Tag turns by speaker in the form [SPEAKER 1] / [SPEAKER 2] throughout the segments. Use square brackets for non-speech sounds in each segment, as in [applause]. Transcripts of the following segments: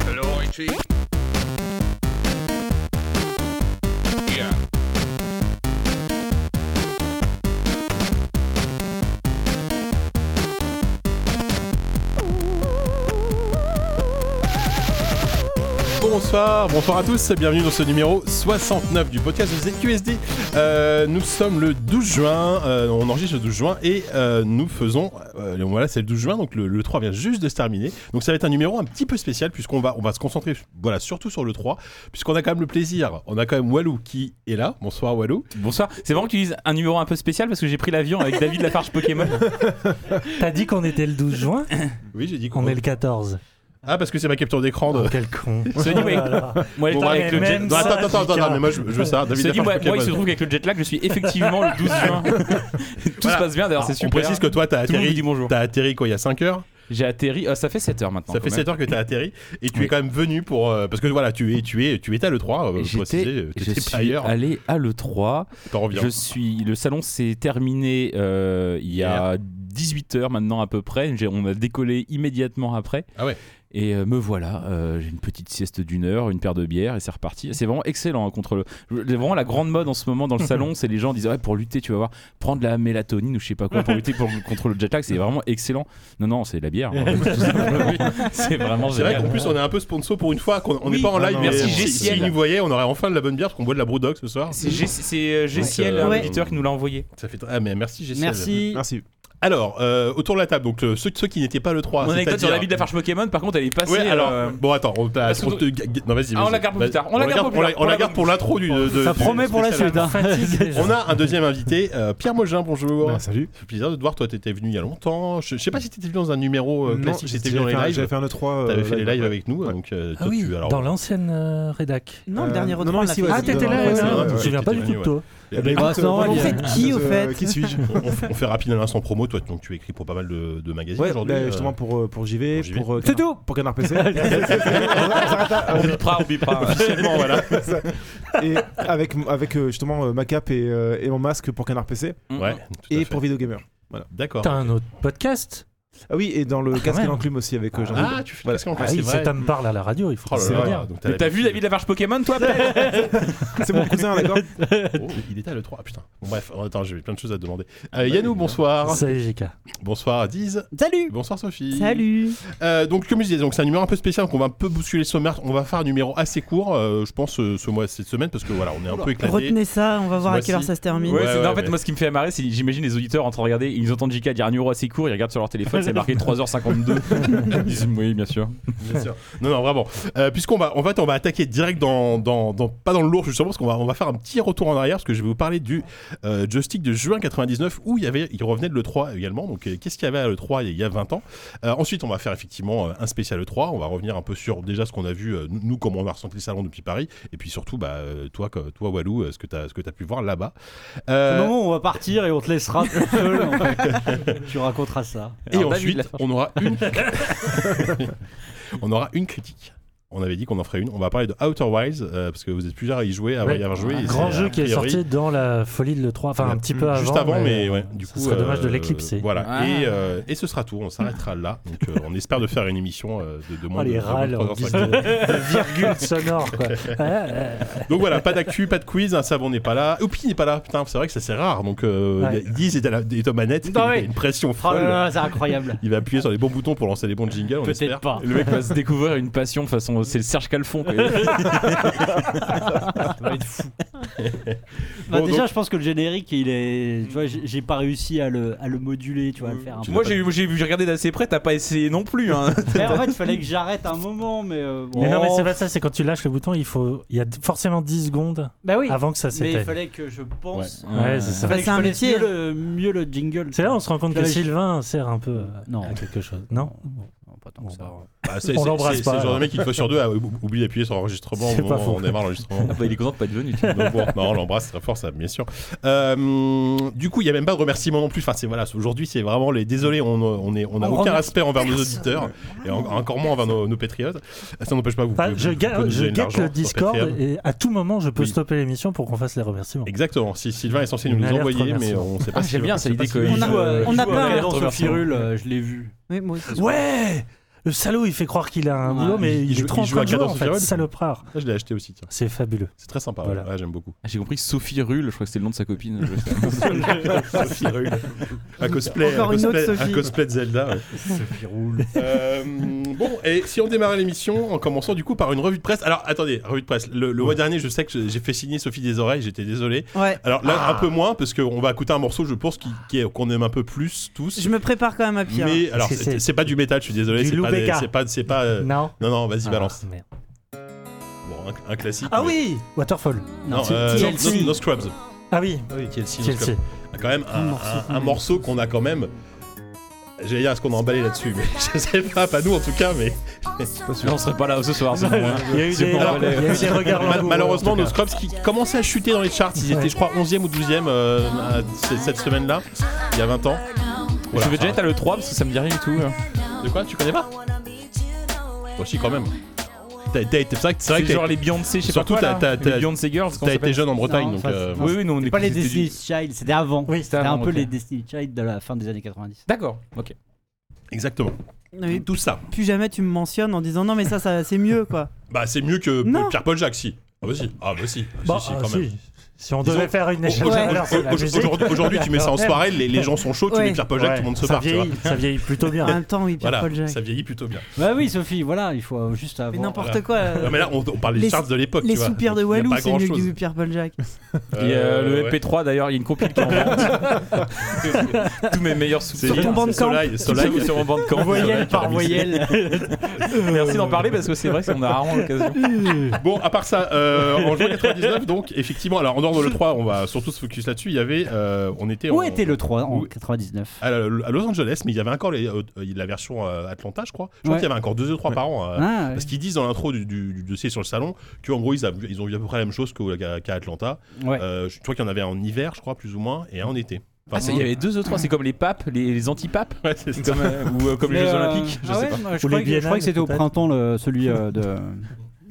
[SPEAKER 1] Flashy. Yeah.
[SPEAKER 2] Bonsoir, bonsoir à tous, bienvenue dans ce numéro 69 du podcast de ZQSD. Euh, nous sommes le 12 juin, euh, on enregistre le 12 juin et euh, nous faisons, euh, voilà c'est le 12 juin, donc le, le 3 vient juste de se terminer. Donc ça va être un numéro un petit peu spécial puisqu'on va, on va se concentrer voilà, surtout sur le 3, puisqu'on a quand même le plaisir, on a quand même Walou qui est là. Bonsoir Walou.
[SPEAKER 3] Bonsoir. C'est marrant que tu dises un numéro un peu spécial parce que j'ai pris l'avion avec David Lafarge Pokémon.
[SPEAKER 4] T'as dit qu'on était le 12 juin
[SPEAKER 2] Oui j'ai dit
[SPEAKER 4] On est le 14.
[SPEAKER 2] Ah parce que c'est ma capture d'écran de...
[SPEAKER 4] Oh, quel con.
[SPEAKER 3] Se dit, ouais,
[SPEAKER 4] Voilà.
[SPEAKER 3] moi,
[SPEAKER 2] Bon,
[SPEAKER 3] étant
[SPEAKER 2] bah,
[SPEAKER 3] avec le jet...
[SPEAKER 4] même
[SPEAKER 2] Non, attends,
[SPEAKER 4] ça,
[SPEAKER 2] attends, attends,
[SPEAKER 4] Jika.
[SPEAKER 2] non, mais moi je, je veux ça, David
[SPEAKER 3] se
[SPEAKER 2] Lafarge
[SPEAKER 3] dit, moi, moi, il
[SPEAKER 2] Pokémon.
[SPEAKER 3] se trouve qu'avec le jet lag, je suis effectivement le
[SPEAKER 2] [laughs]
[SPEAKER 3] 12 juin. Tout se passe bien, d'ailleurs, c'est
[SPEAKER 2] On
[SPEAKER 3] super.
[SPEAKER 2] précise que toi t'as
[SPEAKER 3] Tout le monde
[SPEAKER 2] atterri,
[SPEAKER 3] dit bonjour.
[SPEAKER 2] t'as atterri quoi il y a 5 heures
[SPEAKER 3] J'ai atterri. euh, ça fait 7 heures maintenant.
[SPEAKER 2] Ça fait 7 heures que tu as atterri et tu es
[SPEAKER 3] Oui.
[SPEAKER 2] quand même venu pour. euh, parce que voilà, tu es, tu es, tu étais à l'E3, euh, pour préciser,
[SPEAKER 3] J'étais
[SPEAKER 2] euh,
[SPEAKER 3] je
[SPEAKER 2] t'étais
[SPEAKER 3] suis
[SPEAKER 2] pas ailleurs,
[SPEAKER 3] allé à l'E3.
[SPEAKER 2] t'en reviens.
[SPEAKER 3] Je suis, le salon s'est terminé euh, il y a 18 heures maintenant à peu près. J'ai- On a décollé immédiatement après.
[SPEAKER 2] Ah ouais.
[SPEAKER 3] Et euh, me voilà, euh, j'ai une petite sieste d'une heure, une paire de bières et c'est reparti. C'est vraiment excellent hein, contre le. je- Vraiment la grande mode en ce
[SPEAKER 2] [laughs]
[SPEAKER 3] moment dans le salon, c'est les gens disent ouais pour lutter tu vas voir prendre la mélatonine ou je sais pas quoi pour lutter
[SPEAKER 2] [laughs]
[SPEAKER 3] pour- contre le jet lag, c'est vraiment excellent. Non non c'est de la bière. hein. [laughs] c'est vraiment
[SPEAKER 2] C'est vrai
[SPEAKER 3] génial.
[SPEAKER 2] qu'en plus, on est un peu sponsor pour une fois, qu'on on n'est
[SPEAKER 3] Oui.
[SPEAKER 2] pas en
[SPEAKER 3] Ah
[SPEAKER 2] live.
[SPEAKER 3] non,
[SPEAKER 2] mais
[SPEAKER 3] merci,
[SPEAKER 2] si,
[SPEAKER 3] GCL.
[SPEAKER 2] s'ils nous voyaient, on aurait enfin de la bonne bière parce qu'on boit de la Brewdog ce soir.
[SPEAKER 3] C'est G- c'est, euh, GCL,
[SPEAKER 2] Donc, euh,
[SPEAKER 3] un
[SPEAKER 2] ouais.
[SPEAKER 3] auditeur qui nous l'a envoyé.
[SPEAKER 2] Ça fait... Ah, mais merci, GCL.
[SPEAKER 5] Merci.
[SPEAKER 6] Merci.
[SPEAKER 2] Alors, euh, autour de la table, donc euh, ceux, ceux qui n'étaient pas le 3.
[SPEAKER 3] Mon anecdote sur la vie de
[SPEAKER 2] vie
[SPEAKER 3] la farce Pokémon, par contre, elle est passée.
[SPEAKER 2] Ouais, alors.
[SPEAKER 3] euh,
[SPEAKER 2] Bon, attends, on t'a.
[SPEAKER 3] parce que-
[SPEAKER 2] on te- ga- ga- Non, vas-y.
[SPEAKER 3] Ah, on
[SPEAKER 2] vas-y.
[SPEAKER 3] la garde pour
[SPEAKER 2] Vas-y.
[SPEAKER 3] plus tard. On la garde pour plus
[SPEAKER 2] on
[SPEAKER 3] tard.
[SPEAKER 2] on
[SPEAKER 3] On
[SPEAKER 2] la
[SPEAKER 3] la
[SPEAKER 2] garde pour l'intro du. de-
[SPEAKER 4] Ça
[SPEAKER 2] du
[SPEAKER 4] promet pour la
[SPEAKER 2] spécial.
[SPEAKER 4] suite. hein. [laughs]
[SPEAKER 2] On a un deuxième invité, euh, Pierre Mogin, bonjour.
[SPEAKER 6] Bah, salut.
[SPEAKER 2] Ça fait plaisir de te voir. Toi, t'étais venu il y a longtemps. Je, je sais pas si t'étais venu dans un numéro euh,
[SPEAKER 6] Non,
[SPEAKER 2] classique,
[SPEAKER 6] j'ai-
[SPEAKER 2] t'étais
[SPEAKER 6] j'avais
[SPEAKER 2] venu dans les
[SPEAKER 6] fait un-
[SPEAKER 2] lives.
[SPEAKER 6] J'avais fait un E3.
[SPEAKER 2] T'avais
[SPEAKER 6] euh,
[SPEAKER 2] fait les lives
[SPEAKER 6] ouais.
[SPEAKER 2] avec nous,
[SPEAKER 6] Ouais.
[SPEAKER 2] donc euh, toi,
[SPEAKER 4] Ah oui,
[SPEAKER 2] tu alors
[SPEAKER 4] dans l'ancienne euh, rédac.
[SPEAKER 5] Non, le
[SPEAKER 6] Euh,
[SPEAKER 5] dernier retour.
[SPEAKER 6] non, non,
[SPEAKER 5] on
[SPEAKER 6] ici,
[SPEAKER 5] l'a
[SPEAKER 6] ouais,
[SPEAKER 5] fait.
[SPEAKER 4] Ah,
[SPEAKER 6] c'est
[SPEAKER 4] t'étais
[SPEAKER 6] dans-
[SPEAKER 4] là,
[SPEAKER 6] ouais,
[SPEAKER 4] ouais,
[SPEAKER 6] c'est
[SPEAKER 4] non,
[SPEAKER 6] vrai,
[SPEAKER 4] Je me
[SPEAKER 6] ouais.
[SPEAKER 4] souviens pas du
[SPEAKER 2] J'étais
[SPEAKER 4] tout de toi.
[SPEAKER 2] Eh ben,
[SPEAKER 4] Mais
[SPEAKER 2] écoute,
[SPEAKER 4] maintenant,
[SPEAKER 6] Vraiment,
[SPEAKER 4] il y a-
[SPEAKER 5] fait, qui, au
[SPEAKER 6] euh,
[SPEAKER 5] fait
[SPEAKER 6] Qui suis-je
[SPEAKER 2] on, on- on fait rapide un instant promo. Toi, donc tu écris pour pas mal de, de magazines
[SPEAKER 6] Ouais,
[SPEAKER 2] aujourd'hui.
[SPEAKER 6] bah,
[SPEAKER 2] euh,
[SPEAKER 6] justement pour euh, pour
[SPEAKER 2] pour
[SPEAKER 6] JV,
[SPEAKER 2] JV.
[SPEAKER 6] pour euh,
[SPEAKER 4] C'est
[SPEAKER 6] Canard-
[SPEAKER 4] tout.
[SPEAKER 6] pour Canard PC. On s'arrête là.
[SPEAKER 3] Ah, On bipera, on bipera.
[SPEAKER 2] officiellement, voilà.
[SPEAKER 6] et avec avec euh, justement euh, ma cape et euh, et mon masque pour Canard PC
[SPEAKER 3] Mm.
[SPEAKER 2] Ouais. tout à
[SPEAKER 6] et
[SPEAKER 2] fait.
[SPEAKER 6] pour Video Gamer.
[SPEAKER 2] D'accord.
[SPEAKER 4] T'as un autre podcast
[SPEAKER 6] Ah oui, et dans le casque et
[SPEAKER 4] même.
[SPEAKER 6] l'enclume aussi avec euh, jean
[SPEAKER 2] Ah, tu fais
[SPEAKER 6] Voilà.
[SPEAKER 2] qu'est-ce qu'on fait,
[SPEAKER 4] Ah oui,
[SPEAKER 2] c'est vrai.
[SPEAKER 4] cet homme parle à la radio, il faut
[SPEAKER 2] Oh
[SPEAKER 4] le
[SPEAKER 2] là là,
[SPEAKER 4] dire.
[SPEAKER 2] donc t'as
[SPEAKER 3] Mais T'as vu David la farce Pokémon, toi Pep
[SPEAKER 6] C'est mon cousin, d'accord
[SPEAKER 2] Oh, Il était à l'E3, putain. Bon, bref, oh, attends, j'ai plein de choses à te demander. Euh, Yannou, bonsoir.
[SPEAKER 4] Salut JK.
[SPEAKER 2] Bonsoir, Diz.
[SPEAKER 5] Salut.
[SPEAKER 2] Bonsoir, Sophie.
[SPEAKER 5] Salut.
[SPEAKER 2] Euh, donc comme je disais, donc c'est un numéro un peu spécial, qu'on va un peu bousculer le sommaire. On va faire un numéro assez court, euh, je pense, euh, ce mois, cette semaine, parce que voilà, on est un peu éclaté.
[SPEAKER 5] Retenez ça, on va voir à
[SPEAKER 2] mois-ci.
[SPEAKER 5] quelle heure ça se termine.
[SPEAKER 3] Ouais,
[SPEAKER 2] Ouais,
[SPEAKER 3] c'est- non,
[SPEAKER 2] ouais,
[SPEAKER 3] en fait,
[SPEAKER 2] mais-
[SPEAKER 3] moi, ce qui me fait marrer, c'est j'imagine les auditeurs en train de regarder, ils entendent JK dire un numéro assez court, ils regardent sur leur téléphone, c'est marqué 3h52. Ils disent oui, bien sûr.
[SPEAKER 2] [laughs] Bien sûr. Non, non, vraiment. Euh, Puisqu'on va, en fait, on va attaquer direct dans, dans, dans- pas dans le lourd justement, parce qu'on va, on va faire un petit retour en arrière, parce que je vais vous parler du euh, joystick de juin 99, où il y avait, il revenait de le 3 également. Donc, euh, qu'est-ce qu'il y avait à le 3 il y a 20 ans Euh, Ensuite, on va faire effectivement euh, un spécial le 3. On va revenir un peu sur déjà ce qu'on a vu euh, nous, comment on a ressenti le salon depuis Paris, et puis surtout, bah, euh, toi, que- toi, Walou, euh, ce que t'as, ce que t'as pu voir là-bas. Euh,
[SPEAKER 7] moment où on va partir et on te laissera tout seul. en fait. tu raconteras ça.
[SPEAKER 2] Et
[SPEAKER 3] Alors, David
[SPEAKER 2] ensuite, on aura
[SPEAKER 3] [laughs]
[SPEAKER 2] une. [laughs] on aura une critique. On avait dit qu'on en ferait une. On va parler de Outer Wilds euh, parce que vous êtes plusieurs à y jouer, à
[SPEAKER 4] Ouais.
[SPEAKER 2] y avoir Ah, joué.
[SPEAKER 4] Un
[SPEAKER 2] et
[SPEAKER 4] grand
[SPEAKER 2] c'est,
[SPEAKER 4] jeu
[SPEAKER 2] a
[SPEAKER 4] qui est
[SPEAKER 2] priori,
[SPEAKER 4] sorti dans la folie de l'E3, enfin un petit peu avant.
[SPEAKER 2] Juste avant, mais ouais. Du
[SPEAKER 4] ce
[SPEAKER 2] coup,
[SPEAKER 4] serait dommage de
[SPEAKER 2] euh,
[SPEAKER 4] l'éclipser.
[SPEAKER 2] Voilà.
[SPEAKER 3] Ah.
[SPEAKER 2] Et, euh, et ce sera tout. On s'arrêtera là. Donc, euh, on espère de faire une émission euh, de, de moins
[SPEAKER 4] Oh,
[SPEAKER 2] de-
[SPEAKER 4] les
[SPEAKER 2] de
[SPEAKER 4] râles en
[SPEAKER 2] 23
[SPEAKER 4] guise de, [laughs] de virgule sonore,
[SPEAKER 2] [laughs]
[SPEAKER 4] quoi. Ouais,
[SPEAKER 2] Donc voilà, pas d'actu, pas de quiz. Un savon n'est pas là. Oupi n'est pas là. Putain, c'est vrai que ça c'est rare. Donc, euh,
[SPEAKER 4] Ouais.
[SPEAKER 2] Diz est à la est aux manettes.
[SPEAKER 7] Non,
[SPEAKER 2] il a
[SPEAKER 7] mais-
[SPEAKER 2] une pression
[SPEAKER 7] Oh là
[SPEAKER 2] folle.
[SPEAKER 7] là, c'est incroyable.
[SPEAKER 2] Il va appuyer sur les bons boutons pour lancer les bons jingles. On espère.
[SPEAKER 7] Peut-être pas.
[SPEAKER 3] Le mec va se découvrir une passion de façon. C'est le Serge Calfon. quoi.
[SPEAKER 7] Bah,
[SPEAKER 2] Bon,
[SPEAKER 7] déjà,
[SPEAKER 2] donc-
[SPEAKER 7] je pense que le générique, il est. Tu vois, j'ai j'ai pas réussi à le, à le moduler, tu vois, à le faire un peu.
[SPEAKER 3] Moi, j'ai j'ai vu- j'ai regardé d'assez près, t'as pas essayé non plus. Hein.
[SPEAKER 7] Mais en fait, il fallait que j'arrête un moment, mais. euh, bon.
[SPEAKER 4] Mais non, mais c'est pas ça, c'est quand tu lâches le bouton, il faut, il y a forcément 10 secondes
[SPEAKER 7] Bah oui.
[SPEAKER 4] avant que ça
[SPEAKER 7] Mais il
[SPEAKER 4] s'éteigne.
[SPEAKER 7] fallait que je pense. euh,
[SPEAKER 4] Ouais, c'est ça.
[SPEAKER 7] Il fallait que
[SPEAKER 5] Bah, C'est
[SPEAKER 7] je
[SPEAKER 5] un
[SPEAKER 7] connaisse
[SPEAKER 5] métier.
[SPEAKER 7] Mieux le, mieux le jingle.
[SPEAKER 4] C'est là où on se rend compte que
[SPEAKER 7] Là, je-
[SPEAKER 4] Sylvain sert un peu euh,
[SPEAKER 7] Non.
[SPEAKER 4] à quelque chose. Non
[SPEAKER 7] Non, pas tant
[SPEAKER 4] Bon,
[SPEAKER 7] que ça.
[SPEAKER 4] bah,
[SPEAKER 2] Bah, c'est,
[SPEAKER 4] On
[SPEAKER 2] c'est-
[SPEAKER 4] l'embrasse
[SPEAKER 2] c'est-
[SPEAKER 4] pas,
[SPEAKER 2] C'est le genre de
[SPEAKER 4] alors.
[SPEAKER 2] mec qui, une fois sur deux, a ah, ou- oublie d'appuyer sur enregistrement au
[SPEAKER 4] C'est
[SPEAKER 2] moment
[SPEAKER 4] pas
[SPEAKER 2] où
[SPEAKER 4] faux.
[SPEAKER 2] on démarre
[SPEAKER 4] [laughs]
[SPEAKER 2] l'enregistrement.
[SPEAKER 3] Ah bah, il est content de pas être venu. tu vois.
[SPEAKER 2] Donc bon, non, on l'embrasse très fort, ça, bien sûr. Euh, du coup, il n'y a même pas de remerciement non plus. Enfin, c'est voilà, aujourd'hui, c'est vraiment les. Désolé, on n'a on est- on a
[SPEAKER 7] On
[SPEAKER 2] aucun
[SPEAKER 7] remercie
[SPEAKER 2] respect envers nos auditeurs et en- encore moins envers nos, nos patriotes. Ah, Ça n'empêche pas vous.
[SPEAKER 4] Enfin,
[SPEAKER 2] pouvez-
[SPEAKER 4] je
[SPEAKER 2] vous pouvez
[SPEAKER 4] ga-
[SPEAKER 2] nous
[SPEAKER 4] je
[SPEAKER 2] donner de
[SPEAKER 4] guette
[SPEAKER 2] l'argent
[SPEAKER 4] le
[SPEAKER 2] sur Patreon.
[SPEAKER 4] Discord et à tout moment je peux
[SPEAKER 2] Oui.
[SPEAKER 4] stopper l'émission pour qu'on fasse les remerciements.
[SPEAKER 2] Exactement. Si Sylvain est censé nous
[SPEAKER 4] Une
[SPEAKER 2] les
[SPEAKER 4] alerte
[SPEAKER 2] envoyer, mais
[SPEAKER 4] remerciement.
[SPEAKER 2] on ne sait pas.
[SPEAKER 3] Ah,
[SPEAKER 2] si-
[SPEAKER 3] j'aime bien,
[SPEAKER 2] on
[SPEAKER 3] ça
[SPEAKER 2] sait
[SPEAKER 3] l'idée
[SPEAKER 2] pas
[SPEAKER 3] que.
[SPEAKER 2] si-
[SPEAKER 5] On a- on a pas-
[SPEAKER 3] pas
[SPEAKER 5] Dans ce
[SPEAKER 7] Firul, euh, je l'ai vu.
[SPEAKER 5] Oui, moi aussi.
[SPEAKER 4] Ouais Le salaud, il fait croire qu'il a un
[SPEAKER 7] Ouais.
[SPEAKER 4] boulot, mais
[SPEAKER 2] Il
[SPEAKER 4] il,
[SPEAKER 2] joue-
[SPEAKER 4] est trop
[SPEAKER 2] il
[SPEAKER 4] en
[SPEAKER 2] joue à
[SPEAKER 4] train de jouer, en
[SPEAKER 2] Cadence
[SPEAKER 4] fait.
[SPEAKER 2] Feral.
[SPEAKER 4] Salopard.
[SPEAKER 2] Ça, je l'ai acheté aussi, tiens.
[SPEAKER 4] C'est fabuleux.
[SPEAKER 2] C'est très sympa,
[SPEAKER 4] Voilà.
[SPEAKER 2] ouais. Ouais, j'aime beaucoup.
[SPEAKER 3] Ah, J'ai compris Sophie Rulle, je crois que c'était le nom de sa [laughs] copine.
[SPEAKER 2] Sophie Rull. Un cosplay, un
[SPEAKER 5] Encore une autre
[SPEAKER 2] cosplay, un
[SPEAKER 5] Sophie.
[SPEAKER 2] cosplay de Zelda. ouais. Euh, bon, et si on démarrait l'émission en commençant du coup par une revue de presse. Alors attendez, revue de presse. Le, le mois dernier, je sais que j'ai fait signer Sophie des oreilles, j'étais désolé.
[SPEAKER 5] Ouais.
[SPEAKER 2] Alors là,
[SPEAKER 4] Ah.
[SPEAKER 2] un peu moins, parce qu'on va écouter un morceau, je pense, qui- qui est- qu'on aime un peu plus tous.
[SPEAKER 5] Je me prépare quand même à pire.
[SPEAKER 2] Mais alors,
[SPEAKER 4] que
[SPEAKER 2] c'est
[SPEAKER 4] c'est-
[SPEAKER 2] c'est pas du métal, je suis désolé. C'est
[SPEAKER 4] Du
[SPEAKER 2] pas, des-
[SPEAKER 4] Lou Béga.
[SPEAKER 2] c'est pas, c'est pas. euh,
[SPEAKER 4] Non.
[SPEAKER 2] Non, non, vas-y, balance.
[SPEAKER 4] Ah, merde.
[SPEAKER 2] Bon, un, un classique.
[SPEAKER 5] Ah
[SPEAKER 2] mais-
[SPEAKER 5] oui
[SPEAKER 4] Waterfall.
[SPEAKER 2] Non,
[SPEAKER 7] c'est-
[SPEAKER 2] euh,
[SPEAKER 5] TLC.
[SPEAKER 2] no, No- No Scrubs.
[SPEAKER 4] Ah oui,
[SPEAKER 2] TLC. No Scrubs.
[SPEAKER 4] Chelsea.
[SPEAKER 2] Ah, Quand même, un,
[SPEAKER 5] morceau
[SPEAKER 2] un-
[SPEAKER 5] qu'on
[SPEAKER 2] un
[SPEAKER 5] aime.
[SPEAKER 2] morceau qu'on a quand même. J'allais dire, est-ce qu'on a emballé là-dessus Mais [laughs] je sais pas, pas nous en tout cas, mais.
[SPEAKER 3] on serait pas là ce [laughs] soir. hein.
[SPEAKER 4] Il y a eu des,
[SPEAKER 2] Alors,
[SPEAKER 4] il y a
[SPEAKER 7] [laughs]
[SPEAKER 4] eu des regards
[SPEAKER 2] Mal-
[SPEAKER 4] langoureux,
[SPEAKER 2] malheureusement,
[SPEAKER 4] en tout
[SPEAKER 2] nos Scrubs qui commençaient à chuter dans les charts. Ils
[SPEAKER 4] Ouais.
[SPEAKER 2] étaient, je crois, 11e ou 12e euh, à- c- cette semaine-là, il y a 20 ans. Voilà.
[SPEAKER 3] Je vais déjà être à le 3 parce que ça me dit rien du tout. hein.
[SPEAKER 2] De quoi Tu connais pas Moi aussi, Bah, quand même. T'as- t'as- C'est vrai que c'est vrai
[SPEAKER 3] C'est
[SPEAKER 2] que
[SPEAKER 3] genre
[SPEAKER 2] t'as-
[SPEAKER 3] les Beyoncé, je sais pas
[SPEAKER 2] Surtout,
[SPEAKER 3] quoi.
[SPEAKER 2] t'as-
[SPEAKER 3] là.
[SPEAKER 2] t'as-
[SPEAKER 3] Les
[SPEAKER 2] t'as-
[SPEAKER 3] Beyoncé Girls, comment
[SPEAKER 2] t'as
[SPEAKER 3] ça
[SPEAKER 2] été
[SPEAKER 3] s'appelle
[SPEAKER 2] jeune en Bretagne,
[SPEAKER 7] Non,
[SPEAKER 2] donc.
[SPEAKER 7] ça,
[SPEAKER 2] euh,
[SPEAKER 7] c'est-
[SPEAKER 3] Oui, oui, nous on est
[SPEAKER 7] C'est pas les
[SPEAKER 3] c'était du-
[SPEAKER 7] Destiny's Child, c'était Ah avant.
[SPEAKER 4] Oui,
[SPEAKER 7] c'était
[SPEAKER 3] avant,
[SPEAKER 7] un peu
[SPEAKER 3] ok.
[SPEAKER 7] les Destiny's Child de la fin des années 90.
[SPEAKER 3] D'accord, ok.
[SPEAKER 2] Exactement.
[SPEAKER 5] Non, mais
[SPEAKER 2] Tout ça.
[SPEAKER 5] Plus jamais tu me mentionnes en disant non, mais ça, ça c'est mieux
[SPEAKER 2] [laughs]
[SPEAKER 5] quoi.
[SPEAKER 2] Bah, c'est mieux que
[SPEAKER 5] Non.
[SPEAKER 2] Pierre-Paul Jacques, si. Ah, bah si. Ah, bah si. Ah,
[SPEAKER 4] Bon,
[SPEAKER 2] si, si,
[SPEAKER 4] ah,
[SPEAKER 2] quand même.
[SPEAKER 4] si. Si on
[SPEAKER 2] Disons-
[SPEAKER 4] devait faire une échelle
[SPEAKER 2] Au-
[SPEAKER 4] de
[SPEAKER 5] Ouais.
[SPEAKER 4] valeurs sur la
[SPEAKER 2] au-
[SPEAKER 4] musique,
[SPEAKER 2] Aujourd'hui, aujourd'hui, tu mets ça en
[SPEAKER 4] Ouais.
[SPEAKER 2] soirée, les, les gens sont chauds, tu
[SPEAKER 5] Ouais.
[SPEAKER 2] mets Pierre-Paul Jacques,
[SPEAKER 4] ouais,
[SPEAKER 2] tout le monde se
[SPEAKER 4] ça
[SPEAKER 2] part, tu vois.
[SPEAKER 4] vieillit, ça vieillit plutôt
[SPEAKER 5] En
[SPEAKER 2] [laughs]
[SPEAKER 4] bien.
[SPEAKER 5] même temps, oui,
[SPEAKER 2] Voilà,
[SPEAKER 5] Pierre-Paul Jacques.
[SPEAKER 2] ça vieillit plutôt bien.
[SPEAKER 7] Bah oui, Sophie, voilà, il faut euh, juste
[SPEAKER 5] Mais
[SPEAKER 7] avoir.
[SPEAKER 5] n'importe quoi. euh,
[SPEAKER 2] Non, mais là, on, on parle des
[SPEAKER 5] Les-
[SPEAKER 2] charts de l'époque. [laughs]
[SPEAKER 5] les
[SPEAKER 2] tu vois.
[SPEAKER 5] soupirs
[SPEAKER 2] Il
[SPEAKER 5] de
[SPEAKER 2] y a
[SPEAKER 5] Walou,
[SPEAKER 2] pas
[SPEAKER 5] c'est mieux
[SPEAKER 2] grand-chose.
[SPEAKER 5] que Pierre-Paul Jacques.
[SPEAKER 3] Et euh,
[SPEAKER 2] Euh,
[SPEAKER 3] le
[SPEAKER 2] ouais.
[SPEAKER 3] MP3 d'ailleurs, il y a une compil qui est en vente. [laughs] Tous mes meilleurs
[SPEAKER 2] C'est
[SPEAKER 3] souvenirs.
[SPEAKER 5] Sur ton
[SPEAKER 2] c'est
[SPEAKER 5] Bandcamp.
[SPEAKER 2] Soleil,
[SPEAKER 5] [laughs]
[SPEAKER 2] Soleil,
[SPEAKER 3] Sur mon Bandcamp.
[SPEAKER 7] Voyelle par voyelle. [laughs]
[SPEAKER 3] Merci d'en parler parce que c'est vrai qu'on a rarement l'occasion.
[SPEAKER 2] Bon, à part ça, euh, en juin 99, donc, effectivement, alors en dehors de le 3, on va surtout se focus là-dessus. Il y avait, euh, on était
[SPEAKER 7] Où
[SPEAKER 2] en-
[SPEAKER 7] était le 3 en
[SPEAKER 2] Oui.
[SPEAKER 7] 99
[SPEAKER 2] à, à Los Angeles, mais il y avait encore les- euh, la version euh, Atlanta, je crois. Je crois
[SPEAKER 7] Ouais.
[SPEAKER 2] qu'il y avait encore deux ou trois par an. euh,
[SPEAKER 7] Ah, ouais.
[SPEAKER 2] Parce qu'ils disent dans l'intro du, du, du dossier sur le salon qu'en gros, ils, a- ils ont vu à peu près la même chose qu'au- qu'à qu'à Atlanta.
[SPEAKER 7] Ouais.
[SPEAKER 2] Euh, je je crois qu'il y en avait un en hiver, je crois, plus ou moins, et un en été.
[SPEAKER 3] Ah, ça, il y avait deux ou trois, c'est comme les papes, les, les anti-papes,
[SPEAKER 2] Ouais, c'est ça.
[SPEAKER 3] comme, euh, ou euh, comme les
[SPEAKER 7] Mais,
[SPEAKER 3] Jeux
[SPEAKER 7] euh,
[SPEAKER 3] Olympiques, je
[SPEAKER 7] ah
[SPEAKER 3] sais
[SPEAKER 7] ouais,
[SPEAKER 3] pas.
[SPEAKER 7] moi, Je
[SPEAKER 4] Ou
[SPEAKER 7] crois que-
[SPEAKER 4] les
[SPEAKER 7] je crois
[SPEAKER 4] biennales,
[SPEAKER 7] que c'était au
[SPEAKER 4] peut-être.
[SPEAKER 7] printemps, le- [laughs] celui euh, de.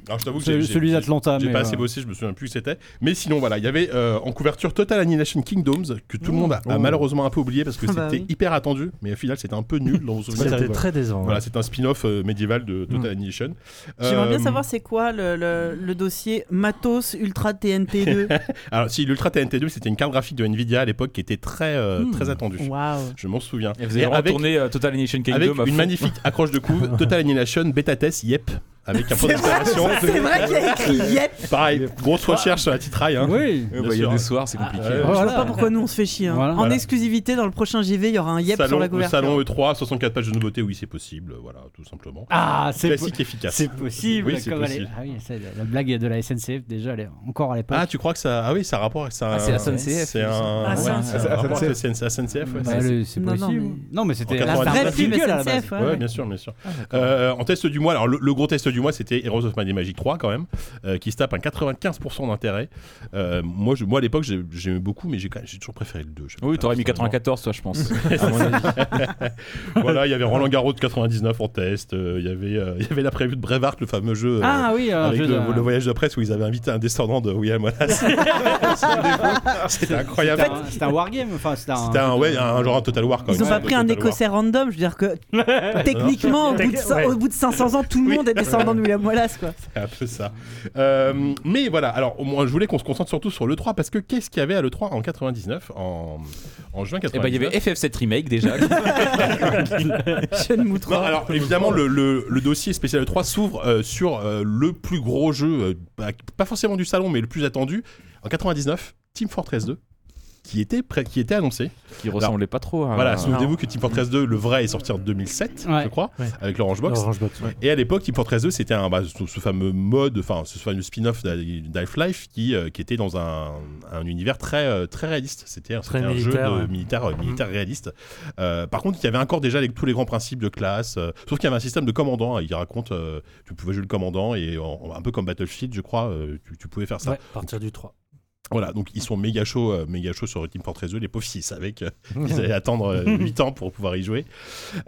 [SPEAKER 2] Alors, je t'avoue que j'ai-
[SPEAKER 7] ce-
[SPEAKER 2] j'ai-
[SPEAKER 7] Celui
[SPEAKER 5] Ah,
[SPEAKER 7] d'Atlanta.
[SPEAKER 2] J'ai
[SPEAKER 7] mais,
[SPEAKER 2] pas
[SPEAKER 7] euh,
[SPEAKER 2] assez bossé, je me souviens plus que c'était. Mais sinon, voilà, il y avait euh, en couverture Total Annihilation Kingdoms, que tout le monde a, a
[SPEAKER 6] Oh.
[SPEAKER 2] malheureusement un peu oublié parce que
[SPEAKER 5] Mmh. Ah
[SPEAKER 2] c'était
[SPEAKER 5] bah oui.
[SPEAKER 2] hyper attendu, mais au final, c'était un peu nul
[SPEAKER 5] [laughs]
[SPEAKER 2] dans vos souvenirs.
[SPEAKER 4] C'était très décevant.
[SPEAKER 2] Voilà, c'est un spin-off euh, médiéval de Total Annihilation.
[SPEAKER 5] Mmh. J'aimerais bien
[SPEAKER 2] Euh,
[SPEAKER 5] savoir c'est quoi le, le- le dossier Matos
[SPEAKER 2] [laughs]
[SPEAKER 5] Ultra TNT2.
[SPEAKER 2] Alors, si l'Ultra TNT2, c'était une carte graphique de Nvidia à l'époque qui était très, euh,
[SPEAKER 5] Mmh.
[SPEAKER 2] très attendue.
[SPEAKER 5] Waouh.
[SPEAKER 2] Je m'en souviens.
[SPEAKER 3] Elle faisait
[SPEAKER 2] Et
[SPEAKER 3] vraiment
[SPEAKER 2] avec-
[SPEAKER 3] tourner euh, Total Annihilation Kingdom.
[SPEAKER 2] avec
[SPEAKER 3] à
[SPEAKER 2] une
[SPEAKER 3] fond.
[SPEAKER 2] magnifique accroche de
[SPEAKER 5] [laughs]
[SPEAKER 2] couve, Total Annihilation, bêta test, yep. Avec un point d'exclamation.
[SPEAKER 5] C'est vrai qu'il y a écrit Yep.
[SPEAKER 2] Pareil, grosse recherche sur la titraille. Hein.
[SPEAKER 7] Oui. Oh,
[SPEAKER 3] Ouais,
[SPEAKER 2] Bien
[SPEAKER 3] bah, Il y
[SPEAKER 2] sûr.
[SPEAKER 3] a des soirs, c'est compliqué.
[SPEAKER 2] ouais.
[SPEAKER 5] Je vois
[SPEAKER 7] Voilà.
[SPEAKER 5] pas pourquoi nous on se fait chier. hein.
[SPEAKER 7] Voilà.
[SPEAKER 5] En
[SPEAKER 2] Voilà.
[SPEAKER 5] exclusivité dans le prochain JV, il y aura un Yep sur
[SPEAKER 2] salon,
[SPEAKER 5] la
[SPEAKER 2] le
[SPEAKER 5] couverture.
[SPEAKER 2] salon E3, 64 pages de nouveautés, oui, c'est possible. Voilà, tout simplement.
[SPEAKER 7] Ah, c'est po-
[SPEAKER 2] Classique efficace.
[SPEAKER 7] c'est possible.
[SPEAKER 2] Oui, c'est
[SPEAKER 7] comme elle est-
[SPEAKER 2] possible.
[SPEAKER 7] Ah oui, c'est la- la blague de la SNCF, déjà, elle est encore à l'époque.
[SPEAKER 2] Ah, tu crois que ça. Ah oui, ça a rapport avec ça.
[SPEAKER 3] Ah, c'est la SNCF,
[SPEAKER 2] C'est
[SPEAKER 3] oui, ça.
[SPEAKER 2] un.
[SPEAKER 5] Ah,
[SPEAKER 2] ouais,
[SPEAKER 5] c'est un-
[SPEAKER 2] c'est un
[SPEAKER 6] c'est la
[SPEAKER 2] rapport avec la
[SPEAKER 6] SNCF.
[SPEAKER 2] SNCF. ouais,
[SPEAKER 7] Bah,
[SPEAKER 2] c'est-
[SPEAKER 7] le- c'est
[SPEAKER 5] Non, non,
[SPEAKER 7] possible.
[SPEAKER 5] mais-
[SPEAKER 7] mais, c'était la
[SPEAKER 2] En
[SPEAKER 7] vraie
[SPEAKER 2] 99,
[SPEAKER 5] Bref, film
[SPEAKER 7] figure à la base.
[SPEAKER 5] SNCF.
[SPEAKER 2] Ouais,
[SPEAKER 5] ouais.
[SPEAKER 2] bien sûr, bien sûr.
[SPEAKER 3] Ah,
[SPEAKER 2] Euh, en test du mois, alors le, le gros test du mois, c'était Heroes of Might and Magic 3 quand même, euh, qui se tape un 95% d'intérêt. Euh, moi, je, moi à l'époque, j'ai- j'aimais beaucoup, mais j'ai quand- j'ai toujours préféré le 2. je sais
[SPEAKER 3] Oui,
[SPEAKER 2] pas,
[SPEAKER 3] t'aurais mis
[SPEAKER 2] personnellement.
[SPEAKER 3] 94, toi, je pense.
[SPEAKER 2] voilà, il y avait Roland Garros de 99 en test. euh, Il y avait, euh, il y avait la prévue de Brevart, le fameux jeu. euh,
[SPEAKER 7] Ah oui, un
[SPEAKER 2] avec
[SPEAKER 7] jeu
[SPEAKER 2] le,
[SPEAKER 7] de-
[SPEAKER 2] le voyage de presse où ils avaient invité un descendant de William Wallace.
[SPEAKER 5] [laughs]
[SPEAKER 2] C'était incroyable.
[SPEAKER 7] C'était un- c'était un wargame, enfin c'était un.
[SPEAKER 2] C'était un, ouais, un genre un Total War quand
[SPEAKER 5] Ils
[SPEAKER 2] même.
[SPEAKER 5] ont pas
[SPEAKER 2] Ouais,
[SPEAKER 5] pris un
[SPEAKER 2] Total War.
[SPEAKER 5] écossais random, je veux dire que
[SPEAKER 2] [laughs]
[SPEAKER 5] techniquement, au bout de, cin-
[SPEAKER 4] Ouais.
[SPEAKER 5] au bout de 500 ans, tout le monde est descendant de William Wallace quoi.
[SPEAKER 2] C'est un peu ça. Euh, mais voilà, alors au moins, je voulais qu'on se concentre surtout sur l'E3 parce que qu'est-ce qu'il y avait à l'E3 en 99, en, en juin
[SPEAKER 3] Et
[SPEAKER 7] Eh
[SPEAKER 2] 99
[SPEAKER 7] ben,
[SPEAKER 3] bah, il y avait FF7 Remake déjà.
[SPEAKER 5] Shenmue
[SPEAKER 2] Non,
[SPEAKER 5] 3.
[SPEAKER 2] alors évidemment, le, le- le dossier spécial E3 s'ouvre euh, sur euh, le plus gros jeu, euh, pas- pas forcément du salon, mais le plus attendu, en 99, Team Fortress 2. Qui était, pré- qui était annoncé.
[SPEAKER 3] qui ressemblait pas trop à.
[SPEAKER 2] voilà, souvenez-vous que Team Fortress 2, le vrai, est sorti en 2007, je
[SPEAKER 7] Ouais.
[SPEAKER 2] crois,
[SPEAKER 4] Ah Ouais.
[SPEAKER 2] avec l'Orange Box.
[SPEAKER 4] Orange Box. ouais.
[SPEAKER 2] Et à l'époque, Team Fortress 2, c'était un, bah, ce, ce fameux mode, enfin ce fameux spin-off d'Half-Life qui, euh, qui était dans un, un univers très, euh, très réaliste. C'était
[SPEAKER 4] Très
[SPEAKER 2] c'était un jeu
[SPEAKER 4] militaire,
[SPEAKER 2] de
[SPEAKER 4] ouais. Mmh.
[SPEAKER 2] militaire, euh, militaire réaliste. Euh, par contre, il y avait encore déjà les- tous les grands principes de classe, euh, sauf qu'il y avait un système de commandant. Il raconte, euh, tu pouvais jouer le commandant et en- un peu comme Battlefield, je crois, euh, tu, tu pouvais faire ça.
[SPEAKER 4] Ouais, à partir du 3.
[SPEAKER 2] Voilà, donc ils sont méga chauds, euh, méga chauds sur Team Fortress 2, les pauvres s'ils savaient que- qu'ils allaient attendre 8 ans pour pouvoir y jouer.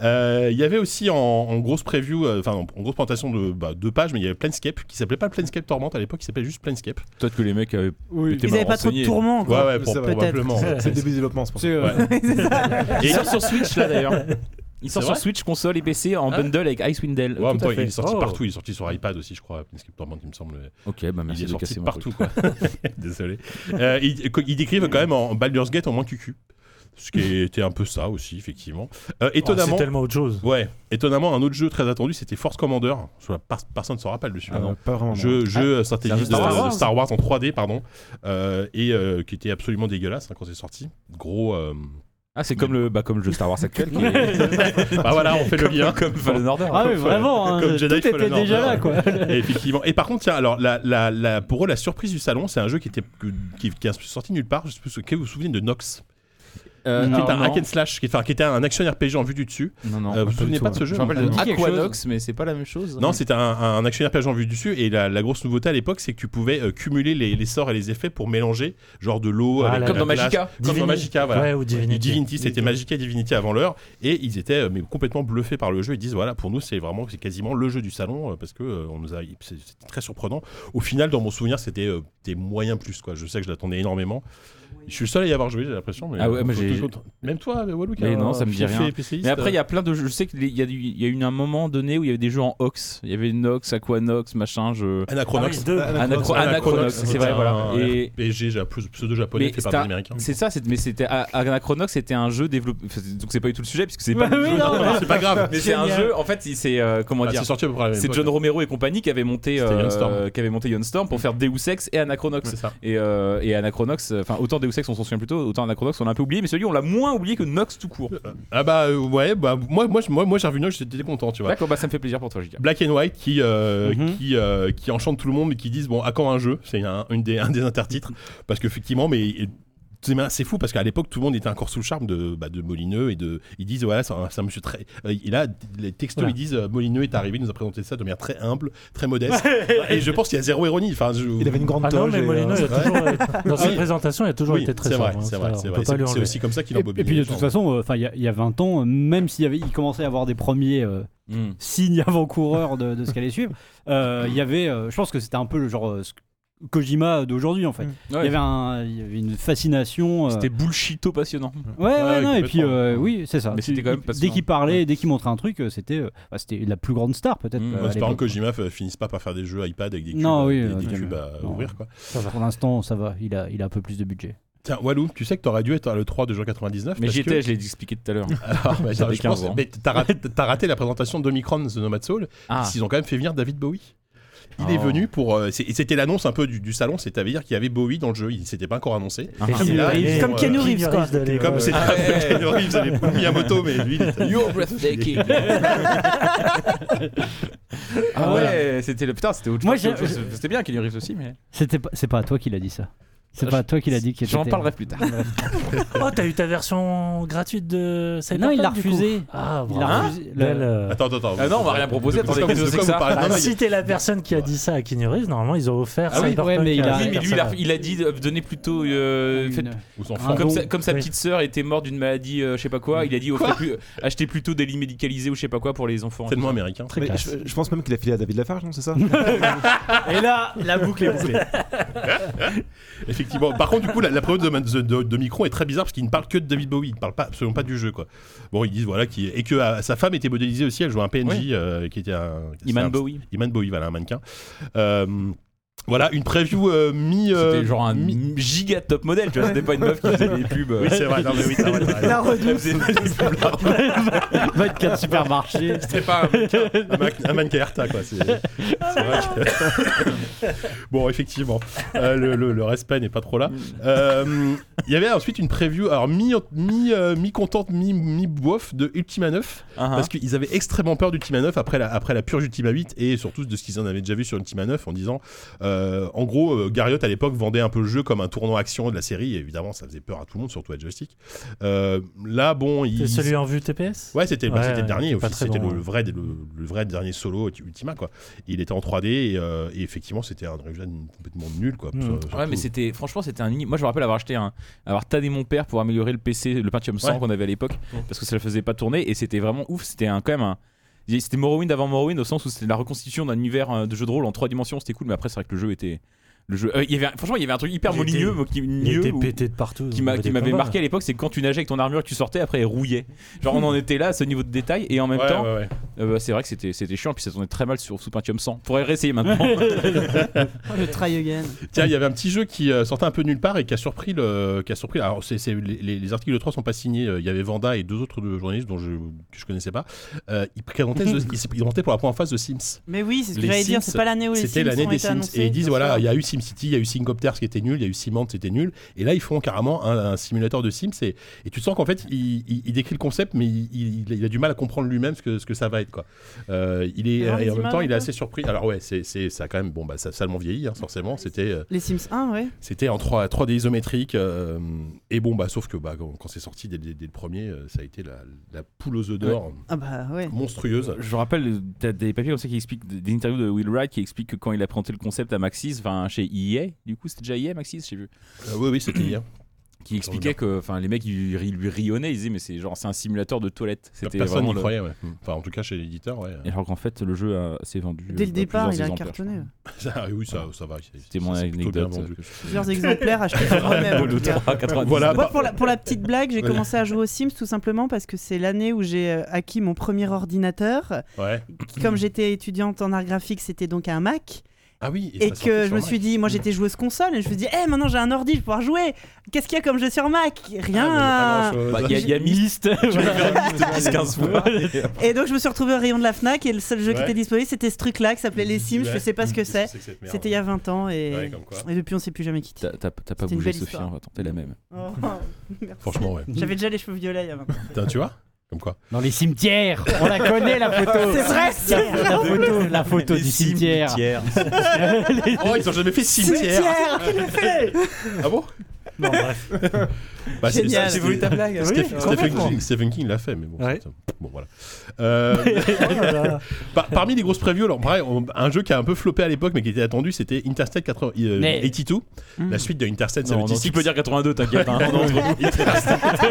[SPEAKER 2] Euh, Il y avait aussi en, en grosse preview, euh, enfin en, en grosse présentation de bah, deux pages, mais il y avait Planescape qui s'appelait pas Planescape Torment à l'époque, il s'appelait juste Planescape.
[SPEAKER 3] Peut-être que les mecs avaient.
[SPEAKER 7] Oui.
[SPEAKER 3] étaient
[SPEAKER 5] Ils avaient
[SPEAKER 3] mal
[SPEAKER 5] pas trop de
[SPEAKER 3] renseignés.
[SPEAKER 5] tourments.
[SPEAKER 2] Ouais,
[SPEAKER 5] quoi.
[SPEAKER 2] ouais, pour-
[SPEAKER 5] Peut-être.
[SPEAKER 2] probablement. ouais.
[SPEAKER 6] C'est le début du développement, c'est pour ça.
[SPEAKER 7] C'est, euh,
[SPEAKER 2] Ouais.
[SPEAKER 5] C'est ça.
[SPEAKER 2] Et,
[SPEAKER 3] sur Switch là d'ailleurs. Il sort
[SPEAKER 2] C'est
[SPEAKER 3] sur
[SPEAKER 2] vrai
[SPEAKER 3] Switch, console et PC en
[SPEAKER 2] Ah.
[SPEAKER 3] bundle avec Icewind Dale.
[SPEAKER 2] Ouais, en
[SPEAKER 3] tout
[SPEAKER 2] même temps,
[SPEAKER 3] à
[SPEAKER 2] il
[SPEAKER 3] fait.
[SPEAKER 2] est sorti
[SPEAKER 7] Oh.
[SPEAKER 2] partout, il est sorti sur iPad aussi, je crois, Inkscape Torment, il me semble.
[SPEAKER 3] Ok, bah merci
[SPEAKER 2] il est
[SPEAKER 3] de
[SPEAKER 2] sorti
[SPEAKER 3] casser mon
[SPEAKER 2] partout,
[SPEAKER 3] truc.
[SPEAKER 2] quoi. [laughs] Désolé. Euh, ils, ils décrivent quand même en Baldur's Gate en moins cucu. Ce qui était un peu ça aussi, effectivement. Euh,
[SPEAKER 4] C'est
[SPEAKER 2] étonnamment.
[SPEAKER 4] tellement autre chose.
[SPEAKER 2] Ouais, étonnamment, un autre jeu très attendu, c'était Force Commander. Je vois pas- personne ne s'en rappelle dessus. hein.
[SPEAKER 6] Ah non, pas vraiment.
[SPEAKER 2] Jeu, jeu stratégique
[SPEAKER 3] c'est un jeu
[SPEAKER 2] de,
[SPEAKER 3] Star
[SPEAKER 2] de Star
[SPEAKER 3] Wars.
[SPEAKER 2] Wars. en 3D, pardon, euh, et euh, qui était absolument dégueulasse hein, quand c'est sorti. Gros.
[SPEAKER 3] [laughs]
[SPEAKER 2] euh,
[SPEAKER 3] Ah, c'est comme le, bah, comme le jeu Star Wars actuel [laughs] qui est
[SPEAKER 2] bah voilà, on fait le lien.
[SPEAKER 3] comme Fallen Order.
[SPEAKER 7] Ah, mais
[SPEAKER 2] Comme-
[SPEAKER 7] vraiment, hein,
[SPEAKER 2] comme
[SPEAKER 7] tout
[SPEAKER 2] Jedi
[SPEAKER 7] était
[SPEAKER 2] Fallen
[SPEAKER 7] déjà
[SPEAKER 2] Order.
[SPEAKER 7] là, quoi.
[SPEAKER 2] Et effectivement. Et par contre, tiens, alors la, la- la- pour eux, la surprise du salon, c'est un jeu qui était que- qui, qui est sorti nulle part. Je sais pas si vous vous souvenez de Nox,
[SPEAKER 3] Euh,
[SPEAKER 2] qui
[SPEAKER 3] alors,
[SPEAKER 2] était un
[SPEAKER 3] non,
[SPEAKER 2] hack and slash, qui, enfin, qui était un action RPG en vue du dessus.
[SPEAKER 3] non, non.
[SPEAKER 2] Euh, vous vous souvenez
[SPEAKER 6] tout,
[SPEAKER 2] pas de
[SPEAKER 6] hein.
[SPEAKER 2] ce jeu
[SPEAKER 3] Je me rappelle
[SPEAKER 2] non
[SPEAKER 3] de
[SPEAKER 7] Ça me dit quelque
[SPEAKER 3] Aquanox, mais c'est pas la même Ah, chose.
[SPEAKER 2] non, c'était un, un action RPG en vue du dessus et la, la grosse nouveauté à l'époque, c'est que tu pouvais euh, cumuler les, les sorts et les effets pour mélanger, genre de l'eau,
[SPEAKER 4] Ah,
[SPEAKER 2] avec
[SPEAKER 4] là,
[SPEAKER 2] de
[SPEAKER 3] comme
[SPEAKER 4] là,
[SPEAKER 2] la
[SPEAKER 3] dans
[SPEAKER 2] glace.
[SPEAKER 3] Magica.
[SPEAKER 2] Comme dans Magica, voilà.
[SPEAKER 4] Ouais, ou
[SPEAKER 2] Divinity,
[SPEAKER 4] Divinity.
[SPEAKER 2] Divinity, c'était Magica et Divinity avant l'heure, et ils étaient euh, mais complètement bluffés par le jeu. Ils disent voilà, pour nous c'est vraiment c'est quasiment le jeu du salon euh, parce que euh, on nous a c'est- c'était très surprenant. Au final, dans mon souvenir, c'était euh, des moyens plus quoi. Je sais que je l'attendais énormément. Je suis le seul à y avoir joué, j'ai l'impression. Mais
[SPEAKER 3] Ah ouais, moi,
[SPEAKER 2] Tout-
[SPEAKER 3] j'ai-
[SPEAKER 2] tout- tout- même toi, mais Walou, qui
[SPEAKER 3] Mais
[SPEAKER 2] a-
[SPEAKER 3] non, ça me dit
[SPEAKER 2] qui fait
[SPEAKER 3] rien.
[SPEAKER 2] PCiste,
[SPEAKER 3] Mais après, il y a plein de jeux. Je sais qu'il y a du- il y a eu un moment donné où il y avait des jeux en Ox. Il y avait Nox, Aquanox, machin. Je...
[SPEAKER 2] euh, Anachronox.
[SPEAKER 3] Anachro- Anachronox, c'est vrai, voilà. Et-
[SPEAKER 2] Et PG, pseudo japonais
[SPEAKER 3] Mais
[SPEAKER 2] fait
[SPEAKER 3] c'est
[SPEAKER 2] par des
[SPEAKER 3] un-
[SPEAKER 2] Américains.
[SPEAKER 3] C'est ça, c'est- mais c'était à- Anachronox, c'était un jeu développé. enfin, c'est- Donc c'est pas du tout le sujet puisque c'est pas.
[SPEAKER 7] Bah
[SPEAKER 3] le
[SPEAKER 7] oui,
[SPEAKER 3] jeu.
[SPEAKER 7] non, mais-
[SPEAKER 2] C'est pas grave.
[SPEAKER 3] Mais c'est un
[SPEAKER 7] Génial.
[SPEAKER 3] jeu. En fait, il- c'est euh, comment
[SPEAKER 2] Ah,
[SPEAKER 3] dire.
[SPEAKER 2] C'est sorti à peu près à la même
[SPEAKER 3] C'est
[SPEAKER 2] époque.
[SPEAKER 3] John Romero et compagnie qui avaient monté,
[SPEAKER 2] C'était
[SPEAKER 3] euh,
[SPEAKER 2] Youngstorm.
[SPEAKER 3] qui avaient monté Youngstorm pour faire Deus Ex et Anachronox.
[SPEAKER 2] C'est ça.
[SPEAKER 3] Et, euh, et Anachronox, euh, enfin autant Deus Ex on s'en souvient plutôt, autant Anachronox on l'a un peu oublié, mais celui on l'a moins oublié que Nox tout court.
[SPEAKER 2] Ah bah euh, ouais, bah moi moi je- moi moi, j'ai revu Nox, j'étais content, tu vois.
[SPEAKER 3] D'accord, bah ça me fait plaisir pour toi, Giga.
[SPEAKER 2] Black and White qui, euh,
[SPEAKER 7] Mhm.
[SPEAKER 2] qui, euh, qui enchante tout le monde et qui disent bon à quand un jeu c'est un, une des, un des
[SPEAKER 3] [laughs]
[SPEAKER 2] intertitres parce qu'effectivement mais et- c'est mais c'est fou parce qu'à l'époque tout le monde était encore sous le charme de, bah, de Molineux et de ils disent voilà c'est un, c'est un monsieur très euh, et là les textos
[SPEAKER 4] Voilà.
[SPEAKER 2] ils disent euh, Molineux est arrivé il nous a présenté ça de manière très humble très
[SPEAKER 3] [laughs]
[SPEAKER 2] modeste et je pense qu'il y a zéro ironie enfin je-
[SPEAKER 6] Il avait une grande
[SPEAKER 4] Ah non,
[SPEAKER 6] toge.
[SPEAKER 4] mais
[SPEAKER 6] et,
[SPEAKER 4] Molino, il
[SPEAKER 6] euh,
[SPEAKER 4] a toujours, euh, dans
[SPEAKER 2] Oui.
[SPEAKER 4] ses présentations, il a toujours
[SPEAKER 2] Oui,
[SPEAKER 4] été très
[SPEAKER 2] c'est vrai
[SPEAKER 4] sobre, hein,
[SPEAKER 2] c'est
[SPEAKER 4] ça,
[SPEAKER 2] vrai c'est vrai
[SPEAKER 4] on peut pas lui
[SPEAKER 2] c'est c'est
[SPEAKER 4] enlever.
[SPEAKER 2] aussi comme ça qu'il
[SPEAKER 7] Et,
[SPEAKER 2] embobine
[SPEAKER 7] et puis de
[SPEAKER 2] les
[SPEAKER 7] toute
[SPEAKER 2] gens.
[SPEAKER 7] façon, euh, enfin, il y a- il y, a 20 ans, euh, même s'il y avait, il commençait à avoir des premiers euh, [laughs]
[SPEAKER 3] Mm.
[SPEAKER 7] signes avant-coureurs de, de ce qu'allait suivre, euh, il y avait, euh, je pense que c'était un peu le genre euh, ce- Kojima d'aujourd'hui en fait.
[SPEAKER 6] Mm.
[SPEAKER 7] Il, y avait un- il y avait une fascination. euh,
[SPEAKER 3] C'était bullshito passionnant.
[SPEAKER 7] Ouais, ouais,
[SPEAKER 2] Ouais,
[SPEAKER 7] non, et puis
[SPEAKER 2] complètement.
[SPEAKER 7] euh, oui, c'est ça.
[SPEAKER 3] Mais c'était quand même
[SPEAKER 7] Dès-
[SPEAKER 3] passionnant.
[SPEAKER 7] Dès qu'il parlait, dès qu'il montrait un truc, euh, c'était euh, bah, c'était la plus grande star peut-être.
[SPEAKER 3] Mm.
[SPEAKER 7] euh,
[SPEAKER 2] En
[SPEAKER 7] à
[SPEAKER 2] espérant que
[SPEAKER 7] l'époque.
[SPEAKER 2] Kojima f- finisse pas par faire des jeux iPad avec des cubes,
[SPEAKER 7] Non, oui,
[SPEAKER 2] des-
[SPEAKER 7] euh,
[SPEAKER 2] des
[SPEAKER 7] non,
[SPEAKER 2] cubes à
[SPEAKER 7] non.
[SPEAKER 2] ouvrir quoi.
[SPEAKER 7] Pour l'instant, ça va, il a, il a un peu plus de budget.
[SPEAKER 2] Tiens Walou, tu sais que t'aurais dû être à le 3 de juin 99
[SPEAKER 3] Mais
[SPEAKER 2] parce
[SPEAKER 3] j'y
[SPEAKER 2] que-
[SPEAKER 3] étais, [laughs] je l'ai expliqué tout à l'heure.
[SPEAKER 2] Alors, bah,
[SPEAKER 3] J'avais
[SPEAKER 2] je pense-
[SPEAKER 3] 15 ans.
[SPEAKER 2] mais t'as raté, t'as raté la présentation d'Omicron The Nomad Soul.
[SPEAKER 3] Ah,
[SPEAKER 2] Ils ont quand même fait venir David Bowie. Il est
[SPEAKER 3] Oh.
[SPEAKER 2] venu pour. euh, c'est- et c'était l'annonce un peu du, du salon, c'est-à-dire qu'il y avait Bowie dans le jeu. Il s'était pas encore annoncé.
[SPEAKER 3] Ah.
[SPEAKER 4] [laughs]
[SPEAKER 2] Et là,
[SPEAKER 5] Keanu
[SPEAKER 2] ils
[SPEAKER 5] Reeves,
[SPEAKER 2] ont,
[SPEAKER 5] comme
[SPEAKER 2] euh,
[SPEAKER 5] Keanu Reeves, quoi.
[SPEAKER 4] de l'époque.
[SPEAKER 2] Comme c'était
[SPEAKER 3] Ah ouais.
[SPEAKER 2] Keanu Reeves avait pour Miyamoto, mais lui, il
[SPEAKER 3] [laughs]
[SPEAKER 2] était.
[SPEAKER 3] You're breathtaking. ah ouais, c'était le putain, c'était autre
[SPEAKER 7] Moi,
[SPEAKER 3] chose.
[SPEAKER 7] j'ai-
[SPEAKER 3] C'était bien qu'il y arrive aussi, mais
[SPEAKER 7] C'était pas- c'est pas à toi qu'il a dit ça. C'est
[SPEAKER 3] Ah,
[SPEAKER 7] pas à toi qu'il a dit qu'il
[SPEAKER 3] j'en
[SPEAKER 7] était-
[SPEAKER 3] parlerai plus tard.
[SPEAKER 4] Oh, t'as eu ta version gratuite de
[SPEAKER 7] Non,
[SPEAKER 4] Cyberpunk
[SPEAKER 7] il l'a
[SPEAKER 4] du coup
[SPEAKER 7] refusé.
[SPEAKER 4] Ah,
[SPEAKER 7] Il
[SPEAKER 4] bravo.
[SPEAKER 7] l'a
[SPEAKER 3] Hein
[SPEAKER 7] refusé. Le-
[SPEAKER 4] Belle, euh,
[SPEAKER 2] Attends, attends, attends.
[SPEAKER 3] Ah non, on va rien proposer,
[SPEAKER 2] De quoi-
[SPEAKER 3] attendez, qu'est-ce
[SPEAKER 2] de
[SPEAKER 3] que
[SPEAKER 2] quoi
[SPEAKER 3] c'est
[SPEAKER 2] vous
[SPEAKER 3] que
[SPEAKER 2] parlez
[SPEAKER 3] ça
[SPEAKER 2] Non,
[SPEAKER 4] Ah,
[SPEAKER 2] non, il y
[SPEAKER 4] si t'es la personne qui a dit ça à Keanu Reeves, normalement ils ont offert
[SPEAKER 7] Ah oui,
[SPEAKER 4] Cyberpunk.
[SPEAKER 7] ouais, mais il a-
[SPEAKER 4] à
[SPEAKER 3] Oui, mais lui, il a,
[SPEAKER 4] personne.
[SPEAKER 3] il a dit euh, donnez plutôt. euh, faites-
[SPEAKER 7] Une-
[SPEAKER 2] a- aux enfants.
[SPEAKER 7] Ah,
[SPEAKER 3] comme,
[SPEAKER 7] bon.
[SPEAKER 3] sa, comme sa
[SPEAKER 4] Oui.
[SPEAKER 3] petite sœur était morte d'une maladie, euh, je sais pas quoi, il a dit offrez plus, achetez plutôt des lits médicalisés ou je sais pas quoi pour les enfants.
[SPEAKER 2] C'est tellement américain.
[SPEAKER 4] Très
[SPEAKER 6] mais
[SPEAKER 4] classe.
[SPEAKER 6] je, je pense même qu'il a filé à David Lafarge, non, c'est ça
[SPEAKER 7] [laughs] Et là, la boucle est
[SPEAKER 2] [laughs]
[SPEAKER 7] bouclée.
[SPEAKER 2] Effectivement. Par contre, du coup, la, la présentation de, de, de Micron est très bizarre parce qu'il ne parle que de David Bowie. Il ne parle pas, absolument pas du jeu, quoi. Bon, ils disent voilà qui et que ah, sa femme était modélisée aussi. Elle jouait un PNJ euh, qui était un.
[SPEAKER 3] Iman
[SPEAKER 2] un-
[SPEAKER 3] Bowie.
[SPEAKER 2] Iman Bowie, voilà, un mannequin. Euh, voilà, une preview euh, mi. euh,
[SPEAKER 3] C'était genre un
[SPEAKER 2] mi-
[SPEAKER 3] giga top modèle, tu vois, c'était pas une meuf qui faisait
[SPEAKER 2] [laughs]
[SPEAKER 3] des pubs. euh,
[SPEAKER 2] Oui, c'est vrai, non, mais oui, t'as raison, t'as
[SPEAKER 5] La
[SPEAKER 2] raison.
[SPEAKER 5] redoute.
[SPEAKER 3] elle faisait pas des pubs, là.
[SPEAKER 7] 24 supermarchés.
[SPEAKER 3] C'était pas un-
[SPEAKER 2] [laughs] Un man- un mannequin Erta, quoi. C'est
[SPEAKER 4] Ah
[SPEAKER 2] c'est vrai que- [laughs] bon, effectivement, euh, le, le- le respect n'est pas trop
[SPEAKER 4] Mm.
[SPEAKER 2] là. Euh, Il y avait ensuite une preview, alors mi, mi, euh, mi-contente, mi, mi-bof de Ultima 9.
[SPEAKER 4] Hein.
[SPEAKER 3] Ah, ah.
[SPEAKER 2] Parce qu'ils avaient extrêmement peur d'Ultima 9 après la, après la purge Ultima 8 et surtout de ce qu'ils en avaient déjà vu sur Ultima 9 en disant, euh, en gros, euh, Garriott à l'époque vendait un peu le jeu comme un tournoi action de la série et évidemment ça faisait peur à tout le monde, surtout à Joystick. Euh, là, bon,
[SPEAKER 4] C'est
[SPEAKER 2] ils...
[SPEAKER 4] celui en vue TPS
[SPEAKER 2] Ouais, c'était bah,
[SPEAKER 4] Ouais,
[SPEAKER 2] c'était
[SPEAKER 4] ouais,
[SPEAKER 2] le dernier
[SPEAKER 4] qui est pas
[SPEAKER 2] aussi,
[SPEAKER 4] très
[SPEAKER 2] c'était
[SPEAKER 4] bon, hein.
[SPEAKER 2] le,
[SPEAKER 4] ouais.
[SPEAKER 2] vrai, le, le vrai dernier solo Ultima quoi. Il était en 3D et, euh, et effectivement c'était un résultat complètement nul quoi.
[SPEAKER 4] Mm.
[SPEAKER 2] Sur-
[SPEAKER 3] Ouais, mais
[SPEAKER 2] surtout-
[SPEAKER 3] c'était franchement c'était un moi je me rappelle avoir acheté un avoir tanné mon père pour améliorer le PC le Pentium 100
[SPEAKER 2] Ouais.
[SPEAKER 3] qu'on avait à l'époque
[SPEAKER 2] Ouais.
[SPEAKER 3] parce que ça le faisait pas tourner et c'était vraiment ouf c'était un quand même un c'était Morrowind avant Morrowind au sens où c'était la reconstitution d'un univers euh, de jeu de rôle en trois dimensions c'était cool mais après c'est vrai que le jeu était le jeu. Euh, il y avait, un- franchement, il y avait un truc hyper
[SPEAKER 4] Il était-
[SPEAKER 3] moligneux, mais qui,
[SPEAKER 4] Il
[SPEAKER 3] mieux,
[SPEAKER 4] était
[SPEAKER 3] ou-
[SPEAKER 4] pété de partout.
[SPEAKER 3] qui
[SPEAKER 4] au
[SPEAKER 3] m'a-
[SPEAKER 4] niveau
[SPEAKER 3] qui
[SPEAKER 4] des
[SPEAKER 3] m'avait
[SPEAKER 4] combats.
[SPEAKER 3] marqué à l'époque, c'est que quand tu nageais avec ton armure, tu sortais, après elle rouillait. Genre, [laughs] on en était là à ce niveau de détail, et en même
[SPEAKER 2] Ouais,
[SPEAKER 3] temps,
[SPEAKER 2] ouais, ouais.
[SPEAKER 3] euh, bah, c'est vrai que c'était c'était chiant, puis ça tournait très mal sur sous Pentium 100. Faudrait réessayer maintenant.
[SPEAKER 5] Oh, le try again.
[SPEAKER 2] Tiens, il y avait un petit jeu qui euh, sortait un peu de nulle part et qui a surpris le. Qui a surpris, alors, c'est c'est- les, les- les articles de 3 sont pas signés. euh, Il y avait Vanda et deux autres de- journalistes dont je, que je connaissais pas. Euh, ils,
[SPEAKER 4] [laughs]
[SPEAKER 2] présentaient The- ils se- ils présentaient pour la première fois The Sims.
[SPEAKER 5] Mais oui, c'est ce que
[SPEAKER 2] Les
[SPEAKER 5] j'allais dire,
[SPEAKER 2] Sims,
[SPEAKER 5] c'est pas l'année où les
[SPEAKER 2] C'était
[SPEAKER 5] Sims
[SPEAKER 2] l'année
[SPEAKER 5] ont
[SPEAKER 2] des
[SPEAKER 5] été
[SPEAKER 2] Sims.
[SPEAKER 5] annoncés,
[SPEAKER 2] et ils disent
[SPEAKER 5] bien
[SPEAKER 2] voilà,
[SPEAKER 5] sûr.
[SPEAKER 2] il y a eu SimCity, il y a eu Simcopter, ce qui était nul, il y a eu Simant, c'était nul. Et là, ils font carrément un, un simulateur de Sims. Et, et tu sens qu'en fait, il, il- il décrit le concept, mais il, il- il a du mal à comprendre lui-même ce que, ce que ça va être. Quoi. Euh, il est,
[SPEAKER 5] Il y a vraiment
[SPEAKER 2] et en
[SPEAKER 5] des
[SPEAKER 2] même temps,
[SPEAKER 5] images,
[SPEAKER 2] il est
[SPEAKER 5] un
[SPEAKER 2] assez surpris. Alors, ouais, c'est c'est- ça a quand même. Bon, bah, ça a salement vieilli, hein, forcément. C'était. euh,
[SPEAKER 5] Les Sims 1, ouais.
[SPEAKER 2] c'était en 3, 3D isométrique. euh, et bon, bah, sauf que bah, quand, quand c'est sorti dès, dès- dès le premier, euh, ça a été la, la poule aux œufs d'or
[SPEAKER 5] Ah bah ouais.
[SPEAKER 2] monstrueuse.
[SPEAKER 3] [laughs] Je rappelle, t'as des papiers comme ça qui expliquent, des interviews de Will Wright qui expliquent que quand il a présenté le concept à Maxis, enfin chez EA, du coup c'était déjà EA Maxis, je sais plus,
[SPEAKER 2] Euh,
[SPEAKER 5] Ah
[SPEAKER 2] oui, oui, c'était hier.
[SPEAKER 3] qui expliquait que, enfin les mecs ils, ils lui rionnaient, ils disaient mais c'est genre c'est un simulateur de toilette. C'était
[SPEAKER 2] Personne
[SPEAKER 3] vraiment
[SPEAKER 2] n'y
[SPEAKER 3] le-
[SPEAKER 2] croyait, ouais. Enfin, en tout cas, chez l'éditeur, ouais.
[SPEAKER 3] Et alors qu'en fait le jeu a- s'est vendu. euh,
[SPEAKER 5] Dès le
[SPEAKER 3] à
[SPEAKER 5] départ,
[SPEAKER 3] plusieurs
[SPEAKER 5] il a
[SPEAKER 3] exemplaires,
[SPEAKER 5] cartonné.
[SPEAKER 3] je
[SPEAKER 5] ouais.
[SPEAKER 3] crois.
[SPEAKER 2] Ah, oui, ça, ça va. c'est-
[SPEAKER 3] C'était mon
[SPEAKER 2] c'est plutôt bien
[SPEAKER 3] anecdote.
[SPEAKER 2] vendu.
[SPEAKER 3] euh, que je faisais.
[SPEAKER 5] Plusieurs
[SPEAKER 2] [laughs]
[SPEAKER 5] exemplaires achetés
[SPEAKER 3] [laughs]
[SPEAKER 5] par
[SPEAKER 3] De
[SPEAKER 5] moi-même. en
[SPEAKER 3] le
[SPEAKER 5] tout cas.
[SPEAKER 3] 3 99.
[SPEAKER 2] Voilà.
[SPEAKER 5] Moi, pour la, pour la petite blague, j'ai
[SPEAKER 2] Voilà.
[SPEAKER 5] commencé à jouer aux Sims tout simplement parce que c'est l'année où j'ai euh, acquis mon premier ordinateur.
[SPEAKER 2] Ouais.
[SPEAKER 5] Comme j'étais étudiante en art graphique, c'était donc un Mac.
[SPEAKER 2] Ah oui. ça
[SPEAKER 5] Et que
[SPEAKER 2] sortait
[SPEAKER 5] je
[SPEAKER 2] sur
[SPEAKER 5] me
[SPEAKER 2] Mac.
[SPEAKER 5] suis dit, moi j'étais joueuse console, et je me suis dit, eh maintenant j'ai un ordi, je vais pouvoir jouer. Qu'est-ce qu'il y a comme jeu sur Mac
[SPEAKER 2] Ah,
[SPEAKER 5] Rien.
[SPEAKER 2] mais
[SPEAKER 3] Bah,
[SPEAKER 2] pas
[SPEAKER 3] Il y a, il y a Myst, tu vas faire Myst
[SPEAKER 6] [laughs]
[SPEAKER 3] 10-15 fois.
[SPEAKER 5] et donc je me suis retrouvée au rayon de la Fnac et le seul jeu qui
[SPEAKER 2] Ouais.
[SPEAKER 5] était disponible c'était ce truc-là qui s'appelait Les Sims, je sais pas ce que c'est. C'était il y
[SPEAKER 2] hein.
[SPEAKER 5] a 20 ans et,
[SPEAKER 2] Ouais, comme quoi.
[SPEAKER 5] et depuis on s'est plus jamais quitté.
[SPEAKER 3] T'as t'as- t'as pas
[SPEAKER 5] C'était une
[SPEAKER 3] bougé
[SPEAKER 5] belle
[SPEAKER 3] Sophie,
[SPEAKER 5] histoire.
[SPEAKER 3] on va tenter la même.
[SPEAKER 2] [laughs]
[SPEAKER 5] Oh, merci.
[SPEAKER 2] Franchement, [laughs] ouais.
[SPEAKER 5] J'avais déjà les cheveux violets il y a 20 ans.
[SPEAKER 2] Putain, tu vois Comme quoi.
[SPEAKER 7] Dans les cimetières, on la connaît la photo.
[SPEAKER 5] C'est vrai,
[SPEAKER 7] La,
[SPEAKER 2] [laughs]
[SPEAKER 5] c'est
[SPEAKER 7] la photo, la photo du cimetière.
[SPEAKER 2] Oh, ils ont jamais fait cimetière [laughs] Ah bon
[SPEAKER 4] Non, bref.
[SPEAKER 2] [laughs] Bah, c'est-
[SPEAKER 5] Génial.
[SPEAKER 2] c'est-
[SPEAKER 5] J'ai voulu ta
[SPEAKER 2] Stephen-
[SPEAKER 4] Oui,
[SPEAKER 2] Stephen
[SPEAKER 4] complètement.
[SPEAKER 2] King- Stephen King l'a fait, mais bon.
[SPEAKER 4] Ouais.
[SPEAKER 2] ça- Bon, voilà. Euh,
[SPEAKER 4] Oh là là.
[SPEAKER 2] Par- parmi les grosses previews, alors, pareil, on- un jeu qui a un peu floppé à l'époque mais qui était attendu, c'était Interstate 80, euh,
[SPEAKER 7] Mais-
[SPEAKER 2] 82, la suite de Interstate
[SPEAKER 3] Hmm. Non, non, tu
[SPEAKER 2] 76.
[SPEAKER 3] peux dire 82, t'inquiète. hein. [laughs]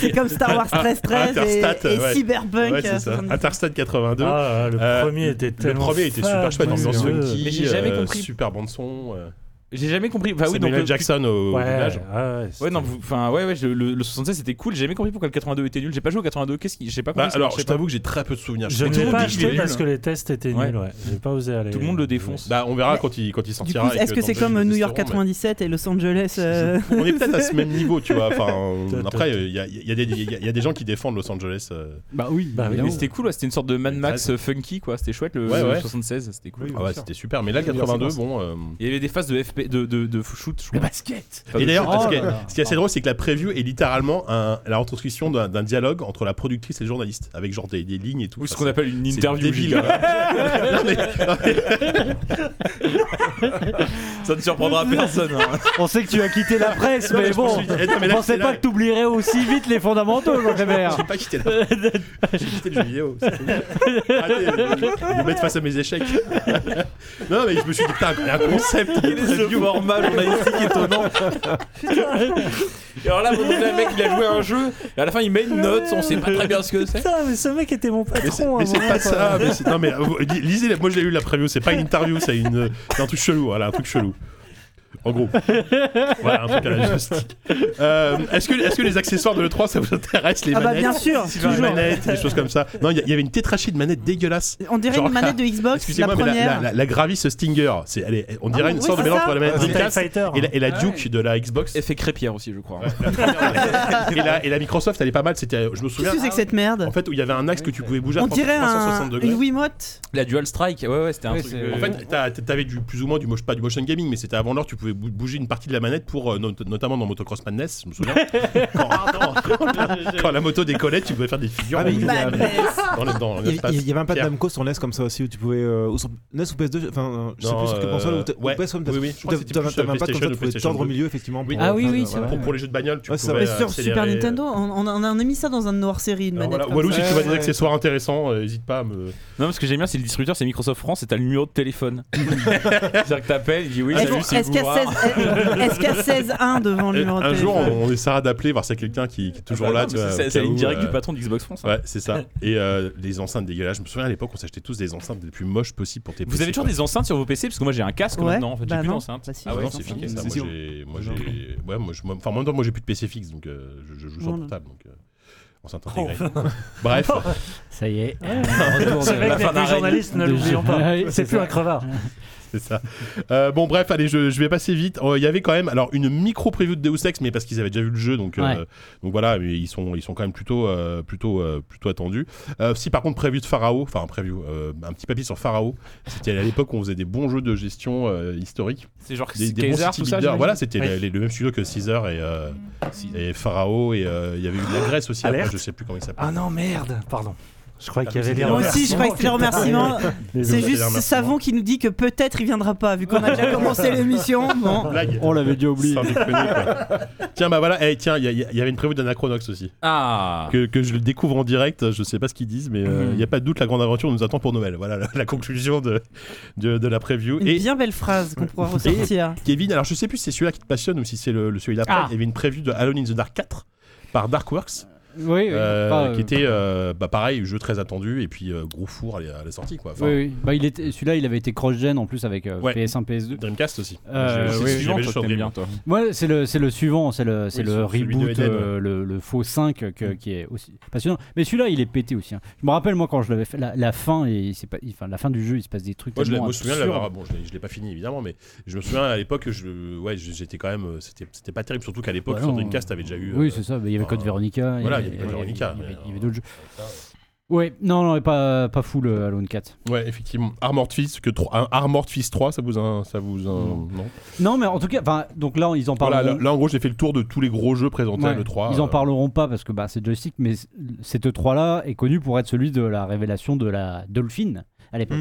[SPEAKER 5] C'est comme Star Wars 13 13 et,
[SPEAKER 2] Interstat,
[SPEAKER 5] et
[SPEAKER 2] ouais.
[SPEAKER 5] Cyberpunk. euh,
[SPEAKER 2] Ouais, c'est ça.
[SPEAKER 5] 70.
[SPEAKER 2] Interstate 82.
[SPEAKER 4] Ah, le
[SPEAKER 2] Euh,
[SPEAKER 4] premier était
[SPEAKER 2] le
[SPEAKER 4] tellement.
[SPEAKER 2] premier était super chouette,
[SPEAKER 4] fabuleux.
[SPEAKER 2] ambiance funky,
[SPEAKER 3] Mais j'ai jamais
[SPEAKER 2] euh,
[SPEAKER 3] compris.
[SPEAKER 2] super bande son. euh,
[SPEAKER 3] J'ai jamais compris. Bah oui,
[SPEAKER 2] c'est
[SPEAKER 3] donc
[SPEAKER 2] Samuel
[SPEAKER 3] le-
[SPEAKER 2] Jackson au au
[SPEAKER 4] Ouais,
[SPEAKER 2] village.
[SPEAKER 4] ouais,
[SPEAKER 3] Ouais, Bah,
[SPEAKER 4] c'était-
[SPEAKER 3] non, vous- enfin, ouais, ouais, je- le, le 76 c'était cool. J'ai jamais compris pourquoi le 82 était nul. J'ai pas joué au 82. Qu'est-ce qui. J'ai pas compris.
[SPEAKER 2] Bah,
[SPEAKER 3] ça
[SPEAKER 2] alors,
[SPEAKER 3] marchait
[SPEAKER 2] je
[SPEAKER 3] pas.
[SPEAKER 2] t'avoue que j'ai très peu de souvenirs.
[SPEAKER 4] Je
[SPEAKER 2] Mais tout
[SPEAKER 4] ne
[SPEAKER 2] le
[SPEAKER 4] l'ai
[SPEAKER 2] monde
[SPEAKER 4] pas
[SPEAKER 2] dit qu'il
[SPEAKER 4] acheté
[SPEAKER 2] est
[SPEAKER 4] parce
[SPEAKER 2] nul.
[SPEAKER 4] que les tests étaient
[SPEAKER 3] Ouais.
[SPEAKER 4] nuls, ouais. J'ai pas osé aller.
[SPEAKER 3] Tout le monde le défonce.
[SPEAKER 2] Bah, on verra quand il, quand il
[SPEAKER 5] Du
[SPEAKER 2] sortira.
[SPEAKER 5] coup,
[SPEAKER 2] et
[SPEAKER 5] est-ce que
[SPEAKER 2] dans
[SPEAKER 5] c'est
[SPEAKER 2] deux
[SPEAKER 5] comme
[SPEAKER 2] minutes,
[SPEAKER 5] New
[SPEAKER 2] ils
[SPEAKER 5] York
[SPEAKER 2] seront, mais-
[SPEAKER 5] 97 et Los Angeles euh,
[SPEAKER 2] On est peut-être à ce même niveau, tu vois. Enfin, [laughs] on-
[SPEAKER 4] Tout,
[SPEAKER 2] après,
[SPEAKER 4] tout,
[SPEAKER 2] il y, a- il y a des- il y a- il y a des gens qui défendent Los Angeles. euh,
[SPEAKER 7] Bah oui,
[SPEAKER 4] Bah oui,
[SPEAKER 3] Mais
[SPEAKER 7] évidemment.
[SPEAKER 3] c'était cool, ouais, c'était une sorte de Mad Max euh, funky, quoi. C'était chouette le
[SPEAKER 2] Ouais,
[SPEAKER 3] le
[SPEAKER 2] ouais.
[SPEAKER 3] 76, c'était cool.
[SPEAKER 2] Ah ouais, c'était super. Mais là, le 82, bon. euh,
[SPEAKER 3] Il y avait des phases de FP, de, de, de shoot, je crois.
[SPEAKER 2] basket
[SPEAKER 3] Pas
[SPEAKER 2] Et
[SPEAKER 3] de
[SPEAKER 2] d'ailleurs,
[SPEAKER 7] shoot.
[SPEAKER 2] ce, qui
[SPEAKER 7] Oh là là.
[SPEAKER 2] est- ce qui est assez drôle, c'est que la preview est littéralement un- la retranscription d'un d'un dialogue entre la productrice et le journaliste, avec genre des, des lignes et tout.
[SPEAKER 3] Ou ce
[SPEAKER 2] Enfin,
[SPEAKER 3] qu'on appelle une
[SPEAKER 2] c'est
[SPEAKER 3] interview
[SPEAKER 2] débile.
[SPEAKER 3] giga.
[SPEAKER 2] [laughs] Non, mais- non, mais-
[SPEAKER 3] Ça ne [laughs] surprendra personne. hein.
[SPEAKER 7] On sait que tu as quitté la presse, mais
[SPEAKER 2] je me
[SPEAKER 7] bon,
[SPEAKER 2] suis dit, eh, non, mais
[SPEAKER 7] je
[SPEAKER 2] là,
[SPEAKER 7] pensais
[SPEAKER 2] c'est
[SPEAKER 7] pas
[SPEAKER 2] là.
[SPEAKER 7] que t'oublierais aussi vite les fondamentaux, mon frère.
[SPEAKER 2] J'ai pas quitté [laughs] la. J'ai quitté le jeu vidéo. c'est tout. Arrêtez [laughs] de- de me mettre face à mes échecs. [laughs] non, mais je me suis dit, putain, il y a un concept. de preview.
[SPEAKER 3] format journalistique étonnant. Et alors là, vous voyez, le mec, il a joué à un jeu, et à la fin, il met une note, on sait pas très bien ce que c'est.
[SPEAKER 4] Putain, mais ce mec était mon
[SPEAKER 2] Mais c'est mais
[SPEAKER 4] patron. à un
[SPEAKER 2] c'est
[SPEAKER 4] moment,
[SPEAKER 2] pas
[SPEAKER 4] quoi.
[SPEAKER 2] ça. mais c'est- non, mais euh, li- lisez, la- moi j'ai lu la preview. C'est pas une interview, c'est une- c'est un truc chelou. Voilà, un truc chelou. En gros, voilà un truc à [laughs] la joystick. Euh, Est-ce que, est que les accessoires de l'E3 ça vous intéresse Les
[SPEAKER 5] Ah bah
[SPEAKER 2] manettes
[SPEAKER 5] bien sûr,
[SPEAKER 2] Les
[SPEAKER 5] toujours.
[SPEAKER 2] manettes, des choses comme ça. Non, il y, a- il y avait une tétrachie de manettes dégueulasse.
[SPEAKER 5] On dirait
[SPEAKER 2] Genre,
[SPEAKER 5] une
[SPEAKER 2] [laughs]
[SPEAKER 5] manette de Xbox, la
[SPEAKER 2] Excusez-moi, mais la,
[SPEAKER 5] première.
[SPEAKER 2] la, la, la Gravis Stinger, c'est- elle est- on dirait
[SPEAKER 5] Ah,
[SPEAKER 2] une
[SPEAKER 5] oui,
[SPEAKER 2] sorte de
[SPEAKER 5] c'est
[SPEAKER 2] mélange
[SPEAKER 5] ça. Ah,
[SPEAKER 2] entre la manette
[SPEAKER 4] Un
[SPEAKER 2] Dreamcast
[SPEAKER 4] Tie Fighter.
[SPEAKER 2] et la, et la Duke de la Xbox.
[SPEAKER 3] Effet crépière aussi, je crois.
[SPEAKER 2] et, la, et la Microsoft, elle est pas mal. C'était, je me
[SPEAKER 5] Qu'est-ce
[SPEAKER 2] souviens,
[SPEAKER 5] que c'est que cette merde
[SPEAKER 2] en fait, où il y avait un axe que tu pouvais bouger à
[SPEAKER 5] On dirait un,
[SPEAKER 2] 360 degrés.
[SPEAKER 5] une Wiimote.
[SPEAKER 3] La Dual Strike, ouais, ouais, c'était un
[SPEAKER 7] Oui,
[SPEAKER 3] truc.
[SPEAKER 7] c'est-
[SPEAKER 3] euh,
[SPEAKER 2] En fait, t'as- t'avais du plus ou moins du motion, pas du motion gaming, mais c'était avant l'heure, tu pouvais bou- bouger une partie de la manette pour, euh, not- notamment dans Motocross Madness, je me
[SPEAKER 5] [laughs]
[SPEAKER 2] souviens. quand, quand- quand- quand la moto décollait, tu pouvais faire des figures
[SPEAKER 6] Ah, mais il y a-
[SPEAKER 5] Madness.
[SPEAKER 2] dans, le- dans
[SPEAKER 6] Il y,
[SPEAKER 2] l'espace.
[SPEAKER 6] il y avait un pad
[SPEAKER 2] Pierre.
[SPEAKER 6] Namco sur NES comme ça aussi où tu pouvais. euh, ou sur NES ou PS2, enfin euh, je sais
[SPEAKER 2] Non,
[SPEAKER 6] plus sur quelle console.
[SPEAKER 2] euh,
[SPEAKER 6] ou t'as- ou
[SPEAKER 2] ouais.
[SPEAKER 6] PS1,
[SPEAKER 2] Oui, oui, je crois que
[SPEAKER 6] t'as-
[SPEAKER 2] c'était
[SPEAKER 6] t'avais-
[SPEAKER 2] plus,
[SPEAKER 6] t'avais
[SPEAKER 2] euh,
[SPEAKER 6] un pad comme ça,
[SPEAKER 2] PlayStation
[SPEAKER 6] tu pouvais
[SPEAKER 2] 2.
[SPEAKER 6] tordre au milieu effectivement.
[SPEAKER 2] Oui.
[SPEAKER 6] pour,
[SPEAKER 2] Ah
[SPEAKER 7] oui, oui,
[SPEAKER 6] euh, voilà.
[SPEAKER 7] c'est vrai.
[SPEAKER 2] Pour, pour les jeux de bagnole, tu
[SPEAKER 6] Ouais, c'est
[SPEAKER 2] pouvais.
[SPEAKER 5] Mais
[SPEAKER 2] euh,
[SPEAKER 5] sur
[SPEAKER 2] accélérer,
[SPEAKER 5] Super
[SPEAKER 2] euh,
[SPEAKER 5] Nintendo, on, on- on a mis ça dans un hors-série, une
[SPEAKER 2] Alors voilà,
[SPEAKER 5] manette. comme
[SPEAKER 2] Walou,
[SPEAKER 5] ça.
[SPEAKER 2] si tu
[SPEAKER 6] Ouais,
[SPEAKER 2] vois des
[SPEAKER 6] ouais.
[SPEAKER 2] accessoires intéressants, euh, hésite pas à me.
[SPEAKER 3] Non, parce que j'aime bien, c'est le distributeur, c'est Microsoft France, et t'as le numéro de [laughs] téléphone. C'est-à-dire que t'appelles, il dit oui,
[SPEAKER 2] Ah,
[SPEAKER 5] Est-ce
[SPEAKER 3] salut, c'est
[SPEAKER 5] est-ce qu'à
[SPEAKER 3] Bouvard.
[SPEAKER 5] 16 est-ce qu'à 16 1 devant le
[SPEAKER 2] Et
[SPEAKER 5] numéro de
[SPEAKER 2] un jour,
[SPEAKER 5] téléphone
[SPEAKER 2] on, on essaiera d'appeler, voir s'il y a quelqu'un qui, qui est toujours
[SPEAKER 3] Ah bah
[SPEAKER 2] là.
[SPEAKER 3] non,
[SPEAKER 2] tu
[SPEAKER 3] mais
[SPEAKER 2] vois,
[SPEAKER 3] c'est-
[SPEAKER 2] au
[SPEAKER 3] C'est
[SPEAKER 2] cas
[SPEAKER 3] la ligne
[SPEAKER 2] où,
[SPEAKER 3] directe
[SPEAKER 2] euh,
[SPEAKER 3] du patron d'Xbox France. hein.
[SPEAKER 2] Ouais, c'est ça. Et euh, les enceintes dégueulasses. Je me souviens à l'époque, on s'achetait tous des enceintes les plus moches possibles pour tes
[SPEAKER 3] Vous avez toujours des enceintes sur vos PC Parce que moi j'ai un casque
[SPEAKER 5] Ouais.
[SPEAKER 3] maintenant en fait, j'ai
[SPEAKER 5] Bah
[SPEAKER 3] plus
[SPEAKER 5] non.
[SPEAKER 3] d'enceinte.
[SPEAKER 5] Bah si,
[SPEAKER 3] ah
[SPEAKER 5] j'ai
[SPEAKER 3] ouais,
[SPEAKER 5] des
[SPEAKER 3] c'est
[SPEAKER 5] enceintes.
[SPEAKER 3] fini
[SPEAKER 2] ça.
[SPEAKER 3] ça.
[SPEAKER 2] Moi, j'ai, moi, j'ai, ouais, moi, je, moi- enfin, en même temps, moi, j'ai plus de PC fixe, donc euh, je, je joue sur
[SPEAKER 5] Non, non.
[SPEAKER 2] portable, donc euh, enceinte intégrée.
[SPEAKER 3] Oh. [laughs]
[SPEAKER 2] Bref,
[SPEAKER 8] Ça y est.
[SPEAKER 4] Ce mec
[SPEAKER 3] La
[SPEAKER 4] n'est
[SPEAKER 3] fin
[SPEAKER 4] plus
[SPEAKER 3] d'un
[SPEAKER 4] journaliste, ne
[SPEAKER 8] règne.
[SPEAKER 4] l'oublions pas.
[SPEAKER 8] Ouais,
[SPEAKER 4] C'est
[SPEAKER 8] c'est
[SPEAKER 4] plus
[SPEAKER 8] ça.
[SPEAKER 4] un crevard.
[SPEAKER 2] [laughs] c'est ça. Euh, bon, bref, allez, je, je vais passer vite. Euh, Il y avait quand même, alors, une micro preview de Deus Ex, mais parce qu'ils avaient déjà vu le jeu, donc, euh,
[SPEAKER 8] Ouais.
[SPEAKER 2] donc voilà, mais ils sont, ils sont quand même plutôt, euh, plutôt, euh, plutôt attendus. Euh, si par contre, preview de Pharaon, enfin, un preview, euh, un petit papier sur Pharaon, c'était à l'époque où on faisait des bons jeux de gestion euh, historique.
[SPEAKER 3] C'est genre
[SPEAKER 2] des, des bons
[SPEAKER 3] Kaiser,
[SPEAKER 2] city
[SPEAKER 3] tout ça.
[SPEAKER 2] builders.
[SPEAKER 3] j'imagine
[SPEAKER 2] Voilà, c'était
[SPEAKER 4] Oui.
[SPEAKER 2] les- les- le même studio que Caesar et, euh, et Pharaon et euh, il y avait eu de la Grèce aussi. après,
[SPEAKER 4] Alerte.
[SPEAKER 2] je sais plus comment il s'appelle.
[SPEAKER 4] Ah non, merde, pardon. Je croyais
[SPEAKER 2] Ah,
[SPEAKER 4] qu'il y avait
[SPEAKER 2] mais
[SPEAKER 4] les
[SPEAKER 2] c'est
[SPEAKER 5] Moi
[SPEAKER 2] bien.
[SPEAKER 5] aussi, je crois que c'est les remerciements. C'est
[SPEAKER 2] Désolé,
[SPEAKER 5] juste
[SPEAKER 2] [laughs] les
[SPEAKER 5] ce savon qui nous dit que peut-être il viendra pas, vu qu'on a déjà
[SPEAKER 2] [laughs]
[SPEAKER 5] commencé l'émission. Bon.
[SPEAKER 2] Blague.
[SPEAKER 7] On l'avait déjà oublié.
[SPEAKER 2] Sans déconner, quoi. tiens, bah voilà, eh, tiens, il y, a- il y avait une prévue d'Anachronox aussi.
[SPEAKER 3] Ah
[SPEAKER 2] Que, que je le découvre en direct, je sais pas ce qu'ils disent, mais euh, il
[SPEAKER 3] Mhm.
[SPEAKER 2] n'y a pas de doute, la grande aventure nous attend pour Noël. Voilà la, la conclusion de, de, de la preview.
[SPEAKER 5] Une
[SPEAKER 2] Et
[SPEAKER 5] bien belle phrase qu'on pourra ressortir.
[SPEAKER 2] Kevin, alors je sais plus si c'est celui-là qui te passionne ou si c'est le, le celui d'après,
[SPEAKER 8] Ah.
[SPEAKER 2] il y avait une preview de Alone in the Dark 4 par Darkworks.
[SPEAKER 7] Oui, oui.
[SPEAKER 2] Euh,
[SPEAKER 7] Pas, euh,
[SPEAKER 2] qui était euh, bah, pareil jeu très attendu et puis euh, gros four à la, à la sortie quoi Enfin,
[SPEAKER 7] Oui, oui. Bah, il était, celui-là, il avait été cross-gen en plus avec euh,
[SPEAKER 2] Ouais.
[SPEAKER 7] PS1, PS2.
[SPEAKER 2] Dreamcast aussi
[SPEAKER 7] Euh,
[SPEAKER 2] J'ai-
[SPEAKER 7] oui,
[SPEAKER 2] j'ai-
[SPEAKER 7] oui.
[SPEAKER 2] j'avais
[SPEAKER 3] suivant,
[SPEAKER 2] le
[SPEAKER 3] toi,
[SPEAKER 2] choix de
[SPEAKER 3] t'aimes bien,
[SPEAKER 2] Dream.
[SPEAKER 3] toi.
[SPEAKER 7] Ouais, c'est le, c'est le suivant, c'est le, c'est
[SPEAKER 2] Oui,
[SPEAKER 7] le
[SPEAKER 2] celui- celui de
[SPEAKER 7] reboot,
[SPEAKER 2] Eden,
[SPEAKER 7] euh, le, le faux 5 que- qui est aussi passionnant. Mais celui-là, il est pété aussi. hein. Je me rappelle, moi, quand je l'avais fait, la, la fin, et c'est pas, il- enfin, la fin du jeu, il se passe des trucs.
[SPEAKER 2] moi je, l'ai-
[SPEAKER 7] tellement
[SPEAKER 2] moi, je me souviens de
[SPEAKER 7] absurdes.
[SPEAKER 2] l'avoir bon je l'ai- je l'ai pas fini évidemment mais je me souviens à l'époque je ouais je- j'étais quand même euh, c'était c'était pas terrible surtout qu'à l'époque
[SPEAKER 7] Bah
[SPEAKER 2] sur
[SPEAKER 7] non.
[SPEAKER 2] Dreamcast t'avais déjà eu euh,
[SPEAKER 7] Oui, c'est ça. mais Il y avait Code
[SPEAKER 2] enfin,
[SPEAKER 7] Veronica.
[SPEAKER 2] voilà, il y avait Code Veronica,
[SPEAKER 7] Il y avait-
[SPEAKER 2] mais,
[SPEAKER 7] il y
[SPEAKER 2] euh,
[SPEAKER 7] avait d'autres jeux.
[SPEAKER 2] ça,
[SPEAKER 7] Ouais, non, non, mais pas, pas full euh, Alone 4.
[SPEAKER 2] ouais effectivement Armored Fist que trois- un Armored Fist 3 ça vous un, ça vous un,
[SPEAKER 7] Non.
[SPEAKER 2] non
[SPEAKER 7] Non, mais en tout cas, enfin, donc là, ils en parlent.
[SPEAKER 2] voilà là, là, en gros j'ai fait le tour de tous les gros jeux présentés à
[SPEAKER 7] Ouais,
[SPEAKER 2] le euh, 3
[SPEAKER 7] Ils en parleront pas parce que bah, c'est joystick, mais c- cet E3-là est connu pour être celui de la révélation de la Dolphine à l'époque.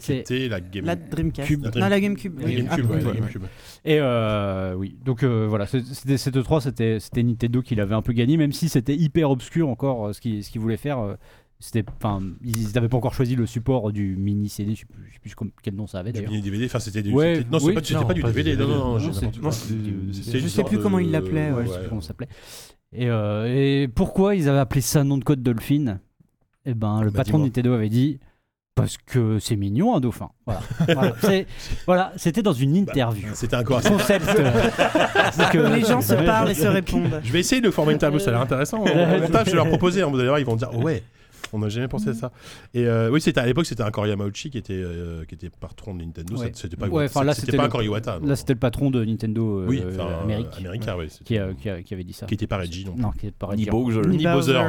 [SPEAKER 7] C'est-
[SPEAKER 2] c'était la Game
[SPEAKER 5] La Dreamcast.
[SPEAKER 7] Cube.
[SPEAKER 2] La Dream-
[SPEAKER 5] Non, la Gamecube.
[SPEAKER 2] la
[SPEAKER 5] oui.
[SPEAKER 2] GameCube,
[SPEAKER 7] Ah,
[SPEAKER 2] ouais, la
[SPEAKER 7] ouais.
[SPEAKER 2] GameCube.
[SPEAKER 7] Et euh, oui, donc euh, voilà, c'est- c'était cet E3, c'était c'était Nintendo qui l'avait un peu gagné, même si c'était hyper obscur encore euh, ce qu'ils ce qu'ils voulaient faire. euh, C'était, enfin, ils n'avaient pas encore choisi le support du mini CD, je sais plus, je sais plus com- quel nom ça avait
[SPEAKER 2] Du
[SPEAKER 7] d'ailleurs.
[SPEAKER 2] mini DVD, enfin c'était du.
[SPEAKER 7] Ouais,
[SPEAKER 2] c'était- non, c'était
[SPEAKER 7] oui,
[SPEAKER 2] pas, c'était
[SPEAKER 4] non,
[SPEAKER 2] pas du
[SPEAKER 4] pas du
[SPEAKER 2] DVD, non,
[SPEAKER 4] DVD,
[SPEAKER 2] non, non, j'ai
[SPEAKER 7] non,
[SPEAKER 2] n'importe
[SPEAKER 7] c'est-
[SPEAKER 2] quoi.
[SPEAKER 7] non,
[SPEAKER 2] C'était-
[SPEAKER 7] c'est-
[SPEAKER 2] c'était
[SPEAKER 7] je
[SPEAKER 2] une
[SPEAKER 7] sais
[SPEAKER 2] sorte
[SPEAKER 5] plus
[SPEAKER 2] de-
[SPEAKER 5] comment il l'appelait,
[SPEAKER 7] Ouais,
[SPEAKER 5] ouais.
[SPEAKER 7] je sais plus comment ça s'appelait. Et, euh, et pourquoi ils avaient appelé ça nom de code Dolphin Eh ben, le
[SPEAKER 2] Bah,
[SPEAKER 7] patron de
[SPEAKER 2] dis-moi.
[SPEAKER 7] Nintendo avait dit parce que c'est mignon un dauphin. Voilà,
[SPEAKER 2] [laughs]
[SPEAKER 7] Voilà. C'est- voilà, c'était dans une interview.
[SPEAKER 2] C'était un
[SPEAKER 7] [laughs]
[SPEAKER 2] corps. [laughs]
[SPEAKER 7] Concept. euh, donc, euh,
[SPEAKER 5] Les gens se parlent et se répondent.
[SPEAKER 2] Je vais essayer de former une table, ça a l'air
[SPEAKER 7] [laughs]
[SPEAKER 2] intéressant. En même temps, je vais leur proposer, hein, vous allez voir, ils vont dire oh ouais. On n'a jamais pensé à ça. Et euh, oui, c'était à l'époque, c'était un Cory Yamauchi qui était euh, qui était patron de Nintendo.
[SPEAKER 7] Ouais.
[SPEAKER 2] ça- C'était pas,
[SPEAKER 7] Ouais, enfin, là,
[SPEAKER 2] c'était
[SPEAKER 7] c'était
[SPEAKER 2] pas
[SPEAKER 7] le-
[SPEAKER 2] un Cory Iwata. non.
[SPEAKER 7] Là, c'était le patron de Nintendo euh,
[SPEAKER 2] oui, enfin, euh,
[SPEAKER 7] Amérique
[SPEAKER 2] Américain, oui.
[SPEAKER 7] qui, euh, qui, a- qui avait dit ça.
[SPEAKER 2] qui était pas Reggie non plus.
[SPEAKER 7] Non, qui est pas Reggie.
[SPEAKER 3] Ni Bowser.
[SPEAKER 2] Ni Bowser.
[SPEAKER 5] Bowser.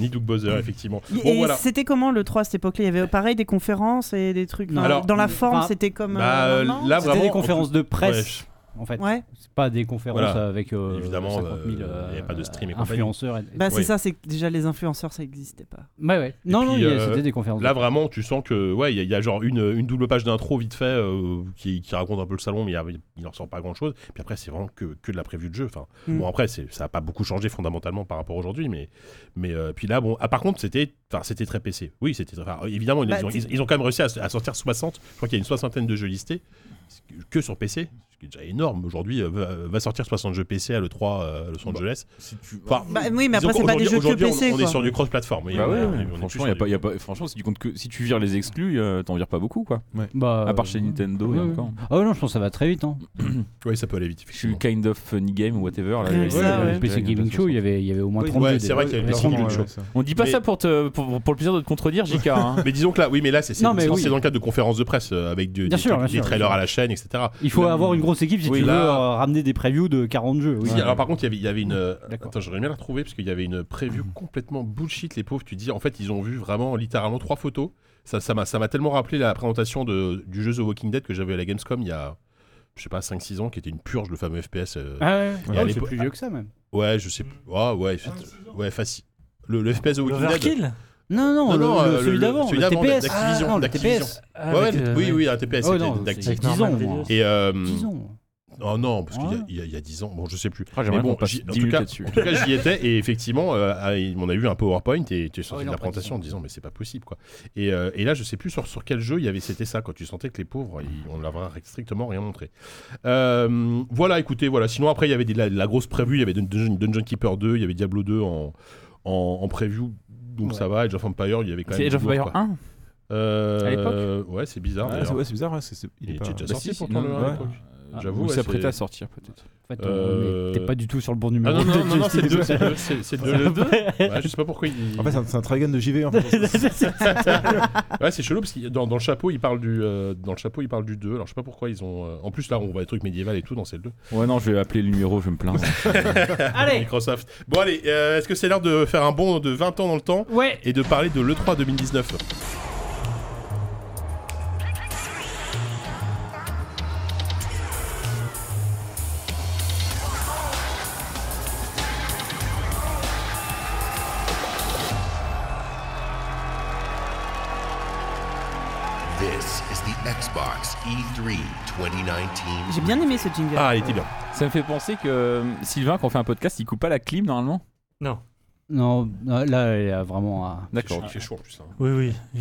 [SPEAKER 2] ni Doug Bowser effectivement.
[SPEAKER 5] Et
[SPEAKER 2] Bon voilà.
[SPEAKER 5] c'était comment le 3 à cette époque-là Il y avait pareil des conférences et des trucs. Dans,
[SPEAKER 2] Alors,
[SPEAKER 5] dans la forme,
[SPEAKER 7] bah,
[SPEAKER 5] c'était comme.
[SPEAKER 2] Bah,
[SPEAKER 5] euh,
[SPEAKER 2] euh,
[SPEAKER 5] maintenant
[SPEAKER 2] là
[SPEAKER 7] C'était
[SPEAKER 2] vraiment.
[SPEAKER 7] des conférences de presse,
[SPEAKER 2] Ouais.
[SPEAKER 7] en fait.
[SPEAKER 5] Ouais,
[SPEAKER 7] C'est pas des conférences
[SPEAKER 2] Voilà.
[SPEAKER 7] avec euh,
[SPEAKER 2] Évidemment,
[SPEAKER 7] 50 000
[SPEAKER 2] euh, il y avait pas de stream et compagnie.
[SPEAKER 7] influenceurs. et- Bah
[SPEAKER 5] bah c'est
[SPEAKER 2] Oui.
[SPEAKER 5] ça, c'est que déjà les influenceurs ça n'existait pas.
[SPEAKER 7] Ouais, ouais. Non,
[SPEAKER 2] puis,
[SPEAKER 7] non, il y a-
[SPEAKER 2] euh,
[SPEAKER 7] c'était des conférences.
[SPEAKER 2] Là vraiment, tu sens que ouais, il y, a- il y a genre une, une double page d'intro vite fait euh, qui, qui raconte un peu le salon, mais il y a- il n'en sort pas grand chose. Puis après, c'est vraiment que, que de la preview de jeu. Enfin,
[SPEAKER 5] Mm.
[SPEAKER 2] bon après, c'est- ça n'a pas beaucoup changé fondamentalement par rapport à aujourd'hui, mais mais euh, puis là, bon, ah, par contre, c'était, enfin, c'était très PC. Oui, c'était très- enfin, évidemment, ils,
[SPEAKER 5] Bah,
[SPEAKER 2] ont,
[SPEAKER 5] t'es-
[SPEAKER 2] ils- ils ont quand même réussi à, à sortir 60. Je crois qu'il y a une soixantaine de jeux listés que sur PC. Ce qui est déjà énorme aujourd'hui, euh, va, va sortir 60 jeux PC à l'E3 euh, Los
[SPEAKER 1] Bah,
[SPEAKER 2] Angeles.
[SPEAKER 1] Si tu...
[SPEAKER 2] Enfin,
[SPEAKER 5] Bah, oui, mais
[SPEAKER 2] disons
[SPEAKER 5] après c'est pas
[SPEAKER 2] qu'aujourd'hui-
[SPEAKER 5] des jeux que
[SPEAKER 2] aujourd'hui, on-
[SPEAKER 5] PC.
[SPEAKER 2] On,
[SPEAKER 5] quoi.
[SPEAKER 2] est sur du cross-platform. oui,
[SPEAKER 3] Bah
[SPEAKER 2] on est-
[SPEAKER 3] ouais,
[SPEAKER 2] on est- on est plus
[SPEAKER 3] franchement,
[SPEAKER 2] sur
[SPEAKER 3] y a
[SPEAKER 2] du-
[SPEAKER 3] pas- y a pas- franchement, si tu comptes que si tu vires les exclus, euh, t'en vires pas beaucoup quoi. À part chez Nintendo et
[SPEAKER 7] Bah, ouais, ouais.
[SPEAKER 3] encore.
[SPEAKER 7] Oh non, je pense que ça va très vite. Hein.
[SPEAKER 2] Oui, ça peut aller vite.
[SPEAKER 3] Je suis kind of funny game ou whatever. Là,
[SPEAKER 5] Rien
[SPEAKER 3] les-
[SPEAKER 5] que ça,
[SPEAKER 3] les-
[SPEAKER 5] ouais.
[SPEAKER 3] les-
[SPEAKER 7] PC
[SPEAKER 3] les-
[SPEAKER 7] Gaming Show, il y avait, il y avait au moins
[SPEAKER 6] Oui,
[SPEAKER 7] 32
[SPEAKER 2] ouais,
[SPEAKER 7] des-
[SPEAKER 2] c'est vrai qu'il y
[SPEAKER 7] des
[SPEAKER 2] avait plein de
[SPEAKER 7] grandes-
[SPEAKER 2] show.
[SPEAKER 3] On dit pas
[SPEAKER 2] Mais-
[SPEAKER 3] ça pour, te, pour, pour le plaisir de te contredire, [laughs] JK. hein.
[SPEAKER 2] Mais disons que là, oui, mais là, c'est c'est-
[SPEAKER 7] Non, mais
[SPEAKER 2] c'est-
[SPEAKER 7] oui.
[SPEAKER 2] c'est dans le cadre de conférences de presse euh, avec du-
[SPEAKER 7] Bien
[SPEAKER 2] des,
[SPEAKER 7] sûr,
[SPEAKER 2] trucs-
[SPEAKER 7] bien
[SPEAKER 2] des
[SPEAKER 7] sûr,
[SPEAKER 2] trailers
[SPEAKER 7] bien sûr.
[SPEAKER 2] à la chaîne, etc.
[SPEAKER 7] Il faut
[SPEAKER 2] Là-
[SPEAKER 7] avoir une grosse équipe si
[SPEAKER 2] Oui,
[SPEAKER 7] tu
[SPEAKER 2] là-
[SPEAKER 7] veux euh, ramener des previews de 40 jeux. Oui.
[SPEAKER 2] Si, Alors par contre, il y avait- il y avait une. euh,
[SPEAKER 7] D'accord. Mhm.
[SPEAKER 2] Attends, j'aurais bien la retrouver parce qu'il y avait une preview complètement bullshit. Les pauvres, tu dis, en fait, ils ont vu vraiment littéralement trois photos. Ça, ça m'a, ça m'a tellement rappelé la présentation de, du jeu The Walking Dead que j'avais à la Gamescom il y a, je sais pas, 5-6 ans, qui était une purge, le fameux FPS. euh,
[SPEAKER 7] Ah Mm. ouais,
[SPEAKER 2] Et à
[SPEAKER 7] c'est
[SPEAKER 2] l'époque-
[SPEAKER 7] plus vieux que ça même.
[SPEAKER 2] Ouais, je sais plus. Ah ouais, c'est- ouais, facile. Le, le FPS The Walking Dead.
[SPEAKER 4] Overkill
[SPEAKER 7] Non, non,
[SPEAKER 2] Non,
[SPEAKER 7] le-
[SPEAKER 2] non,
[SPEAKER 7] le-
[SPEAKER 2] euh,
[SPEAKER 7] celui
[SPEAKER 2] le-
[SPEAKER 7] d'avant,
[SPEAKER 2] celui
[SPEAKER 7] le
[SPEAKER 2] d'avant,
[SPEAKER 7] TPS.
[SPEAKER 2] d'Activision,
[SPEAKER 7] Ah, non, le
[SPEAKER 2] d'Activision.
[SPEAKER 7] TPS.
[SPEAKER 2] Ouais, ouais, oui, oui, un TPS,
[SPEAKER 7] Oh
[SPEAKER 2] c'était hum,
[SPEAKER 7] non,
[SPEAKER 2] d'acti-
[SPEAKER 7] c'est
[SPEAKER 4] Norman
[SPEAKER 7] 10 ans au
[SPEAKER 4] Reedus.
[SPEAKER 7] moins.
[SPEAKER 2] Et euh,
[SPEAKER 7] 10 ans.
[SPEAKER 2] Oh non, parce qu'il y a-
[SPEAKER 7] Ouais.
[SPEAKER 2] il y, a- il y a 10 ans, bon, je sais plus.
[SPEAKER 3] Ah, j'aimerais
[SPEAKER 2] Mais
[SPEAKER 3] qu'on
[SPEAKER 2] bon,
[SPEAKER 3] passe
[SPEAKER 2] j'y-
[SPEAKER 3] 10
[SPEAKER 2] en, tout
[SPEAKER 3] minutes
[SPEAKER 2] cas,
[SPEAKER 3] là-dessus.
[SPEAKER 2] en tout cas, j'y étais et effectivement, euh, à- il- on a eu un PowerPoint et tu es
[SPEAKER 7] Ah
[SPEAKER 2] sorti
[SPEAKER 7] oui,
[SPEAKER 2] de
[SPEAKER 7] non,
[SPEAKER 2] la
[SPEAKER 7] pas dix
[SPEAKER 2] présentation
[SPEAKER 7] ans.
[SPEAKER 2] en disant mais c'est pas possible quoi. Et, euh, et là, je sais plus sur, sur quel jeu il y avait c'était ça quand tu sentais que les pauvres, ils- on leur avait strictement rien montré. Euh, voilà, écoutez, voilà. Sinon après, il y avait des- la, la grosse preview, il y avait Dun- Dungeon, Dungeon Keeper 2, il y avait Diablo 2 en, en, en preview. Donc
[SPEAKER 7] Ouais.
[SPEAKER 2] ça va, Age of Empire, il y avait quand même.
[SPEAKER 3] C'est Age
[SPEAKER 2] du
[SPEAKER 3] of
[SPEAKER 2] lourd,
[SPEAKER 3] Empire
[SPEAKER 2] quoi.
[SPEAKER 3] 1
[SPEAKER 2] Euh,
[SPEAKER 3] à l'époque
[SPEAKER 2] Ouais, c'est bizarre.
[SPEAKER 6] Ouais,
[SPEAKER 2] d'ailleurs.
[SPEAKER 6] Ah, c'est ouais, c'est bizarre, ouais, c'est- c'est- il
[SPEAKER 2] Il
[SPEAKER 6] est
[SPEAKER 2] était
[SPEAKER 6] pas.
[SPEAKER 2] déjà
[SPEAKER 3] Bah,
[SPEAKER 2] sorti
[SPEAKER 3] si, si,
[SPEAKER 2] pourtant
[SPEAKER 3] non,
[SPEAKER 2] le
[SPEAKER 3] ouais.
[SPEAKER 2] à l'époque.
[SPEAKER 3] Ah,
[SPEAKER 2] J'avoue,
[SPEAKER 3] Ou
[SPEAKER 2] ouais,
[SPEAKER 3] s'apprêtait
[SPEAKER 2] c'est-
[SPEAKER 3] à sortir peut-être.
[SPEAKER 7] En fait,
[SPEAKER 2] Euh,
[SPEAKER 7] on- t'es pas du tout sur le bon
[SPEAKER 2] Ah
[SPEAKER 7] numéro.
[SPEAKER 2] non, non,
[SPEAKER 7] de-
[SPEAKER 2] non,
[SPEAKER 7] de-
[SPEAKER 2] non, c'est le deux,
[SPEAKER 7] de-
[SPEAKER 2] c'est le deux, c'est- c'est le deux. Ouais, je sais pas pourquoi il.
[SPEAKER 6] En fait, c'est un- c'est un Trigun de JV en
[SPEAKER 2] [laughs]
[SPEAKER 6] fait.
[SPEAKER 2] Ouais, c'est chelou parce que dans, dans le chapeau, il parle du euh, dans le chapeau, il parle du 2. Alors je sais pas pourquoi ils ont euh, en plus là on voit des trucs médiévaux et tout dans c'est le 2.
[SPEAKER 3] Ouais, non, je vais appeler le numéro, je vais me [laughs] plaindre.
[SPEAKER 7] Allez,
[SPEAKER 2] Microsoft. Bon allez, euh, est-ce que c'est l'heure de faire un bond de 20 ans dans le temps
[SPEAKER 7] ouais.
[SPEAKER 2] et de parler de l'E3 2019
[SPEAKER 1] This is the Xbox E E3 2019.
[SPEAKER 5] J'ai bien aimé ce jingle.
[SPEAKER 2] Ah, il était bien.
[SPEAKER 3] Ça me fait penser que euh, Sylvain, quand on fait un podcast, il coupe pas la clim normalement.
[SPEAKER 7] Non, non, là, il y a vraiment un.
[SPEAKER 3] D'accord.
[SPEAKER 2] Il fait chaud en plus. hein.
[SPEAKER 4] Oui, oui. oui.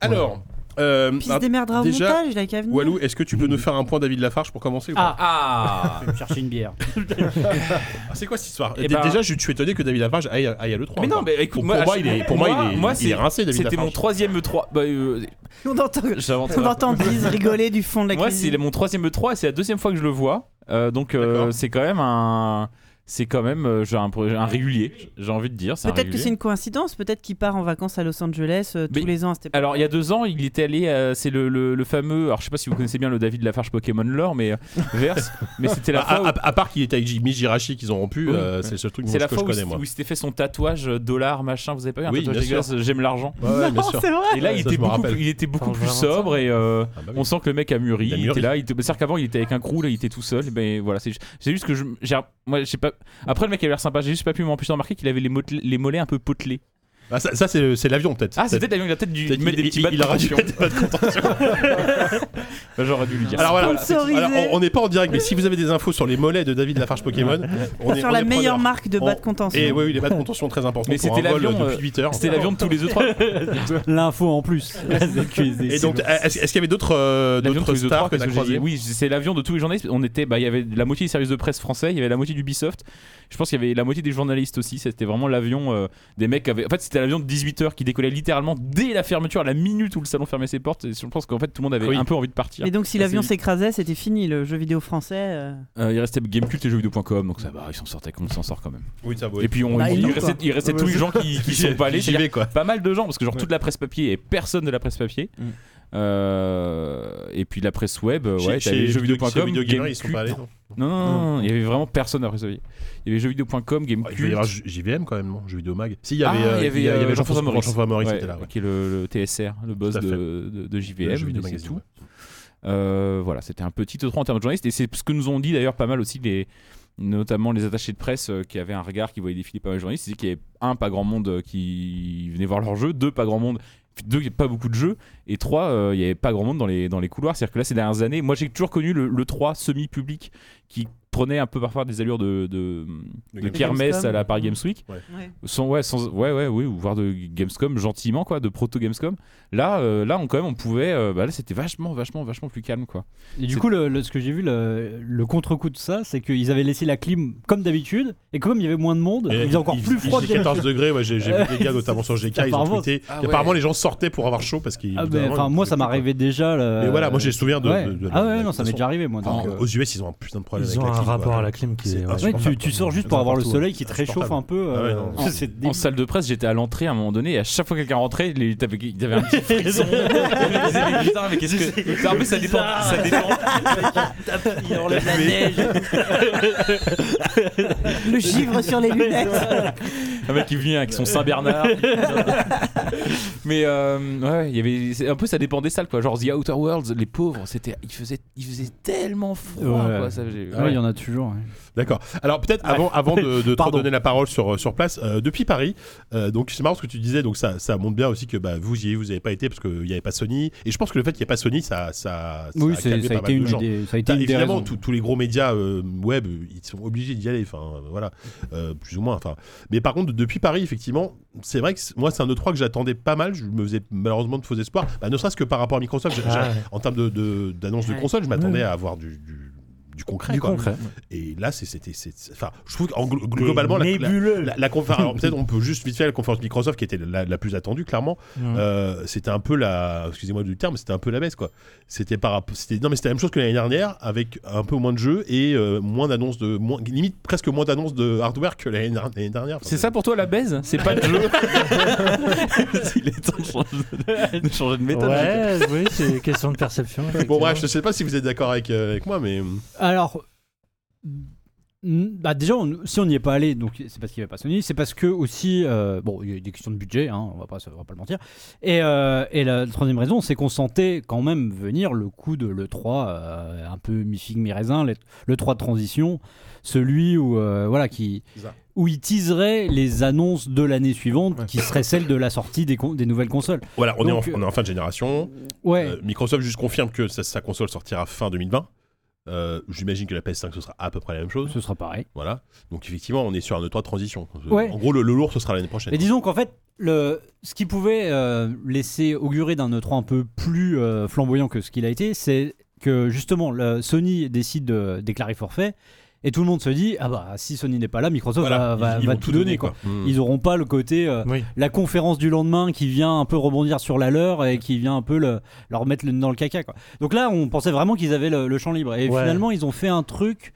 [SPEAKER 2] Alors, euh,
[SPEAKER 5] Puis il se
[SPEAKER 2] ah,
[SPEAKER 5] démerdera au
[SPEAKER 2] déjà,
[SPEAKER 5] montage, il a qu'à venir.
[SPEAKER 2] Walou, est-ce que tu peux nous faire un point David Lafarge pour commencer ou pas
[SPEAKER 3] Ah
[SPEAKER 7] Chercher une [laughs] bière.
[SPEAKER 2] Ah, C'est quoi cette histoire
[SPEAKER 3] Eh
[SPEAKER 2] Dé-
[SPEAKER 3] ben-
[SPEAKER 2] Déjà, je je suis étonné que David Lafarge aille, aille à l'E3.
[SPEAKER 3] Mais non,
[SPEAKER 2] encore.
[SPEAKER 3] mais écoute,
[SPEAKER 2] pour,
[SPEAKER 3] moi,
[SPEAKER 2] pour moi,
[SPEAKER 3] je-
[SPEAKER 2] il est, pour moi, il est,
[SPEAKER 3] moi,
[SPEAKER 2] il est
[SPEAKER 3] c'est-
[SPEAKER 2] rincé, David
[SPEAKER 3] C'était
[SPEAKER 2] Lafarge.
[SPEAKER 3] mon troisième E3. Bah, euh,
[SPEAKER 5] [laughs] On entend,
[SPEAKER 3] j'invente.
[SPEAKER 5] [laughs] on entend Biz rigoler du fond de la
[SPEAKER 3] Moi,
[SPEAKER 5] cuisine.
[SPEAKER 3] c'est mon troisième E3 et c'est la deuxième fois que je le vois. Euh, donc, euh,
[SPEAKER 2] D'accord.
[SPEAKER 3] c'est quand même un. C'est quand même euh, j'ai un, un régulier, j'ai envie de dire. c'est un
[SPEAKER 5] Peut-être que
[SPEAKER 3] régulier.
[SPEAKER 5] c'est une coïncidence, peut-être qu'il part en vacances à Los Angeles euh,
[SPEAKER 3] Mais-
[SPEAKER 5] tous les ans à cette époque.
[SPEAKER 3] Alors, il y a deux ans, il était allé. euh, c'est le, le- le fameux. Alors, je sais pas si vous connaissez bien le David Lafarge Pokémon Lore,
[SPEAKER 5] [laughs]
[SPEAKER 3] mais euh, verse. mais c'était la
[SPEAKER 2] Bah, À,
[SPEAKER 3] fois où-
[SPEAKER 2] à- à part qu'il était avec Jimmy Girachi qu'ils ont rompu,
[SPEAKER 3] Oui.
[SPEAKER 2] euh, c'est le seul truc dont
[SPEAKER 3] C'est
[SPEAKER 2] je-
[SPEAKER 3] la
[SPEAKER 2] que je
[SPEAKER 3] fois où,
[SPEAKER 2] connais
[SPEAKER 3] il-
[SPEAKER 2] moi.
[SPEAKER 3] où il s'était fait son tatouage euh, dollar machin. Vous avez pas vu un
[SPEAKER 2] Oui,
[SPEAKER 3] tatouage
[SPEAKER 2] bien sûr.
[SPEAKER 3] dégueulasse euh, J'aime l'argent.
[SPEAKER 2] Ouais, ouais, bien
[SPEAKER 5] Non,
[SPEAKER 2] sûr.
[SPEAKER 5] c'est vrai
[SPEAKER 3] Et là,
[SPEAKER 2] Ouais,
[SPEAKER 3] il,
[SPEAKER 2] ça,
[SPEAKER 3] était
[SPEAKER 2] je me
[SPEAKER 3] beaucoup,
[SPEAKER 2] rappelle.
[SPEAKER 3] plus- il était beaucoup
[SPEAKER 4] Enfin,
[SPEAKER 3] plus
[SPEAKER 4] vraiment, ça.
[SPEAKER 3] sobre et euh,
[SPEAKER 2] Ah, bah oui.
[SPEAKER 3] on sent que le mec a mûri.
[SPEAKER 2] Il a
[SPEAKER 3] Il,
[SPEAKER 2] mûri.
[SPEAKER 3] était là. il était- C'est-à-dire qu'avant, il était avec un crew, là, il était tout seul. Et ben voilà, c'est ju- c'est juste que je. j'ai- Moi, j'ai pas. Après, le mec avait l'air sympa. J'ai juste pas pu m'empêcher de remarquer qu'il avait les, motel- les mollets un peu potelés.
[SPEAKER 2] Ah, ça, ça, c'est le- c'est l'avion peut-être.
[SPEAKER 3] Ah, c'est peut-être la il a peut-être dû
[SPEAKER 2] Peut-être
[SPEAKER 3] mettre
[SPEAKER 2] qu'il-
[SPEAKER 3] des petits
[SPEAKER 2] il-
[SPEAKER 3] bas de
[SPEAKER 2] il aura dû
[SPEAKER 3] tension.
[SPEAKER 2] mettre des bas de contention.
[SPEAKER 3] Bah, J'aurais dû lui dire.
[SPEAKER 2] Alors voilà,
[SPEAKER 5] Sponsorisé.
[SPEAKER 2] Alors, on- on n'est pas en direct, mais si vous avez des infos sur les mollets de David Lafarge Pokémon, on est
[SPEAKER 5] Sur
[SPEAKER 2] on
[SPEAKER 5] la
[SPEAKER 2] est
[SPEAKER 5] meilleure
[SPEAKER 2] preneur.
[SPEAKER 5] marque de bas de
[SPEAKER 2] On-
[SPEAKER 5] contention.
[SPEAKER 2] Et oui, oui, les bas de contention très importants
[SPEAKER 3] Mais
[SPEAKER 2] pour un
[SPEAKER 3] c'était
[SPEAKER 2] vol
[SPEAKER 3] l'avion,
[SPEAKER 2] depuis
[SPEAKER 3] euh,
[SPEAKER 2] 8 heures.
[SPEAKER 3] C'était l'avion de tous les E3.
[SPEAKER 2] [laughs]
[SPEAKER 7] L'info en plus. [laughs]
[SPEAKER 2] Et donc, est-ce est-ce qu'il y avait d'autres euh,
[SPEAKER 3] L'avion de
[SPEAKER 2] d'autres
[SPEAKER 3] tous les E3,
[SPEAKER 2] stars que
[SPEAKER 3] qu'est-ce
[SPEAKER 2] t'as
[SPEAKER 3] que j'ai dit
[SPEAKER 2] croisées
[SPEAKER 3] Oui, c'est l'avion de tous les journalistes. On était, bah, il y avait la moitié des services de presse français, il y avait la moitié d'Ubisoft. Je pense qu'il y avait la moitié des journalistes aussi. C'était vraiment l'avion euh, des mecs. qui avaient- En fait, c'était l'avion de 18h qui décollait littéralement dès la fermeture, à la minute où le salon fermait ses portes. Et je pense qu'en fait, tout le monde avait
[SPEAKER 2] Oui.
[SPEAKER 3] un peu envie de partir.
[SPEAKER 5] Et donc, si
[SPEAKER 3] Ça,
[SPEAKER 5] l'avion
[SPEAKER 3] c'est-
[SPEAKER 5] s'écrasait, c'était fini, le jeu vidéo français. euh.
[SPEAKER 3] Euh, il restait Gamecult et jeuxvideo.com, donc ça va, ils s'en sortaient, on s'en sort quand même.
[SPEAKER 2] Oui, ça
[SPEAKER 3] Et puis, on,
[SPEAKER 5] Bah, ils
[SPEAKER 3] il,
[SPEAKER 5] l'ont,
[SPEAKER 3] restait,
[SPEAKER 5] quoi.
[SPEAKER 3] il restait tous les gens qui, qui sont pas allés.
[SPEAKER 2] J'y
[SPEAKER 3] c'est-à-dire
[SPEAKER 2] vais quoi.
[SPEAKER 3] pas mal de gens parce que genre toute la presse papier et personne de la presse papier
[SPEAKER 6] Mm.
[SPEAKER 3] Euh, et puis la presse web euh, ouais
[SPEAKER 2] Chez-
[SPEAKER 3] t'avais
[SPEAKER 2] chez chez
[SPEAKER 3] jeuxvideo.com
[SPEAKER 2] Video Gamer, ils sont
[SPEAKER 3] GameCube.
[SPEAKER 2] pas allés. non
[SPEAKER 3] non non, non, non, il y avait vraiment personne à recevoir il y avait jeuxvideo.com
[SPEAKER 2] Ouais, Il va y
[SPEAKER 3] Gamecube
[SPEAKER 2] avoir J- JVM quand même, non Jeuxvideo Mag. Si, il y
[SPEAKER 3] Ah,
[SPEAKER 2] avait, euh, il y avait
[SPEAKER 3] euh,
[SPEAKER 2] Jean-François Maurice. Jean-François Maurice
[SPEAKER 3] ouais,
[SPEAKER 2] était là. ouais.
[SPEAKER 3] qui est le, le TSR le boss
[SPEAKER 2] Tout à
[SPEAKER 3] de,
[SPEAKER 2] fait.
[SPEAKER 3] de, de
[SPEAKER 2] Le
[SPEAKER 3] JVM
[SPEAKER 2] jeu vidéo
[SPEAKER 3] mais c'est
[SPEAKER 2] magazine,
[SPEAKER 3] tout
[SPEAKER 2] ouais.
[SPEAKER 3] Euh, voilà c'était un petit autre en termes de journalistes et c'est ce que nous ont dit d'ailleurs pas mal aussi les notamment les attachés de presse euh, qui avaient un regard qui voyaient défiler pas mal de journalistes c'est qu'il y avait un pas grand monde euh, qui venait voir leur jeu deux pas grand monde deux il y avait pas beaucoup de jeux et trois euh, il y avait pas grand monde dans les dans les couloirs c'est à dire que là ces dernières années moi j'ai toujours connu le, le 3 semi public qui prenait un peu parfois des allures de, de,
[SPEAKER 2] De
[SPEAKER 3] de
[SPEAKER 2] Gamescom.
[SPEAKER 3] kermesse à la Paris Games Week sans, ouais, sans, ouais, ouais, oui, ou voir de Gamescom gentiment, quoi, de proto Gamescom. Là, euh, là, on quand même, on pouvait. euh, bah, là, c'était vachement, vachement, vachement plus calme, quoi.
[SPEAKER 7] Et du
[SPEAKER 3] C'est-
[SPEAKER 7] coup, le, le- ce que j'ai vu, le, le contre-coup de ça, c'est qu'ils avaient laissé la clim comme d'habitude, et comme il y avait moins de monde,
[SPEAKER 2] Et
[SPEAKER 7] il faisait encore
[SPEAKER 2] il-
[SPEAKER 7] plus
[SPEAKER 2] il
[SPEAKER 7] froid.
[SPEAKER 2] faisait
[SPEAKER 7] que d'habitude.
[SPEAKER 2] 14 degrés, ouais, j'ai j'ai vu des gars
[SPEAKER 7] Euh,
[SPEAKER 2] notamment sur GK, ils ont
[SPEAKER 7] apparemment.
[SPEAKER 2] tweeté.
[SPEAKER 3] Ah
[SPEAKER 2] Et
[SPEAKER 3] ouais.
[SPEAKER 2] Apparemment, les gens sortaient pour avoir chaud parce qu'ils.
[SPEAKER 7] Ah,
[SPEAKER 2] au bout
[SPEAKER 7] mais,
[SPEAKER 2] d'un moment,
[SPEAKER 7] enfin,
[SPEAKER 2] ils
[SPEAKER 7] moi,
[SPEAKER 2] pouvaient
[SPEAKER 7] ça
[SPEAKER 2] plus, quoi.
[SPEAKER 7] m'arrivait déjà. le-
[SPEAKER 2] Mais voilà, moi j'ai le souvenir de.
[SPEAKER 7] Ouais.
[SPEAKER 2] de- Ah, de-
[SPEAKER 7] ah ouais,
[SPEAKER 2] de-
[SPEAKER 7] non,
[SPEAKER 2] de-
[SPEAKER 7] ça
[SPEAKER 2] de-
[SPEAKER 7] m'est déjà arrivé, moi. donc,
[SPEAKER 2] Enfin,
[SPEAKER 7] euh,
[SPEAKER 2] Aux US, ils ont un putain de problème
[SPEAKER 4] Ils
[SPEAKER 2] avec
[SPEAKER 4] ont
[SPEAKER 2] la
[SPEAKER 4] un
[SPEAKER 2] clim, quoi.
[SPEAKER 4] rapport à la clim qui
[SPEAKER 2] C'est
[SPEAKER 4] est. ouais.
[SPEAKER 7] ouais, tu,
[SPEAKER 2] insupportable.
[SPEAKER 7] tu sors juste pour avoir le soleil qui te réchauffe un peu. euh,
[SPEAKER 2] Ah ouais, non.
[SPEAKER 7] en- c'est
[SPEAKER 3] En
[SPEAKER 7] débile.
[SPEAKER 3] salle de presse, j'étais à l'entrée à un moment donné, et à chaque fois que quelqu'un rentrait, les- t'avais t'avais un [laughs] petit frisson. Je me disais, mais [laughs] putain, mais qu'est-ce que. Non, mais ça dépend. [laughs] Ça dépend.
[SPEAKER 5] Le givre sur les lunettes.
[SPEAKER 3] Un mec qui vient avec son [laughs] Saint-Bernard. Mais euh, ouais, il y avait. c'est- Un peu, ça dépendait des salles, quoi. Genre, The Outer Worlds, les pauvres, c'était, il faisait, il faisait tellement froid,
[SPEAKER 7] Ouais.
[SPEAKER 3] quoi. Ça, j'ai-
[SPEAKER 7] Ah Ouais, il y en a toujours. ouais.
[SPEAKER 2] D'accord. Alors peut-être avant, avant
[SPEAKER 7] [laughs]
[SPEAKER 2] de, de te
[SPEAKER 7] Pardon.
[SPEAKER 2] redonner la parole sur, sur place, euh, depuis Paris, euh, donc c'est marrant ce que tu disais, donc ça, ça montre bien aussi que bah, vous y vous n'avez pas été parce qu'il n'y avait pas Sony. Et je pense que le fait qu'il n'y ait pas Sony, ça, ça, ça
[SPEAKER 7] Oui,
[SPEAKER 2] a
[SPEAKER 7] c'est-
[SPEAKER 2] calmé
[SPEAKER 7] ça
[SPEAKER 2] pas
[SPEAKER 7] a
[SPEAKER 2] mal
[SPEAKER 7] été
[SPEAKER 2] de
[SPEAKER 7] une
[SPEAKER 2] gens.
[SPEAKER 7] des. Ça a été
[SPEAKER 2] T'as-
[SPEAKER 7] une des
[SPEAKER 2] évidemment,
[SPEAKER 7] raisons.
[SPEAKER 2] tous- tous les gros médias euh, web, euh, ils sont obligés d'y aller, enfin euh, voilà, euh, plus ou moins. Enfin, mais par contre, depuis Paris, effectivement, c'est vrai que c'est- moi, c'est un E3 que j'attendais pas mal. Je me faisais malheureusement de faux espoirs. Bah, ne serait-ce que par rapport à Microsoft, j'ai- j'ai-
[SPEAKER 4] Ah, ouais.
[SPEAKER 2] en termes de- de- d'annonce de,
[SPEAKER 5] Ouais.
[SPEAKER 2] console, je m'attendais à avoir du, du- du concret.
[SPEAKER 4] Du
[SPEAKER 2] quoi.
[SPEAKER 4] concret.
[SPEAKER 2] Et là, c'est- c'était, c'est- c'est- enfin, je trouve qu'en glo- globalement, la, la,
[SPEAKER 4] nébuleux.
[SPEAKER 2] la- la conférence, alors, peut-être on peut juste vite fait la conférence de Microsoft qui était la, la plus attendue, clairement.
[SPEAKER 4] Mmh.
[SPEAKER 2] Euh, c'était un peu la excusez-moi du terme c'était un peu la baisse quoi c'était par rapport c'était non mais c'était la même chose que l'année dernière avec un peu moins de jeux et euh, moins d'annonces de moins limite presque moins d'annonces de hardware que l'année der- l'année dernière Enfin,
[SPEAKER 3] C'est ça pour toi la baise C'est pas le jeu [laughs] Il est temps de changer de, de changer de méthode.
[SPEAKER 4] Ouais, oui, c'est une question de perception.
[SPEAKER 2] bon
[SPEAKER 4] effectivement.
[SPEAKER 2] bref je sais pas si vous êtes d'accord avec, euh, avec moi mais
[SPEAKER 7] Alors, n- bah déjà, on- si on n'y est pas allé, donc c'est parce qu'il n'y avait pas Sony, c'est parce que aussi, euh, bon, il y a eu des questions de budget, hein, on va pas, se- on va pas le mentir. Et, euh, et la troisième raison, c'est qu'on sentait quand même venir le coup de le 3, euh, un peu mi figue mi raisin, le, le 3 de transition, celui où euh, voilà qui
[SPEAKER 2] Ça.
[SPEAKER 7] où il teaserait les annonces de l'année suivante,
[SPEAKER 6] Ouais.
[SPEAKER 7] qui seraient celles de la sortie des, con- des nouvelles consoles.
[SPEAKER 2] voilà on,
[SPEAKER 7] Donc,
[SPEAKER 2] est en, on est en fin de génération
[SPEAKER 7] Ouais.
[SPEAKER 2] Euh, Microsoft juste confirme que sa, sa console sortira fin 2020 Euh, j'imagine que la PS5 ce sera à peu près la même chose
[SPEAKER 7] ce sera pareil.
[SPEAKER 2] voilà donc effectivement on est sur un E3 de transition
[SPEAKER 7] Ouais.
[SPEAKER 2] en gros le, le lourd ce sera l'année prochaine
[SPEAKER 7] Mais disons qu'en fait, le, ce qui pouvait euh, laisser augurer d'un E3 un peu plus euh, flamboyant que ce qu'il a été, c'est que justement, le- Sony décide de déclarer forfait et tout le monde se dit Ah bah, si Sony n'est pas là, Microsoft
[SPEAKER 2] Voilà,
[SPEAKER 7] va, euh, va-
[SPEAKER 2] ils- ils
[SPEAKER 7] va
[SPEAKER 2] vont
[SPEAKER 7] tout donner. quoi.
[SPEAKER 2] Hmm.
[SPEAKER 7] Ils
[SPEAKER 2] Mm.
[SPEAKER 7] n'auront pas le côté. euh,
[SPEAKER 4] Oui.
[SPEAKER 7] la conférence du lendemain qui vient un peu rebondir sur la leur et qui vient un peu le- leur mettre le nez dans le caca. Quoi. Donc là, on pensait vraiment qu'ils avaient le, le champ libre. Et
[SPEAKER 4] Ouais.
[SPEAKER 7] finalement, ils ont fait un truc.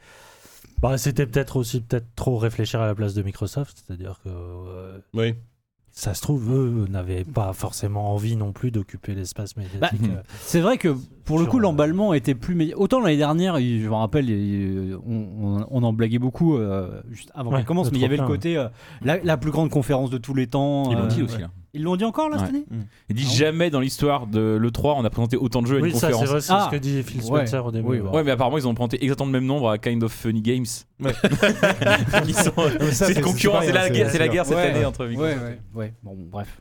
[SPEAKER 4] Bah, c'était peut-être aussi peut-être trop réfléchir à la place de Microsoft, c'est-à-dire que euh,
[SPEAKER 2] oui
[SPEAKER 4] ça se trouve eux n'avaient pas forcément envie non plus d'occuper l'espace médiatique.
[SPEAKER 3] Bah,
[SPEAKER 4] euh,
[SPEAKER 7] C'est vrai que pour le
[SPEAKER 4] Sur,
[SPEAKER 7] coup,
[SPEAKER 4] euh,
[SPEAKER 7] l'emballement était plus. médi- Autant l'année dernière, il- je me rappelle, il- on, on- on en blaguait beaucoup euh, juste avant
[SPEAKER 4] Ouais,
[SPEAKER 7] qu'elle commence,
[SPEAKER 4] le
[SPEAKER 7] mais il y avait le
[SPEAKER 4] trop plein,
[SPEAKER 7] côté euh, la, la plus grande conférence de tous les temps.
[SPEAKER 3] Ils l'ont
[SPEAKER 7] euh,
[SPEAKER 3] dit aussi. là.
[SPEAKER 7] Ils l'ont dit encore là
[SPEAKER 3] Ouais.
[SPEAKER 7] cette année
[SPEAKER 3] Il dit
[SPEAKER 7] Ah ouais.
[SPEAKER 3] jamais dans l'histoire de l'E3 on a présenté autant de jeux à
[SPEAKER 4] Oui,
[SPEAKER 3] une
[SPEAKER 4] ça c'est
[SPEAKER 3] conférence.
[SPEAKER 4] vrai, c'est
[SPEAKER 7] Ah.
[SPEAKER 4] ce que dit Phil
[SPEAKER 7] Ouais.
[SPEAKER 4] Spencer au début.
[SPEAKER 7] Oui,
[SPEAKER 4] ouais.
[SPEAKER 3] Ouais, mais apparemment ils ont présenté exactement le même nombre à Kind of Funny Games. [laughs] Ils sont-
[SPEAKER 6] ça,
[SPEAKER 3] c'est
[SPEAKER 6] c'est-
[SPEAKER 3] une concurrence,
[SPEAKER 6] c'est
[SPEAKER 3] c'est la,
[SPEAKER 6] pareil,
[SPEAKER 3] guerre-
[SPEAKER 6] c'est-
[SPEAKER 3] c'est la
[SPEAKER 6] c'est
[SPEAKER 3] guerre cette
[SPEAKER 7] Ouais.
[SPEAKER 3] année entre Microsoft.
[SPEAKER 7] ouais. Bon, bref.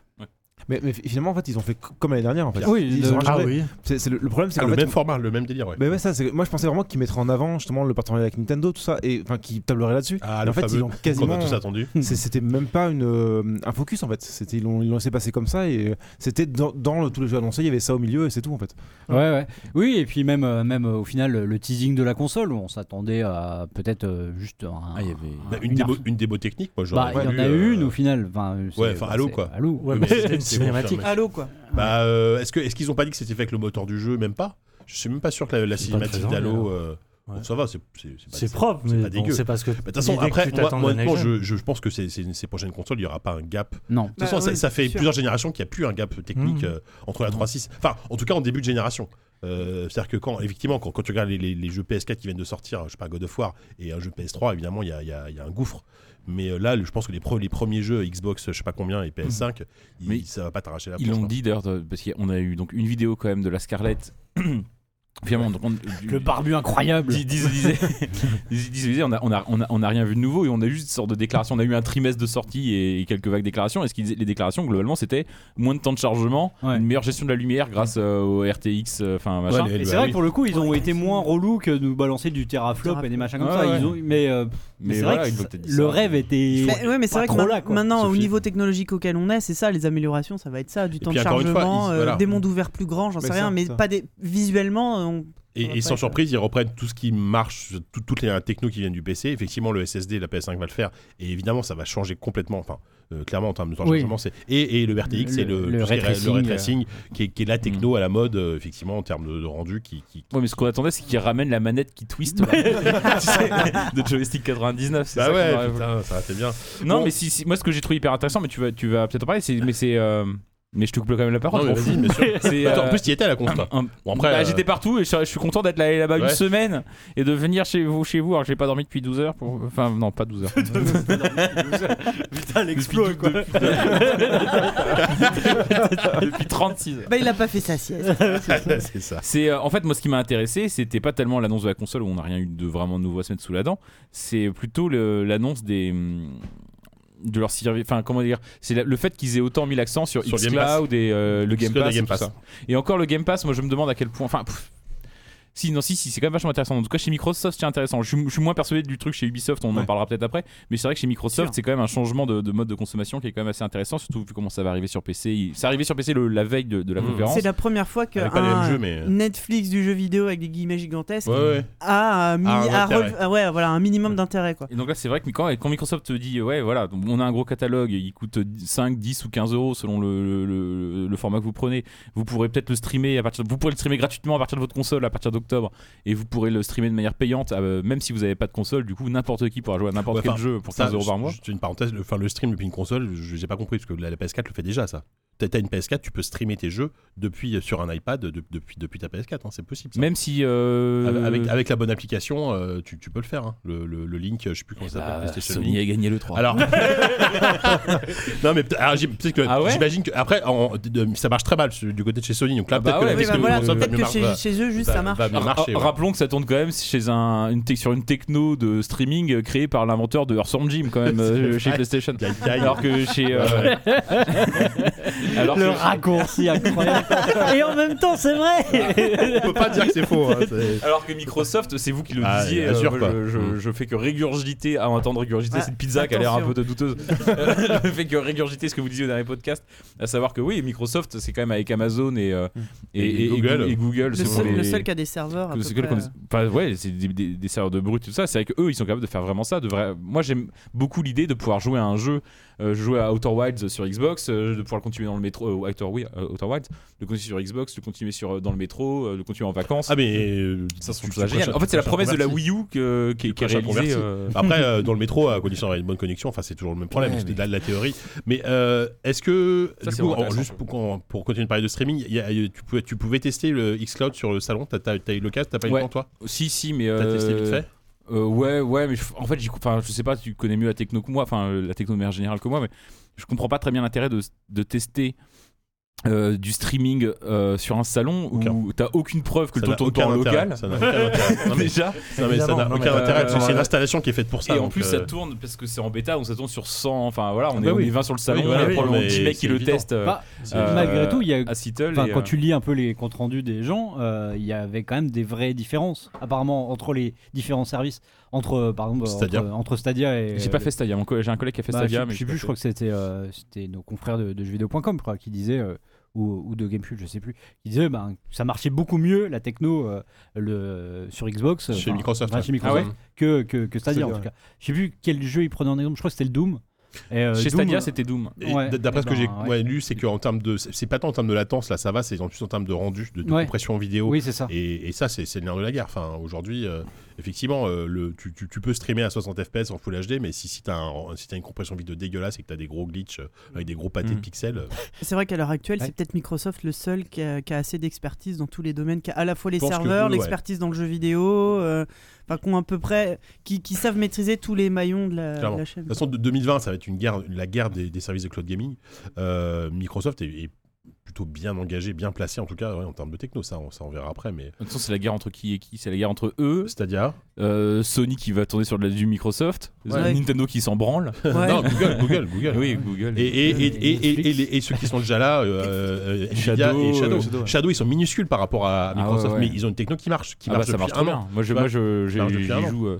[SPEAKER 6] Mais, mais finalement, en fait, ils ont fait c- comme l'année dernière. En fait.
[SPEAKER 7] Oui,
[SPEAKER 6] ils
[SPEAKER 7] le-
[SPEAKER 6] ont
[SPEAKER 4] Ah
[SPEAKER 6] rajouté-
[SPEAKER 4] oui.
[SPEAKER 6] c'est- c'est le, le problème, c'est
[SPEAKER 2] Ah,
[SPEAKER 6] qu'en
[SPEAKER 2] le
[SPEAKER 6] fait,
[SPEAKER 2] même format le même délire ouais.
[SPEAKER 6] Mais ouais, ça, c'est... moi je pensais vraiment qu'ils mettraient en avant justement le partenariat avec Nintendo, tout ça, et enfin qu'ils tableraient là-dessus.
[SPEAKER 2] Ah,
[SPEAKER 6] Et
[SPEAKER 2] le
[SPEAKER 6] en fait,
[SPEAKER 2] fameux
[SPEAKER 6] ils ont
[SPEAKER 2] qu'on
[SPEAKER 6] quasiment.
[SPEAKER 2] a tous attendu
[SPEAKER 4] [laughs]
[SPEAKER 6] C'est- C'était même pas une, euh, un focus en fait. C'était, ils, l'ont, ils l'ont laissé passer comme ça, et euh, c'était dans, dans le- tous les jeux annoncés, il y avait ça au milieu, et c'est tout en fait.
[SPEAKER 7] Ouais, ouais. Oui, et puis même, euh, même euh, au final, le, le teasing de la console, on s'attendait à peut-être euh, juste un.
[SPEAKER 3] Ah, il y avait-
[SPEAKER 7] un-
[SPEAKER 2] Bah, une, démo, une démo technique, moi
[SPEAKER 7] Bah,
[SPEAKER 2] j'aurais
[SPEAKER 7] il y en
[SPEAKER 2] voulu,
[SPEAKER 7] a
[SPEAKER 2] euh,
[SPEAKER 7] une au final. Enfin, euh, c'est-
[SPEAKER 2] ouais, enfin, allô,
[SPEAKER 7] c'est-
[SPEAKER 2] quoi.
[SPEAKER 7] Allô.
[SPEAKER 2] Oui,
[SPEAKER 4] Ouais, mais
[SPEAKER 2] mais
[SPEAKER 4] c'était une
[SPEAKER 2] c'est
[SPEAKER 4] cinématique.
[SPEAKER 2] confirmé.
[SPEAKER 5] Allô, quoi.
[SPEAKER 2] Bah, euh, est-ce que est-ce qu'ils ont pas dit que c'était fait avec le moteur du jeu, même pas Je suis même pas sûr que la, la
[SPEAKER 4] C'est pas
[SPEAKER 2] cinématique
[SPEAKER 4] très
[SPEAKER 2] d'Halo.
[SPEAKER 4] grave.
[SPEAKER 2] euh, bon,
[SPEAKER 4] Ouais.
[SPEAKER 2] ça va, c'est c'est- c'est pas-
[SPEAKER 4] C'est propre,
[SPEAKER 2] c'est
[SPEAKER 4] mais
[SPEAKER 2] pas
[SPEAKER 4] bon,
[SPEAKER 2] dégueu.
[SPEAKER 4] c'est parce que.
[SPEAKER 2] Bah, De toute façon,
[SPEAKER 4] l'idée que
[SPEAKER 2] après,
[SPEAKER 4] tu
[SPEAKER 2] moi,
[SPEAKER 4] t'attends
[SPEAKER 2] moi,
[SPEAKER 4] de la
[SPEAKER 2] honnêtement,
[SPEAKER 4] next
[SPEAKER 2] je,
[SPEAKER 4] gen.
[SPEAKER 2] je pense que c'est- c'est- ces prochaines consoles, il y aura pas un gap. De toute
[SPEAKER 7] Non.
[SPEAKER 5] Bah
[SPEAKER 2] façon, ça-
[SPEAKER 5] oui,
[SPEAKER 2] ça, fait
[SPEAKER 5] sûr.
[SPEAKER 2] plusieurs générations qu'il n'y a plus un gap technique
[SPEAKER 3] Mmh.
[SPEAKER 4] Mhm.
[SPEAKER 2] euh, entre la 3.6. Enfin, en tout cas, en début de génération. Euh, C'est-à-dire que quand, effectivement, quand, quand tu regardes les, les- les jeux PS4 qui viennent de sortir, je sais pas, God of War et un jeu PS3, évidemment, il y a, il y a- il y a un gouffre. Mais euh, là, le- je pense que les, pre- les premiers jeux Xbox, je sais pas combien, et PS5, ils-
[SPEAKER 3] Mais
[SPEAKER 2] ça va pas t'arracher la
[SPEAKER 3] Ils
[SPEAKER 2] planche,
[SPEAKER 3] l'ont
[SPEAKER 2] hein.
[SPEAKER 3] dit d'ailleurs de- parce qu'on a eu donc une vidéo quand même de la Scarlett. [clears throat] Finalement, donc on-
[SPEAKER 7] Le barbu incroyable.
[SPEAKER 3] Dis- dis- [laughs] disais- dis- dis- disais, on a, on, a, on, a, on a rien vu de nouveau et on a juste une sorte de déclaration. On a eu un trimestre de sortie et, et quelques vagues déclarations. Et ce qu'ils disaient- les déclarations, globalement, c'était moins de temps de chargement,
[SPEAKER 7] Ouais.
[SPEAKER 3] une meilleure gestion de la lumière grâce euh, au RTX, euh, enfin machin.
[SPEAKER 2] Ouais, les-
[SPEAKER 7] Et
[SPEAKER 2] bah
[SPEAKER 7] c'est vrai
[SPEAKER 2] oui.
[SPEAKER 7] que pour le coup, ils ont été moins relous que de nous balancer du teraflop et des machins comme ça.
[SPEAKER 3] Ouais,
[SPEAKER 7] Ils
[SPEAKER 3] ouais.
[SPEAKER 7] ont, mais euh, mais
[SPEAKER 3] mais
[SPEAKER 7] c'est
[SPEAKER 3] voilà,
[SPEAKER 7] vrai
[SPEAKER 3] ils
[SPEAKER 7] que
[SPEAKER 3] ont
[SPEAKER 7] ça-
[SPEAKER 3] peut-être dit
[SPEAKER 7] le
[SPEAKER 3] ça.
[SPEAKER 7] rêve était.
[SPEAKER 5] Mais, ouais, mais c'est
[SPEAKER 7] pas
[SPEAKER 5] vrai que
[SPEAKER 7] trop
[SPEAKER 5] ma-
[SPEAKER 7] là, quoi,
[SPEAKER 5] maintenant,
[SPEAKER 7] ce
[SPEAKER 5] au
[SPEAKER 7] film.
[SPEAKER 5] niveau technologique auquel on est, c'est ça, les améliorations, ça va être ça, du temps
[SPEAKER 2] puis,
[SPEAKER 5] de
[SPEAKER 2] encore une fois,
[SPEAKER 5] chargement,
[SPEAKER 2] ils-
[SPEAKER 5] euh,
[SPEAKER 2] voilà.
[SPEAKER 5] des mondes ouverts plus grands, j'en
[SPEAKER 6] Mais
[SPEAKER 5] sais
[SPEAKER 6] ça,
[SPEAKER 5] rien, mais
[SPEAKER 6] ça.
[SPEAKER 5] pas des... visuellement, euh, on-
[SPEAKER 2] Et,
[SPEAKER 5] Ça va
[SPEAKER 2] et
[SPEAKER 5] pas
[SPEAKER 2] sans
[SPEAKER 5] être- euh,
[SPEAKER 2] surprise, ils reprennent tout ce qui marche, tout- toutes les technos qui viennent du PC. Effectivement, le SSD, la PS5 va le faire. Et évidemment, ça va changer complètement. Enfin, euh, clairement, en termes de temps de
[SPEAKER 7] Oui.
[SPEAKER 2] chargement, c'est. Et, et le RTX,
[SPEAKER 7] Le-
[SPEAKER 2] et le,
[SPEAKER 7] le
[SPEAKER 2] tout ce qui est ra-
[SPEAKER 7] ray-tracing,
[SPEAKER 2] ray tracing,
[SPEAKER 5] euh.
[SPEAKER 2] qui, est, qui est la
[SPEAKER 3] Mm.
[SPEAKER 2] techno à la mode, euh, effectivement, en termes de, de rendu. Qui, qui-
[SPEAKER 3] Ouais, mais ce qu'on attendait, c'est qu'ils ramènent la manette qui
[SPEAKER 2] [laughs]
[SPEAKER 3] twist là. Tu sais, de joystick 99. c'est
[SPEAKER 2] Bah
[SPEAKER 3] ça qu'on
[SPEAKER 2] ouais,
[SPEAKER 3] aurait voulu.
[SPEAKER 2] putain, ça va, c'est bien.
[SPEAKER 3] Non,
[SPEAKER 2] Bon.
[SPEAKER 3] mais si, si- moi, ce que j'ai trouvé hyper intéressant, mais tu vas, tu vas peut-être en parler, c'est, mais c'est euh, Mais je te coupe quand même la parole.
[SPEAKER 2] Non, mais
[SPEAKER 3] je m'en
[SPEAKER 2] vas-y,
[SPEAKER 3] fous.
[SPEAKER 2] bien
[SPEAKER 5] [laughs]
[SPEAKER 2] sûr.
[SPEAKER 3] C'est,
[SPEAKER 2] Attends, en
[SPEAKER 3] euh,
[SPEAKER 2] plus, tu y étais à la conf. toi.
[SPEAKER 3] un-
[SPEAKER 2] Bon, après,
[SPEAKER 3] bah,
[SPEAKER 2] euh,
[SPEAKER 3] j'étais partout et je, je suis content d'être là, là-bas
[SPEAKER 2] Ouais.
[SPEAKER 3] une semaine et de venir chez vous. Chez vous. Alors, j'ai pas dormi depuis 12 heures. Pour... Enfin, non, pas 12 heures.
[SPEAKER 8] Putain, l'exploit quoi.
[SPEAKER 3] depuis 36 heures.
[SPEAKER 5] Bah, il a pas fait sa sieste.
[SPEAKER 2] [laughs] c'est ça.
[SPEAKER 3] C'est euh, en fait moi ce qui m'a intéressé, c'était pas tellement l'annonce de la console où on n'a rien eu de vraiment nouveau à se mettre sous la dent. C'est plutôt le- l'annonce des hum, de leur service. Enfin comment dire, c'est la- le fait qu'ils aient autant mis l'accent sur,
[SPEAKER 2] Sur le Game Pass.
[SPEAKER 3] Xcloud et euh, le Game
[SPEAKER 2] Xcloud et
[SPEAKER 3] Pass. Et,
[SPEAKER 2] Game
[SPEAKER 3] tout
[SPEAKER 2] Pass.
[SPEAKER 3] ça. Et encore le Game Pass, moi je me demande à quel point. Enfin. pff, Si, non, si, si, c'est quand même vachement intéressant. En tout cas, chez Microsoft, c'est intéressant. Je, suis- je suis moins persuadé du truc chez Ubisoft, on en
[SPEAKER 6] Ouais.
[SPEAKER 3] parlera peut-être après. Mais c'est vrai que chez Microsoft, c'est quand même un changement de, de mode de consommation qui est quand même assez intéressant, surtout vu comment ça va arriver sur PC. Il- Ça arrivait sur PC le- la veille de, de la
[SPEAKER 2] Mhm.
[SPEAKER 3] conférence.
[SPEAKER 5] C'est la première fois que
[SPEAKER 2] Avec pas les mêmes
[SPEAKER 5] un E
[SPEAKER 2] jeux, mais- euh,
[SPEAKER 5] Netflix du jeu vidéo avec des guillemets gigantesques
[SPEAKER 2] Ouais, ouais.
[SPEAKER 5] a, un mini-
[SPEAKER 2] A un
[SPEAKER 5] a
[SPEAKER 2] intérêt.
[SPEAKER 5] relevé- ah ouais, voilà, un minimum d'intérêt. quoi.
[SPEAKER 3] Et donc là, c'est vrai que quand, quand Microsoft te dit, euh, ouais, voilà, donc on a un gros catalogue, il coûte 5, 10 ou 15 euros selon le, le- le format que vous prenez. Vous pourrez peut-être le streamer à partir, vous pourrez le streamer gratuitement à partir de votre console à partir d'octobre, et vous pourrez le streamer de manière payante, euh, même si vous n'avez pas de console. Du coup, n'importe qui pourra jouer à n'importe
[SPEAKER 2] Ouais,
[SPEAKER 3] quel
[SPEAKER 2] enfin,
[SPEAKER 3] jeu pour
[SPEAKER 2] Ça,
[SPEAKER 3] 15 euros par mois.
[SPEAKER 2] C'est une parenthèse, le, enfin, le stream depuis une console, je j'ai pas compris, parce que la, la PS4 le fait déjà, ça. T'as t'as une PS4, tu peux streamer tes jeux depuis, euh, sur un iPad de- depuis, depuis ta PS4, hein, c'est possible. ça.
[SPEAKER 3] Même si euh,
[SPEAKER 2] Avec- Avec, avec la bonne application, euh, tu, tu peux le faire. hein. Le, le- le link, je sais plus comment ça s'appelle,
[SPEAKER 3] bah,
[SPEAKER 2] PlayStation
[SPEAKER 3] Sony
[SPEAKER 2] Link.
[SPEAKER 3] a gagné le 3.
[SPEAKER 2] Alors, [laughs] non mais peut- alors, j'im- peut-être que-
[SPEAKER 3] Ah ouais
[SPEAKER 2] j'imagine que après en- de- de- ça marche très mal ce- du côté de chez Sony. Donc là,
[SPEAKER 3] Ah bah
[SPEAKER 2] peut-être
[SPEAKER 3] ouais,
[SPEAKER 2] que,
[SPEAKER 5] Oui,
[SPEAKER 2] parce
[SPEAKER 5] bah,
[SPEAKER 2] que
[SPEAKER 5] voilà,
[SPEAKER 2] console va
[SPEAKER 5] Peut-être
[SPEAKER 2] mieux
[SPEAKER 5] que
[SPEAKER 2] marcher,
[SPEAKER 5] chez,
[SPEAKER 2] va-
[SPEAKER 5] chez eux, juste,
[SPEAKER 2] va-
[SPEAKER 5] ça marche.
[SPEAKER 2] va mieux
[SPEAKER 3] Ra-
[SPEAKER 2] marcher, ouais.
[SPEAKER 3] Rappelons que ça tourne quand même chez un, une tech- sur une techno de streaming euh, créée par l'inventeur de Earthworm Jim
[SPEAKER 2] [laughs]
[SPEAKER 3] quand même euh,
[SPEAKER 2] C'est
[SPEAKER 3] chez
[SPEAKER 2] vrai.
[SPEAKER 3] PlayStation.
[SPEAKER 2] Aïe, aïe.
[SPEAKER 3] Alors que chez.
[SPEAKER 2] [laughs]
[SPEAKER 3] euh, alors
[SPEAKER 7] Le
[SPEAKER 3] que-
[SPEAKER 7] raccourci incroyable.
[SPEAKER 2] Bah,
[SPEAKER 4] Et en même temps, c'est vrai
[SPEAKER 2] On peut pas dire que c'est faux. hein, c'est-
[SPEAKER 3] alors que Microsoft, c'est vous qui le
[SPEAKER 2] Ah,
[SPEAKER 3] disiez, euh,
[SPEAKER 2] bien sûr,
[SPEAKER 3] moi,
[SPEAKER 2] quoi.
[SPEAKER 3] je, je- je fais que régurgiter, à entendre régurgiter
[SPEAKER 5] Ah,
[SPEAKER 3] cette pizza qui a l'air un
[SPEAKER 5] attention.
[SPEAKER 3] peu de
[SPEAKER 5] [laughs]
[SPEAKER 3] douteuse, Euh, je fais que régurgiter ce que vous disiez au dernier podcast, à savoir que oui, Microsoft, c'est quand même avec Amazon et, euh, et,
[SPEAKER 2] Et
[SPEAKER 3] et- et
[SPEAKER 2] Google.
[SPEAKER 3] Goo- et Google,
[SPEAKER 5] Le
[SPEAKER 3] selon
[SPEAKER 5] seul,
[SPEAKER 3] les-
[SPEAKER 5] le seul qui a des serveurs. à
[SPEAKER 3] Que
[SPEAKER 5] peu
[SPEAKER 3] c'est que le-
[SPEAKER 5] près,
[SPEAKER 3] comme- enfin, ouais, c'est des, des, des serveurs de brut, tout ça. C'est vrai qu'eux, ils sont capables de faire vraiment ça. De vrai... Moi, j'aime beaucoup l'idée de pouvoir jouer à un jeu. Euh, jouer à Outer Wilds sur Xbox, euh, de pouvoir le continuer dans le métro, euh, Outer, oui, euh, Outer Wilds, le continuer sur Xbox, le continuer sur, euh, dans le métro, euh, le continuer en vacances.
[SPEAKER 2] Ah mais euh,
[SPEAKER 3] ça, c'est
[SPEAKER 2] tu- tu
[SPEAKER 3] génial.
[SPEAKER 2] prêches-
[SPEAKER 3] En fait,
[SPEAKER 2] tu
[SPEAKER 3] c'est la
[SPEAKER 2] prêches un
[SPEAKER 3] promesse de la
[SPEAKER 2] converti.
[SPEAKER 3] Wii U que- qui,
[SPEAKER 2] Tu
[SPEAKER 3] qui est
[SPEAKER 2] prêches un
[SPEAKER 3] réalisée.
[SPEAKER 2] converti.
[SPEAKER 3] euh,
[SPEAKER 2] Après,
[SPEAKER 3] [laughs]
[SPEAKER 2] euh, dans le métro, à condition d'avoir une bonne connexion, enfin, c'est toujours le même problème,
[SPEAKER 3] Ouais,
[SPEAKER 2] c'était
[SPEAKER 3] mais-
[SPEAKER 2] de la, de la théorie. Mais euh, est-ce que,
[SPEAKER 3] Ça,
[SPEAKER 2] du
[SPEAKER 3] c'est
[SPEAKER 2] coup,
[SPEAKER 3] vraiment
[SPEAKER 2] en-
[SPEAKER 3] intéressant.
[SPEAKER 2] juste pour, qu'on- pour continuer de parler de streaming, il y a- il y a- tu, pouvais, tu pouvais tester le xCloud sur le salon T'as t'as- t'as eu le cas T'as pas eu
[SPEAKER 3] Ouais.
[SPEAKER 2] le temps, toi
[SPEAKER 3] Si, si, mais.
[SPEAKER 2] T'as
[SPEAKER 3] euh,
[SPEAKER 2] testé vite fait
[SPEAKER 3] Euh, ouais, ouais, mais je- en fait, j'y co- enfin, je sais pas, tu connais mieux la techno que moi, enfin, euh, la techno de manière générale que moi, mais je comprends pas très bien l'intérêt de, de tester euh, du streaming euh, sur un salon
[SPEAKER 2] Aucun.
[SPEAKER 3] où t'as aucune preuve que
[SPEAKER 2] Ça
[SPEAKER 3] le
[SPEAKER 2] n'a
[SPEAKER 3] ton tourne
[SPEAKER 2] aucun intérêt,
[SPEAKER 3] pas en local.
[SPEAKER 2] Ça n'a aucun intérêt.
[SPEAKER 3] [laughs]
[SPEAKER 2] Non, mais-
[SPEAKER 3] Déjà,
[SPEAKER 2] non, mais ça
[SPEAKER 4] Évidemment,
[SPEAKER 2] n'a
[SPEAKER 4] non,
[SPEAKER 2] aucun
[SPEAKER 4] mais,
[SPEAKER 2] intérêt,
[SPEAKER 3] euh,
[SPEAKER 2] parce que c'est une installation qui est faite pour ça.
[SPEAKER 3] et en
[SPEAKER 2] donc,
[SPEAKER 3] plus
[SPEAKER 2] euh,
[SPEAKER 3] ça tourne parce que c'est en bêta, donc ça tourne sur 100, enfin voilà, on,
[SPEAKER 2] bah
[SPEAKER 3] est, on
[SPEAKER 2] oui.
[SPEAKER 3] est 20 sur le salon,
[SPEAKER 2] Oui,
[SPEAKER 3] il y
[SPEAKER 2] voilà,
[SPEAKER 3] a
[SPEAKER 2] oui,
[SPEAKER 3] probablement
[SPEAKER 2] mais
[SPEAKER 3] 10 mecs
[SPEAKER 2] c'est
[SPEAKER 3] qui le
[SPEAKER 2] évident.
[SPEAKER 3] testent euh,
[SPEAKER 7] Bah,
[SPEAKER 2] c'est-
[SPEAKER 3] [laughs] euh,
[SPEAKER 7] malgré tout, il y a
[SPEAKER 3] à Seattle.
[SPEAKER 7] Enfin,
[SPEAKER 3] et,
[SPEAKER 7] quand
[SPEAKER 3] euh,
[SPEAKER 7] tu lis un peu les comptes rendus des gens, euh, il y avait quand même des vraies différences, apparemment, entre les différents services. Entre, euh, par exemple, euh,
[SPEAKER 2] Stadia.
[SPEAKER 7] Entre, entre Stadia et.
[SPEAKER 3] J'ai pas fait Stadia, mon collègue- j'ai un collègue qui a fait
[SPEAKER 7] Bah,
[SPEAKER 3] Stadia,
[SPEAKER 7] je-
[SPEAKER 3] mais
[SPEAKER 7] je sais plus, je crois que c'était euh, c'était nos confrères de, de jeuxvideo.com, je crois, qui disaient. euh, ou, ou de GameCube, je sais plus, qui disaient ben, que ça marchait beaucoup mieux la techno euh, le, sur Xbox euh,
[SPEAKER 2] Chez
[SPEAKER 7] enfin,
[SPEAKER 2] Microsoft,
[SPEAKER 7] enfin,
[SPEAKER 2] ouais.
[SPEAKER 7] chez Microsoft,
[SPEAKER 3] Ah
[SPEAKER 7] que, que, que Stadia, en
[SPEAKER 6] Stadia,
[SPEAKER 7] tout cas. Je sais plus quel jeu ils prenaient en exemple, je crois que c'était le Doom. Et, euh,
[SPEAKER 3] Chez
[SPEAKER 7] Doom,
[SPEAKER 3] Stadia,
[SPEAKER 7] euh,
[SPEAKER 3] c'était Doom.
[SPEAKER 2] et
[SPEAKER 7] Ouais.
[SPEAKER 2] d- D'après ce que
[SPEAKER 3] Eh
[SPEAKER 7] Ben, ouais.
[SPEAKER 2] j'ai ouais, lu, c'est qu'en termes de. C'est c'est pas tant en termes de latence, là ça va, c'est en plus en termes de rendu, de de
[SPEAKER 7] Ouais.
[SPEAKER 2] compression vidéo.
[SPEAKER 7] Oui, c'est ça.
[SPEAKER 2] Et, et ça, c'est c'est le nerf de la guerre. Enfin, aujourd'hui, euh, effectivement, euh, le, tu, tu- tu peux streamer à 60 FPS en Full HD, mais si, si t'as un- si t'as une compression vidéo dégueulasse et que t'as des gros glitches euh, avec des gros pâtés
[SPEAKER 3] Mm.
[SPEAKER 2] de pixels, euh,
[SPEAKER 5] C'est vrai qu'à l'heure actuelle,
[SPEAKER 7] Ouais.
[SPEAKER 5] c'est peut-être Microsoft le seul qui a, qui a assez d'expertise dans tous les domaines, qui a à la fois les
[SPEAKER 2] pense que
[SPEAKER 5] serveurs,
[SPEAKER 2] eux, ouais.
[SPEAKER 5] l'expertise dans le jeu vidéo, euh, enfin, qu'on à peu près, qui, qui savent maîtriser tous les maillons de la,
[SPEAKER 2] Clairement.
[SPEAKER 5] de la chaîne.
[SPEAKER 2] De toute façon, de 2020, ça va être une guerre, la guerre des, des services de cloud gaming. Euh, Microsoft est, est plutôt bien engagé, bien placé, en tout cas ouais, en termes de techno. Ça, on, ça, on verra après. Mais
[SPEAKER 3] De toute façon, c'est la guerre entre qui et qui C'est la guerre entre eux,
[SPEAKER 2] Stadia,
[SPEAKER 3] Euh, Sony qui va tourner sur de la du Microsoft,
[SPEAKER 2] Ouais.
[SPEAKER 3] Euh, Nintendo qui s'en branle.
[SPEAKER 5] Ouais.
[SPEAKER 2] non, Google, Google, Google.
[SPEAKER 3] [laughs] oui, Google.
[SPEAKER 2] Et, et, et, et, et- et-
[SPEAKER 7] Netflix.
[SPEAKER 2] et- et ceux qui sont déjà là, euh, euh, Nvidia
[SPEAKER 3] Shadow,
[SPEAKER 2] et Shadow.
[SPEAKER 3] euh,
[SPEAKER 2] Shadow, ils sont minuscules par rapport à
[SPEAKER 3] Ah ouais,
[SPEAKER 2] Microsoft,
[SPEAKER 3] ouais.
[SPEAKER 2] mais ils ont une techno qui marche, qui
[SPEAKER 3] Ah bah,
[SPEAKER 2] marche
[SPEAKER 3] ça
[SPEAKER 2] depuis
[SPEAKER 3] marche
[SPEAKER 2] un
[SPEAKER 3] très
[SPEAKER 2] an.
[SPEAKER 3] bien. Moi, je,
[SPEAKER 2] Ouais.
[SPEAKER 3] moi, je,
[SPEAKER 2] Ça marche
[SPEAKER 3] j'ai-
[SPEAKER 2] depuis
[SPEAKER 3] j'y
[SPEAKER 2] un an.
[SPEAKER 3] joue. euh,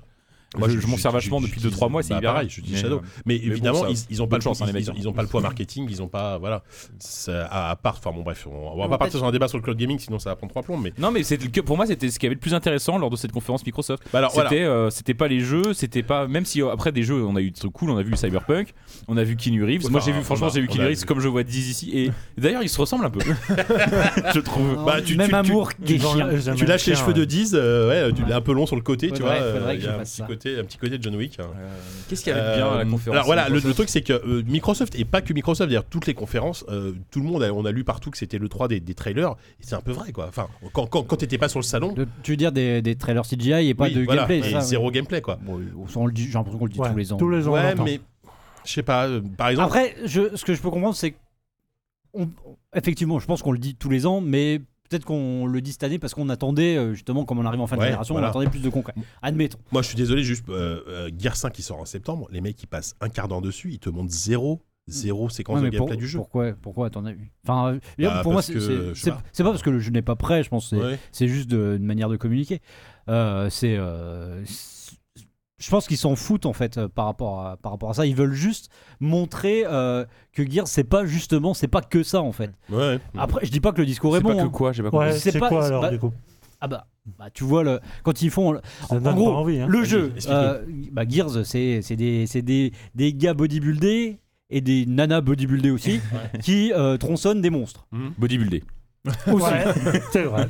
[SPEAKER 2] Moi,
[SPEAKER 3] je
[SPEAKER 2] je-
[SPEAKER 3] je m'en
[SPEAKER 2] je-
[SPEAKER 3] sers vachement
[SPEAKER 2] je-
[SPEAKER 3] depuis
[SPEAKER 2] je-
[SPEAKER 3] 2-3 mois,
[SPEAKER 2] bah,
[SPEAKER 3] c'est libéral.
[SPEAKER 2] pareil, je dis
[SPEAKER 3] Mais,
[SPEAKER 2] Shadow.
[SPEAKER 3] euh,
[SPEAKER 2] Mais
[SPEAKER 3] bon,
[SPEAKER 2] évidemment,
[SPEAKER 3] ça-
[SPEAKER 2] ils, ils ont pas
[SPEAKER 3] bonne
[SPEAKER 2] le chance,
[SPEAKER 3] chance, hein, les mecs,
[SPEAKER 2] ils,
[SPEAKER 3] hein.
[SPEAKER 2] ils ont pas le poids marketing, ils ont pas voilà. Ça- à, à part, enfin bon bref, on, on va
[SPEAKER 5] Bon,
[SPEAKER 2] pas
[SPEAKER 5] peut-être-
[SPEAKER 2] partir sur un débat sur le cloud gaming, sinon ça va prendre trois plombs. Mais
[SPEAKER 3] Non, mais c'était le- que- pour moi, c'était ce qui avait le plus intéressant lors de cette conférence Microsoft.
[SPEAKER 2] Bah alors voilà.
[SPEAKER 3] C'était euh, c'était pas les jeux, c'était pas. Même si euh, après des jeux, on a eu des trucs cool, on a vu Cyberpunk, on a vu Keanu Reeves.
[SPEAKER 2] Enfin,
[SPEAKER 3] moi, j'ai vu, franchement,
[SPEAKER 2] on a-
[SPEAKER 3] j'ai vu
[SPEAKER 2] on
[SPEAKER 3] Keanu
[SPEAKER 2] a
[SPEAKER 3] Reeves
[SPEAKER 2] vu.
[SPEAKER 3] comme je vois Diz ici. Et d'ailleurs, ils se ressemblent
[SPEAKER 2] [laughs]
[SPEAKER 3] un peu. je trouve.
[SPEAKER 2] Bah, tu-
[SPEAKER 7] Même
[SPEAKER 2] tu- tu-
[SPEAKER 7] amour des chiens.
[SPEAKER 2] Tu lâches les cheveux de 10, euh, ouais, tu l'es un peu long sur le côté, tu
[SPEAKER 7] Faudrait-
[SPEAKER 2] vois. euh,
[SPEAKER 7] faudrait que
[SPEAKER 2] il y
[SPEAKER 7] je
[SPEAKER 2] a un
[SPEAKER 7] fasse
[SPEAKER 2] petit
[SPEAKER 7] ça.
[SPEAKER 2] côté côté, un petit côté de John Wick. hein.
[SPEAKER 3] Qu'est-ce qu'il y avait de bien à la
[SPEAKER 2] Euh,
[SPEAKER 3] conférence
[SPEAKER 2] Alors voilà, le,
[SPEAKER 3] Microsoft
[SPEAKER 2] le truc c'est que euh, Microsoft et pas que Microsoft, d'ailleurs toutes les conférences, euh, tout le monde, a- on a lu partout que c'était le 3 des, des trailers, et c'est un peu vrai quoi. Enfin, quand, quand, quand t'étais pas sur le salon,
[SPEAKER 7] De- tu veux dire des, des trailers CGI et pas
[SPEAKER 2] oui,
[SPEAKER 7] de
[SPEAKER 2] voilà,
[SPEAKER 7] gameplay,
[SPEAKER 2] et
[SPEAKER 7] c'est ça
[SPEAKER 2] zéro gameplay quoi.
[SPEAKER 7] Bon, on- on le dit- J'ai l'impression qu'on le dit
[SPEAKER 4] Ouais,
[SPEAKER 7] tous les ans.
[SPEAKER 4] Tous les ans. on
[SPEAKER 2] ouais,
[SPEAKER 4] l'entend.
[SPEAKER 2] mais je sais pas, euh, par exemple,
[SPEAKER 7] Après, je, ce que je peux comprendre, c'est que on- effectivement, je pense qu'on le dit tous les ans, mais peut-être qu'on le dit cette année parce qu'on attendait euh, justement, comme on arrive en fin de
[SPEAKER 2] Ouais,
[SPEAKER 7] génération,
[SPEAKER 2] voilà.
[SPEAKER 7] on attendait plus de concret. Admettons.
[SPEAKER 2] moi je suis désolé, juste euh, euh, Gear 5 qui sort en septembre, les mecs qui passent un quart d'heure dessus, ils te montrent zéro, zéro séquence
[SPEAKER 7] Ouais,
[SPEAKER 2] de
[SPEAKER 7] mais pour-
[SPEAKER 2] gameplay du jeu. Bah,
[SPEAKER 7] Pourquoi, pourquoi attendez Enfin, euh, d'ailleurs, pour moi,
[SPEAKER 2] parce
[SPEAKER 7] c'est
[SPEAKER 2] que,
[SPEAKER 7] c'est-
[SPEAKER 2] je sais
[SPEAKER 7] c'est-
[SPEAKER 2] pas.
[SPEAKER 7] c'est pas parce que le jeu n'est pas prêt. Je pense que c'est
[SPEAKER 2] Ouais.
[SPEAKER 7] c'est juste de- une manière de communiquer. Euh, c'est euh, c'est- je pense qu'ils s'en foutent en fait euh, par rapport à par rapport à ça. Ils veulent juste montrer euh, que Gears c'est pas justement c'est pas que ça en fait.
[SPEAKER 2] Ouais.
[SPEAKER 7] Après je dis Ah, pas que le discours est,
[SPEAKER 3] C'est
[SPEAKER 7] bon.
[SPEAKER 3] pas que
[SPEAKER 7] hein.
[SPEAKER 3] quoi, j'ai pas compris.
[SPEAKER 4] Ouais,
[SPEAKER 7] c'est
[SPEAKER 4] c'est
[SPEAKER 7] pas-
[SPEAKER 4] quoi
[SPEAKER 7] c'est
[SPEAKER 4] alors
[SPEAKER 7] pas-
[SPEAKER 4] du coup
[SPEAKER 7] Ah bah, bah, tu vois le quand ils font le-
[SPEAKER 4] Ça donne
[SPEAKER 7] gros,
[SPEAKER 4] pas envie. hein.
[SPEAKER 7] le jeu.
[SPEAKER 2] explique-le.
[SPEAKER 7] euh, bah Gears c'est c'est des c'est des des gars bodybuildés et des nanas bodybuildés
[SPEAKER 4] [laughs]
[SPEAKER 7] aussi qui euh, tronçonnent des monstres.
[SPEAKER 3] Bodybuildé.
[SPEAKER 7] Aussi.
[SPEAKER 4] Ouais, c'est vrai.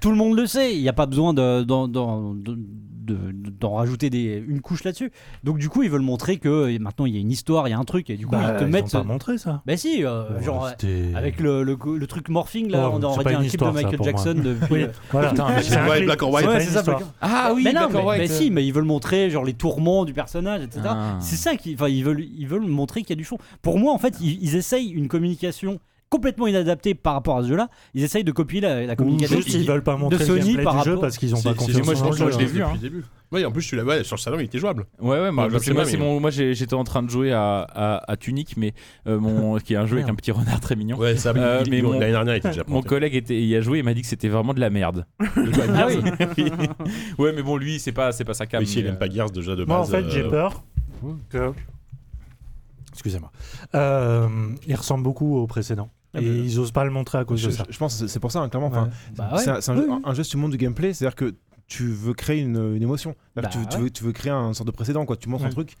[SPEAKER 7] Tout le monde le sait, il n'y a pas besoin de- d'en d'en- de- de- d'en rajouter des, une couche là-dessus. Donc du coup, ils veulent montrer que euh, maintenant il y a une histoire, il y a un truc, et du coup ils te mettent.
[SPEAKER 4] Bah, pas montré ça.
[SPEAKER 7] Bah si, euh, genre
[SPEAKER 4] C'était-
[SPEAKER 7] avec le, le, le truc morphing là,
[SPEAKER 4] Oh,
[SPEAKER 7] on
[SPEAKER 4] c'est
[SPEAKER 7] aurait
[SPEAKER 4] pas
[SPEAKER 7] dit un
[SPEAKER 4] une
[SPEAKER 7] clip de
[SPEAKER 4] histoire, ça,
[SPEAKER 7] Michael
[SPEAKER 4] pour moi.
[SPEAKER 7] Jackson
[SPEAKER 4] [laughs]
[SPEAKER 7] depuis.
[SPEAKER 4] Oui, voilà.
[SPEAKER 3] Putain, mais
[SPEAKER 4] C'est un
[SPEAKER 2] Ouais,
[SPEAKER 4] clip,
[SPEAKER 2] Black or White.
[SPEAKER 4] c'est pas
[SPEAKER 7] Ouais,
[SPEAKER 4] une
[SPEAKER 7] c'est ça,
[SPEAKER 4] histoire.
[SPEAKER 3] Ah oui,
[SPEAKER 7] mais non,
[SPEAKER 3] Black
[SPEAKER 7] mais,
[SPEAKER 3] or White.
[SPEAKER 7] mais si, mais ils veulent montrer genre les tourments du personnage, etc.
[SPEAKER 3] Ah.
[SPEAKER 7] C'est ça qu'ils, enfin, ils veulent, ils veulent montrer qu'il y a du fond. Pour moi, en fait, ils, ils essayent une communication complètement inadaptée par rapport à ce jeu-là. Ils essayent de copier la, la
[SPEAKER 4] Ou
[SPEAKER 7] communication.
[SPEAKER 4] juste ils veulent pas montrer le
[SPEAKER 7] Sony
[SPEAKER 4] gameplay
[SPEAKER 7] par
[SPEAKER 4] du jeu
[SPEAKER 7] rapport-
[SPEAKER 4] parce qu'ils ont
[SPEAKER 2] Si,
[SPEAKER 4] pas
[SPEAKER 2] si,
[SPEAKER 4] confiance
[SPEAKER 2] si, moi, je
[SPEAKER 4] en
[SPEAKER 2] pense
[SPEAKER 4] le
[SPEAKER 2] que
[SPEAKER 7] hein.
[SPEAKER 4] jeu.
[SPEAKER 2] je l'ai vu depuis le début. Oui, en plus, je suis là, ouais, sur le salon, il était jouable.
[SPEAKER 3] Ouais, ouais, moi,
[SPEAKER 2] Bah, je
[SPEAKER 3] parce
[SPEAKER 2] sais
[SPEAKER 3] que moi,
[SPEAKER 2] pas,
[SPEAKER 3] c'est
[SPEAKER 2] mais-
[SPEAKER 3] mon- moi, j'ai- j'étais en train de jouer à, à, à Tunic, mais euh, mon, qui est un jeu avec un petit renard très mignon.
[SPEAKER 2] Ouais, ça,
[SPEAKER 3] Euh,
[SPEAKER 2] il-
[SPEAKER 3] mais
[SPEAKER 2] il-
[SPEAKER 3] mon-
[SPEAKER 2] l'année dernière, il était déjà
[SPEAKER 3] Mon
[SPEAKER 2] planté.
[SPEAKER 3] collègue était, y a joué, il m'a dit que c'était vraiment de la merde.
[SPEAKER 7] Ah oui.
[SPEAKER 3] [laughs] ouais, mais bon, lui, c'est pas, c'est pas sa cam.
[SPEAKER 2] Oui, si, il
[SPEAKER 3] mais, euh,
[SPEAKER 2] aime
[SPEAKER 7] euh,
[SPEAKER 2] pas Gears déjà de base.
[SPEAKER 4] Moi, en fait, j'ai
[SPEAKER 2] euh,
[SPEAKER 4] peur que. Excusez-moi. Euh, il ressemble beaucoup au précédent.
[SPEAKER 6] Ah,
[SPEAKER 4] Et
[SPEAKER 6] mais-
[SPEAKER 4] ils osent pas le montrer à cause
[SPEAKER 6] Je,
[SPEAKER 4] de ça.
[SPEAKER 6] je pense que c'est pour ça, hein, clairement. Enfin,
[SPEAKER 4] Ouais.
[SPEAKER 7] Bah ouais.
[SPEAKER 6] C'est un, c'est un
[SPEAKER 7] Oui,
[SPEAKER 6] jeu-
[SPEAKER 7] oui.
[SPEAKER 6] un geste du monde du gameplay, c'est-à-dire que tu veux créer une, une émotion. Là,
[SPEAKER 7] Bah
[SPEAKER 6] tu, veux- tu
[SPEAKER 7] ouais.
[SPEAKER 6] veux, tu veux créer un sorte de précédent, quoi. Tu montres un
[SPEAKER 4] Ouais.
[SPEAKER 6] truc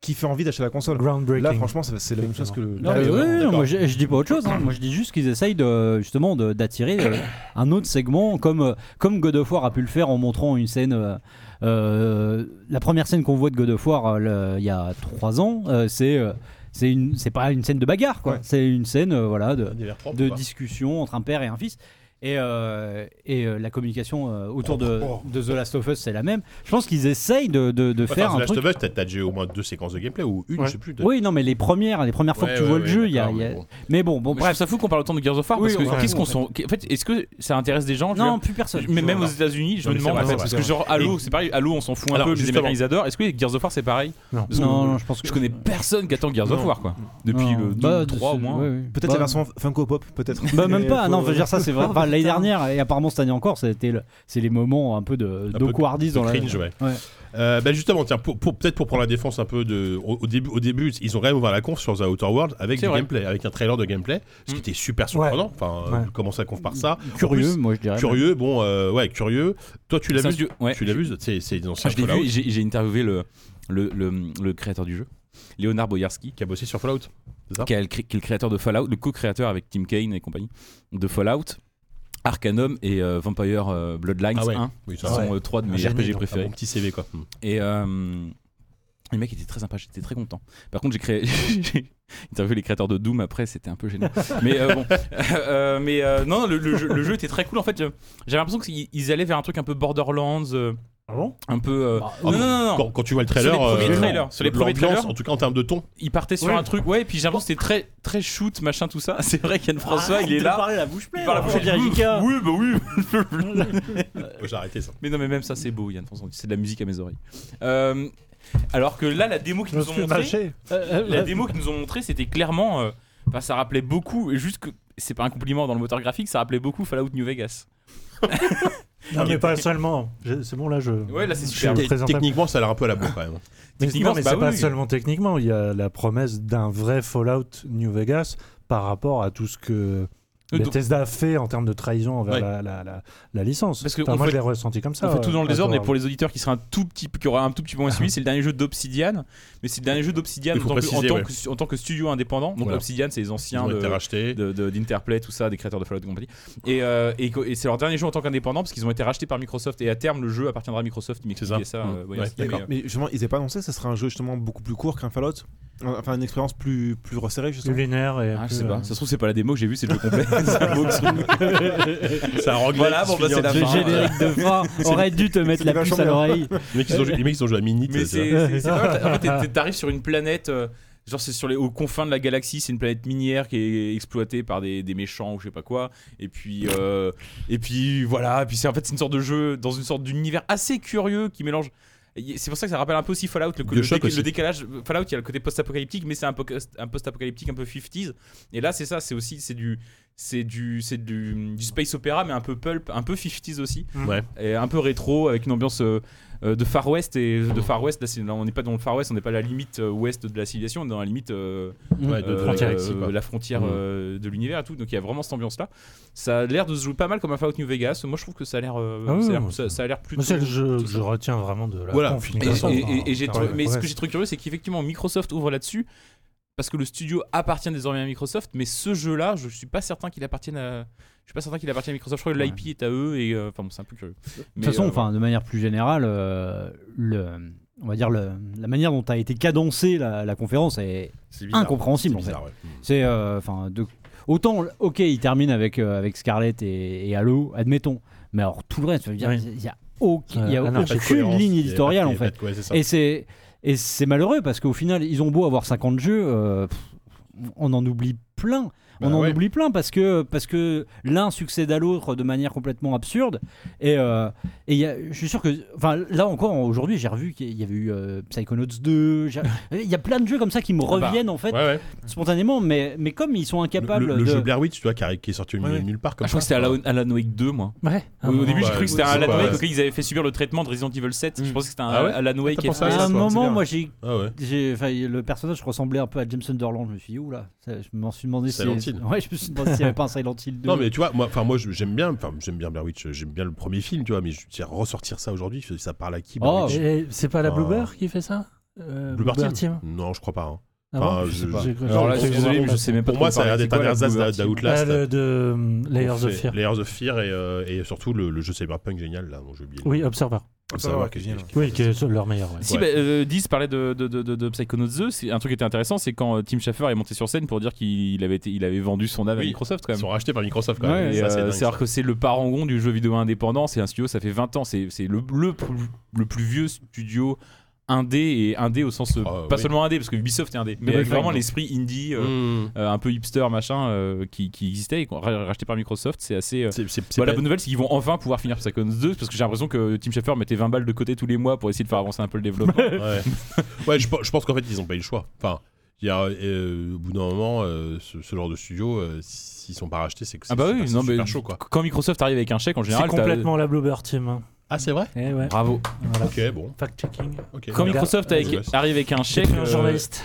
[SPEAKER 6] qui fait envie d'acheter la console.
[SPEAKER 4] Groundbreaking.
[SPEAKER 6] Là, franchement, c'est c'est la même chose que le.
[SPEAKER 7] Non,
[SPEAKER 2] Ah,
[SPEAKER 7] mais
[SPEAKER 2] oui,
[SPEAKER 7] oui,
[SPEAKER 2] oui,
[SPEAKER 7] oui,
[SPEAKER 2] d'accord.
[SPEAKER 7] moi je, je dis pas autre chose. hein. Moi je dis juste qu'ils essayent de, justement de- d'attirer euh, un autre segment comme, euh, comme God of War a pu le faire en montrant une scène. euh, euh, la première scène qu'on voit de God of War euh, le- il y a trois ans, euh, c'est euh, c'est une- c'est pas une scène de bagarre, quoi.
[SPEAKER 6] Ouais.
[SPEAKER 7] C'est une scène euh, voilà, de,
[SPEAKER 2] un univers propre,
[SPEAKER 7] de
[SPEAKER 2] quoi.
[SPEAKER 7] discussion entre un père et un fils. Et, euh, et euh, la communication euh, autour de, de The Last of Us, c'est la même. Je pense qu'ils essayent de, de- de
[SPEAKER 2] Oh. Ouais,
[SPEAKER 7] faire
[SPEAKER 2] enfin,
[SPEAKER 7] un
[SPEAKER 2] The
[SPEAKER 7] truc.
[SPEAKER 2] Last of Us, t'as- t'as déjà eu au moins deux séquences de gameplay ou une,
[SPEAKER 4] Ouais.
[SPEAKER 2] je sais plus. t'as-
[SPEAKER 7] Oui, non, mais les premières, les premières fois
[SPEAKER 2] Ouais,
[SPEAKER 7] que tu
[SPEAKER 2] ouais,
[SPEAKER 7] vois le
[SPEAKER 2] ouais,
[SPEAKER 7] jeu, il y a.
[SPEAKER 2] d'accord,
[SPEAKER 7] il y a-
[SPEAKER 2] mais bon.
[SPEAKER 7] Mais bon, bon,
[SPEAKER 3] euh, bref,
[SPEAKER 7] bref.
[SPEAKER 3] ça fout qu'on parle autant de Gears of War
[SPEAKER 7] Oui,
[SPEAKER 3] parce
[SPEAKER 7] ouais,
[SPEAKER 3] que qu'est-ce
[SPEAKER 4] ouais.
[SPEAKER 3] qu'on s'en- qu'en fait, est-ce que ça intéresse des gens je veux
[SPEAKER 7] Non,
[SPEAKER 3] dire
[SPEAKER 7] plus personne.
[SPEAKER 3] mais même aux États-Unis, je
[SPEAKER 2] Non, mais
[SPEAKER 3] me demande
[SPEAKER 2] c'est vrai,
[SPEAKER 3] en fait,
[SPEAKER 2] c'est
[SPEAKER 3] parce
[SPEAKER 2] vrai.
[SPEAKER 3] que genre Halo, c'est pareil, Halo on s'en fout un
[SPEAKER 2] Alors,
[SPEAKER 3] peu, les
[SPEAKER 2] justement.
[SPEAKER 3] Américains ils adorent. Est-ce que Gears of War c'est pareil
[SPEAKER 4] Non.
[SPEAKER 3] Parce que
[SPEAKER 7] Non, non, je pense que.
[SPEAKER 3] Je connais personne qui attend Gears of
[SPEAKER 6] Non.
[SPEAKER 3] War quoi. Depuis
[SPEAKER 7] Non.
[SPEAKER 3] le
[SPEAKER 7] Bah,
[SPEAKER 3] 3 au
[SPEAKER 7] c'est-
[SPEAKER 3] moins.
[SPEAKER 7] ouais, ouais.
[SPEAKER 6] Peut-être
[SPEAKER 7] Bah,
[SPEAKER 6] la version Funko Pop, peut-être.
[SPEAKER 7] Bah, même
[SPEAKER 6] Mais
[SPEAKER 7] pas,
[SPEAKER 6] faut-
[SPEAKER 7] non, je veux dire, ça c'est vrai.
[SPEAKER 5] Oh,
[SPEAKER 7] Enfin, L'année
[SPEAKER 5] putain.
[SPEAKER 7] dernière, et apparemment cette année encore, c'était le- c'est les moments un peu de
[SPEAKER 2] peu
[SPEAKER 7] d'awkwardness dans la.
[SPEAKER 2] Cringe, ouais.
[SPEAKER 7] Ouais.
[SPEAKER 2] Euh, bah, justement, tiens, pour, pour- peut-être pour prendre la défense un peu de. Au, au début, au début, ils ont quand même ouvert la conf sur The Outer World avec
[SPEAKER 3] C'est
[SPEAKER 2] du
[SPEAKER 3] vrai.
[SPEAKER 2] gameplay, avec un trailer de gameplay, ce qui
[SPEAKER 3] Mm.
[SPEAKER 2] était super surprenant. Enfin, euh,
[SPEAKER 4] Ouais.
[SPEAKER 2] comment ça conf par ça En
[SPEAKER 7] Curieux,
[SPEAKER 2] plus,
[SPEAKER 7] moi je dirais.
[SPEAKER 2] Curieux, bon, euh, ouais, curieux. Toi, tu l'as
[SPEAKER 3] C'est un
[SPEAKER 2] vu
[SPEAKER 3] studio- ouais.
[SPEAKER 2] Tu l'as vu C'est c'est dans
[SPEAKER 3] Ah, Je l'ai
[SPEAKER 2] Fallout,
[SPEAKER 3] vu, et j'ai j'ai interviewé le, le, le, le créateur du jeu, Léonard Boyarski,
[SPEAKER 2] qui a bossé sur Fallout. Ah.
[SPEAKER 3] qui, a le cré- qui est le créateur de Fallout, le co-créateur avec Tim Kane et compagnie de Fallout, Arcanum et euh, Vampire euh, Bloodlines
[SPEAKER 2] Ah ouais.
[SPEAKER 3] 1,
[SPEAKER 2] Oui,
[SPEAKER 3] qui
[SPEAKER 2] ça, ouais.
[SPEAKER 3] sont euh, trois de
[SPEAKER 2] Un
[SPEAKER 3] mes
[SPEAKER 2] génie,
[SPEAKER 3] RPG
[SPEAKER 2] donc,
[SPEAKER 3] préférés.
[SPEAKER 2] un bon petit CV, quoi. Mm.
[SPEAKER 3] Et euh, le mec était très sympa, j'étais très content. Par contre, j'ai créé. [laughs] j'ai interviewé les créateurs de Doom après, c'était un
[SPEAKER 2] [laughs]
[SPEAKER 3] peu gênant. mais euh, bon. [laughs] Euh, mais euh, non, le, le jeu, le jeu était très cool. En fait, euh, j'avais l'impression qu'ils ils allaient vers un truc un peu Borderlands, euh,
[SPEAKER 4] Ah bon
[SPEAKER 3] un peu. euh,
[SPEAKER 7] Bah,
[SPEAKER 2] oh,
[SPEAKER 3] non, non, non, non.
[SPEAKER 2] Quand, quand tu vois le
[SPEAKER 3] Sur les
[SPEAKER 2] trailer,
[SPEAKER 3] premiers
[SPEAKER 2] euh,
[SPEAKER 3] trailers, sur les premiers
[SPEAKER 2] l'ambiance,
[SPEAKER 3] trailers,
[SPEAKER 2] en tout cas en termes de ton,
[SPEAKER 3] il partait sur
[SPEAKER 4] Ouais.
[SPEAKER 3] un truc, ouais, et puis j'ai l'impression que c'était très, très shoot, machin, tout ça. [laughs] C'est vrai
[SPEAKER 7] Ah,
[SPEAKER 3] qu'Yann
[SPEAKER 2] Ah,
[SPEAKER 3] François, il est là.
[SPEAKER 7] la bouche Ah,
[SPEAKER 3] Il parle à la bouche, il dit,
[SPEAKER 7] Jika.
[SPEAKER 3] Oui, bah oui. Euh,
[SPEAKER 2] j'ai arrêté ça.
[SPEAKER 3] Mais non, mais même ça, c'est beau, Yann François. C'est de la musique à mes oreilles. Euh, alors que là, la démo qu'ils nous ont montrée, la démo qu'ils nous ont montré c'était clairement euh, enfin ça rappelait beaucoup et juste que c'est pas un compliment dans le moteur graphique ça rappelait beaucoup Fallout New Vegas
[SPEAKER 4] Non, mais pas seulement. Je- C'est bon, là, je.
[SPEAKER 3] ouais là c'est
[SPEAKER 4] Je
[SPEAKER 3] super
[SPEAKER 4] suis-
[SPEAKER 3] mais
[SPEAKER 2] Te-
[SPEAKER 4] présentable.
[SPEAKER 2] Techniquement, ça a l'air un peu à la bourre quand même.
[SPEAKER 4] Mais
[SPEAKER 3] Techniquement,
[SPEAKER 4] non, mais
[SPEAKER 3] bah
[SPEAKER 4] c'est
[SPEAKER 3] oui,
[SPEAKER 4] pas
[SPEAKER 3] oui.
[SPEAKER 4] seulement techniquement. Il y a la promesse d'un vrai Fallout New Vegas par rapport à tout ce que
[SPEAKER 2] Euh, donc-
[SPEAKER 4] Bethesda a fait en termes de trahison envers
[SPEAKER 2] Ouais.
[SPEAKER 4] la, la- la- la licence.
[SPEAKER 3] Parce que
[SPEAKER 4] Enfin,
[SPEAKER 3] on
[SPEAKER 4] moi,
[SPEAKER 3] fait-
[SPEAKER 4] je l'ai ressenti comme ça.
[SPEAKER 3] on fait tout dans le
[SPEAKER 4] euh,
[SPEAKER 3] désordre, mais
[SPEAKER 4] par
[SPEAKER 3] pour les auditeurs qui seraient un tout petit peu, qui auraient un tout petit peu moins
[SPEAKER 2] [laughs]
[SPEAKER 3] suivi, c'est le dernier jeu d'Obsidian. Mais c'est le dernier jeu d'Obsidian
[SPEAKER 2] Il
[SPEAKER 3] en,
[SPEAKER 2] faut
[SPEAKER 3] tant que- en
[SPEAKER 2] préciser,
[SPEAKER 3] tant
[SPEAKER 2] ouais.
[SPEAKER 3] que- en tant que studio indépendant. Donc
[SPEAKER 2] Voilà.
[SPEAKER 3] Obsidian, c'est les
[SPEAKER 2] Ils
[SPEAKER 3] anciens
[SPEAKER 2] ont été
[SPEAKER 3] de,
[SPEAKER 2] rachetés.
[SPEAKER 3] de- de- d'Interplay, tout ça, des créateurs de Fallout et compagnie. Et, euh, et, co- et c'est leur dernier jeu en tant qu'indépendant parce qu'ils ont été rachetés par Microsoft. Et à terme, le jeu appartiendra à Microsoft. Il
[SPEAKER 2] C'est
[SPEAKER 3] m'expliquait
[SPEAKER 2] ça.
[SPEAKER 3] ça.
[SPEAKER 2] Mmh.
[SPEAKER 3] euh,
[SPEAKER 2] Ouais,
[SPEAKER 3] Yann, mais,
[SPEAKER 2] d'accord.
[SPEAKER 3] euh,
[SPEAKER 6] Mais justement, ils n'avaient pas annoncé que ce serait un jeu justement beaucoup plus court qu'un Fallout Enfin, une expérience plus, plus resserrée,
[SPEAKER 4] Plus
[SPEAKER 6] justement.
[SPEAKER 4] linéaire et.
[SPEAKER 3] ah, je
[SPEAKER 4] plus,
[SPEAKER 3] sais
[SPEAKER 4] euh,
[SPEAKER 3] pas. Ça se trouve, c'est pas la démo que j'ai vue, c'est le jeu [laughs] complet. C'est un beau truc.
[SPEAKER 2] C'est un roguelike
[SPEAKER 3] Voilà,
[SPEAKER 2] qui
[SPEAKER 3] bon,
[SPEAKER 2] se
[SPEAKER 3] bah,
[SPEAKER 2] finit en
[SPEAKER 3] c'est
[SPEAKER 2] deux.
[SPEAKER 3] la
[SPEAKER 7] Le
[SPEAKER 3] fin.
[SPEAKER 7] générique de
[SPEAKER 3] [laughs]
[SPEAKER 7] fin aurait dû te mettre la
[SPEAKER 6] vachement
[SPEAKER 7] puce à
[SPEAKER 6] bien.
[SPEAKER 7] l'oreille.
[SPEAKER 2] Les mecs, ils ont joué- les mecs, ils ont joué à Minit. euh,
[SPEAKER 3] Mais
[SPEAKER 2] ça.
[SPEAKER 3] c'est. c'est- c'est- en fait, en fait, t'es- t'es- T'arrives sur une planète. euh, Genre c'est sur les aux confins de la galaxie, c'est une planète minière qui est exploitée par des, des méchants ou je sais pas quoi. Et puis euh, et puis voilà, et puis c'est en fait c'est une sorte de jeu dans une sorte d'univers assez curieux qui mélange. y- C'est pour ça que ça rappelle un peu aussi Fallout, le, le
[SPEAKER 2] Bioshock
[SPEAKER 3] déc-
[SPEAKER 2] aussi.
[SPEAKER 3] le décalage. Fallout, il y a le côté post-apocalyptique, mais c'est un, poc- un post-apocalyptique un peu 50s. Et là, c'est ça, c'est aussi c'est du c'est du c'est du, du space opéra, mais un peu pulp, un peu 50s aussi
[SPEAKER 2] Ouais.
[SPEAKER 3] et un peu rétro avec une ambiance euh, euh, de Far West et de Far West là, c'est- là, on n'est pas dans le Far West on n'est pas à la limite euh, ouest de la civilisation on est dans la limite euh,
[SPEAKER 2] Ouais, de- de
[SPEAKER 3] euh,
[SPEAKER 2] frontière
[SPEAKER 3] euh,
[SPEAKER 2] ici, quoi.
[SPEAKER 3] la frontière
[SPEAKER 2] Mhm.
[SPEAKER 3] euh, de l'univers et tout donc il y a vraiment cette ambiance là ça a l'air de se jouer pas mal comme un Fallout New Vegas moi je trouve que ça a l'air euh,
[SPEAKER 4] Ah oui,
[SPEAKER 3] ça a l'air-
[SPEAKER 4] oui.
[SPEAKER 3] ça, ça a l'air plus
[SPEAKER 4] Mais c'est le jeu que je retiens vraiment de la.
[SPEAKER 2] Voilà.
[SPEAKER 4] conf, de
[SPEAKER 3] et,
[SPEAKER 4] toute façon,
[SPEAKER 3] et-
[SPEAKER 4] enfin,
[SPEAKER 3] et- et j'ai
[SPEAKER 4] enfin,
[SPEAKER 3] trouvé-
[SPEAKER 4] ouais,
[SPEAKER 3] mais ce
[SPEAKER 4] hein. ouais.
[SPEAKER 3] que j'ai trouvé curieux c'est qu'effectivement Microsoft ouvre là-dessus parce que le studio appartient désormais à Microsoft mais ce jeu là je suis pas certain qu'il appartienne à je suis pas certain qu'il appartienne à Microsoft je crois que l'IP est à eux et euh, enfin bon c'est un peu curieux
[SPEAKER 7] De toute
[SPEAKER 3] euh,
[SPEAKER 7] façon, enfin, de manière plus générale, euh, le, on va dire le, la manière dont a été cadencée la, la conférence est
[SPEAKER 2] C'est bizarre. C'est
[SPEAKER 7] incompréhensible. en fait.
[SPEAKER 2] bizarre, ouais.
[SPEAKER 7] C'est, euh, enfin, de- autant, ok, il termine avec euh, avec Scarlett et, et Halo, admettons. Mais alors tout le reste, je veux dire,
[SPEAKER 4] Oui.
[SPEAKER 7] il y a, aucun- il y a
[SPEAKER 4] Ah non,
[SPEAKER 2] Pas de
[SPEAKER 7] aucune
[SPEAKER 2] cohérence,
[SPEAKER 7] ligne
[SPEAKER 2] il y a
[SPEAKER 7] éditoriale
[SPEAKER 2] pas de-
[SPEAKER 7] en fait.
[SPEAKER 2] Ouais, c'est ça.
[SPEAKER 7] Et c'est et c'est malheureux parce qu'au final, ils ont beau avoir 50 jeux, euh, pff, on en oublie plein. On
[SPEAKER 2] Bah
[SPEAKER 7] en
[SPEAKER 2] ouais.
[SPEAKER 7] oublie plein parce que, parce que l'un succède à l'autre de manière complètement absurde. Et, euh, et il y a- je suis sûr que. Enfin, là encore, aujourd'hui, j'ai revu qu'il y avait eu euh, Psychonauts 2. j'ai- Il y a plein de jeux comme ça qui
[SPEAKER 2] Ah
[SPEAKER 7] me
[SPEAKER 3] bah,
[SPEAKER 7] reviennent en fait
[SPEAKER 2] Ouais, ouais.
[SPEAKER 7] spontanément, mais, mais comme ils sont incapables
[SPEAKER 2] Le, le
[SPEAKER 7] de.
[SPEAKER 2] jeu Blair Witch, tu vois, qui, a- qui est sorti au milieu
[SPEAKER 6] Ouais.
[SPEAKER 2] de nulle part. Comme
[SPEAKER 3] Ah, je crois que
[SPEAKER 2] ça.
[SPEAKER 3] c'était Alan, Alan Wake 2, moi.
[SPEAKER 4] Ouais.
[SPEAKER 3] Au- Au début, j'ai
[SPEAKER 2] ouais,
[SPEAKER 3] cru que c'était un
[SPEAKER 2] ouais,
[SPEAKER 3] Alan
[SPEAKER 2] ouais.
[SPEAKER 3] Wake auquel ils avaient fait subir le traitement de Resident Evil 7. Je
[SPEAKER 6] Mm.
[SPEAKER 3] pensais que c'était un
[SPEAKER 2] Ah ouais
[SPEAKER 3] Alan Wake.
[SPEAKER 2] t'as pensé
[SPEAKER 7] à
[SPEAKER 2] ça,
[SPEAKER 7] un
[SPEAKER 2] toi,
[SPEAKER 6] c'est
[SPEAKER 7] moment,
[SPEAKER 6] bien.
[SPEAKER 7] moi, j'ai.
[SPEAKER 2] Ah ouais.
[SPEAKER 7] j'ai- enfin, le personnage ressemblait un peu à James Sunderland. Je me suis dit, oula, ça- je m'en suis demandé si.
[SPEAKER 2] Silent Hill.
[SPEAKER 7] Ouais, je me suis demandé s'il n'y avait pas un Silent Hill 2.
[SPEAKER 2] Non mais tu vois, moi, enfin moi je- j'aime bien, enfin j'aime bien Blair Witch, j'aime bien le premier film, tu vois, mais je tiens à ressortir ça aujourd'hui, ça parle à qui Blair
[SPEAKER 7] Oh,
[SPEAKER 2] Witch
[SPEAKER 4] Et C'est pas la
[SPEAKER 2] Ah.
[SPEAKER 4] Bluebird qui fait ça Euh,
[SPEAKER 2] Bloober
[SPEAKER 4] Bluebird
[SPEAKER 2] Team
[SPEAKER 4] Team
[SPEAKER 2] Non, je crois pas. hein.
[SPEAKER 4] Ah bon
[SPEAKER 2] Enfin, je-
[SPEAKER 4] sais pas.
[SPEAKER 2] je-
[SPEAKER 4] J'ai cru-
[SPEAKER 2] alors là,
[SPEAKER 4] j'ai
[SPEAKER 2] je
[SPEAKER 4] cru
[SPEAKER 2] suis désolé,
[SPEAKER 4] voir
[SPEAKER 2] mais
[SPEAKER 3] je sais même pas.
[SPEAKER 2] Pour moi, ça a l'air
[SPEAKER 3] C'est
[SPEAKER 2] d'être
[SPEAKER 3] quoi,
[SPEAKER 2] un
[SPEAKER 3] la
[SPEAKER 2] ersatz
[SPEAKER 3] couverture
[SPEAKER 4] Ah,
[SPEAKER 2] d'Outlast.
[SPEAKER 4] le- de hum, Layers
[SPEAKER 2] Qu'on
[SPEAKER 4] of
[SPEAKER 2] fait.
[SPEAKER 4] Fear.
[SPEAKER 2] Layers of Fear et, euh, et surtout le, le jeu Cyberpunk génial là, dont j'ai oublié. le
[SPEAKER 4] Oui,
[SPEAKER 2] nom.
[SPEAKER 4] Observer.
[SPEAKER 2] Faut
[SPEAKER 6] Ça
[SPEAKER 2] savoir
[SPEAKER 6] va,
[SPEAKER 2] que-
[SPEAKER 6] que génial.
[SPEAKER 4] Oui, qui est leur meilleur. ouais.
[SPEAKER 3] Si,
[SPEAKER 2] Ouais.
[SPEAKER 3] bah, euh, 10 parlait de, de, de, de, de Psychonauts 2. C'est Un truc qui était intéressant, c'est quand euh, Tim Schafer est monté sur scène pour dire qu'il avait, été- il avait vendu son âme à
[SPEAKER 2] Oui.
[SPEAKER 3] Microsoft quand
[SPEAKER 2] Ils
[SPEAKER 3] même.
[SPEAKER 2] sont rachetés par Microsoft quand même.
[SPEAKER 3] Et,
[SPEAKER 2] Et ça, c'est
[SPEAKER 3] euh,
[SPEAKER 2] dingue, ça.
[SPEAKER 3] C'est-à-dire que c'est le parangon du jeu vidéo indépendant. C'est un studio, ça fait 20 ans. C'est c'est le, le, plus- le plus vieux studio indé et indé au sens euh,
[SPEAKER 2] Ah,
[SPEAKER 3] pas
[SPEAKER 2] oui.
[SPEAKER 3] seulement indé parce que Ubisoft est indé mais
[SPEAKER 7] Double
[SPEAKER 3] avec
[SPEAKER 7] Fine,
[SPEAKER 3] vraiment
[SPEAKER 7] donc.
[SPEAKER 3] l'esprit indie euh,
[SPEAKER 2] Mm.
[SPEAKER 3] euh, un peu hipster machin euh, qui, qui existait et qu'on- ra- racheté par Microsoft c'est assez euh,
[SPEAKER 2] C'est- c'est- c'est
[SPEAKER 3] bah, la
[SPEAKER 2] pas-
[SPEAKER 3] bonne nouvelle c'est qu'ils vont enfin pouvoir finir Psychonauts 2 parce que j'ai l'impression que Tim Schafer mettait 20 balles de côté tous les mois pour essayer de faire avancer un peu le développement
[SPEAKER 2] Ouais, [laughs] ouais je, pe- je pense qu'en fait, ils n'ont pas eu le choix. Enfin, il y a, euh, au bout d'un moment, euh, ce, ce genre de studio, euh, s'ils sont pas rachetés, c'est que c'est
[SPEAKER 3] ah bah oui
[SPEAKER 2] super,
[SPEAKER 3] non
[SPEAKER 2] c'est super
[SPEAKER 3] mais
[SPEAKER 2] chaud, quoi.
[SPEAKER 3] [laughs] quand Microsoft arrive avec un chèque en
[SPEAKER 4] C'est
[SPEAKER 3] général t'as-
[SPEAKER 4] complètement la Bluebird Team. hein.
[SPEAKER 2] Ah, c'est vrai
[SPEAKER 4] Eh ouais.
[SPEAKER 3] bravo
[SPEAKER 4] Voilà.
[SPEAKER 2] Ok, bon.
[SPEAKER 4] Fact-checking.
[SPEAKER 2] ok.
[SPEAKER 3] quand
[SPEAKER 4] Regarde,
[SPEAKER 3] Microsoft avec-
[SPEAKER 2] vas-y.
[SPEAKER 3] arrive avec un
[SPEAKER 4] J'ai
[SPEAKER 3] chèque
[SPEAKER 4] plus un
[SPEAKER 3] euh,
[SPEAKER 4] journaliste.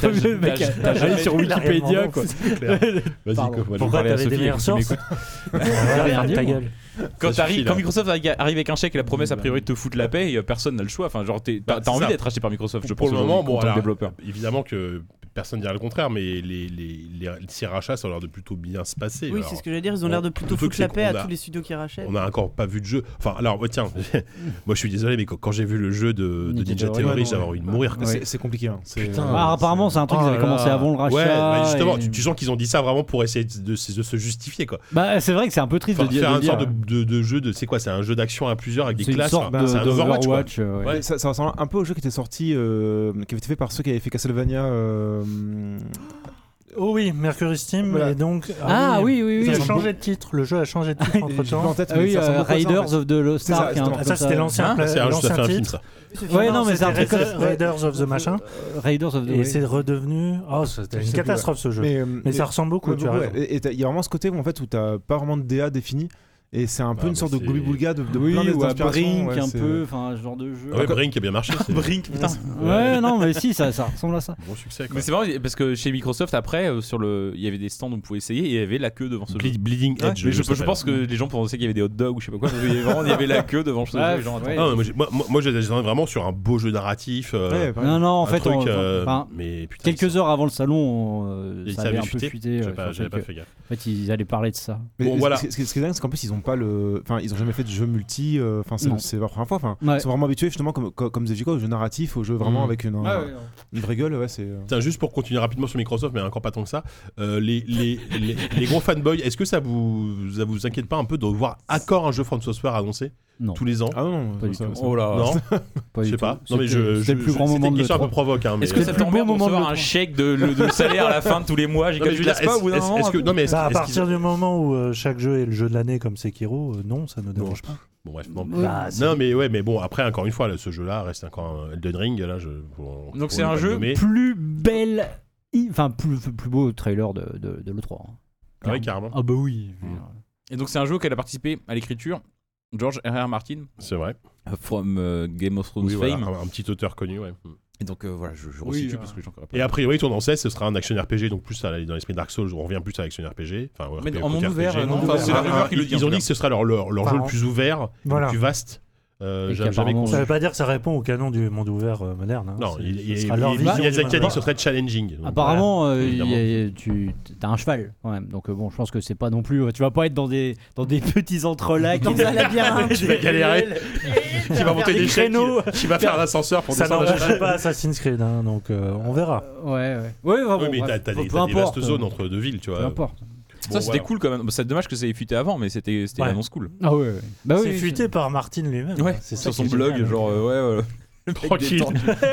[SPEAKER 3] t'as-
[SPEAKER 7] Le mec
[SPEAKER 3] t'as-
[SPEAKER 7] a-
[SPEAKER 3] t'as
[SPEAKER 7] allé
[SPEAKER 3] jamais-
[SPEAKER 7] sur Wikipédia,
[SPEAKER 4] quoi.
[SPEAKER 2] Vas-y,
[SPEAKER 7] Pardon.
[SPEAKER 2] Coco, vas-y.
[SPEAKER 4] Pourquoi
[SPEAKER 3] parler à
[SPEAKER 4] t'avais des
[SPEAKER 3] Sophie,
[SPEAKER 4] meilleures
[SPEAKER 3] écoute,
[SPEAKER 4] sources Derrière
[SPEAKER 7] Rien
[SPEAKER 4] ta
[SPEAKER 7] dit, moi.
[SPEAKER 4] gueule.
[SPEAKER 3] quand,
[SPEAKER 2] Ça
[SPEAKER 3] t'arrives-
[SPEAKER 2] suffit, là.
[SPEAKER 3] quand Microsoft arrive avec un chèque et la promesse a priori de te foutre la paix et personne n'a le choix enfin genre t'es- t'as
[SPEAKER 2] Bah,
[SPEAKER 3] t'as
[SPEAKER 2] c'est
[SPEAKER 3] envie
[SPEAKER 2] ça.
[SPEAKER 3] d'être racheté par Microsoft je
[SPEAKER 2] Pour
[SPEAKER 3] pense
[SPEAKER 2] le moment,
[SPEAKER 3] aujourd'hui,
[SPEAKER 2] bon,
[SPEAKER 3] en tant que
[SPEAKER 2] alors,
[SPEAKER 3] développeur
[SPEAKER 2] Évidemment que personne dira le contraire, mais les, les, les, ces rachats, ça a l'air de plutôt bien se passer.
[SPEAKER 5] Oui,
[SPEAKER 2] Alors,
[SPEAKER 5] c'est ce que j'allais dire. Ils ont
[SPEAKER 2] on-
[SPEAKER 5] l'air de
[SPEAKER 2] le
[SPEAKER 5] plutôt
[SPEAKER 2] truc,
[SPEAKER 5] foutre la
[SPEAKER 2] c'est
[SPEAKER 5] paix
[SPEAKER 2] qu'on
[SPEAKER 5] à
[SPEAKER 2] a-
[SPEAKER 5] tous les studios qui rachètent.
[SPEAKER 2] On a encore pas vu de jeu. Enfin, alors, ouais, tiens, [laughs] moi je suis désolé, mais quand, quand j'ai vu le jeu de, de
[SPEAKER 7] Ninja
[SPEAKER 2] Ninja
[SPEAKER 7] Theory,
[SPEAKER 2] Theory,
[SPEAKER 7] ouais,
[SPEAKER 2] j'avais
[SPEAKER 7] ouais.
[SPEAKER 2] envie de mourir. quoi.
[SPEAKER 7] Ouais.
[SPEAKER 6] C'est- C'est compliqué. hein. C'est-
[SPEAKER 4] Putain.
[SPEAKER 6] euh,
[SPEAKER 7] Ah, apparemment, c'est un truc
[SPEAKER 2] Oh
[SPEAKER 7] qui avait
[SPEAKER 2] là
[SPEAKER 7] commencé
[SPEAKER 2] là.
[SPEAKER 7] avant le rachat.
[SPEAKER 2] Ouais, ouais, justement,
[SPEAKER 7] et-
[SPEAKER 2] tu, tu sens qu'ils ont dit ça vraiment pour essayer de, de- de se justifier, quoi.
[SPEAKER 7] Bah, c'est vrai que c'est un peu triste
[SPEAKER 2] Enfin,
[SPEAKER 7] de dire.
[SPEAKER 2] faire
[SPEAKER 7] de
[SPEAKER 2] une
[SPEAKER 7] dire- hein.
[SPEAKER 2] sorte de, de- de jeu de. C'est quoi C'est un jeu d'action à plusieurs avec des
[SPEAKER 7] C'est une
[SPEAKER 2] classes.
[SPEAKER 7] sorte
[SPEAKER 2] quoi. C'est
[SPEAKER 7] de-
[SPEAKER 2] un Overwatch, quoi.
[SPEAKER 7] d'Overwatch. euh, ouais.
[SPEAKER 2] Ouais.
[SPEAKER 6] mais Ça, ça ressemble un peu au jeu qui était sorti, euh, qui avait été fait par ceux qui avaient fait Castlevania. euh,
[SPEAKER 4] Oh oui, Mercury Steam.
[SPEAKER 6] Voilà.
[SPEAKER 4] Et donc.
[SPEAKER 7] Ah oui, oui, oui.
[SPEAKER 4] Ils ont changé de titre. Le jeu a changé de titre
[SPEAKER 6] j'ai
[SPEAKER 4] entre
[SPEAKER 6] plus
[SPEAKER 4] temps.
[SPEAKER 6] en tête,
[SPEAKER 7] Ah
[SPEAKER 6] mais
[SPEAKER 7] oui,
[SPEAKER 6] ça ressemble
[SPEAKER 7] euh,
[SPEAKER 6] beaucoup à ça, en fait.
[SPEAKER 7] Raiders of the Lost
[SPEAKER 6] C'est ça,
[SPEAKER 7] Ark. un
[SPEAKER 6] justement.
[SPEAKER 7] truc
[SPEAKER 4] Ah, ça,
[SPEAKER 7] comme
[SPEAKER 4] c'était l'ancien,
[SPEAKER 3] Hein
[SPEAKER 4] pla-
[SPEAKER 2] C'est
[SPEAKER 7] euh,
[SPEAKER 2] un, ça
[SPEAKER 4] l'ancien
[SPEAKER 2] fait un film,
[SPEAKER 4] titre.
[SPEAKER 2] ça.
[SPEAKER 7] Ouais, non, mais c'est
[SPEAKER 4] c'était
[SPEAKER 7] un truc comme
[SPEAKER 4] Ra- Raiders of the machin.
[SPEAKER 7] Raiders of the
[SPEAKER 4] Et
[SPEAKER 7] ouais.
[SPEAKER 4] c'est redevenu. Oh, c'était
[SPEAKER 6] Je
[SPEAKER 4] une
[SPEAKER 6] sais plus,
[SPEAKER 4] catastrophe ce jeu.
[SPEAKER 6] Mais, euh,
[SPEAKER 4] Mais
[SPEAKER 6] mais-
[SPEAKER 4] ça ressemble beaucoup,
[SPEAKER 6] ouais,
[SPEAKER 4] tu as
[SPEAKER 6] ouais,
[SPEAKER 4] raison.
[SPEAKER 6] et- et t'as- il y a vraiment ce côté où en fait où t'as pas vraiment de DA défini Et c'est un peu
[SPEAKER 2] Ah,
[SPEAKER 6] une
[SPEAKER 2] mais
[SPEAKER 6] sorte de
[SPEAKER 2] c'est-
[SPEAKER 6] Goubi Boulga de, de
[SPEAKER 7] oui,
[SPEAKER 6] plein
[SPEAKER 7] ou à
[SPEAKER 6] d'inspirations,
[SPEAKER 7] Brink
[SPEAKER 6] ouais,
[SPEAKER 7] un
[SPEAKER 6] c'est-
[SPEAKER 7] peu, enfin, ce genre de jeu.
[SPEAKER 2] Ouais, Brink a bien marché. C'est un
[SPEAKER 8] Brink, putain.
[SPEAKER 7] Ouais, non, mais si, ça, ça ressemble à ça.
[SPEAKER 2] bon succès. quoi.
[SPEAKER 3] Mais c'est marrant parce que chez Microsoft après euh, sur le il y avait des stands où on pouvait essayer et il y avait la queue devant ce jeu.
[SPEAKER 2] Ble- Bleeding Edge.
[SPEAKER 3] Ouais, mais je,
[SPEAKER 2] le jeu
[SPEAKER 3] je pense que les gens pensaient qu'il y avait des hot dogs ou je sais pas quoi. parce qu'il y avait vraiment- Il y avait la queue devant ce jeu.
[SPEAKER 7] Ouais,
[SPEAKER 3] les gens attendaient.
[SPEAKER 7] ouais.
[SPEAKER 2] Ah, moi, j'ai- moi, moi, moi, j'attendais vraiment sur un beau jeu narratif. euh,
[SPEAKER 6] Ouais, pareil.
[SPEAKER 7] Non, non, en
[SPEAKER 2] un
[SPEAKER 7] fait,
[SPEAKER 2] truc,
[SPEAKER 7] on-
[SPEAKER 2] euh,
[SPEAKER 7] enfin,
[SPEAKER 2] mais putain,
[SPEAKER 7] quelques heures avant le salon, on, euh,
[SPEAKER 2] ils
[SPEAKER 7] ça avait
[SPEAKER 2] savaient
[SPEAKER 7] un peu
[SPEAKER 2] fuiter.
[SPEAKER 7] fuité.
[SPEAKER 2] J'ai
[SPEAKER 7] euh, sur
[SPEAKER 2] pas-
[SPEAKER 7] le
[SPEAKER 2] J'avais
[SPEAKER 7] fait
[SPEAKER 2] pas
[SPEAKER 7] que-
[SPEAKER 2] fait gaffe.
[SPEAKER 7] En fait, ils allaient parler de
[SPEAKER 5] Ah
[SPEAKER 7] ça.
[SPEAKER 6] Mais
[SPEAKER 2] Bon,
[SPEAKER 6] ce-
[SPEAKER 2] voilà.
[SPEAKER 6] Ce ce- ce qui est dingue, c'est qu'en plus, ils ont pas le. Enfin, ils ont jamais fait de jeu multi. euh, Enfin, c'est-
[SPEAKER 7] Non.
[SPEAKER 6] c'est la première fois. Enfin,
[SPEAKER 7] Ouais.
[SPEAKER 6] ils sont vraiment habitués, justement, comme comme comme Zeviko, au jeu narratif, au jeu vraiment
[SPEAKER 4] Mm.
[SPEAKER 6] avec une
[SPEAKER 7] Ah
[SPEAKER 6] un- une vraie gueule. Ouais, c'est. euh,
[SPEAKER 2] Tiens, juste pour continuer rapidement sur Microsoft, mais encore pas tant que ça, euh, les, les, les, les gros fanboys, est-ce que ça vous, ça vous inquiète pas un peu de voir encore un jeu France Software annoncé
[SPEAKER 7] Non.
[SPEAKER 2] tous les ans
[SPEAKER 6] Ah non, non,
[SPEAKER 7] Pas du
[SPEAKER 6] ça-
[SPEAKER 7] tout.
[SPEAKER 6] ça-
[SPEAKER 3] Oh là.
[SPEAKER 2] Non,
[SPEAKER 7] Pas
[SPEAKER 2] je
[SPEAKER 7] du
[SPEAKER 2] sais
[SPEAKER 7] tout.
[SPEAKER 2] pas. Non,
[SPEAKER 7] C'était-
[SPEAKER 2] mais je.
[SPEAKER 7] c'était le
[SPEAKER 2] je-
[SPEAKER 7] plus grand
[SPEAKER 2] c'était
[SPEAKER 7] moment
[SPEAKER 2] une
[SPEAKER 7] de
[SPEAKER 2] question un peu
[SPEAKER 7] l'E3.
[SPEAKER 2] provoque. Hein, mais...
[SPEAKER 3] Est-ce que ça
[SPEAKER 2] Non,
[SPEAKER 5] plus
[SPEAKER 3] t'emmerde
[SPEAKER 5] beau
[SPEAKER 3] de
[SPEAKER 5] moment de
[SPEAKER 3] recevoir
[SPEAKER 5] le
[SPEAKER 3] un chèque de, le- de salaire à la fin de tous les mois J'ai
[SPEAKER 2] mais je veux dire,
[SPEAKER 3] calculé pas au bout d'un
[SPEAKER 2] est-ce-
[SPEAKER 3] moment.
[SPEAKER 2] est-ce que- non, mais est-ce-
[SPEAKER 4] Bah, à
[SPEAKER 2] est-ce
[SPEAKER 4] partir
[SPEAKER 2] qu'ils-
[SPEAKER 4] du moment où euh, chaque jeu est le jeu de l'année comme Sekiro, euh, non, ça ne dérange pas.
[SPEAKER 2] Bon, bref, non.
[SPEAKER 4] Bah, c'est-
[SPEAKER 2] Non, mais ouais, mais bon, après, encore une fois, là, ce jeu-là reste encore un Elden Ring. Là, je, pour-
[SPEAKER 3] Donc
[SPEAKER 2] pour
[SPEAKER 3] c'est
[SPEAKER 2] ne
[SPEAKER 3] un
[SPEAKER 2] pas le
[SPEAKER 3] jeu
[SPEAKER 2] nommer.
[SPEAKER 7] Plus belle. i- Enfin, plus, plus beau trailer de, de, de l'E3. hein.
[SPEAKER 2] Ah ouais, carrément.
[SPEAKER 7] Ah, bah oui.
[SPEAKER 2] Mm.
[SPEAKER 3] Et donc c'est un jeu auquel a participé à l'écriture George R.R. Martin
[SPEAKER 2] C'est vrai.
[SPEAKER 3] euh, from euh, Game of Thrones
[SPEAKER 2] Oui, voilà,
[SPEAKER 3] fame.
[SPEAKER 2] un, un petit auteur connu, ouais.
[SPEAKER 3] Et donc euh, voilà, je, je
[SPEAKER 7] Oui,
[SPEAKER 3] resitue
[SPEAKER 7] euh.
[SPEAKER 3] parce que j'en connais pas.
[SPEAKER 2] Et a priori, tourne en 16, ce sera un action RPG, donc plus à la- dans l'esprit Dark Souls, on revient plus à l'action RPG. Enfin, ouais,
[SPEAKER 3] Mais
[SPEAKER 2] RPG,
[SPEAKER 3] en monde
[SPEAKER 2] RPG.
[SPEAKER 3] ouvert, euh, non,
[SPEAKER 4] enfin,
[SPEAKER 2] Ah,
[SPEAKER 4] c'est la
[SPEAKER 2] ah,
[SPEAKER 3] rumeur qui le
[SPEAKER 2] ils-
[SPEAKER 3] dit, en
[SPEAKER 2] Ils ont
[SPEAKER 3] tout
[SPEAKER 2] dit
[SPEAKER 3] cas.
[SPEAKER 2] que ce sera leur, leur, leur jeu
[SPEAKER 4] Enfin,
[SPEAKER 2] le plus ouvert, le
[SPEAKER 4] Voilà.
[SPEAKER 2] plus vaste. Euh,
[SPEAKER 7] Et
[SPEAKER 2] j'a- J'avais
[SPEAKER 7] qu'apparemment,
[SPEAKER 2] con-
[SPEAKER 4] Ça veut pas dire que ça répond au canon du monde ouvert euh, moderne. hein.
[SPEAKER 2] Non,
[SPEAKER 4] C'est-
[SPEAKER 2] il,
[SPEAKER 4] ce
[SPEAKER 2] il, il,
[SPEAKER 4] sera leur
[SPEAKER 2] il-
[SPEAKER 4] vision euh,
[SPEAKER 2] Miyazaki
[SPEAKER 4] du
[SPEAKER 2] a dit que
[SPEAKER 4] monde.
[SPEAKER 2] ce serait challenging. donc
[SPEAKER 7] Apparemment, euh, il y a-
[SPEAKER 2] évidemment.
[SPEAKER 7] il y a- tu as un cheval quand même. Donc, euh, bon, je pense que c'est pas non plus. Tu vas pas être dans des, dans des [laughs] petits entrelacs.
[SPEAKER 5] Dans un
[SPEAKER 7] Ah, [laughs]
[SPEAKER 5] labyrinthe.
[SPEAKER 2] Tu vas galérer. Qui va monter des créneaux, qui va faire l'ascenseur pour
[SPEAKER 4] Ça
[SPEAKER 2] descendre à
[SPEAKER 4] n'empêche pas Assassin's Creed, hein, donc euh, on verra.
[SPEAKER 7] Ouais, ouais. Ouais, bah,
[SPEAKER 2] Oui,
[SPEAKER 7] bon,
[SPEAKER 2] mais t'as
[SPEAKER 7] bref.
[SPEAKER 2] t'as
[SPEAKER 7] Peu
[SPEAKER 2] des t'as des
[SPEAKER 7] importe.
[SPEAKER 2] vastes zones entre euh, deux villes, tu vois.
[SPEAKER 7] Peu importe.
[SPEAKER 3] Ça c'était cool quand même. Bah, C'est dommage que ça ait fuité avant, mais c'était c'était
[SPEAKER 4] Ouais.
[SPEAKER 3] l'annonce cool.
[SPEAKER 7] Ah, ouais, ouais. Bah,
[SPEAKER 4] c'est
[SPEAKER 7] oui,
[SPEAKER 4] fuité par Martin lui-même.
[SPEAKER 3] Ouais,
[SPEAKER 4] c'est ça
[SPEAKER 3] sur son
[SPEAKER 4] qui est
[SPEAKER 3] blog,
[SPEAKER 4] génial.
[SPEAKER 3] genre euh, ouais. ouais.
[SPEAKER 2] Tranquille.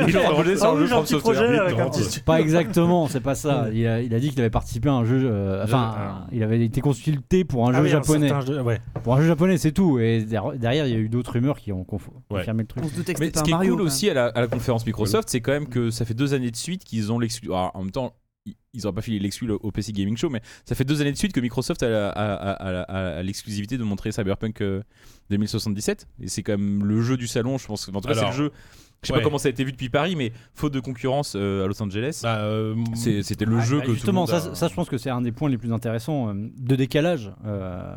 [SPEAKER 3] Il a proposé
[SPEAKER 4] Ah
[SPEAKER 3] sur le jeu
[SPEAKER 4] oui, j'ai un
[SPEAKER 3] From
[SPEAKER 4] petit
[SPEAKER 3] Software.
[SPEAKER 4] projet
[SPEAKER 2] Vite,
[SPEAKER 4] avec un
[SPEAKER 2] Laurent.
[SPEAKER 4] petit. Ah
[SPEAKER 7] Pas exactement, c'est pas ça. Il a, il a dit qu'il avait participé à un jeu. euh,
[SPEAKER 3] Ah.
[SPEAKER 7] Enfin, il avait été consulté pour un
[SPEAKER 4] Ah
[SPEAKER 7] jeu
[SPEAKER 4] oui, un
[SPEAKER 7] japonais.
[SPEAKER 4] certain jeu, ouais.
[SPEAKER 7] Pour un jeu japonais, c'est tout. Et der- derrière, il y a eu d'autres rumeurs qui ont confo-
[SPEAKER 2] Ouais.
[SPEAKER 7] confirmé le truc.
[SPEAKER 5] On se doutait que
[SPEAKER 3] Mais
[SPEAKER 5] c'était
[SPEAKER 3] ce
[SPEAKER 5] un
[SPEAKER 3] qui est
[SPEAKER 5] Mario.
[SPEAKER 3] cool aussi à la, à la conférence Microsoft, c'est quand même que ça fait deux années de suite qu'ils ont l'exclu. Alors, En même temps, ils- ils n'auraient pas filé l'exclu au PC Gaming Show, mais ça fait deux années de suite que Microsoft a, la- a- a- a- a- a l'exclusivité de montrer Cyberpunk euh, 2077. Et c'est quand même le jeu du salon, je pense. En tout cas, c'est le
[SPEAKER 2] Alors,
[SPEAKER 3] jeu. Je sais
[SPEAKER 2] ouais.
[SPEAKER 3] pas comment ça a été vu depuis Paris, mais faute de concurrence euh, à Los Angeles,
[SPEAKER 2] Bah, euh,
[SPEAKER 3] c'est- c'était le
[SPEAKER 7] Ah,
[SPEAKER 3] jeu
[SPEAKER 7] bah,
[SPEAKER 3] que
[SPEAKER 7] justement,
[SPEAKER 3] tout le monde
[SPEAKER 7] ça,
[SPEAKER 3] a-
[SPEAKER 7] ça, je pense que c'est un des points les plus intéressants euh, de décalage. euh,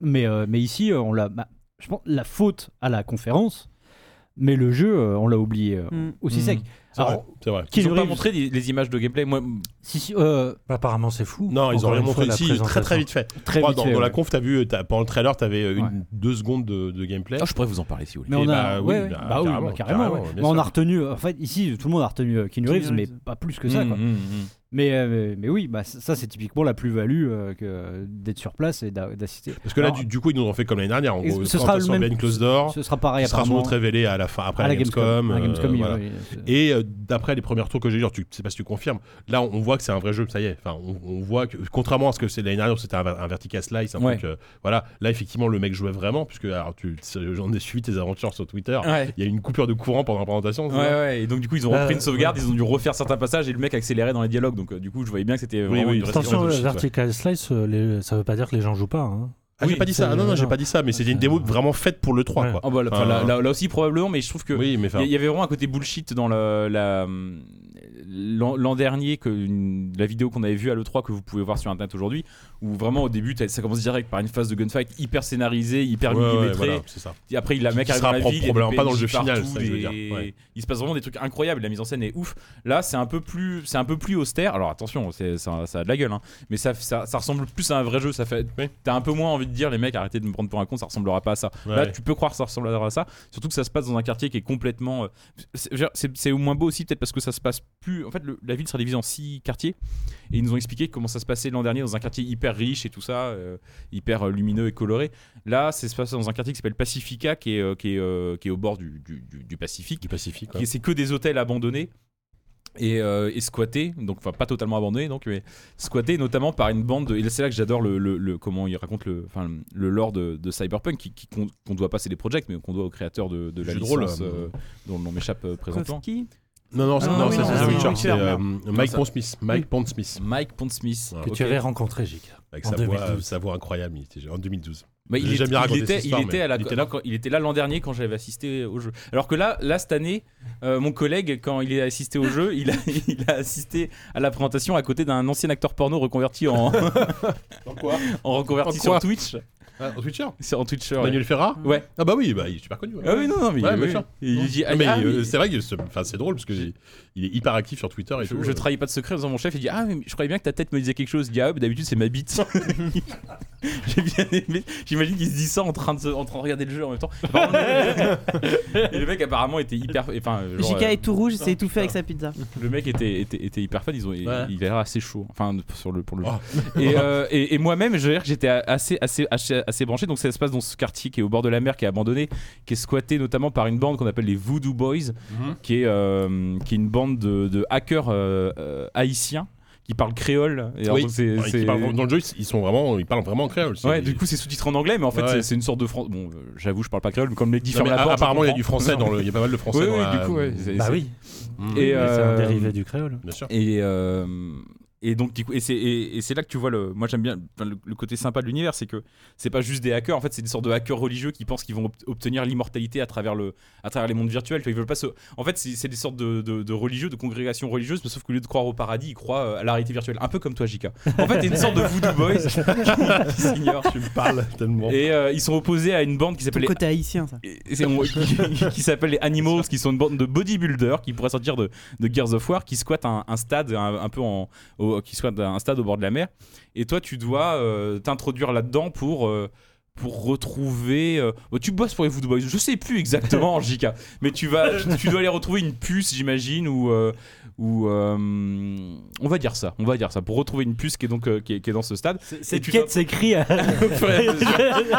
[SPEAKER 7] mais, euh, mais ici, euh, on l'a. bah, je pense la faute à la conférence, mais le jeu, euh, on l'a oublié euh,
[SPEAKER 5] Mm.
[SPEAKER 7] aussi sec.
[SPEAKER 2] c'est vrai,
[SPEAKER 7] Alors,
[SPEAKER 2] C'est vrai.
[SPEAKER 3] Ils
[SPEAKER 7] Keanu
[SPEAKER 3] n'ont pas
[SPEAKER 7] Reeves-
[SPEAKER 3] montré des- les images de gameplay. Moi, m-
[SPEAKER 7] Si, si, euh,
[SPEAKER 4] Bah, Apparemment, c'est fou.
[SPEAKER 2] Non, ils
[SPEAKER 4] Encore
[SPEAKER 2] ont rien
[SPEAKER 4] une
[SPEAKER 2] montré
[SPEAKER 4] fois, la
[SPEAKER 2] ici, très très
[SPEAKER 4] présentation.
[SPEAKER 2] vite fait.
[SPEAKER 7] très
[SPEAKER 2] Moi,
[SPEAKER 7] vite
[SPEAKER 2] dans,
[SPEAKER 7] fait,
[SPEAKER 2] dans la
[SPEAKER 7] ouais.
[SPEAKER 2] conf, t'as vu, t'as- pendant le trailer, t'avais euh, une,
[SPEAKER 7] Ouais.
[SPEAKER 2] deux secondes de, de gameplay.
[SPEAKER 3] Ah, je pourrais vous en parler si vous voulez.
[SPEAKER 7] Mais on a,
[SPEAKER 2] Et bah oui,
[SPEAKER 7] ouais, ouais,
[SPEAKER 2] bah,
[SPEAKER 7] bah oui,
[SPEAKER 2] carrément,
[SPEAKER 7] bah carrément,
[SPEAKER 2] carrément,
[SPEAKER 7] ouais.
[SPEAKER 2] bien
[SPEAKER 7] Mais on
[SPEAKER 2] sûr.
[SPEAKER 7] a retenu, euh, en fait, ici, tout le monde a retenu euh, Keanu Reeves, mais pas plus que ça.
[SPEAKER 3] Mm,
[SPEAKER 7] quoi.
[SPEAKER 3] mm, mm.
[SPEAKER 7] Mais, euh, mais oui, bah, ça, c'est typiquement la plus-value euh, que d'être sur place et d'a- d'assister.
[SPEAKER 2] Parce que là,
[SPEAKER 7] Alors,
[SPEAKER 2] du, du coup, ils nous ont fait comme l'année dernière. En
[SPEAKER 7] Et
[SPEAKER 2] gros,
[SPEAKER 7] ce sera le même-
[SPEAKER 2] une close d'or.
[SPEAKER 7] ce sera pareil
[SPEAKER 2] Oh, Ce sera sans
[SPEAKER 7] apparemment,
[SPEAKER 2] doute révélé à la fin, après
[SPEAKER 7] à
[SPEAKER 2] la
[SPEAKER 7] À
[SPEAKER 2] Gamescom.
[SPEAKER 7] la Gamescom,
[SPEAKER 2] euh,
[SPEAKER 7] il-
[SPEAKER 2] voilà.
[SPEAKER 7] oui, c'est-
[SPEAKER 2] Et euh, d'après les premiers retours que j'ai eu, alors tu sais pas si tu confirmes, là on on voit que c'est un vrai jeu, ça y est. Enfin, on, on voit que, contrairement à ce que c'est l'année dernière, où c'était un, un Vertical Slice, un
[SPEAKER 3] Ouais.
[SPEAKER 2] truc, euh, voilà. Là, effectivement, le mec jouait vraiment, puisque alors, tu, j'en ai suivi tes aventures sur Twitter.
[SPEAKER 3] Ouais.
[SPEAKER 2] Il y a eu une coupure de courant pendant la présentation. c'est
[SPEAKER 3] Ah. Ouais,
[SPEAKER 2] ça
[SPEAKER 3] ouais, et donc du coup ils ont
[SPEAKER 4] Bah,
[SPEAKER 3] repris une sauvegarde, ils ont dû refaire certains passages et le mec accélérait dans les dialogues, donc euh, du coup je voyais bien que c'était vraiment
[SPEAKER 2] oui,
[SPEAKER 3] une vraie
[SPEAKER 2] attention,
[SPEAKER 4] Attention,
[SPEAKER 3] séquence de
[SPEAKER 4] le
[SPEAKER 3] shit, ouais.
[SPEAKER 4] Vertical Slice, euh, les- ça veut pas dire que les gens jouent pas. hein.
[SPEAKER 2] Ah, j'ai
[SPEAKER 4] Oui,
[SPEAKER 2] pas dit ça.
[SPEAKER 4] c'est-
[SPEAKER 2] Non, non, j'ai
[SPEAKER 4] non.
[SPEAKER 2] pas dit ça, mais c'était une démo vraiment faite pour le 3,
[SPEAKER 4] Ouais.
[SPEAKER 2] quoi.
[SPEAKER 3] Ah, bah, là, enfin,
[SPEAKER 2] Euh,
[SPEAKER 3] là, là- là aussi probablement, mais je trouve que il
[SPEAKER 2] Oui, mais enfin.
[SPEAKER 3] y, y avait vraiment un côté bullshit dans la, la- l'an, l'an dernier que une- la vidéo qu'on avait vue à l'E3 que vous pouvez voir sur internet aujourd'hui, où vraiment au début t'as- ça commence direct par une phase de gunfight hyper scénarisée, hyper
[SPEAKER 2] Ouais, ouais,
[SPEAKER 3] millimétrée,
[SPEAKER 2] voilà, c'est ça.
[SPEAKER 3] Et après, il la
[SPEAKER 2] Qui
[SPEAKER 3] mec arrive
[SPEAKER 2] sera
[SPEAKER 3] dans la
[SPEAKER 2] propre,
[SPEAKER 3] ville, il y a des
[SPEAKER 2] probablement pas dans le jeu
[SPEAKER 3] PNJ
[SPEAKER 2] final,
[SPEAKER 3] partout,
[SPEAKER 2] ça, je veux
[SPEAKER 3] des-
[SPEAKER 2] dire, ouais.
[SPEAKER 3] Il se passe vraiment des trucs incroyables. La mise en scène est ouf. Là, c'est un peu plus, c'est un peu plus austère. Alors attention, c'est- ça, ça a de la gueule, hein. mais ça, ça, ça ressemble plus à un vrai jeu. Ça fait,
[SPEAKER 2] Oui.
[SPEAKER 3] t'as un peu moins envie de dire les mecs, arrêtez de me prendre pour un con, ça ressemblera pas à ça.
[SPEAKER 2] Ouais.
[SPEAKER 3] Là, Bah, tu peux croire que ça ressemblera à ça. Surtout que ça se passe dans un quartier qui est complètement, euh, c'est- c'est- c'est c'est au moins beau aussi peut-être parce que ça se passe plus. En fait, le- la ville sera divisée en six quartiers et ils nous ont expliqué comment ça se passait l'an dernier dans un quartier hyper riche et tout ça, euh, hyper euh, lumineux et coloré. Là, c'est se passe dans un quartier qui s'appelle Pacifica, qui est, euh, qui est, euh, qui est au bord du, du- du- du Pacifique.
[SPEAKER 2] Du Pacifique, quoi.
[SPEAKER 3] Qui- C'est que des hôtels abandonnés et, euh, et squattés, donc enfin pas totalement abandonnés, donc, mais squattés notamment par une bande. De, et là, c'est là que j'adore le, le- le- comment il raconte le, enfin, le lore de, de Cyberpunk, qui- qui- qu'on qu'on doit passer des projects, mais qu'on doit au créateur de, de la
[SPEAKER 2] Jeu de rôle,
[SPEAKER 3] licence,
[SPEAKER 2] euh,
[SPEAKER 3] euh, dont le nom m'échappe euh, présentement.
[SPEAKER 5] Kowski.
[SPEAKER 2] Non, non, c'est-
[SPEAKER 5] Ah,
[SPEAKER 2] non,
[SPEAKER 5] oui,
[SPEAKER 2] ça, c'est
[SPEAKER 5] non, c'est
[SPEAKER 2] The Witcher,
[SPEAKER 5] Witcher,
[SPEAKER 2] c'est euh, Mike
[SPEAKER 3] ça-
[SPEAKER 2] Pondsmith. Mike Pondsmith.
[SPEAKER 3] Mike Pondsmith.
[SPEAKER 2] Ouais.
[SPEAKER 4] Que
[SPEAKER 3] Ok.
[SPEAKER 4] tu avais rencontré, J.K.
[SPEAKER 2] Avec
[SPEAKER 4] En
[SPEAKER 2] sa voix,
[SPEAKER 4] 2012.
[SPEAKER 2] sa voix incroyable, il était- en 2012.
[SPEAKER 3] Bah,
[SPEAKER 2] J'ai
[SPEAKER 3] il,
[SPEAKER 2] jamais
[SPEAKER 3] était,
[SPEAKER 2] raconté
[SPEAKER 3] il était-
[SPEAKER 2] cette histoire,
[SPEAKER 3] il était
[SPEAKER 2] mais
[SPEAKER 3] à la-
[SPEAKER 2] il était
[SPEAKER 3] non, quand- il était là l'an dernier quand j'avais assisté au jeu. Alors que là, là cette année, euh, mon collègue, quand il est assisté au jeu, il a, [laughs] il a assisté à la présentation à côté d'un ancien acteur porno reconverti en,
[SPEAKER 2] quoi
[SPEAKER 3] en reconverti
[SPEAKER 2] En quoi
[SPEAKER 3] sur Twitch,
[SPEAKER 2] Ah, En Twitcher
[SPEAKER 3] C'est en Twitcher. ouais. Mm.
[SPEAKER 2] Manuel Ferrat
[SPEAKER 3] Ouais.
[SPEAKER 2] Ah bah oui, bah, il est super connu. ouais.
[SPEAKER 3] Ah oui, non, non, mais,
[SPEAKER 2] Ouais,
[SPEAKER 3] oui,
[SPEAKER 2] machin.
[SPEAKER 3] oui. Il dit, ah,
[SPEAKER 2] Non, mais
[SPEAKER 3] ah,
[SPEAKER 2] euh,
[SPEAKER 3] mais-
[SPEAKER 2] c'est vrai que c'est enfin, c'est drôle parce que il il est hyper actif sur Twitter et
[SPEAKER 3] je,
[SPEAKER 2] tout.
[SPEAKER 3] je
[SPEAKER 2] euh.
[SPEAKER 3] trahis pas de secret en disant à mon chef, il dit Ah, mais je croyais bien que ta tête me disait quelque chose. Il dit Ah, mais d'habitude, c'est ma bite. [laughs] J'ai bien aimé. J'imagine qu'il se dit ça en train, de se- en train de regarder le jeu en même temps. Apparemment, le- et le mec, [laughs] apparemment, était hyper. Enfin, euh, genre,
[SPEAKER 5] JK
[SPEAKER 3] euh,
[SPEAKER 5] est tout rouge, il s'est étouffé avec sa pizza.
[SPEAKER 3] le mec était, était, était hyper fan. Ils ont, Il a l'air assez chaud. Enfin, sur le, pour le jeu.
[SPEAKER 2] Oh. [laughs]
[SPEAKER 3] Et, euh, et, et moi-même, je veux dire que j'étais assez, assez, assez, assez branché. Donc, ça se passe dans ce quartier qui est au bord de la mer, qui est abandonné, qui est squatté notamment par une bande qu'on appelle les Voodoo Boys,
[SPEAKER 2] Mhm.
[SPEAKER 3] qui, est, euh, qui est une bande de, de hackers euh, euh, haïtiens qui parlent créole. Et alors,
[SPEAKER 2] Oui.
[SPEAKER 3] donc, c'est-
[SPEAKER 2] Ouais, ils
[SPEAKER 3] c'est-
[SPEAKER 2] parlent- dans le jeu, ils- ils sont vraiment, ils parlent vraiment en créole. c'est-
[SPEAKER 3] Ouais, du coup, c'est sous-titré en anglais, mais en fait,
[SPEAKER 2] Ouais.
[SPEAKER 3] c'est- c'est une sorte de français. Bon, euh, j'avoue, je parle pas créole, mais comme les
[SPEAKER 2] Non,
[SPEAKER 3] différents.
[SPEAKER 2] mais
[SPEAKER 3] rapports, je
[SPEAKER 2] apparemment, il y a
[SPEAKER 3] comprends.
[SPEAKER 2] du français dans le, il y a pas mal de français
[SPEAKER 3] Oui,
[SPEAKER 2] dans
[SPEAKER 3] oui,
[SPEAKER 2] la-
[SPEAKER 3] du coup, ouais, c'est-
[SPEAKER 4] Bah
[SPEAKER 3] c'est-
[SPEAKER 4] oui,
[SPEAKER 2] Mm.
[SPEAKER 3] Et,
[SPEAKER 4] mais c'est un
[SPEAKER 3] euh,
[SPEAKER 4] dérivé du créole.
[SPEAKER 2] Bien sûr.
[SPEAKER 3] Et, euh, et donc, du coup, et c'est et- et c'est là que tu vois le. Moi, j'aime bien enfin, le, le côté sympa de l'univers, c'est que c'est pas juste des hackers. En fait, c'est des sortes de hackers religieux qui pensent qu'ils vont ob- obtenir l'immortalité à travers le, à travers les mondes virtuels. Tu vois, Ils veulent pas se. En fait, c'est c'est des sortes de, de- de religieux, de congrégations religieuses, mais sauf qu'au lieu de croire au paradis, ils croient euh, à la réalité virtuelle. Un peu comme toi, Jika. En fait, t'es une sorte de voodoo boys [laughs] qui, qui s'ignorent.
[SPEAKER 2] Tu me parles [laughs] tellement.
[SPEAKER 3] Et euh, ils sont opposés à une bande qui
[SPEAKER 5] Ton
[SPEAKER 3] s'appelle les
[SPEAKER 5] côté haïtien, ça.
[SPEAKER 3] et- et c'est- on- qui, [laughs] qui s'appelle les Animals, qui sont une bande de bodybuilders qui pourraient sortir de, de Gears of War, qui squattent un, un stade un, un peu en, au- qui squattent un stade au bord de la mer. Et toi, tu dois euh, t'introduire là-dedans pour euh, pour retrouver. euh, oh, tu bosses pour les Voodoo Boys. Je sais plus exactement, JK. Mais tu vas, tu dois aller retrouver une puce, j'imagine, ou euh, ou euh, on va dire ça, on va dire ça, pour retrouver une puce qui est donc euh, qui, est, qui est dans ce stade. [laughs]
[SPEAKER 8] Cette
[SPEAKER 3] tu
[SPEAKER 8] quête s'écrit
[SPEAKER 4] [laughs]
[SPEAKER 8] à...
[SPEAKER 3] Au fur et à mesure,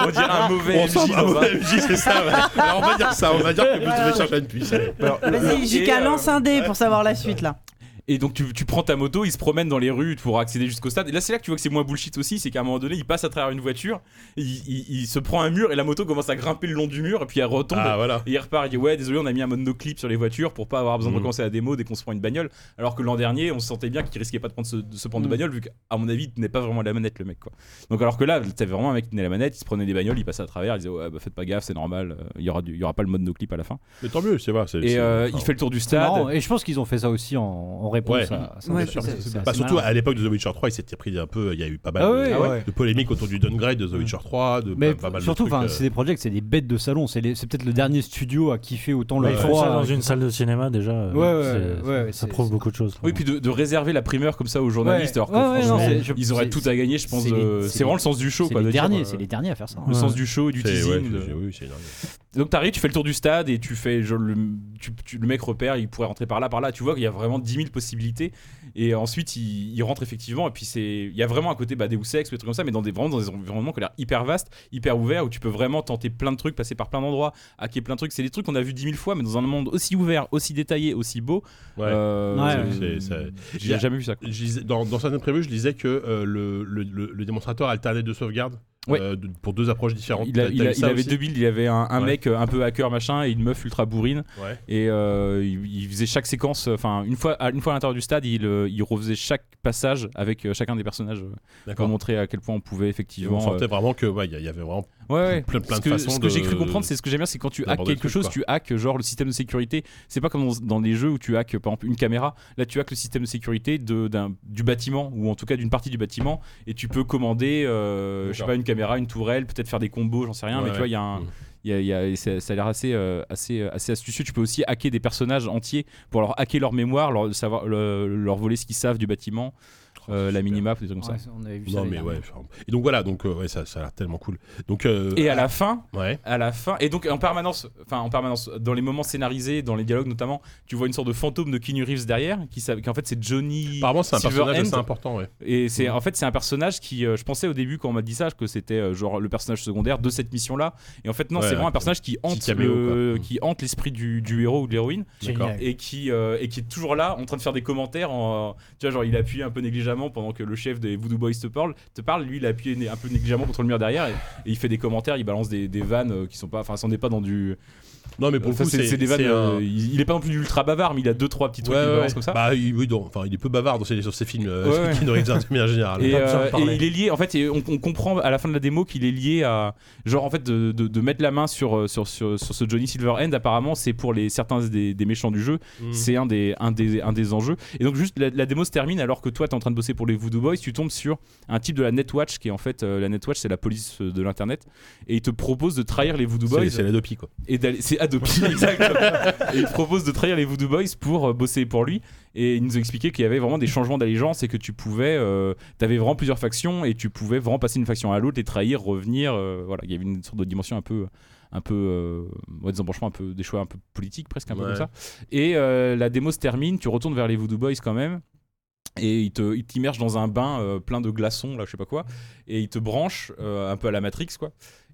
[SPEAKER 3] on dirait un mauvais.
[SPEAKER 2] On sent un [laughs]
[SPEAKER 3] MJ dans un-
[SPEAKER 2] mauvais MJ, c'est ça. ouais. Alors, on va dire ça. On va dire que vous devez chercher une puce. allez.
[SPEAKER 5] Vas-y, JK,
[SPEAKER 3] Et, euh,
[SPEAKER 5] lance un dé pour savoir la suite, là.
[SPEAKER 3] Et donc tu, tu prends ta moto, il se promène dans les rues pour accéder jusqu'au stade. Et là c'est là que tu vois que c'est moins bullshit aussi, c'est qu'à un moment donné il passe à travers une voiture, il, il- il se prend un mur et la moto commence à grimper le long du mur et puis elle retombe.
[SPEAKER 2] Ah voilà.
[SPEAKER 3] Et il repart, il dit ouais désolé on a mis un monoclip sur les voitures pour pas avoir besoin de
[SPEAKER 2] Mhm.
[SPEAKER 3] recommencer la démo dès qu'on se prend une bagnole. Alors que l'an dernier on se sentait bien qu'il risquait pas de, prendre ce- de se prendre de bagnole vu qu'à mon avis il tenait pas vraiment la manette le mec quoi. Donc alors que là t'avais vraiment un mec qui tenait la manette, il se prenait des bagnoles, il passait à travers, il disait ouais bah faites pas gaffe c'est normal, euh, il y aura, du- il y aura pas le monoclip à la fin.
[SPEAKER 2] Mais tant mieux, c'est vrai. c'est-
[SPEAKER 3] Et
[SPEAKER 2] c'est-
[SPEAKER 3] euh, il
[SPEAKER 2] enfin,
[SPEAKER 3] fait le tour du
[SPEAKER 7] C'est
[SPEAKER 3] stade.
[SPEAKER 7] marrant, et je pense qu'ils ont fait ça aussi en, en réponse
[SPEAKER 2] Ouais.
[SPEAKER 7] à ça.
[SPEAKER 5] Ouais,
[SPEAKER 7] c'est-
[SPEAKER 2] c'est-
[SPEAKER 7] c'est- c'est
[SPEAKER 2] Bah,
[SPEAKER 7] assez
[SPEAKER 2] surtout
[SPEAKER 7] malin.
[SPEAKER 2] à l'époque de The Witcher 3, il s'était pris un peu. Il y a eu pas mal
[SPEAKER 7] Ah
[SPEAKER 2] de,
[SPEAKER 7] ouais, ouais.
[SPEAKER 2] de polémiques autour du downgrade
[SPEAKER 3] Mm.
[SPEAKER 2] de The Witcher 3, de
[SPEAKER 7] Mais
[SPEAKER 2] pas, pas mal
[SPEAKER 7] surtout,
[SPEAKER 2] de trucs.
[SPEAKER 7] enfin,
[SPEAKER 2] euh,
[SPEAKER 7] c'est des projets, c'est des bêtes de salon. C'est les- c'est peut-être le dernier studio à kiffer autant le euh,
[SPEAKER 2] Ouais,
[SPEAKER 4] Ils font ça dans
[SPEAKER 7] froid.
[SPEAKER 4] une salle de cinéma déjà. euh,
[SPEAKER 7] Ouais, ouais,
[SPEAKER 4] c'est-
[SPEAKER 7] ouais, ouais,
[SPEAKER 4] Ça
[SPEAKER 7] c'est-
[SPEAKER 4] prouve
[SPEAKER 7] c'est-
[SPEAKER 4] beaucoup de choses. hein.
[SPEAKER 3] Oui, puis de, de réserver la primeur comme ça aux journalistes, alors que
[SPEAKER 7] Ouais, ouais,
[SPEAKER 3] franchement,
[SPEAKER 7] non, c'est- je-
[SPEAKER 3] ils auraient
[SPEAKER 7] c'est-
[SPEAKER 3] tout à gagner, je pense.
[SPEAKER 7] c'est les-
[SPEAKER 3] euh,
[SPEAKER 7] c'est
[SPEAKER 3] C'est
[SPEAKER 7] les-
[SPEAKER 3] vraiment le sens du show,
[SPEAKER 7] C'est
[SPEAKER 3] quoi.
[SPEAKER 7] les
[SPEAKER 3] de dire,
[SPEAKER 7] derniers,
[SPEAKER 3] euh,
[SPEAKER 7] c'est les derniers à faire ça. hein,
[SPEAKER 3] Le
[SPEAKER 4] Ouais.
[SPEAKER 3] sens du show et du
[SPEAKER 2] c'est- ouais,
[SPEAKER 3] teasing. de-
[SPEAKER 2] c'est- oui, c'est énorme.
[SPEAKER 3] Donc t'arrives, tu fais le tour du stade et tu fais genre, le, tu- tu- le mec repère, il pourrait rentrer par là, par là. Tu vois qu'il y a vraiment 10 000 possibilités. Et ensuite il, il rentre effectivement. Et puis c'est, il y a vraiment un côté bah, Deus Ex, ou des trucs comme ça, mais dans des vraiment dans des environnements qui ont l'air hyper vastes, hyper ouverts, où tu peux vraiment tenter plein de trucs, passer par plein d'endroits, hacker plein de trucs. C'est des trucs qu'on a vu 10 000 fois, mais dans un monde aussi ouvert, aussi détaillé, aussi beau.
[SPEAKER 2] Ouais.
[SPEAKER 3] euh,
[SPEAKER 2] Ouais. C'est- c'est-
[SPEAKER 3] J'ai jamais vu ça. quoi.
[SPEAKER 2] Je lisais- dans, dans certaines prévues, je lisais que euh, le, le- le- le démonstrateur alternait deux sauvegardes
[SPEAKER 3] Ouais.
[SPEAKER 2] euh, de- pour deux approches différentes.
[SPEAKER 3] Il, a-
[SPEAKER 2] T'as-
[SPEAKER 3] il
[SPEAKER 2] t'as
[SPEAKER 3] a-
[SPEAKER 2] vu
[SPEAKER 3] il
[SPEAKER 2] ça
[SPEAKER 3] avait
[SPEAKER 2] aussi
[SPEAKER 3] deux builds, il avait un, un
[SPEAKER 2] Ouais.
[SPEAKER 3] mec euh, un peu hacker machin et une meuf ultra bourrine
[SPEAKER 2] Ouais.
[SPEAKER 3] et euh, il, il faisait chaque séquence, euh, enfin une fois à, une fois à l'intérieur du stade, il, euh, il refaisait chaque passage avec euh, chacun des personnages euh, pour
[SPEAKER 2] D'accord.
[SPEAKER 3] montrer à quel point on pouvait
[SPEAKER 2] Et On
[SPEAKER 3] effectivement.
[SPEAKER 2] sentait vraiment que ouais, il y a- il y avait vraiment
[SPEAKER 3] euh, ouais, ouais.
[SPEAKER 2] plein- plein
[SPEAKER 3] Ce
[SPEAKER 2] de
[SPEAKER 3] que,
[SPEAKER 2] façons
[SPEAKER 3] ce que
[SPEAKER 2] de-
[SPEAKER 3] j'ai cru comprendre, c'est ce que j'aime bien, c'est quand tu hackes
[SPEAKER 2] d'aborder le
[SPEAKER 3] quelque
[SPEAKER 2] truc,
[SPEAKER 3] chose,
[SPEAKER 2] quoi.
[SPEAKER 3] tu hackes genre le système de sécurité. C'est pas comme dans, dans les jeux où tu hackes par exemple une caméra. Là, tu hackes le système de sécurité de, d'un- du bâtiment ou en tout cas d'une partie du bâtiment et tu peux commander, euh, je sais
[SPEAKER 2] D'accord.
[SPEAKER 3] pas, une caméra, une tourelle, peut-être faire des combos, j'en sais rien.
[SPEAKER 2] Ouais,
[SPEAKER 3] mais
[SPEAKER 2] ouais.
[SPEAKER 3] tu vois, il y a un,
[SPEAKER 2] Mm.
[SPEAKER 3] Il y a- il y a- et ça, ça a l'air assez, euh, assez, euh, assez astucieux. Tu peux aussi hacker des personnages entiers pour leur hacker leur mémoire, leur, savoir, le- leur voler ce qu'ils savent du bâtiment,
[SPEAKER 2] Oh,
[SPEAKER 3] euh, la minimap, des trucs comme ça.
[SPEAKER 7] on avait vu
[SPEAKER 2] Non mais ouais. enfin, Et donc voilà, donc euh, ouais, ça, ça a l'air tellement cool. Donc euh,
[SPEAKER 3] Et à la fin,
[SPEAKER 2] ouais,
[SPEAKER 3] à la fin, et donc en permanence, enfin en permanence, dans les moments scénarisés, dans les dialogues notamment, tu vois une sorte de fantôme de Keanu Reeves derrière, qui, sa- qui en fait c'est Johnny.
[SPEAKER 2] apparemment c'est un
[SPEAKER 3] Silver
[SPEAKER 2] personnage
[SPEAKER 3] Hand.
[SPEAKER 2] assez important. Ouais.
[SPEAKER 3] Et c'est en fait c'est un personnage qui, euh, je pensais au début quand on m'a dit ça que c'était euh, genre le personnage secondaire de cette mission là. Et en fait non,
[SPEAKER 2] Ouais,
[SPEAKER 3] c'est vraiment
[SPEAKER 2] ouais.
[SPEAKER 3] un personnage qui hante,
[SPEAKER 2] caméo,
[SPEAKER 3] le-
[SPEAKER 2] quoi.
[SPEAKER 3] qui hante l'esprit du, du héros ou de l'héroïne.
[SPEAKER 2] D'accord.
[SPEAKER 3] et qui, euh, et qui est toujours là en train de faire des commentaires. En, tu vois, genre il appuie un peu négligemment pendant que le chef des Voodoo Boys te parle. Te parle lui, il appuie né- un peu négligemment contre le mur derrière et, et il fait des commentaires, il balance des, des vannes euh, qui sont pas. Enfin, ça n'est pas dans du.
[SPEAKER 2] Non, mais pour
[SPEAKER 3] Ça,
[SPEAKER 2] le coup,
[SPEAKER 3] c'est
[SPEAKER 2] c'est
[SPEAKER 3] c'est des vannes.
[SPEAKER 2] c'est un-
[SPEAKER 3] euh, Il il est pas non plus ultra bavard, mais il a deux trois petits trucs
[SPEAKER 2] Ouais,
[SPEAKER 3] qu'il
[SPEAKER 2] ouais,
[SPEAKER 3] balance
[SPEAKER 2] ouais.
[SPEAKER 3] comme ça.
[SPEAKER 2] Bah, il, oui, non, enfin, il est peu bavard dans ses, sur ses films euh, [laughs]
[SPEAKER 3] Ouais, ouais.
[SPEAKER 2] Keanu Reeves, de manière générale.
[SPEAKER 3] Et,
[SPEAKER 4] Pas besoin de
[SPEAKER 3] euh, et
[SPEAKER 4] parler.
[SPEAKER 3] il est lié, en fait, et on, on comprend à la fin de la démo qu'il est lié à, genre en fait, de, de- de mettre la main sur, euh, sur, sur, sur ce Johnny Silverhand. Apparemment, c'est pour les certains des, des méchants du jeu,
[SPEAKER 2] Mm.
[SPEAKER 3] c'est un des, un, des, un des enjeux. Et donc, juste la, la démo se termine alors que toi, t'es en train de bosser pour les Voodoo Boys, tu tombes sur un type de la Netwatch qui est en fait euh, la Netwatch, c'est la police euh, de l'internet, et il te propose de trahir les Voodoo Boys
[SPEAKER 2] C'est- C'est la dopie, quoi.
[SPEAKER 3] et d'aller c'est Adopi exactement et il propose de trahir les Voodoo Boys pour euh, bosser pour lui et ils nous ont expliqué qu'il y avait vraiment des changements d'allégeance et que tu pouvais euh, t'avais vraiment plusieurs factions et tu pouvais vraiment passer d'une faction à l'autre les trahir revenir euh, voilà il y avait une sorte de dimension un peu un peu euh, ouais, des embranchements un peu des choix un peu politiques presque un peu
[SPEAKER 2] Ouais.
[SPEAKER 3] comme ça et euh, la démo se termine tu retournes vers les Voodoo Boys quand même et ils te- ils t'immergent dans un bain euh, plein de glaçons là je sais pas quoi et ils te branchent euh, un peu à la Matrix quoi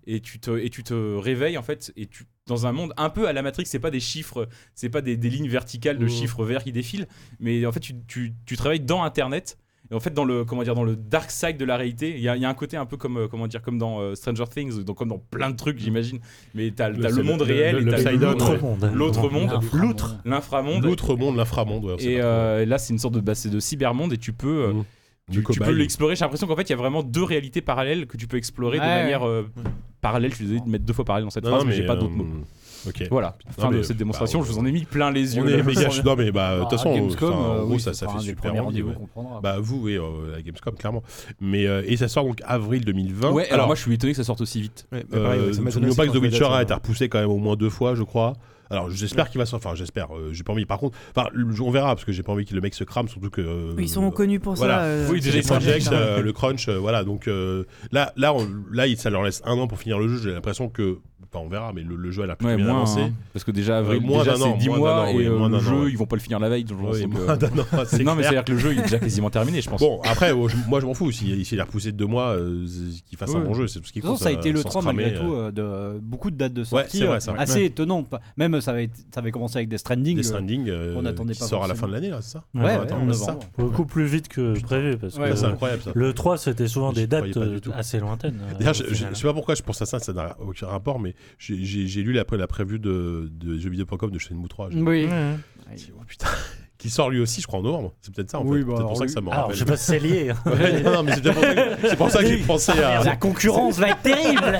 [SPEAKER 3] et tu te et tu te réveilles en fait et tu dans un monde un peu à la Matrix c'est pas des chiffres c'est pas des, des lignes verticales de
[SPEAKER 2] Mmh.
[SPEAKER 3] chiffres verts qui défilent mais en fait tu, tu, tu te réveilles dans Internet et en fait dans le comment dire dans le dark side de la réalité il y a, il y a un côté un peu comme euh, comment dire comme dans euh, Stranger Things donc comme dans plein de trucs j'imagine mais t'as
[SPEAKER 2] Le- Mmh.
[SPEAKER 3] t'as le,
[SPEAKER 2] c'est le-
[SPEAKER 3] monde
[SPEAKER 2] le-
[SPEAKER 3] réel
[SPEAKER 2] le-
[SPEAKER 3] et
[SPEAKER 2] le
[SPEAKER 3] t'as
[SPEAKER 2] upside down,
[SPEAKER 4] L'autre
[SPEAKER 2] ouais.
[SPEAKER 4] monde.
[SPEAKER 3] l'autre
[SPEAKER 7] Ah,
[SPEAKER 3] monde
[SPEAKER 4] L'outre.
[SPEAKER 3] l'inframonde
[SPEAKER 2] L'autre monde, l'inframonde. ouais, on sait
[SPEAKER 3] et
[SPEAKER 2] pas trop.
[SPEAKER 3] euh, là c'est une sorte de bah, c'est de cybermonde et tu peux euh,
[SPEAKER 2] Mmh.
[SPEAKER 3] tu,
[SPEAKER 2] Du
[SPEAKER 3] tu peux
[SPEAKER 2] cobaye.
[SPEAKER 3] l'explorer j'ai l'impression qu'en fait il y a vraiment deux réalités parallèles que tu peux explorer
[SPEAKER 7] Ouais,
[SPEAKER 3] de
[SPEAKER 7] ouais.
[SPEAKER 3] manière euh, parallèle je suis désolé de mettre deux fois parallèle dans cette
[SPEAKER 2] Non,
[SPEAKER 3] phrase
[SPEAKER 2] non,
[SPEAKER 3] mais, j'ai pas d'autres
[SPEAKER 2] euh,
[SPEAKER 3] mots
[SPEAKER 2] Ok.
[SPEAKER 3] voilà fin
[SPEAKER 2] mais,
[SPEAKER 3] de cette
[SPEAKER 2] bah,
[SPEAKER 3] démonstration
[SPEAKER 2] on-
[SPEAKER 3] je vous en ai mis plein les yeux
[SPEAKER 2] On
[SPEAKER 3] là,
[SPEAKER 2] est
[SPEAKER 3] je
[SPEAKER 2] méga.
[SPEAKER 3] sens bien.
[SPEAKER 2] Non, mais bah, de toute façon,
[SPEAKER 7] Gamescom,
[SPEAKER 2] enfin, en
[SPEAKER 7] euh,
[SPEAKER 2] gros,
[SPEAKER 7] oui,
[SPEAKER 2] ça, ça
[SPEAKER 7] c'est un
[SPEAKER 2] fait
[SPEAKER 7] des
[SPEAKER 2] super
[SPEAKER 7] premiers
[SPEAKER 2] envie.
[SPEAKER 7] rendez-vous
[SPEAKER 2] ouais.
[SPEAKER 7] qu'on prendra.
[SPEAKER 2] Bah, vous, oui, euh, la Gamescom, clairement. Mais, euh, et ça sort donc avril 2020.
[SPEAKER 3] ouais alors moi je suis étonné que ça sorte aussi vite
[SPEAKER 6] Ouais, bah, pareil, ouais, ça
[SPEAKER 2] Euh,
[SPEAKER 6] m'étonne
[SPEAKER 2] N'oublions
[SPEAKER 6] aussi
[SPEAKER 2] pas
[SPEAKER 6] quand
[SPEAKER 2] que The
[SPEAKER 6] je vais
[SPEAKER 2] Witcher a
[SPEAKER 6] là-dessus.
[SPEAKER 2] été repoussé quand même au moins deux fois, je crois. Alors j'espère qu'il va sortir. Enfin, j'espère. euh, j'ai pas envie. Par contre, enfin, le- on verra parce que j'ai pas envie que le mec se crame, surtout que. euh,
[SPEAKER 5] Ils sont connus pour
[SPEAKER 2] Voilà.
[SPEAKER 5] ça. euh,
[SPEAKER 3] Oui, déjà,
[SPEAKER 2] les
[SPEAKER 3] ils sont
[SPEAKER 2] projects,
[SPEAKER 3] Project,
[SPEAKER 5] Ouais.
[SPEAKER 2] euh, le crunch, euh, voilà. Donc euh, là, là, on- là, il- ça leur laisse un an pour finir le jeu. J'ai l'impression que, enfin, on verra, mais le, le jeu a l'air plutôt
[SPEAKER 3] ouais
[SPEAKER 2] bien
[SPEAKER 3] moins
[SPEAKER 2] avancé.
[SPEAKER 3] hein, parce que déjà avril
[SPEAKER 2] Euh, moins
[SPEAKER 3] déjà
[SPEAKER 2] d'un
[SPEAKER 3] c'est
[SPEAKER 2] an,
[SPEAKER 3] 10
[SPEAKER 2] moins d'un
[SPEAKER 3] mois
[SPEAKER 2] an,
[SPEAKER 3] et
[SPEAKER 2] oui,
[SPEAKER 3] euh,
[SPEAKER 2] moins
[SPEAKER 3] le
[SPEAKER 2] d'un an,
[SPEAKER 3] jeu
[SPEAKER 2] ouais.
[SPEAKER 3] ils vont pas le finir la veille donc je pense
[SPEAKER 2] Ouais,
[SPEAKER 3] que-
[SPEAKER 2] moins [laughs] d'un an, c'est
[SPEAKER 3] non mais
[SPEAKER 2] clair.
[SPEAKER 3] c'est à dire que le jeu il est déjà quasiment terminé je pense
[SPEAKER 2] Bon, après, oh, je- moi, je m'en fous. S'il s'il est repoussé de deux mois, euh, c'est- qu'il fasse un
[SPEAKER 7] Ouais.
[SPEAKER 2] bon jeu, c'est tout ce qui
[SPEAKER 7] De toute façon,
[SPEAKER 2] compte.
[SPEAKER 7] ça a été
[SPEAKER 2] euh,
[SPEAKER 7] le
[SPEAKER 2] sans
[SPEAKER 7] 3
[SPEAKER 2] se
[SPEAKER 7] malgré
[SPEAKER 2] cramer,
[SPEAKER 7] tout,
[SPEAKER 2] euh,
[SPEAKER 7] euh, de euh, beaucoup de dates de
[SPEAKER 2] Ouais,
[SPEAKER 7] sortie.
[SPEAKER 2] c'est vrai,
[SPEAKER 7] euh,
[SPEAKER 2] c'est vrai.
[SPEAKER 7] assez étonnantes. Même ça avait, ça avait commencé avec des Stranding.
[SPEAKER 2] Death
[SPEAKER 7] euh,
[SPEAKER 2] Stranding, euh,
[SPEAKER 7] on n'attendait
[SPEAKER 2] qui
[SPEAKER 7] pas
[SPEAKER 2] sort à la
[SPEAKER 7] forcément.
[SPEAKER 2] fin de l'année, là, c'est ça
[SPEAKER 7] Ouais,
[SPEAKER 2] Ouais,
[SPEAKER 7] ouais,
[SPEAKER 2] attends,
[SPEAKER 7] en
[SPEAKER 2] mais ça-
[SPEAKER 7] novembre.
[SPEAKER 4] Beaucoup plus vite que prévu parce
[SPEAKER 7] Ouais,
[SPEAKER 2] Ça,
[SPEAKER 4] que
[SPEAKER 2] C'est incroyable ça.
[SPEAKER 4] le 3 c'était souvent
[SPEAKER 2] J'y
[SPEAKER 4] des
[SPEAKER 2] croyais
[SPEAKER 4] dates
[SPEAKER 2] pas du
[SPEAKER 4] euh,
[SPEAKER 2] tout.
[SPEAKER 4] assez lointaines. euh,
[SPEAKER 2] D'ailleurs,
[SPEAKER 4] au
[SPEAKER 2] je, je-
[SPEAKER 4] final.
[SPEAKER 2] je sais pas pourquoi je pense à ça, ça n'a aucun rapport, mais j'ai- j'ai j'ai lu l'après la preview de, de jeuxvideo.com de Shenmue 3. J'ai
[SPEAKER 7] Oui.
[SPEAKER 4] Ouais.
[SPEAKER 2] dit, oh putain, qui sort lui aussi, je crois, en novembre. C'est peut-être ça, en
[SPEAKER 7] Oui,
[SPEAKER 2] fait.
[SPEAKER 7] bah,
[SPEAKER 2] peut-être pour
[SPEAKER 7] alors,
[SPEAKER 2] ça que ça me
[SPEAKER 4] Alors, Ah, je sais
[SPEAKER 2] rappelle.
[SPEAKER 4] pas si c'est lié. hein.
[SPEAKER 2] [laughs] Ouais, non, non, mais c'est peut-être pour ça que- c'est pour ça que j'ai pensé
[SPEAKER 7] Ah,
[SPEAKER 2] à.
[SPEAKER 7] concurrence va être
[SPEAKER 2] [laughs]
[SPEAKER 7] terrible.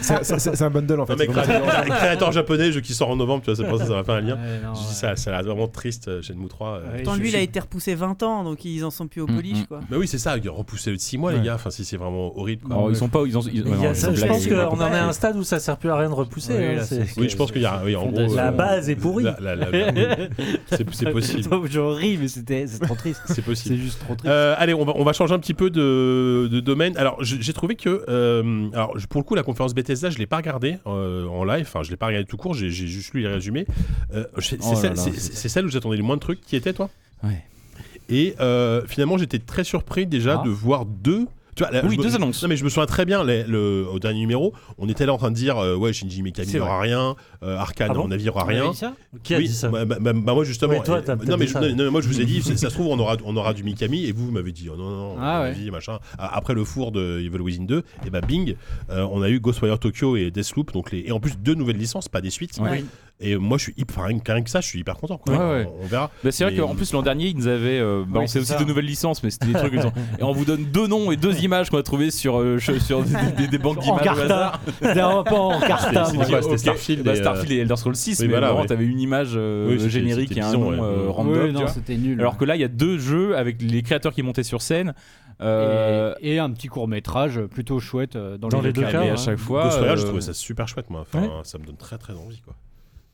[SPEAKER 6] C'est- [laughs] c'est- C'est c'est hein. un bundle en fait.
[SPEAKER 2] Non, mais
[SPEAKER 6] c'est vraiment-
[SPEAKER 2] créateur, créateur japonais, jeu qui sort en novembre, tu vois, c'est pour ça que ça va faire un lien.
[SPEAKER 4] Ah
[SPEAKER 7] non,
[SPEAKER 2] Je dis ça, ça a l'air vraiment triste, euh, Shenmue 3. euh.
[SPEAKER 7] Ouais.
[SPEAKER 5] Tant
[SPEAKER 7] je-
[SPEAKER 5] lui, il a
[SPEAKER 7] je-
[SPEAKER 5] été repoussé 20 ans, donc ils en sont plus au
[SPEAKER 3] Mm,
[SPEAKER 5] polish,
[SPEAKER 3] mm.
[SPEAKER 5] quoi.
[SPEAKER 2] Mais oui, c'est ça, repousser de 6 mois, les gars, enfin, si c'est vraiment horrible. quoi.
[SPEAKER 3] Alors, ils sont pas ils ont ils-
[SPEAKER 4] Ah Mais
[SPEAKER 3] ouais,
[SPEAKER 4] il y a
[SPEAKER 3] non,
[SPEAKER 4] ça-
[SPEAKER 3] ils ont
[SPEAKER 4] je
[SPEAKER 3] blagué,
[SPEAKER 4] pense
[SPEAKER 3] ils ont
[SPEAKER 4] qu'on
[SPEAKER 3] compris.
[SPEAKER 4] en est à un stade où ça sert plus à rien de repousser.
[SPEAKER 7] Oui,
[SPEAKER 4] hein,
[SPEAKER 7] là,
[SPEAKER 4] c'est-
[SPEAKER 2] Oui, je pense qu'il y a. Oui, en gros.
[SPEAKER 4] la
[SPEAKER 2] euh,
[SPEAKER 4] base est pourrie.
[SPEAKER 2] la- la- la- C'est c'est possible.
[SPEAKER 7] Je ris, mais c'était c'est trop triste.
[SPEAKER 2] C'est possible.
[SPEAKER 7] C'est juste trop triste.
[SPEAKER 2] Euh, allez, on va, on va changer un petit peu de, de domaine. Alors, je- j'ai trouvé que, euh, alors je- pour le coup, la conférence Bethesda, je l'ai pas regardée euh, en live. Enfin, je l'ai pas regardée tout court. J'ai j'ai juste lu les résumés. Euh, c'est c'est
[SPEAKER 3] Oh là
[SPEAKER 2] celle-
[SPEAKER 3] là,
[SPEAKER 2] c'est-
[SPEAKER 3] c'est-
[SPEAKER 2] c'est celle où j'attendais le moins de trucs. Qui était toi
[SPEAKER 3] Ouais.
[SPEAKER 2] Et euh, finalement, j'étais très surpris déjà
[SPEAKER 7] Ah.
[SPEAKER 2] de voir deux. Tu vois, là,
[SPEAKER 3] Oui,
[SPEAKER 2] je me-
[SPEAKER 3] deux annonces.
[SPEAKER 2] Non, mais je me souviens très bien les- le, au dernier numéro. On était là en train de dire euh, Ouais, Shinji Mikami
[SPEAKER 7] C'est
[SPEAKER 2] n'aura rien, euh, Arkane,
[SPEAKER 4] Ah bon
[SPEAKER 2] à mon avis, aura
[SPEAKER 7] On avait
[SPEAKER 2] rien.
[SPEAKER 7] dit ça
[SPEAKER 4] Qui a
[SPEAKER 2] Oui,
[SPEAKER 4] dit ça
[SPEAKER 2] bah, bah, bah, bah, moi justement.
[SPEAKER 4] Mais toi, t'as
[SPEAKER 2] euh,
[SPEAKER 4] peut-être
[SPEAKER 2] non, mais je-
[SPEAKER 4] dit ça.
[SPEAKER 2] non, non, mais moi je vous ai dit, c'est- ça se trouve on aura, on aura du Mikami et vous, vous m'avez dit oh, non non, non,
[SPEAKER 7] Ah
[SPEAKER 2] on
[SPEAKER 7] ouais.
[SPEAKER 2] a dit, machin. Ah, Après le four de Evil Within 2, et bah Bing, euh, on a eu Ghostwire Tokyo et Deathloop, donc les et en plus deux nouvelles licences, pas des suites.
[SPEAKER 3] Ouais.
[SPEAKER 2] Et moi je suis hyper, enfin, rien que- rien que ça, je suis hyper content. Quoi.
[SPEAKER 3] Ouais, ouais.
[SPEAKER 2] On, on verra.
[SPEAKER 3] Bah, c'est vrai
[SPEAKER 4] euh,
[SPEAKER 2] Mais-
[SPEAKER 3] qu'en plus l'an dernier ils nous avaient euh, balancé
[SPEAKER 7] c'est
[SPEAKER 3] aussi
[SPEAKER 7] ça.
[SPEAKER 3] de nouvelles licences mais c'était des trucs ils ont- et on vous donne deux noms et deux images qu'on a trouvées sur, euh, che- sur des, des- des banques
[SPEAKER 7] En
[SPEAKER 3] d'images au hasard.
[SPEAKER 7] carta. C'était un peu
[SPEAKER 2] [laughs]
[SPEAKER 7] en carta.
[SPEAKER 2] C'est- c'est
[SPEAKER 7] moi.
[SPEAKER 2] quoi, c'était
[SPEAKER 3] Ok.
[SPEAKER 2] Starfield
[SPEAKER 3] Bah,
[SPEAKER 2] et, euh,
[SPEAKER 3] Starfield et Elder Scrolls 6
[SPEAKER 2] oui,
[SPEAKER 3] mais
[SPEAKER 2] voilà,
[SPEAKER 3] vraiment
[SPEAKER 2] ouais.
[SPEAKER 3] t'avais une image euh,
[SPEAKER 2] Oui, c'était-
[SPEAKER 3] générique
[SPEAKER 2] c'était
[SPEAKER 3] et un
[SPEAKER 2] bison,
[SPEAKER 3] nom
[SPEAKER 2] ouais.
[SPEAKER 3] euh,
[SPEAKER 2] Ouais,
[SPEAKER 3] random
[SPEAKER 7] Ouais,
[SPEAKER 3] tu
[SPEAKER 7] non,
[SPEAKER 3] vois.
[SPEAKER 7] c'était
[SPEAKER 2] Mm.
[SPEAKER 7] nul.
[SPEAKER 3] alors que là il y a deux jeux avec les créateurs qui montaient sur scène euh,
[SPEAKER 7] et, et un petit court métrage plutôt chouette euh, dans,
[SPEAKER 4] Dans les deux
[SPEAKER 7] cas.
[SPEAKER 4] cas, hein.
[SPEAKER 3] et à
[SPEAKER 4] ouais.
[SPEAKER 3] chaque fois
[SPEAKER 2] Ghostwire, j'ai
[SPEAKER 3] euh,
[SPEAKER 2] trouvé ça super chouette moi. Enfin, ça me donne très très envie quoi.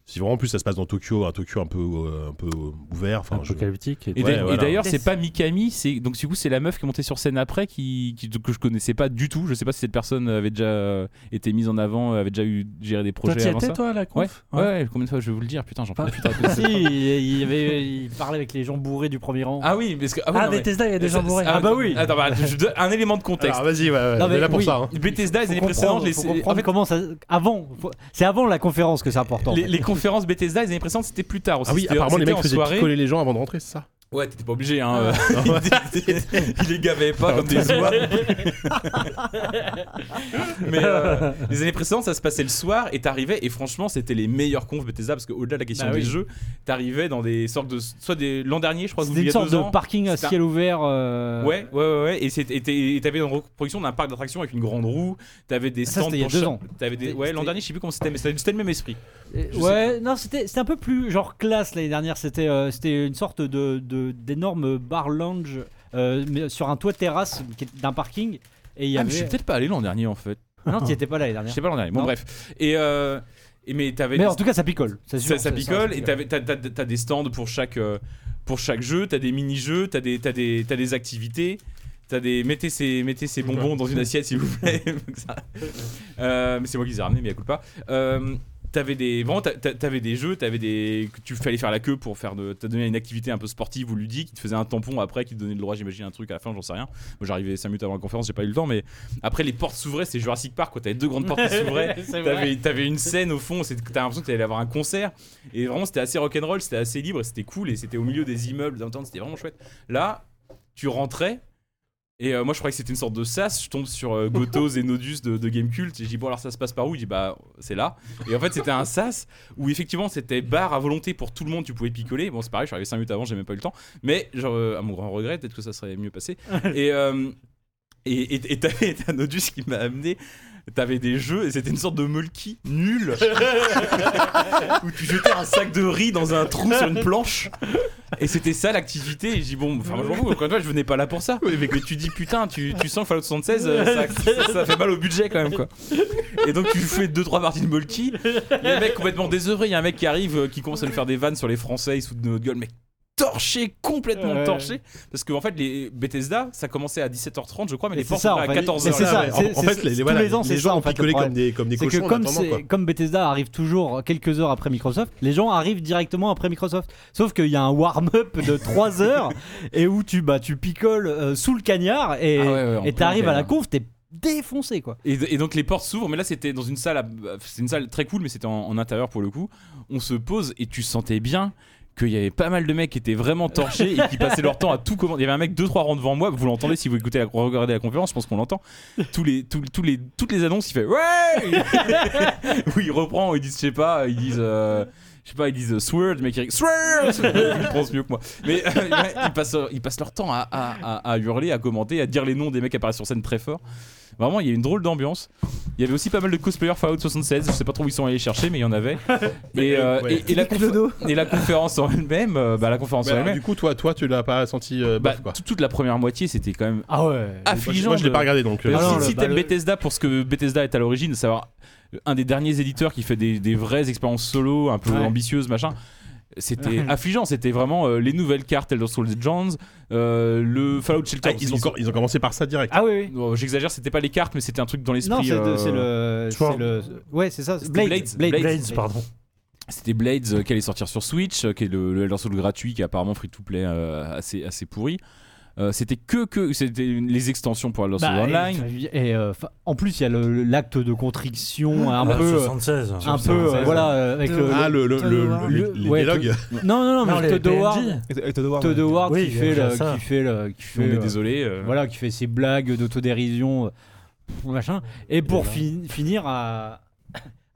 [SPEAKER 2] Si vraiment en plus ça se passe dans Tokyo, un Tokyo un peu euh, un peu ouvert, enfin je-
[SPEAKER 4] Apocalyptique.
[SPEAKER 3] Et
[SPEAKER 2] Ouais,
[SPEAKER 3] d'a- et
[SPEAKER 2] voilà.
[SPEAKER 3] d'ailleurs, c'est
[SPEAKER 5] Test.
[SPEAKER 3] pas Mikami, c'est donc du coup c'est la meuf qui est montée sur scène après qui, qui- que je connaissais pas du tout. Je sais pas si cette personne avait déjà euh, été mise en avant, euh, avait déjà eu géré des
[SPEAKER 4] Toi,
[SPEAKER 3] projets
[SPEAKER 4] tu
[SPEAKER 3] avant
[SPEAKER 4] étais
[SPEAKER 3] ça.
[SPEAKER 4] toi à la
[SPEAKER 3] Ouais,
[SPEAKER 4] conf
[SPEAKER 3] ouais, ouais, combien de fois je vais vous le dire, putain, j'en parle putain.
[SPEAKER 7] si,
[SPEAKER 4] [laughs]
[SPEAKER 7] il, il avait, il parlait avec les gens bourrés du premier rang.
[SPEAKER 3] Ah oui, parce que ah, ouais,
[SPEAKER 4] Ah,
[SPEAKER 3] non, mais-
[SPEAKER 4] Bethesda, il y a des gens
[SPEAKER 3] ça-
[SPEAKER 4] bourrés.
[SPEAKER 3] Ah bah
[SPEAKER 7] oui.
[SPEAKER 3] Attends, bah, je- je- un élément de contexte.
[SPEAKER 2] Alors vas-y, ouais, ouais,
[SPEAKER 7] Non,
[SPEAKER 2] on est
[SPEAKER 7] mais
[SPEAKER 2] là pour
[SPEAKER 7] oui.
[SPEAKER 2] ça. hein.
[SPEAKER 3] Bethesda, les
[SPEAKER 7] Faut
[SPEAKER 3] années
[SPEAKER 7] comprendre,
[SPEAKER 3] précédentes, les-
[SPEAKER 7] faut
[SPEAKER 3] c'est-
[SPEAKER 7] comprendre
[SPEAKER 3] en fait,
[SPEAKER 7] comment ça. Avant, faut- c'est avant la conférence que c'est important.
[SPEAKER 3] les, les conférences Bethesda, les années précédentes, c'était plus tard aussi.
[SPEAKER 2] Ah oui,
[SPEAKER 3] C'était-
[SPEAKER 2] apparemment les
[SPEAKER 3] c'était
[SPEAKER 2] mecs
[SPEAKER 3] en
[SPEAKER 2] faisaient
[SPEAKER 3] soirée.
[SPEAKER 2] coller les gens avant de rentrer, c'est ça
[SPEAKER 3] Ouais, t'étais pas obligé,
[SPEAKER 7] Ah.
[SPEAKER 3] hein. euh, [laughs] il, il les gavait pas comme des oies. [laughs] Mais euh, les années précédentes, ça se passait le soir et t'arrivais, et franchement, c'était les meilleures confs Bethesda parce qu'au-delà de la question
[SPEAKER 7] Bah
[SPEAKER 3] des
[SPEAKER 7] oui.
[SPEAKER 3] jeux, t'arrivais dans des sortes de. Soit des, l'an dernier, je crois, ou
[SPEAKER 7] C'était
[SPEAKER 3] il y
[SPEAKER 7] une
[SPEAKER 3] a
[SPEAKER 7] sorte
[SPEAKER 3] deux
[SPEAKER 7] de
[SPEAKER 3] ans.
[SPEAKER 7] parking à
[SPEAKER 3] c'était un-
[SPEAKER 7] ciel ouvert. euh,
[SPEAKER 3] Ouais, ouais, ouais, ouais. Et c'était- et t'es- et t'avais une reproduction d'un parc d'attractions avec une grande roue. T'avais des
[SPEAKER 7] Ah, Ça,
[SPEAKER 3] stands.
[SPEAKER 7] c'était il y a
[SPEAKER 3] pour
[SPEAKER 7] deux
[SPEAKER 3] chaque-
[SPEAKER 7] ans.
[SPEAKER 3] T'avais des.
[SPEAKER 7] C'était-
[SPEAKER 3] Ouais, l'an
[SPEAKER 7] c'était-
[SPEAKER 3] dernier, je sais plus comment c'était, mais c'était c'était le même esprit.
[SPEAKER 7] Et-
[SPEAKER 3] Je
[SPEAKER 7] Ouais, non, c'était c'était un peu plus genre classe l'année dernière. C'était euh, c'était une sorte de de- d'énorme bar lounge euh, mais sur un toit de terrasse qui est- d'un parking. Et il y
[SPEAKER 3] Ah, mais
[SPEAKER 7] avait.
[SPEAKER 3] je suis peut-être pas allé l'an dernier en fait.
[SPEAKER 7] Non, tu étais pas là l'année
[SPEAKER 3] Je
[SPEAKER 7] dernière.
[SPEAKER 3] sais pas l'an dernier. Bon,
[SPEAKER 7] Non.
[SPEAKER 3] bref. Et. euh, et mais t'avais.
[SPEAKER 7] Mais en tout cas, ça picole. c'est sûr,
[SPEAKER 3] ça, ça
[SPEAKER 7] c'est-
[SPEAKER 3] picole
[SPEAKER 7] c'est-
[SPEAKER 3] et t'avais- t'as t'as- t'as des stands pour chaque, euh, pour chaque jeu, t'as des mini-jeux, t'as des, t'as des, t'as des activités, t'as des... Mettez ces, mettez ces bonbons dans une assiette s'il vous plaît. [laughs] Ça- Euh, mais c'est moi qui les ai ramenés, mais à coup pas. Euh, T'avais des, vraiment, t'a- t'a- t'avais des jeux, t'avais des, que tu fallait faire la queue pour faire de, t'as donné une activité un peu sportive ou ludique, qui te faisait un tampon après, qui te donnait le droit, j'imagine un truc à la fin, j'en sais rien. Moi j'arrivais 5 minutes avant la conférence, j'ai pas eu le temps, mais après les portes s'ouvraient, c'est Jurassic Park, quoi. T'avais deux grandes portes qui s'ouvraient, T'avais, t'avais une scène au fond, c'est, t'as l'impression que t'allais avoir un concert. Et vraiment, c'était assez rock'n'roll, c'était assez libre, et c'était cool, et c'était au milieu des immeubles downtown, c'était vraiment chouette. Là, tu rentrais, et euh, moi je croyais que c'était une sorte de sas. Je tombe sur euh, Gotos et Nodus de, de Game Cult, et je dis, bon alors ça se passe par où Il dit, bah c'est là. Et en fait, c'était un sas où effectivement c'était bar à volonté pour tout le monde, tu pouvais picoler. Bon, c'est pareil, je suis arrivé 5 minutes avant, j'ai même pas eu le temps. Mais, genre, euh, à mon grand regret, peut-être que ça serait mieux passé. et. euh, et, et, et t'avais t'as [laughs] Nodus qui m'a amené. T'avais des jeux et c'était une sorte de mulky
[SPEAKER 7] [laughs]
[SPEAKER 3] nul où tu jetais un sac de riz dans un trou sur une planche et c'était ça l'activité. Et je dis bon, enfin, moi, j'en fous, encore une fois, je venais pas là pour ça. mais tu dis putain, tu, tu sens que Fallout 76 euh,
[SPEAKER 7] [laughs]
[SPEAKER 3] ça, ça- ça fait mal au budget quand même quoi. Et donc tu fais deux trois parties de mulky. Il y a un mec complètement désœuvré, il y a un mec qui arrive euh, qui commence à nous faire des vannes sur les Français, il se fout de notre gueule, mais torché, complètement
[SPEAKER 7] Ouais.
[SPEAKER 3] torché. Parce que en fait, les Bethesda, ça commençait à 17h30, je crois, mais
[SPEAKER 7] Et
[SPEAKER 3] les
[SPEAKER 7] c'est
[SPEAKER 3] portes
[SPEAKER 7] ça,
[SPEAKER 3] ouvraient
[SPEAKER 7] en
[SPEAKER 3] à
[SPEAKER 7] fait.
[SPEAKER 3] 14h.
[SPEAKER 7] Et c'est
[SPEAKER 3] là.
[SPEAKER 7] ça,
[SPEAKER 2] ouais.
[SPEAKER 7] c'est-
[SPEAKER 2] en, en fait,
[SPEAKER 7] c'est-
[SPEAKER 2] les,
[SPEAKER 7] tous
[SPEAKER 2] voilà,
[SPEAKER 7] les ans, c'est ça,
[SPEAKER 2] gens
[SPEAKER 7] en fait, le
[SPEAKER 2] ont picolé comme
[SPEAKER 7] problème.
[SPEAKER 2] des, comme des
[SPEAKER 7] C'est que
[SPEAKER 2] cochons. en
[SPEAKER 7] comme,
[SPEAKER 2] attendant,
[SPEAKER 7] c'est-
[SPEAKER 2] quoi.
[SPEAKER 7] comme Bethesda arrive toujours quelques heures après Microsoft, les gens arrivent directement après Microsoft. Sauf qu'il y a un warm-up
[SPEAKER 2] [laughs]
[SPEAKER 7] de 3 heures et où tu, bah, tu picoles euh, sous le cagnard et
[SPEAKER 3] Ah ouais, ouais, en
[SPEAKER 7] et
[SPEAKER 3] plein
[SPEAKER 7] t'arrives à la
[SPEAKER 3] galère.
[SPEAKER 7] conf, t'es défoncé quoi.
[SPEAKER 3] Et, et donc les portes s'ouvrent, mais là c'était dans une salle, à- c'est une salle très cool, mais c'était en, en intérieur pour le coup. On se pose et tu sentais bien qu'il y avait pas mal de mecs qui étaient vraiment torchés et qui passaient leur temps à tout commander. Il y avait un mec deux trois rangs devant moi, vous l'entendez si vous écoutez la, regardez la conférence, je pense qu'on l'entend. Tous les, tous, tous les, toutes les annonces, il fait ouais. [laughs] oui, il reprend, ils disent je sais pas, ils disent. euh, je sais pas, ils disent Sword, mais qui [laughs] Sword Ils pensent mieux que moi. Mais [laughs] euh, ouais, ils, passent, ils passent leur temps à, à- à- à hurler, à commenter, à dire les noms des mecs qui apparaissent sur scène très fort. Vraiment, il y a une drôle d'ambiance. Il y avait aussi pas mal de cosplayers Fallout 76. Je sais pas trop où ils sont allés chercher, mais il y
[SPEAKER 2] [laughs]
[SPEAKER 3] en avait. Et, euh,
[SPEAKER 2] Ouais.
[SPEAKER 3] et- et la, conf- et la conférence en elle-même, euh, bah, la conférence
[SPEAKER 2] Mais
[SPEAKER 3] en
[SPEAKER 2] alors,
[SPEAKER 3] elle-même,
[SPEAKER 2] du coup, toi, toi, tu l'as pas senti euh,
[SPEAKER 3] bah,
[SPEAKER 2] bof, quoi.
[SPEAKER 3] toute- toute la première moitié, c'était quand même
[SPEAKER 7] Ah ouais.
[SPEAKER 2] Moi,
[SPEAKER 3] affligeant.
[SPEAKER 2] je- moi, je l'ai
[SPEAKER 3] de-
[SPEAKER 2] pas regardé donc. euh,
[SPEAKER 3] parce que
[SPEAKER 7] non,
[SPEAKER 3] si
[SPEAKER 7] le-
[SPEAKER 3] si
[SPEAKER 7] bah,
[SPEAKER 3] t'aimes
[SPEAKER 7] le-
[SPEAKER 3] Bethesda pour ce que Bethesda est à l'origine, de savoir euh, un des derniers éditeurs qui fait des, des vraies expériences solo, un peu
[SPEAKER 7] Ouais.
[SPEAKER 3] ambitieuses, machin. C'était affligeant, c'était vraiment euh, les nouvelles cartes Elder Scrolls Jones, euh, le Fallout Shelter.
[SPEAKER 2] ah, ils, ont, ils ont commencé par ça direct.
[SPEAKER 7] Ah oui oui.
[SPEAKER 3] Oh, J'exagère, c'était pas les cartes, mais c'était un truc dans l'esprit.
[SPEAKER 7] Non, c'est
[SPEAKER 3] euh,
[SPEAKER 7] de- c'est le,
[SPEAKER 4] je crois-
[SPEAKER 7] c'est le. Ouais, c'est ça.
[SPEAKER 3] C'était
[SPEAKER 7] Blade.
[SPEAKER 3] Blades.
[SPEAKER 7] Blade.
[SPEAKER 3] Blades,
[SPEAKER 4] Blades, pardon.
[SPEAKER 3] C'était Blades euh, qui allait sortir sur Switch, euh, qui est le, le Elder Scrolls gratuit, qui est apparemment free to play euh, assez, assez pourri. Euh, c'était que, que c'était une- les extensions pour Elder Scrolls
[SPEAKER 7] Bah,
[SPEAKER 3] Online.
[SPEAKER 7] Et, et, euh, fin- en plus, il y a le- l'acte de contrition un
[SPEAKER 4] Ah,
[SPEAKER 7] peu. euh,
[SPEAKER 4] 76.
[SPEAKER 7] Un peu, euh, voilà, euh, avec
[SPEAKER 5] De-
[SPEAKER 7] le.
[SPEAKER 2] Ah, le, le,
[SPEAKER 5] Todd
[SPEAKER 2] le-
[SPEAKER 5] Howard.
[SPEAKER 2] le-
[SPEAKER 7] Le-
[SPEAKER 2] les
[SPEAKER 7] ouais,
[SPEAKER 2] dialogues.
[SPEAKER 7] Non, non, non, mais
[SPEAKER 4] Non, les
[SPEAKER 7] Todd
[SPEAKER 4] PNJ.
[SPEAKER 7] Howard,
[SPEAKER 6] Et Todd Howard,
[SPEAKER 7] Todd Howard
[SPEAKER 4] Oui,
[SPEAKER 7] qui,
[SPEAKER 4] il y a
[SPEAKER 7] fait
[SPEAKER 4] déjà
[SPEAKER 7] le,
[SPEAKER 4] ça.
[SPEAKER 7] qui fait le. Qui fait
[SPEAKER 3] On est
[SPEAKER 7] euh,
[SPEAKER 3] désolé. euh,
[SPEAKER 7] Voilà, qui fait ses blagues d'autodérision, euh, machin. Et pour fi- finir à,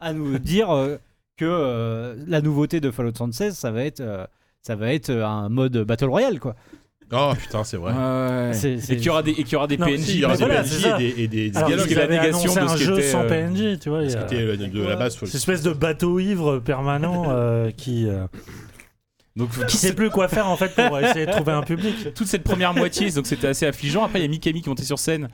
[SPEAKER 7] à nous dire euh, que euh, la nouveauté de Fallout 76, ça va être, euh, ça va être euh, un mode Battle Royale, quoi.
[SPEAKER 2] Oh putain, c'est vrai.
[SPEAKER 3] Ouais.
[SPEAKER 7] C'est- c'est-
[SPEAKER 3] Et qu'il y aura des, et qu'il y aura des
[SPEAKER 4] Non,
[SPEAKER 3] PNJ.
[SPEAKER 2] Si, il y aura
[SPEAKER 4] Mais
[SPEAKER 2] des
[SPEAKER 4] voilà,
[SPEAKER 2] PNJ
[SPEAKER 4] c'est ça.
[SPEAKER 2] et des, et des, des
[SPEAKER 4] Alors,
[SPEAKER 3] dialogues,
[SPEAKER 4] ils
[SPEAKER 2] dialogues.
[SPEAKER 3] la
[SPEAKER 4] avaient
[SPEAKER 3] négation
[SPEAKER 4] annoncé
[SPEAKER 3] de ce
[SPEAKER 4] un
[SPEAKER 3] qui
[SPEAKER 4] jeu
[SPEAKER 3] était,
[SPEAKER 4] sans
[SPEAKER 3] euh,
[SPEAKER 4] PNJ, tu vois. il y a-
[SPEAKER 2] C'était euh, de, de la base.
[SPEAKER 4] Cette espèce de bateau ivre permanent euh, qui euh,
[SPEAKER 3] Donc
[SPEAKER 4] qui sait plus quoi faire en fait pour essayer de trouver un public.
[SPEAKER 3] toute cette première moitié, donc c'était assez affligeant. Après, il y a Mikami qui montait sur scène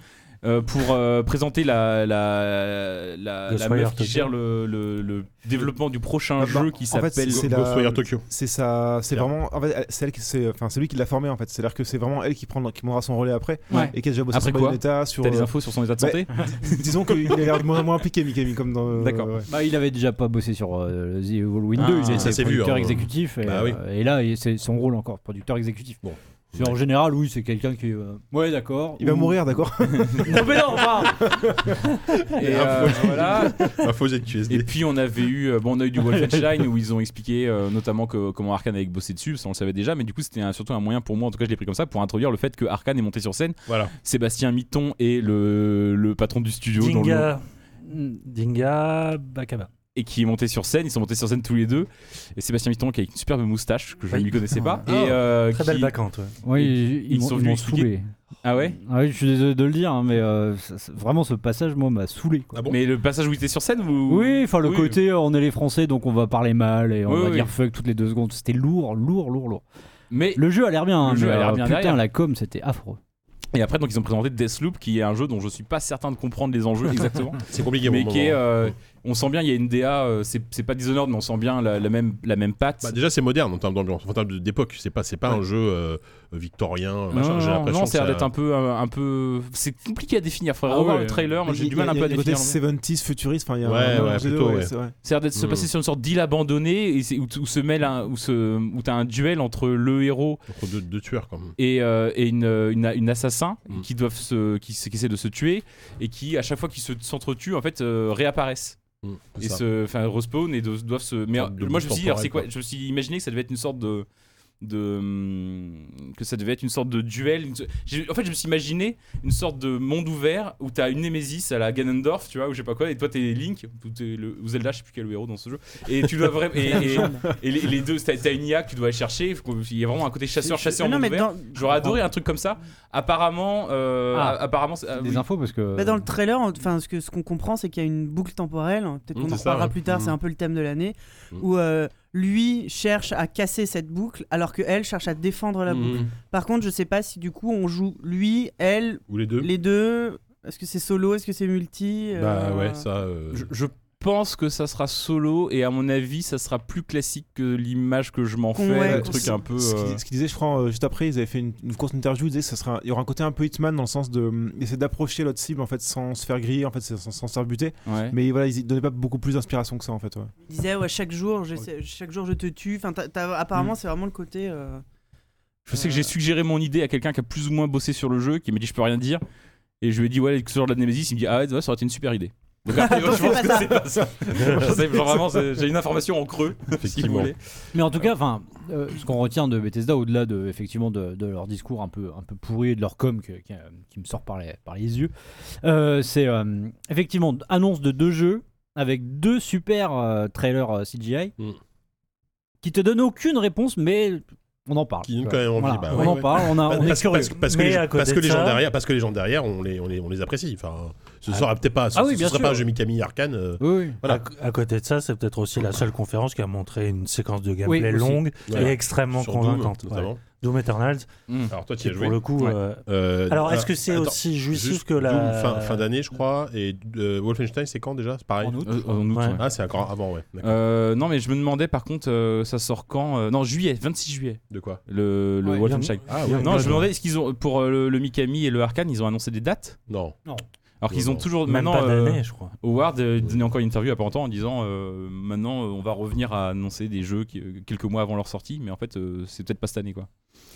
[SPEAKER 3] euh, pour euh, présenter la, la, la,
[SPEAKER 4] The
[SPEAKER 3] la
[SPEAKER 4] Spire
[SPEAKER 3] meuf qui
[SPEAKER 4] Tokyo.
[SPEAKER 3] gère le, le- le développement du prochain
[SPEAKER 6] Ah, bah,
[SPEAKER 3] jeu qui
[SPEAKER 6] en fait,
[SPEAKER 3] s'appelle.
[SPEAKER 6] c'est la-
[SPEAKER 2] Ghostwire Tokyo.
[SPEAKER 6] C'est ça, c'est
[SPEAKER 2] Bien.
[SPEAKER 6] vraiment. En fait, elle- c'est elle qui, c'est, enfin, c'est lui qui l'a formé en fait. C'est-à-dire que c'est vraiment elle qui prend, qui prendra son relais après
[SPEAKER 3] Ouais.
[SPEAKER 6] et qui a déjà bossé
[SPEAKER 3] Après
[SPEAKER 6] sur
[SPEAKER 3] quoi
[SPEAKER 6] Bayonetta, sur.
[SPEAKER 3] T'as des
[SPEAKER 6] euh,
[SPEAKER 3] infos sur son état de
[SPEAKER 6] bah,
[SPEAKER 3] santé
[SPEAKER 6] [laughs] disons qu'il a l'air de moins, moins
[SPEAKER 3] [laughs]
[SPEAKER 6] impliqué, Mikami, comme dans. euh,
[SPEAKER 3] D'accord.
[SPEAKER 6] ouais.
[SPEAKER 7] Bah, il avait déjà pas bossé sur euh, The Evil Within
[SPEAKER 3] Ah,
[SPEAKER 7] 2, il
[SPEAKER 3] ça
[SPEAKER 7] était
[SPEAKER 2] s'est vu,
[SPEAKER 7] producteur
[SPEAKER 2] hein.
[SPEAKER 7] exécutif, et,
[SPEAKER 2] Bah oui.
[SPEAKER 7] euh, et là, il- c'est son rôle encore, producteur exécutif.
[SPEAKER 2] Bon.
[SPEAKER 7] C'est en général, oui, c'est quelqu'un qui. euh, Ouais, d'accord.
[SPEAKER 6] Il va
[SPEAKER 7] Ou-
[SPEAKER 6] mourir, d'accord
[SPEAKER 7] Non, mais non, enfin,
[SPEAKER 3] Et, euh, voilà.
[SPEAKER 2] Un faux ZQSD.
[SPEAKER 3] Et puis on avait eu, euh, bon, on a
[SPEAKER 2] [laughs]
[SPEAKER 3] eu du Wolfenstein où ils ont expliqué euh, notamment que, comment Arkane avait bossé dessus, ça on le savait déjà, mais du coup c'était un- surtout un moyen pour moi, en tout cas je l'ai pris comme ça, pour introduire le fait que Arkane est monté sur scène.
[SPEAKER 2] Voilà.
[SPEAKER 3] Sébastien Mitton est le, le patron du studio dans le-
[SPEAKER 4] Dinga.
[SPEAKER 3] Mm,
[SPEAKER 4] Dinga Bakaba.
[SPEAKER 3] et qui est monté sur scène, ils sont montés sur scène tous les deux. Et Sébastien Mitton qui a une superbe moustache que je
[SPEAKER 4] Oui.
[SPEAKER 3] ne lui connaissais
[SPEAKER 4] [laughs]
[SPEAKER 3] pas.
[SPEAKER 4] Ah.
[SPEAKER 3] et euh,
[SPEAKER 4] Très
[SPEAKER 3] qui-
[SPEAKER 4] belle vacante. ouais.
[SPEAKER 7] ouais,
[SPEAKER 3] Et
[SPEAKER 7] ils, ils
[SPEAKER 3] ils
[SPEAKER 7] m'ont-
[SPEAKER 3] sont
[SPEAKER 7] ils
[SPEAKER 3] venus
[SPEAKER 7] m'ont
[SPEAKER 3] expliquer-
[SPEAKER 7] saoulé.
[SPEAKER 3] Ah ouais
[SPEAKER 7] Ah oui, je suis désolé de le dire, hein, mais euh, ça- ça- vraiment ce passage, moi, m'a saoulé. quoi.
[SPEAKER 2] Ah bon
[SPEAKER 3] Mais le passage où il était sur scène, vous...
[SPEAKER 7] Oui, enfin le
[SPEAKER 3] Oui.
[SPEAKER 7] côté euh, on est les Français donc on va parler mal et on
[SPEAKER 3] Oui,
[SPEAKER 7] va
[SPEAKER 3] oui.
[SPEAKER 7] dire fuck toutes les deux secondes. C'était lourd, lourd, lourd, lourd.
[SPEAKER 3] Mais
[SPEAKER 7] Le jeu a l'air bien, hein,
[SPEAKER 3] Le jeu
[SPEAKER 7] mais,
[SPEAKER 3] a l'air
[SPEAKER 7] euh,
[SPEAKER 3] bien
[SPEAKER 7] putain,
[SPEAKER 3] derrière.
[SPEAKER 7] la com c'était affreux.
[SPEAKER 3] et après donc ils ont présenté Deathloop qui est un jeu dont je suis pas certain de comprendre
[SPEAKER 2] [laughs]
[SPEAKER 3] les enjeux exactement.
[SPEAKER 2] C'est compliqué.
[SPEAKER 3] mais
[SPEAKER 2] bon,
[SPEAKER 3] qui
[SPEAKER 2] bon,
[SPEAKER 3] est,
[SPEAKER 2] bon.
[SPEAKER 3] euh, on sent bien, il y a une DA, euh, c'est c'est pas Dishonored, mais on sent bien la, la même, la même patte.
[SPEAKER 2] Bah, déjà, c'est moderne en termes d'ambiance, en termes de- d'époque. C'est pas, c'est pas un jeu euh, victorien.
[SPEAKER 3] non,
[SPEAKER 2] Machin. J'ai
[SPEAKER 3] non,
[SPEAKER 2] l'impression
[SPEAKER 3] non,
[SPEAKER 2] que
[SPEAKER 3] ça a l'air
[SPEAKER 2] ça-
[SPEAKER 3] d'être un peu, euh, un, un peu. C'est compliqué à définir, frère.
[SPEAKER 7] Ah
[SPEAKER 3] Revoir
[SPEAKER 7] ouais.
[SPEAKER 3] le trailer, moi, j'ai
[SPEAKER 6] Il-
[SPEAKER 3] du mal
[SPEAKER 6] il y
[SPEAKER 3] un
[SPEAKER 6] a-
[SPEAKER 3] peu à
[SPEAKER 6] Il y a le côté
[SPEAKER 3] définir. Ça
[SPEAKER 6] 70s futuriste, enfin il y a un-
[SPEAKER 2] Ouais,
[SPEAKER 6] un
[SPEAKER 2] ouais,
[SPEAKER 6] mélange des deux,
[SPEAKER 2] plutôt, ouais.
[SPEAKER 6] c'est vrai.
[SPEAKER 3] a l'air d'être se
[SPEAKER 2] Mm.
[SPEAKER 3] passer sur une sorte d'île abandonnée et c'est- où, t- où se mêle un- où se- où t'as un duel entre le héros
[SPEAKER 2] entre deux, deux tueurs quand même.
[SPEAKER 3] et, euh, et une, une, une assassin
[SPEAKER 2] Mm.
[SPEAKER 3] qui doivent se, qui, s- qui essaient de se tuer et qui à chaque fois qu'ils se- s'entretuent en fait euh, réapparaissent.
[SPEAKER 2] Mm, c'est
[SPEAKER 3] et
[SPEAKER 2] ça.
[SPEAKER 3] se enfin respawn et de- doivent se mais
[SPEAKER 2] Sorte de
[SPEAKER 3] moi je me suis dit, alors,
[SPEAKER 2] temporelle,
[SPEAKER 3] c'est quoi
[SPEAKER 2] quoi.
[SPEAKER 3] je me suis imaginé que ça devait être une sorte de de hum, que ça devait être une sorte de duel une so- j'ai- en fait je me suis imaginé une sorte de monde ouvert où t'as une Némésis à la Ganondorf tu vois ou je sais pas quoi et toi t'es Link ou, t'es le, ou Zelda je sais plus quel héros dans ce jeu et tu dois vraiment
[SPEAKER 5] [laughs]
[SPEAKER 3] et, et- et les, les deux t'as t'as une IA que tu dois aller chercher faut qu'on- il y a vraiment un côté chasseur chasseur
[SPEAKER 5] Mais non,
[SPEAKER 3] monde
[SPEAKER 5] mais
[SPEAKER 3] ouvert
[SPEAKER 5] dans,
[SPEAKER 3] j'aurais adoré un truc comme ça apparemment euh,
[SPEAKER 7] Ah.
[SPEAKER 3] apparemment c'est- ah,
[SPEAKER 7] Des
[SPEAKER 3] oui.
[SPEAKER 7] infos parce que.
[SPEAKER 5] bah, dans le trailer, enfin, ce qu'on ce qu'on comprend, c'est qu'il y a une boucle temporelle. hein, Peut-être
[SPEAKER 2] Mm,
[SPEAKER 5] qu'on en
[SPEAKER 2] c'est ça,
[SPEAKER 5] reparlera
[SPEAKER 2] ouais.
[SPEAKER 5] plus tard,
[SPEAKER 3] Mm.
[SPEAKER 5] c'est un peu le thème de l'année.
[SPEAKER 2] Mm.
[SPEAKER 5] Où euh, lui cherche à casser cette boucle, alors que elle cherche à défendre la boucle.
[SPEAKER 2] Mm.
[SPEAKER 5] Par contre, je sais pas si du coup on joue lui, elle,
[SPEAKER 2] Ou les deux.
[SPEAKER 5] les deux. Est-ce que c'est solo Est-ce que c'est multi euh,
[SPEAKER 2] Bah ouais, ça. euh,
[SPEAKER 3] Je, je pense que ça sera solo et à mon avis ça sera plus classique que l'image que je m'en fais,
[SPEAKER 5] Ouais,
[SPEAKER 3] le truc
[SPEAKER 5] c'est-
[SPEAKER 3] un peu.
[SPEAKER 6] Ce
[SPEAKER 3] euh,
[SPEAKER 6] qu'ils ce qu'ils disaient, je crois, euh, juste après, ils avaient fait une, une courte interview. Ils disaient que ça sera, il y aura un côté un peu Hitman dans le sens de hum, essayer d'approcher l'autre cible en fait sans se faire griller, en fait sans, sans se faire buter.
[SPEAKER 3] ouais.
[SPEAKER 6] Mais voilà, ils y donnaient pas beaucoup plus d'inspiration que ça en fait. ouais.
[SPEAKER 5] Il disait ouais, chaque jour, j'essaie- chaque jour je te tue. Enfin, t'as- t'as- apparemment,
[SPEAKER 2] Mm.
[SPEAKER 5] c'est vraiment le côté. euh,
[SPEAKER 3] Je sais que j'ai suggéré mon idée à quelqu'un qui a plus ou moins bossé sur le jeu, qui m'a dit je peux rien dire et je lui ai dit ouais sur la Nemesis, il me dit ah ouais ça aurait été une super idée. Donc après,
[SPEAKER 5] Donc,
[SPEAKER 3] je pense
[SPEAKER 5] c'est
[SPEAKER 3] que
[SPEAKER 5] pas
[SPEAKER 3] c'est pas ça. Je sais, genre vraiment c'est- j'ai une information en creux si vous
[SPEAKER 2] Effectivement.
[SPEAKER 3] voulez.
[SPEAKER 7] Mais en tout cas, enfin, euh, ce qu'on retient de Bethesda, au-delà de effectivement de, de leur discours un peu un peu pourri et de leur com que- qui, euh, qui me sort par les par les yeux, euh, c'est euh, effectivement annonce de deux jeux avec deux super euh, trailers euh, CGI
[SPEAKER 2] Mm.
[SPEAKER 7] qui te donnent aucune réponse, mais on en parle.
[SPEAKER 2] Qui donnent quand même envie,
[SPEAKER 7] Voilà,
[SPEAKER 2] bah
[SPEAKER 7] on
[SPEAKER 2] ouais,
[SPEAKER 7] en
[SPEAKER 2] ouais.
[SPEAKER 7] parle, on, a,
[SPEAKER 2] Parce, [laughs]
[SPEAKER 7] on est
[SPEAKER 2] parce-
[SPEAKER 7] curieux.
[SPEAKER 2] parce- parce que
[SPEAKER 4] Mais
[SPEAKER 2] les,
[SPEAKER 4] à côté
[SPEAKER 2] parce que
[SPEAKER 4] de
[SPEAKER 2] les gens
[SPEAKER 4] ça-
[SPEAKER 2] derrière, parce que les gens derrière, on les, on les, on les apprécie. Enfin, ce sera peut-être pas, ce,
[SPEAKER 7] Ah oui,
[SPEAKER 2] ce
[SPEAKER 7] bien
[SPEAKER 2] sera
[SPEAKER 7] sûr.
[SPEAKER 2] pas un jeu Mikami Arcane. euh,
[SPEAKER 7] Oui, oui.
[SPEAKER 2] Voilà.
[SPEAKER 4] À, à côté de ça, c'est peut-être aussi la seule conférence qui a montré une séquence de gameplay
[SPEAKER 7] Oui, aussi.
[SPEAKER 4] longue
[SPEAKER 2] Voilà.
[SPEAKER 4] et extrêmement
[SPEAKER 2] sur Doom,
[SPEAKER 4] convaincante. ouais.
[SPEAKER 2] notamment.
[SPEAKER 4] Doom Eternal,
[SPEAKER 6] Hmm.
[SPEAKER 2] Alors toi, tu y
[SPEAKER 4] qui
[SPEAKER 2] as
[SPEAKER 4] pour
[SPEAKER 2] joué.
[SPEAKER 4] le coup.
[SPEAKER 3] Ouais.
[SPEAKER 4] euh,
[SPEAKER 2] Euh,
[SPEAKER 4] Alors, est-ce
[SPEAKER 2] ah,
[SPEAKER 4] que c'est
[SPEAKER 2] attends,
[SPEAKER 4] aussi
[SPEAKER 2] juste
[SPEAKER 4] jouissif que la
[SPEAKER 2] Doom, fin, fin d'année, je crois, et euh, Wolfenstein, c'est quand déjà C'est pareil.
[SPEAKER 3] Euh, en août,
[SPEAKER 4] Ouais.
[SPEAKER 3] ouais.
[SPEAKER 2] Ah, c'est encore avant, ouais. D'accord.
[SPEAKER 3] Euh, non mais je me demandais par contre euh, ça sort quand euh, Non juillet, 26 juillet
[SPEAKER 2] De quoi
[SPEAKER 3] le, le
[SPEAKER 7] Ouais,
[SPEAKER 3] Wolfenstein.
[SPEAKER 2] Ah
[SPEAKER 4] ouais.
[SPEAKER 3] Non je me demandais est-ce qu'ils ont pour euh, le, le Mikami et le Arkane ils ont annoncé des dates
[SPEAKER 2] Non.
[SPEAKER 3] alors qu'ils
[SPEAKER 2] Non,
[SPEAKER 3] ont
[SPEAKER 2] non.
[SPEAKER 3] toujours
[SPEAKER 4] Même
[SPEAKER 3] maintenant
[SPEAKER 4] pas
[SPEAKER 3] euh,
[SPEAKER 4] d'année, je crois.
[SPEAKER 3] Howard euh, donnait encore une interview à pas longtemps en disant euh, maintenant euh, on va revenir à annoncer des jeux qui- euh, quelques mois avant leur sortie mais en fait euh, c'est peut-être pas cette année quoi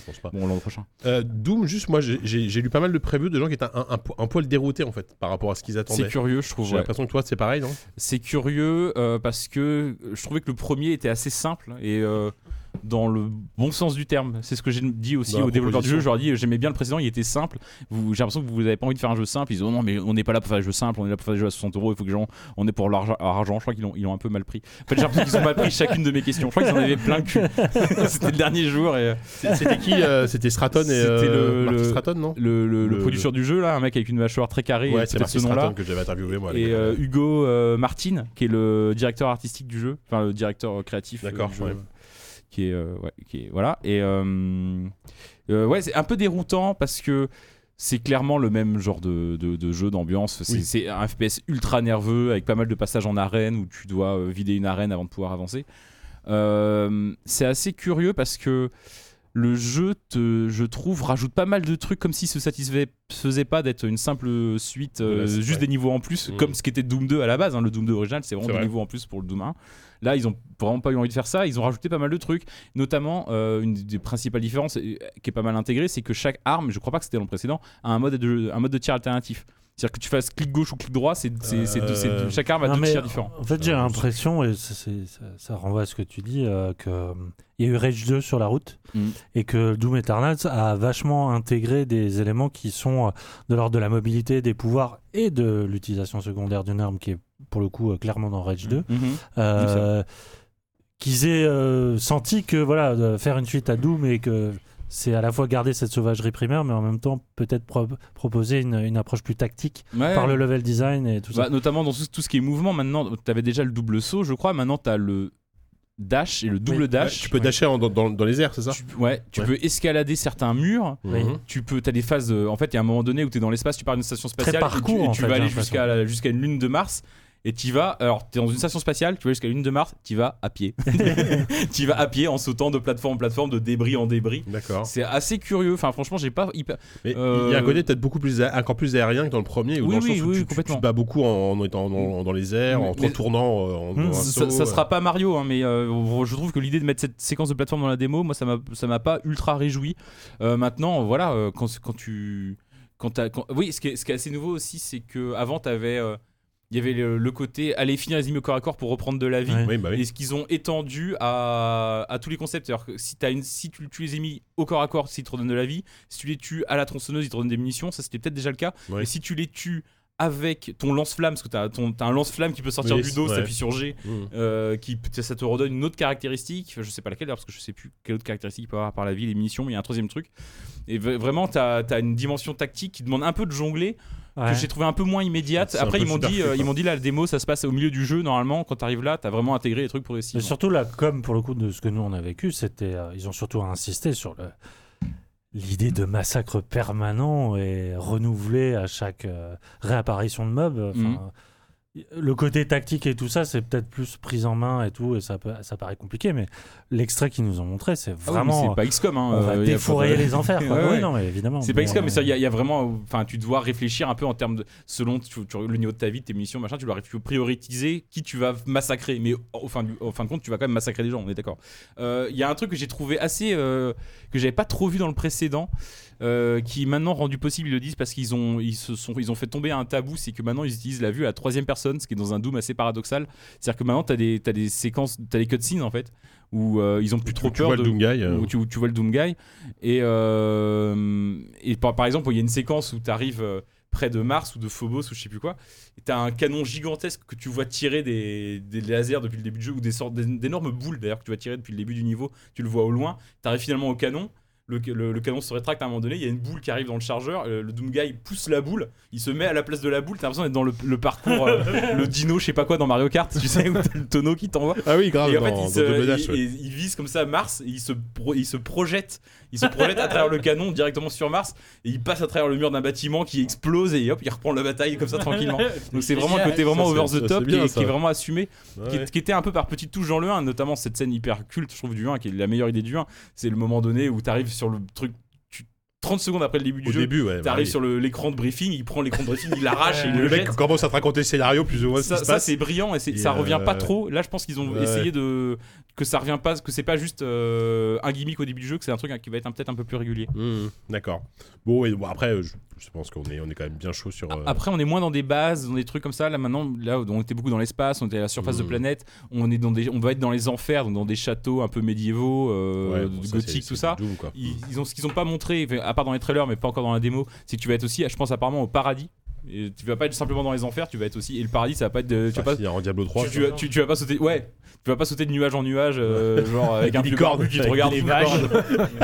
[SPEAKER 2] Je pense pas.
[SPEAKER 3] bon l'an prochain
[SPEAKER 2] Euh, Doom, juste moi, j'ai- j'ai j'ai lu pas mal de previews de gens qui étaient un, un po- un poil déroutés en fait par rapport à ce qu'ils
[SPEAKER 3] c'est
[SPEAKER 2] attendaient.
[SPEAKER 3] curieux je trouve
[SPEAKER 2] J'ai
[SPEAKER 3] ouais.
[SPEAKER 2] l'impression que toi, c'est pareil, non
[SPEAKER 3] c'est curieux euh, parce que je trouvais que le premier était assez simple et euh, dans le bon sens du terme c'est ce que j'ai dit aussi
[SPEAKER 2] Dans la
[SPEAKER 3] aux développeurs du jeu je
[SPEAKER 2] proposition.
[SPEAKER 3] leur ai dit euh, j'aimais bien le précédent il était simple Vous- j'ai l'impression que vous avez pas envie de faire un jeu simple ils disent oh non mais on n'est pas là pour faire des jeux simples on est là pour faire des jeux à 60 euros il faut que les gens on est pour leur argent- leur argent je crois qu'ils l'ont- ils l'ont un peu mal pris en fait j'ai l'impression qu'ils ont mal
[SPEAKER 2] [laughs]
[SPEAKER 3] pris chacune de mes questions je crois qu'ils en avaient plein le cul c'était le dernier jour et euh,
[SPEAKER 2] C'est- C'était qui euh, C'était Stratton et
[SPEAKER 3] C'était
[SPEAKER 2] euh,
[SPEAKER 3] le-
[SPEAKER 2] Marty
[SPEAKER 3] le-
[SPEAKER 2] Stratton, non
[SPEAKER 3] le, le- le
[SPEAKER 2] Le-
[SPEAKER 3] producteur du jeu là, un mec avec une mâchoire très carrée,
[SPEAKER 2] Ouais,
[SPEAKER 3] c'est
[SPEAKER 2] c'est
[SPEAKER 3] peut-être
[SPEAKER 2] Marty
[SPEAKER 3] ce
[SPEAKER 2] Stratton
[SPEAKER 3] nom-là.
[SPEAKER 2] que j'avais interviewé moi. à
[SPEAKER 3] Et
[SPEAKER 2] l'époque.
[SPEAKER 3] euh, Hugo euh, Martin, qui est le directeur artistique du jeu, enfin le directeur euh, créatif. euh,
[SPEAKER 2] D'accord,
[SPEAKER 3] du jeu,
[SPEAKER 2] ouais.
[SPEAKER 3] Qui est, euh, ouais, qui est- voilà. Et euh, euh, ouais, c'est un peu déroutant parce que c'est clairement le même genre de, de- de jeu d'ambiance. C'est
[SPEAKER 2] Oui.
[SPEAKER 3] c'est un FPS ultra nerveux avec pas mal de passages en arène où tu dois euh, vider une arène avant de pouvoir avancer. Euh, c'est assez curieux parce que le jeu, te, je trouve, rajoute pas mal de trucs comme s'il se satisfaisait pas d'être une simple suite, euh,
[SPEAKER 2] Ouais, c'est
[SPEAKER 3] juste
[SPEAKER 2] vrai.
[SPEAKER 3] des niveaux en plus,
[SPEAKER 2] Mm.
[SPEAKER 3] comme ce qu'était Doom 2 à la base. hein. le Doom 2 original, c'est vraiment
[SPEAKER 2] C'est
[SPEAKER 3] des
[SPEAKER 2] vrai.
[SPEAKER 3] niveaux en plus pour le Doom 1. Là, ils ont vraiment pas eu envie de faire ça. Ils ont rajouté pas mal de trucs, notamment euh, une des principales différences euh, qui est pas mal intégrée, c'est que chaque arme, je crois pas que c'était dans le précédent, a un mode de, un mode de tir alternatif. C'est-à-dire que tu fasses clic gauche ou clic droit, c'est c'est- c'est deux- c'est deux-
[SPEAKER 2] Euh,
[SPEAKER 3] chaque arme a
[SPEAKER 4] Non,
[SPEAKER 3] deux
[SPEAKER 4] mais
[SPEAKER 3] tirs différents.
[SPEAKER 4] En fait, j'ai
[SPEAKER 2] Euh,
[SPEAKER 4] l'impression, et ça, c'est- ça- ça renvoie à ce que tu dis, euh, que euh, il y a eu Rage 2 sur la route
[SPEAKER 3] Mm.
[SPEAKER 4] et que Doom Eternal a vachement intégré des éléments qui sont euh, de l'ordre de la mobilité, des pouvoirs et de l'utilisation secondaire d'une arme qui est pour le coup euh, clairement dans Rage 2.
[SPEAKER 3] Mhm.
[SPEAKER 4] Euh, qu'ils aient euh, senti que voilà de faire une suite à Doom et que c'est à la fois garder cette sauvagerie primaire mais en même temps peut-être pro- proposer une, une approche plus tactique
[SPEAKER 3] Ouais.
[SPEAKER 4] par le level design et tout ça.
[SPEAKER 3] Bah, notamment dans tout, tout ce qui est mouvement, maintenant, tu avais déjà le double saut, je crois. Maintenant, tu as le dash et le double
[SPEAKER 4] Oui.
[SPEAKER 3] dash.
[SPEAKER 2] tu peux dasher en- dans, dans- dans les airs, c'est ça
[SPEAKER 3] Tu, ouais, tu
[SPEAKER 2] Ouais.
[SPEAKER 3] peux escalader certains murs.
[SPEAKER 4] Oui.
[SPEAKER 2] Mhm.
[SPEAKER 3] Tu peux, t'as des phases. de- en fait, il y a un moment donné où tu es dans l'espace, tu pars d'une station spatiale et tu,
[SPEAKER 4] parcours,
[SPEAKER 3] et
[SPEAKER 4] en
[SPEAKER 3] tu
[SPEAKER 4] fait,
[SPEAKER 3] vas
[SPEAKER 4] j'ai
[SPEAKER 3] aller
[SPEAKER 4] l'impression.
[SPEAKER 3] jusqu'à la- jusqu'à une lune de Mars. Et tu vas, alors tu es dans une station spatiale, tu vas jusqu'à la lune de Mars, tu vas à
[SPEAKER 4] [laughs]
[SPEAKER 3] pied. tu vas à pied en sautant de plateforme en plateforme, de débris en débris.
[SPEAKER 2] D'accord.
[SPEAKER 3] C'est assez curieux. Enfin, franchement, j'ai pas hyper.
[SPEAKER 2] Mais
[SPEAKER 3] Euh,
[SPEAKER 2] il y a un côté peut-être beaucoup plus a- encore plus aérien que dans le premier, où
[SPEAKER 3] Oui,
[SPEAKER 2] dans le sens
[SPEAKER 3] oui,
[SPEAKER 2] où
[SPEAKER 3] oui,
[SPEAKER 2] tu, tu-
[SPEAKER 3] complètement.
[SPEAKER 2] tu te bats beaucoup en, en étant en- dans les airs, en te
[SPEAKER 3] Mais- Hum,
[SPEAKER 2] retournant, euh, en
[SPEAKER 4] Hmm,
[SPEAKER 2] en un
[SPEAKER 3] Ça,
[SPEAKER 2] saut,
[SPEAKER 3] ça
[SPEAKER 2] euh.
[SPEAKER 3] sera pas Mario, hein, mais euh, je trouve que l'idée de mettre cette séquence de plateforme dans la démo, moi, ça m'a, ça m'a pas ultra réjoui. Euh, maintenant, voilà, euh, quand, quand tu. Quand t'as- quand- oui, ce qui, est, ce qui est assez nouveau aussi, c'est que avant t'avais, euh, il y avait le, le côté aller finir les ennemis au corps à corps pour reprendre de la vie.
[SPEAKER 4] Ouais.
[SPEAKER 2] Oui, bah oui.
[SPEAKER 3] Et ce qu'ils ont étendu à, à tous les concepts. C'est-à-dire que si, t'as une, si tu tues les ennemis au corps à corps, ils te redonnent de la vie. Si tu les tues à la tronçonneuse, ils te redonnent des munitions. Ça, c'était peut-être déjà le cas.
[SPEAKER 2] Ouais.
[SPEAKER 3] Mais si tu les tues avec ton lance-flamme, parce que t'as, ton- t'as un lance-flamme qui peut sortir
[SPEAKER 2] Oui,
[SPEAKER 3] du dos,
[SPEAKER 2] ouais.
[SPEAKER 3] t'appuies sur G,
[SPEAKER 2] Mhm.
[SPEAKER 3] euh, qui ça te redonne une autre caractéristique. Enfin, je sais pas laquelle d'ailleurs, parce que je sais plus quelle autre caractéristique il peut avoir par la vie, les munitions, mais il y a un troisième truc. Et v- vraiment, t'as as une dimension tactique qui demande un peu de jongler,
[SPEAKER 4] Ouais. Ah,
[SPEAKER 3] que j'ai trouvé un peu moins immédiate.
[SPEAKER 2] C'est un
[SPEAKER 3] Après,
[SPEAKER 2] peu
[SPEAKER 3] ils m'ont dit,
[SPEAKER 2] superflu,
[SPEAKER 3] euh, ils
[SPEAKER 2] quoi.
[SPEAKER 3] m'ont dit là, la démo, ça se passe au milieu du jeu normalement. Quand t'arrives là, t'as vraiment intégré les trucs
[SPEAKER 4] Et
[SPEAKER 3] progressivement.
[SPEAKER 4] surtout là, comme pour le coup de ce que nous on a vécu, c'était euh, ils ont surtout insisté sur le l'idée de massacre permanent et renouvelé à chaque euh, réapparition de mob. Enfin,
[SPEAKER 3] Mhm.
[SPEAKER 4] euh, Le côté tactique et tout ça, c'est peut-être plus prise en main et tout, et ça, peut- ça paraît compliqué, mais l'extrait qu'ils nous ont montré, c'est
[SPEAKER 3] Ah oui, mais
[SPEAKER 4] vraiment.
[SPEAKER 3] c'est pas XCOM. Hein, euh,
[SPEAKER 4] on va
[SPEAKER 3] y a pas de-
[SPEAKER 4] défourailler
[SPEAKER 3] [laughs]
[SPEAKER 4] les enfers. quoi.
[SPEAKER 3] Ouais,
[SPEAKER 4] Oui,
[SPEAKER 3] ouais.
[SPEAKER 4] non, mais évidemment.
[SPEAKER 3] C'est pas
[SPEAKER 4] Bon,
[SPEAKER 3] XCOM, mais ça, il y,
[SPEAKER 4] euh,
[SPEAKER 3] a- il y a vraiment. Enfin, tu dois réfléchir un peu en termes de. Selon tu- tu- le niveau de ta vie, tes missions, machin, tu dois réfl- prioriser qui tu vas massacrer. Mais au fin, du- au fin de compte, tu vas quand même massacrer des gens, on est d'accord. Euh, Il y a un truc que j'ai trouvé assez. euh, que j'avais pas trop vu dans le précédent, euh, qui est maintenant rendu possible, ils le disent, parce qu'ils ont, ils se sont, ils ont fait tomber un tabou, c'est que maintenant ils utilisent la vue à la troisième personne, ce qui est dans un Doom assez paradoxal. C'est-à-dire que maintenant, t'as des, t'as des séquences, t'as des cutscenes en fait, où euh, ils ont plus
[SPEAKER 2] Tu-
[SPEAKER 3] trop
[SPEAKER 2] tu
[SPEAKER 3] peur
[SPEAKER 2] vois
[SPEAKER 3] de
[SPEAKER 2] le Doom Guy, euh,
[SPEAKER 3] où tu, où tu vois le Doom Guy. Et, euh, et par, par exemple, il y a une séquence où tu arrives près de Mars ou de Phobos ou je sais plus quoi, et tu as un canon gigantesque que tu vois tirer des, des lasers depuis le début du jeu, ou des sortes d'é- d'énormes boules d'ailleurs que tu vas tirer depuis le début du niveau, tu le vois au loin, tu arrives finalement au canon. Le, le- le canon se rétracte à un moment donné, il y a une boule qui arrive dans le chargeur, euh, le Doom Guy pousse la boule, il se met à la place de la boule, t'as l'impression d'être dans le, le parcours, euh, le dino, je sais pas quoi, dans Mario Kart, tu sais, où t'as le tonneau qui t'envoie.
[SPEAKER 2] Ah oui, grave,
[SPEAKER 3] Et en
[SPEAKER 2] dans,
[SPEAKER 3] fait,
[SPEAKER 2] dans
[SPEAKER 3] il, se,
[SPEAKER 2] Double Dash,
[SPEAKER 3] il-
[SPEAKER 2] ouais.
[SPEAKER 3] il- il vise comme ça Mars, et il se, pro- il se projette, il se projette à travers le canon directement sur Mars, et il passe à travers le mur d'un bâtiment qui explose et hop, il reprend la bataille comme ça tranquillement. [laughs] Donc c'est vraiment le côté vraiment
[SPEAKER 2] Ça, c'est-
[SPEAKER 3] over the
[SPEAKER 2] ça,
[SPEAKER 3] top
[SPEAKER 2] c'est bien,
[SPEAKER 3] qui, est-
[SPEAKER 2] ça.
[SPEAKER 3] qui est vraiment assumé, qui,
[SPEAKER 2] Ouais.
[SPEAKER 3] est- qui était un peu par petites touches dans le 1, notamment cette scène hyper culte, je trouve du 1 qui est la meilleure idée du 1, c'est le moment donné où t'arrives sur le truc tu- 30 secondes après le début du
[SPEAKER 2] Au
[SPEAKER 3] jeu.
[SPEAKER 2] début, ouais. bah
[SPEAKER 3] T'arrives
[SPEAKER 2] oui.
[SPEAKER 3] sur le- l'écran de briefing, il prend l'écran de briefing, il l'arrache et il
[SPEAKER 2] le,
[SPEAKER 3] le
[SPEAKER 2] mec
[SPEAKER 3] jette
[SPEAKER 2] commence à te raconter le scénario plus ou moins ce
[SPEAKER 3] ça,
[SPEAKER 2] qui se
[SPEAKER 3] ça,
[SPEAKER 2] passe.
[SPEAKER 3] c'est brillant et, c'est-
[SPEAKER 2] Et
[SPEAKER 3] ça revient pas
[SPEAKER 2] euh,
[SPEAKER 3] trop là je pense qu'ils ont
[SPEAKER 2] ouais.
[SPEAKER 3] essayé de que ça revient pas que c'est pas juste euh, un gimmick au début du jeu que c'est un truc hein, qui va être un- peut-être un peu plus régulier
[SPEAKER 2] Mmh, D'accord. Bon, et bon, après, euh, je, je pense qu'on est, on est quand même bien chaud sur. euh,
[SPEAKER 3] après on est moins dans des bases dans des trucs comme ça là maintenant là on était beaucoup dans l'espace on était à la surface de
[SPEAKER 2] Mm.
[SPEAKER 3] planète on est dans des on va être dans les enfers donc dans des châteaux un peu médiévaux euh,
[SPEAKER 2] ouais, bon, ça,
[SPEAKER 3] gothiques
[SPEAKER 2] c'est-
[SPEAKER 3] tout
[SPEAKER 2] c'est
[SPEAKER 3] ça
[SPEAKER 2] Doom, quoi.
[SPEAKER 3] ils, ils ont ce qu'ils ont pas montré enfin, à part dans les trailers mais pas encore dans la démo c'est que tu vas être aussi je pense apparemment au paradis et tu vas pas être simplement dans les enfers tu vas être aussi et le paradis ça va pas être de- tu vas
[SPEAKER 2] Enfin,
[SPEAKER 3] pas
[SPEAKER 2] s'il y a en Diablo 3.
[SPEAKER 3] tu, tu vas- tu- tu vas pas sauter ouais tu vas pas sauter de nuage en nuage euh, genre avec un vieux
[SPEAKER 2] licorne,
[SPEAKER 3] barbu qui te
[SPEAKER 2] avec
[SPEAKER 3] regarde
[SPEAKER 2] les
[SPEAKER 3] sous le corps. [laughs]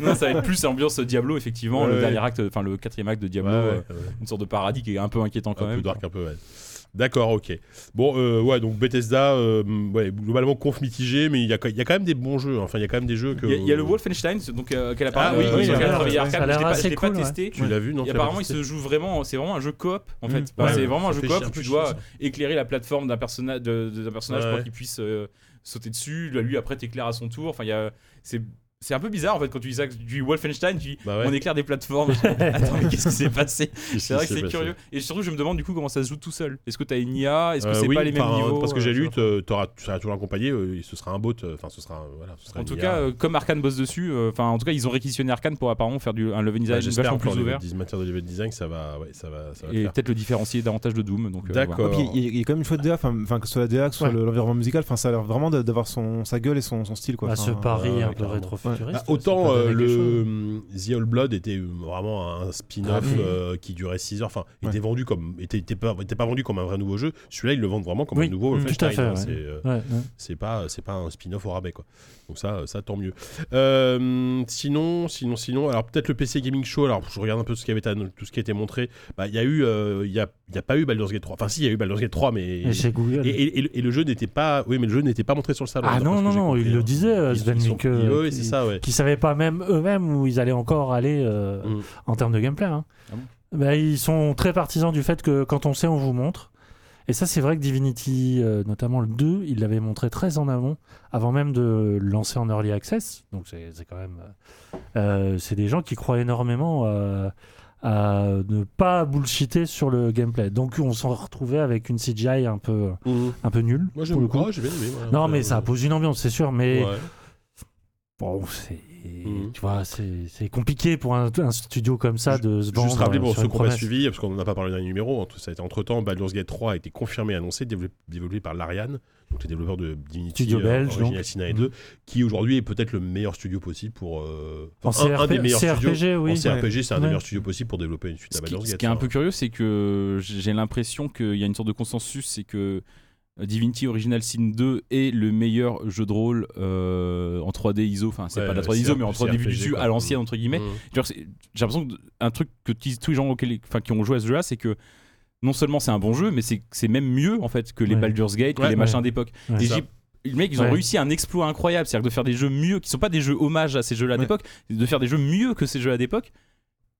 [SPEAKER 3] non ça va être plus ambiance Diablo effectivement
[SPEAKER 2] Ouais,
[SPEAKER 3] le
[SPEAKER 2] ouais.
[SPEAKER 3] dernier acte enfin le quatrième acte de Diablo euh, une sorte de paradis qui est un peu inquiétant quand
[SPEAKER 2] un
[SPEAKER 3] même
[SPEAKER 2] peu dark, un peu. ouais. D'accord, ok. Bon, euh, ouais, donc Bethesda, euh, ouais, globalement conf mitigé, mais il y a, il y a quand même des bons jeux. hein. Enfin, il y a quand même des jeux que.
[SPEAKER 3] il y, a- il y a le Wolfenstein donc euh, qu'elle a
[SPEAKER 2] Ah
[SPEAKER 3] parlé
[SPEAKER 2] oui,
[SPEAKER 3] euh,
[SPEAKER 2] oui,
[SPEAKER 3] sur
[SPEAKER 2] ça a
[SPEAKER 3] laquelle
[SPEAKER 2] l'air-
[SPEAKER 3] travaillait
[SPEAKER 5] ça a
[SPEAKER 3] Arkane,
[SPEAKER 4] l'air
[SPEAKER 3] je l'ai pas-
[SPEAKER 4] assez
[SPEAKER 3] je l'ai pas
[SPEAKER 4] cool, ouais.
[SPEAKER 3] testé
[SPEAKER 2] Tu l'as vu, non
[SPEAKER 3] Et
[SPEAKER 2] tu l'as
[SPEAKER 3] apparemment,
[SPEAKER 2] pas
[SPEAKER 3] il
[SPEAKER 2] testé
[SPEAKER 3] se joue vraiment. C'est vraiment un jeu coop en fait.
[SPEAKER 4] Mm.
[SPEAKER 2] Mmh.
[SPEAKER 3] Enfin,
[SPEAKER 2] Ouais,
[SPEAKER 3] c'est
[SPEAKER 2] ouais,
[SPEAKER 3] vraiment
[SPEAKER 2] ça
[SPEAKER 3] un jeu
[SPEAKER 2] fait
[SPEAKER 3] coop.
[SPEAKER 2] chier, un peu
[SPEAKER 3] Tu
[SPEAKER 2] chier,
[SPEAKER 3] dois
[SPEAKER 2] ça.
[SPEAKER 3] éclairer la plateforme d'un personnage, de, de- d'un personnage
[SPEAKER 2] Ouais,
[SPEAKER 3] pour
[SPEAKER 2] ouais.
[SPEAKER 3] qu'il puisse euh, sauter dessus. Lui, Lui après, t'éclaires à son tour. Enfin, il y a c'est
[SPEAKER 9] c'est un peu bizarre en fait quand tu dis ça, du Wolfenstein, tu dis
[SPEAKER 2] Bah ouais.
[SPEAKER 9] on éclaire des
[SPEAKER 2] [laughs]
[SPEAKER 9] plateformes. Attends, mais qu'est-ce qui s'est passé C'est vrai que
[SPEAKER 2] Qu'est-ce qui s'est
[SPEAKER 9] c'est
[SPEAKER 2] passé
[SPEAKER 9] curieux. Et surtout, je me demande du coup comment ça se joue tout seul. Est-ce que t'as une IA Est-ce que
[SPEAKER 2] Euh,
[SPEAKER 9] c'est
[SPEAKER 2] oui,
[SPEAKER 9] pas les mêmes
[SPEAKER 2] enfin,
[SPEAKER 9] niveaux
[SPEAKER 2] Parce que j'ai
[SPEAKER 9] euh,
[SPEAKER 2] lu,
[SPEAKER 9] tu vois
[SPEAKER 2] te- t'auras- tu seras toujours accompagné, euh, et ce sera un bot, euh, enfin ce sera un- voilà, ce sera
[SPEAKER 9] En
[SPEAKER 2] une
[SPEAKER 9] tout
[SPEAKER 2] IA.
[SPEAKER 9] cas, euh, comme Arkane bosse dessus, euh, enfin en tout cas, ils ont réquisitionné Arkane pour apparemment faire du, un level
[SPEAKER 2] Bah,
[SPEAKER 9] design
[SPEAKER 2] j'espère
[SPEAKER 9] vachement
[SPEAKER 2] plus
[SPEAKER 9] plus ouvert.
[SPEAKER 2] En matière de level design, ça va, ouais, ça va, ça va le
[SPEAKER 9] Et
[SPEAKER 2] faire.
[SPEAKER 9] peut-être le différencier davantage de Doom. donc, euh,
[SPEAKER 2] D'accord.
[SPEAKER 9] voilà.
[SPEAKER 6] Ouais, puis Il y, a- il y a quand même une chouette DA, enfin enfin, que ce soit la DA, que ce soit
[SPEAKER 4] oh. Ouais.
[SPEAKER 6] le- l'environnement musical, enfin ça a l'air vraiment d'a- d'avoir son sa gueule et son, son style quoi.
[SPEAKER 4] Bah, ce
[SPEAKER 6] Enfin, euh,
[SPEAKER 4] pari
[SPEAKER 2] ouais,
[SPEAKER 4] un peu
[SPEAKER 2] clairement. Bah,
[SPEAKER 4] rétrofuturiste.
[SPEAKER 3] Ah,
[SPEAKER 2] autant
[SPEAKER 4] ça peut
[SPEAKER 2] euh,
[SPEAKER 4] donner quelque
[SPEAKER 2] le
[SPEAKER 4] chose.
[SPEAKER 2] mm, The Old Blood était euh, vraiment un spin-off
[SPEAKER 4] hein. Ah, oui.
[SPEAKER 2] euh, qui durait 6 heures, enfin
[SPEAKER 6] Ouais.
[SPEAKER 2] était vendu comme était, était pas était pas vendu comme un vrai nouveau jeu. Celui-là, ils le vendent vraiment comme
[SPEAKER 4] Oui,
[SPEAKER 2] un nouveau
[SPEAKER 4] mm,
[SPEAKER 2] Wolfenstein.
[SPEAKER 4] tout à fait,
[SPEAKER 2] hein,
[SPEAKER 4] ouais.
[SPEAKER 2] c'est, euh,
[SPEAKER 4] Ouais, ouais.
[SPEAKER 2] c'est pas c'est pas un spin-off au rabais quoi. Donc ça euh, ça tant mieux. Euh, sinon sinon sinon alors peut-être le PC gaming show alors je regarde un peu ce qui avait été annon- tout ce qui a été montré. Bah il y a eu euh, il y a il y a pas eu Baldur's Gate 3. Enfin si il y a eu Baldur's Gate 3 mais
[SPEAKER 4] Et chez Google.
[SPEAKER 2] et, et- et le- et le jeu n'était pas oui mais le jeu n'était pas montré sur le salon.
[SPEAKER 4] Ah
[SPEAKER 2] d'après
[SPEAKER 4] non,
[SPEAKER 2] ce que
[SPEAKER 4] non,
[SPEAKER 2] j'ai
[SPEAKER 4] non,
[SPEAKER 2] compris,
[SPEAKER 4] ils le
[SPEAKER 2] hein.
[SPEAKER 4] disaient, euh,
[SPEAKER 2] Ils-
[SPEAKER 4] Sven
[SPEAKER 2] ils sont-
[SPEAKER 4] Mieke,
[SPEAKER 2] Oui, oui,
[SPEAKER 4] qui-
[SPEAKER 2] c'est ça ouais.
[SPEAKER 4] qui savaient pas même eux-mêmes où ils allaient encore aller euh,
[SPEAKER 2] Mm. Ah
[SPEAKER 4] en termes de gameplay. hein. Bah, ils sont très partisans du fait que quand on sait, on vous montre. Et ça, c'est vrai que Divinity, euh, notamment le 2, ils l'avaient montré très en amont, avant même de le lancer en early access. Donc c'est c'est quand même, euh, c'est des gens qui croient énormément euh, à ne pas bullshiter sur le gameplay. Donc on s'en retrouvait avec une CGI un peu,
[SPEAKER 2] Mhm.
[SPEAKER 4] un peu nulle.
[SPEAKER 2] Moi
[SPEAKER 4] pour
[SPEAKER 2] j'aime
[SPEAKER 4] le coup.
[SPEAKER 2] pas, j'ai bien aimé. voilà.
[SPEAKER 4] Non,
[SPEAKER 2] Euh,
[SPEAKER 4] mais ça pose une ambiance, c'est sûr. Mais
[SPEAKER 2] ouais.
[SPEAKER 4] Bon, c'est.
[SPEAKER 2] Mhm.
[SPEAKER 4] Tu vois, c'est c'est compliqué pour un, un studio comme ça de se vendre.
[SPEAKER 2] Juste rappeler
[SPEAKER 4] euh,
[SPEAKER 2] pour
[SPEAKER 4] sur
[SPEAKER 2] ceux
[SPEAKER 4] une
[SPEAKER 2] qui n'ont pas
[SPEAKER 4] promesse.
[SPEAKER 2] suivi, parce qu'on n'en a pas parlé dans les numéros, entre- ça a été entre-temps, Baldur's Gate 3 a été confirmé, annoncé, développé, développé par l'Ariane, donc les développeurs de Divinity,
[SPEAKER 4] Studio belge, donc.
[SPEAKER 2] Original Sin et 2, qui aujourd'hui est peut-être le meilleur studio possible pour... euh,
[SPEAKER 4] En
[SPEAKER 2] enfin, un, un
[SPEAKER 4] CRP
[SPEAKER 2] des meilleurs
[SPEAKER 4] CRPG,
[SPEAKER 2] studios.
[SPEAKER 4] oui.
[SPEAKER 2] En CRPG, c'est un des
[SPEAKER 4] Ouais.
[SPEAKER 2] meilleurs studios possibles pour développer une suite à
[SPEAKER 3] Ce qui,
[SPEAKER 2] Baldur's
[SPEAKER 3] ce
[SPEAKER 2] Gate.
[SPEAKER 3] qui est un
[SPEAKER 2] hein.
[SPEAKER 3] peu curieux, c'est que j'ai l'impression qu'il y a une sorte de consensus, c'est que Divinity Original Sin 2 est le meilleur jeu de rôle euh, en 3D ISO, enfin c'est
[SPEAKER 2] Ouais,
[SPEAKER 3] pas de la
[SPEAKER 2] ouais,
[SPEAKER 3] 3D ISO,
[SPEAKER 2] c'est
[SPEAKER 3] mais en
[SPEAKER 2] un
[SPEAKER 3] 3D
[SPEAKER 2] RPG,
[SPEAKER 3] visuel
[SPEAKER 2] quoi.
[SPEAKER 3] à l'ancienne entre guillemets.
[SPEAKER 2] Mmh.
[SPEAKER 3] Genre, c'est- J'ai l'impression que un truc que disent tous les gens auxquels- enfin, qui ont joué à ce jeu-là, c'est que non seulement c'est un bon jeu, mais c'est c'est même mieux en fait que les
[SPEAKER 4] Ouais.
[SPEAKER 3] Baldur's Gate, que
[SPEAKER 2] Ouais,
[SPEAKER 3] les
[SPEAKER 2] ouais.
[SPEAKER 3] machins d'époque.
[SPEAKER 4] Ouais.
[SPEAKER 3] Et
[SPEAKER 2] Ça.
[SPEAKER 3] j'ai- Les mecs, ils ont
[SPEAKER 4] Ouais.
[SPEAKER 3] réussi un exploit incroyable, c'est-à-dire de faire des jeux mieux, qui sont pas des jeux hommages à ces jeux-là
[SPEAKER 6] Ouais.
[SPEAKER 3] d'époque, de faire des jeux mieux que ces jeux-là d'époque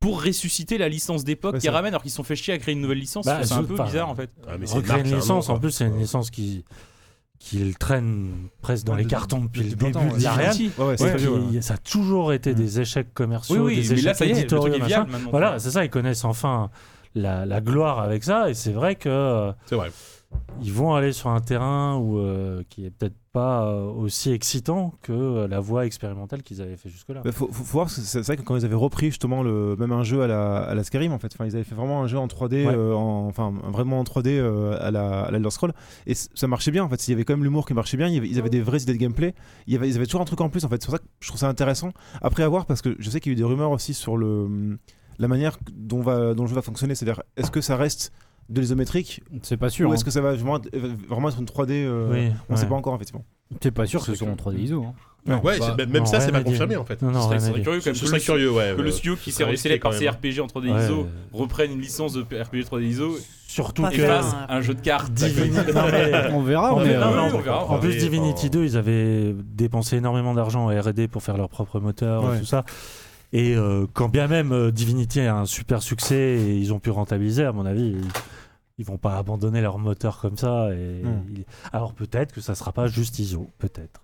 [SPEAKER 3] pour ressusciter la licence d'époque
[SPEAKER 6] Ouais,
[SPEAKER 3] qui
[SPEAKER 6] c'est-
[SPEAKER 3] ramène alors qu'ils se sont fait chier à créer une nouvelle licence.
[SPEAKER 4] Bah,
[SPEAKER 3] c'est un
[SPEAKER 4] je-
[SPEAKER 3] peu
[SPEAKER 4] enfin,
[SPEAKER 3] bizarre en fait.
[SPEAKER 2] Ah, mais c'est
[SPEAKER 4] Recréer
[SPEAKER 2] Marc,
[SPEAKER 4] une
[SPEAKER 2] c'est un
[SPEAKER 4] licence,
[SPEAKER 2] nom,
[SPEAKER 4] en
[SPEAKER 2] quoi.
[SPEAKER 4] plus, c'est une
[SPEAKER 2] Ouais.
[SPEAKER 4] licence qui, qui traîne presque dans
[SPEAKER 6] Ouais,
[SPEAKER 4] les
[SPEAKER 6] Ah, de-
[SPEAKER 4] cartons depuis le début
[SPEAKER 6] longtemps,
[SPEAKER 4] de
[SPEAKER 6] ouais. Mm.
[SPEAKER 4] l'Ariane.
[SPEAKER 3] Divinity.
[SPEAKER 6] Ouais, ouais, c'est
[SPEAKER 4] C'est
[SPEAKER 6] très bien, ouais.
[SPEAKER 4] qu'il- Ça a toujours été des échecs commerciaux,
[SPEAKER 3] Oui, oui,
[SPEAKER 4] des
[SPEAKER 3] mais
[SPEAKER 4] échecs
[SPEAKER 3] là ça y est, le truc
[SPEAKER 4] éditoriaux,
[SPEAKER 3] est
[SPEAKER 4] machin.
[SPEAKER 3] viable maintenant.
[SPEAKER 4] Voilà, c'est ça, ils connaissent enfin la, la gloire avec ça, et c'est vrai que euh,
[SPEAKER 2] C'est vrai.
[SPEAKER 4] ils vont aller sur un terrain où, euh, qui est peut-être pas euh, aussi excitant que euh, la voie expérimentale qu'ils avaient fait jusque-là.
[SPEAKER 6] Bah, faut, faut- faut voir, parce que c'est c'est vrai que quand ils avaient repris justement le, même un jeu à la, à la Skyrim en fait, enfin, ils avaient fait vraiment un jeu en 3D,
[SPEAKER 4] Ouais.
[SPEAKER 6] euh, en- enfin vraiment en 3D euh, à la à la Elder Scrolls, et c- ça marchait bien en fait, il y avait quand même l'humour qui marchait bien, il y avait- ils avaient des vraies idées de gameplay, il y avait- ils avaient toujours un truc en plus en fait, c'est pour ça que je trouve ça intéressant. Après à voir, parce que je sais qu'il y a eu des rumeurs aussi sur le, la manière dont, va, dont le jeu va fonctionner, c'est-à-dire est-ce que ça reste de l'isométrique
[SPEAKER 7] C'est pas sûr.
[SPEAKER 6] ou
[SPEAKER 7] hein.
[SPEAKER 6] est-ce que ça va vraiment être, vraiment être une 3D euh,
[SPEAKER 4] Oui,
[SPEAKER 6] On ne
[SPEAKER 4] ouais.
[SPEAKER 6] sait pas encore effectivement.
[SPEAKER 7] C'est hein. pas sûr que ce
[SPEAKER 3] C'est
[SPEAKER 7] soit en 3D ISO. hein.
[SPEAKER 2] Ouais, c'est- même
[SPEAKER 4] Non,
[SPEAKER 2] ça,
[SPEAKER 4] rien
[SPEAKER 2] c'est
[SPEAKER 4] à
[SPEAKER 2] pas
[SPEAKER 4] dire.
[SPEAKER 2] confirmé en fait.
[SPEAKER 4] Non, non,
[SPEAKER 3] Ce serait-
[SPEAKER 4] rien
[SPEAKER 3] ce
[SPEAKER 4] à
[SPEAKER 3] serait
[SPEAKER 4] dire.
[SPEAKER 3] curieux quand
[SPEAKER 2] Ce
[SPEAKER 3] même que
[SPEAKER 2] serait
[SPEAKER 3] le-
[SPEAKER 2] curieux, ouais.
[SPEAKER 3] que le
[SPEAKER 2] ouais.
[SPEAKER 3] studio qui
[SPEAKER 2] ce
[SPEAKER 3] s'est
[SPEAKER 2] serait
[SPEAKER 3] révélé
[SPEAKER 2] risqué,
[SPEAKER 3] par
[SPEAKER 2] quand même.
[SPEAKER 3] CRPG en 3D
[SPEAKER 4] Ouais.
[SPEAKER 3] ISO reprenne une licence de RPG 3D ISO
[SPEAKER 4] Surtout
[SPEAKER 5] Pas
[SPEAKER 3] et
[SPEAKER 5] que-
[SPEAKER 3] fasse un jeu de cartes.
[SPEAKER 4] Divinity. non, mais-
[SPEAKER 7] On verra,
[SPEAKER 4] On
[SPEAKER 7] mais.
[SPEAKER 4] verra,
[SPEAKER 7] euh,
[SPEAKER 4] mais
[SPEAKER 3] Oui, on verra.
[SPEAKER 4] En plus,
[SPEAKER 2] Et,
[SPEAKER 4] Divinity
[SPEAKER 2] enfin,
[SPEAKER 4] 2, ils avaient dépensé énormément d'argent à RD pour faire leur propre moteur et
[SPEAKER 6] Ouais.
[SPEAKER 4] tout ça. Et euh, quand bien même euh, Divinity a un super succès et ils ont pu rentabiliser, à mon avis, ils, ils vont pas abandonner leur moteur comme ça. Et
[SPEAKER 6] Non.
[SPEAKER 4] ils- Alors peut-être que ça sera pas juste ISO, peut-être.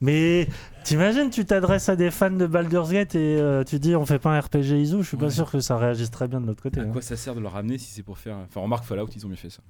[SPEAKER 4] Mais t'imagines, tu t'adresses à des fans de Baldur's Gate et euh, tu dis on fait pas un RPG ISO, je suis pas
[SPEAKER 3] Ouais.
[SPEAKER 4] sûr que ça réagisse très bien de l'autre côté.
[SPEAKER 3] À
[SPEAKER 4] hein.
[SPEAKER 3] quoi ça sert de le ramener si c'est pour faire. Enfin, remarque Fallout, ils ont bien fait ça.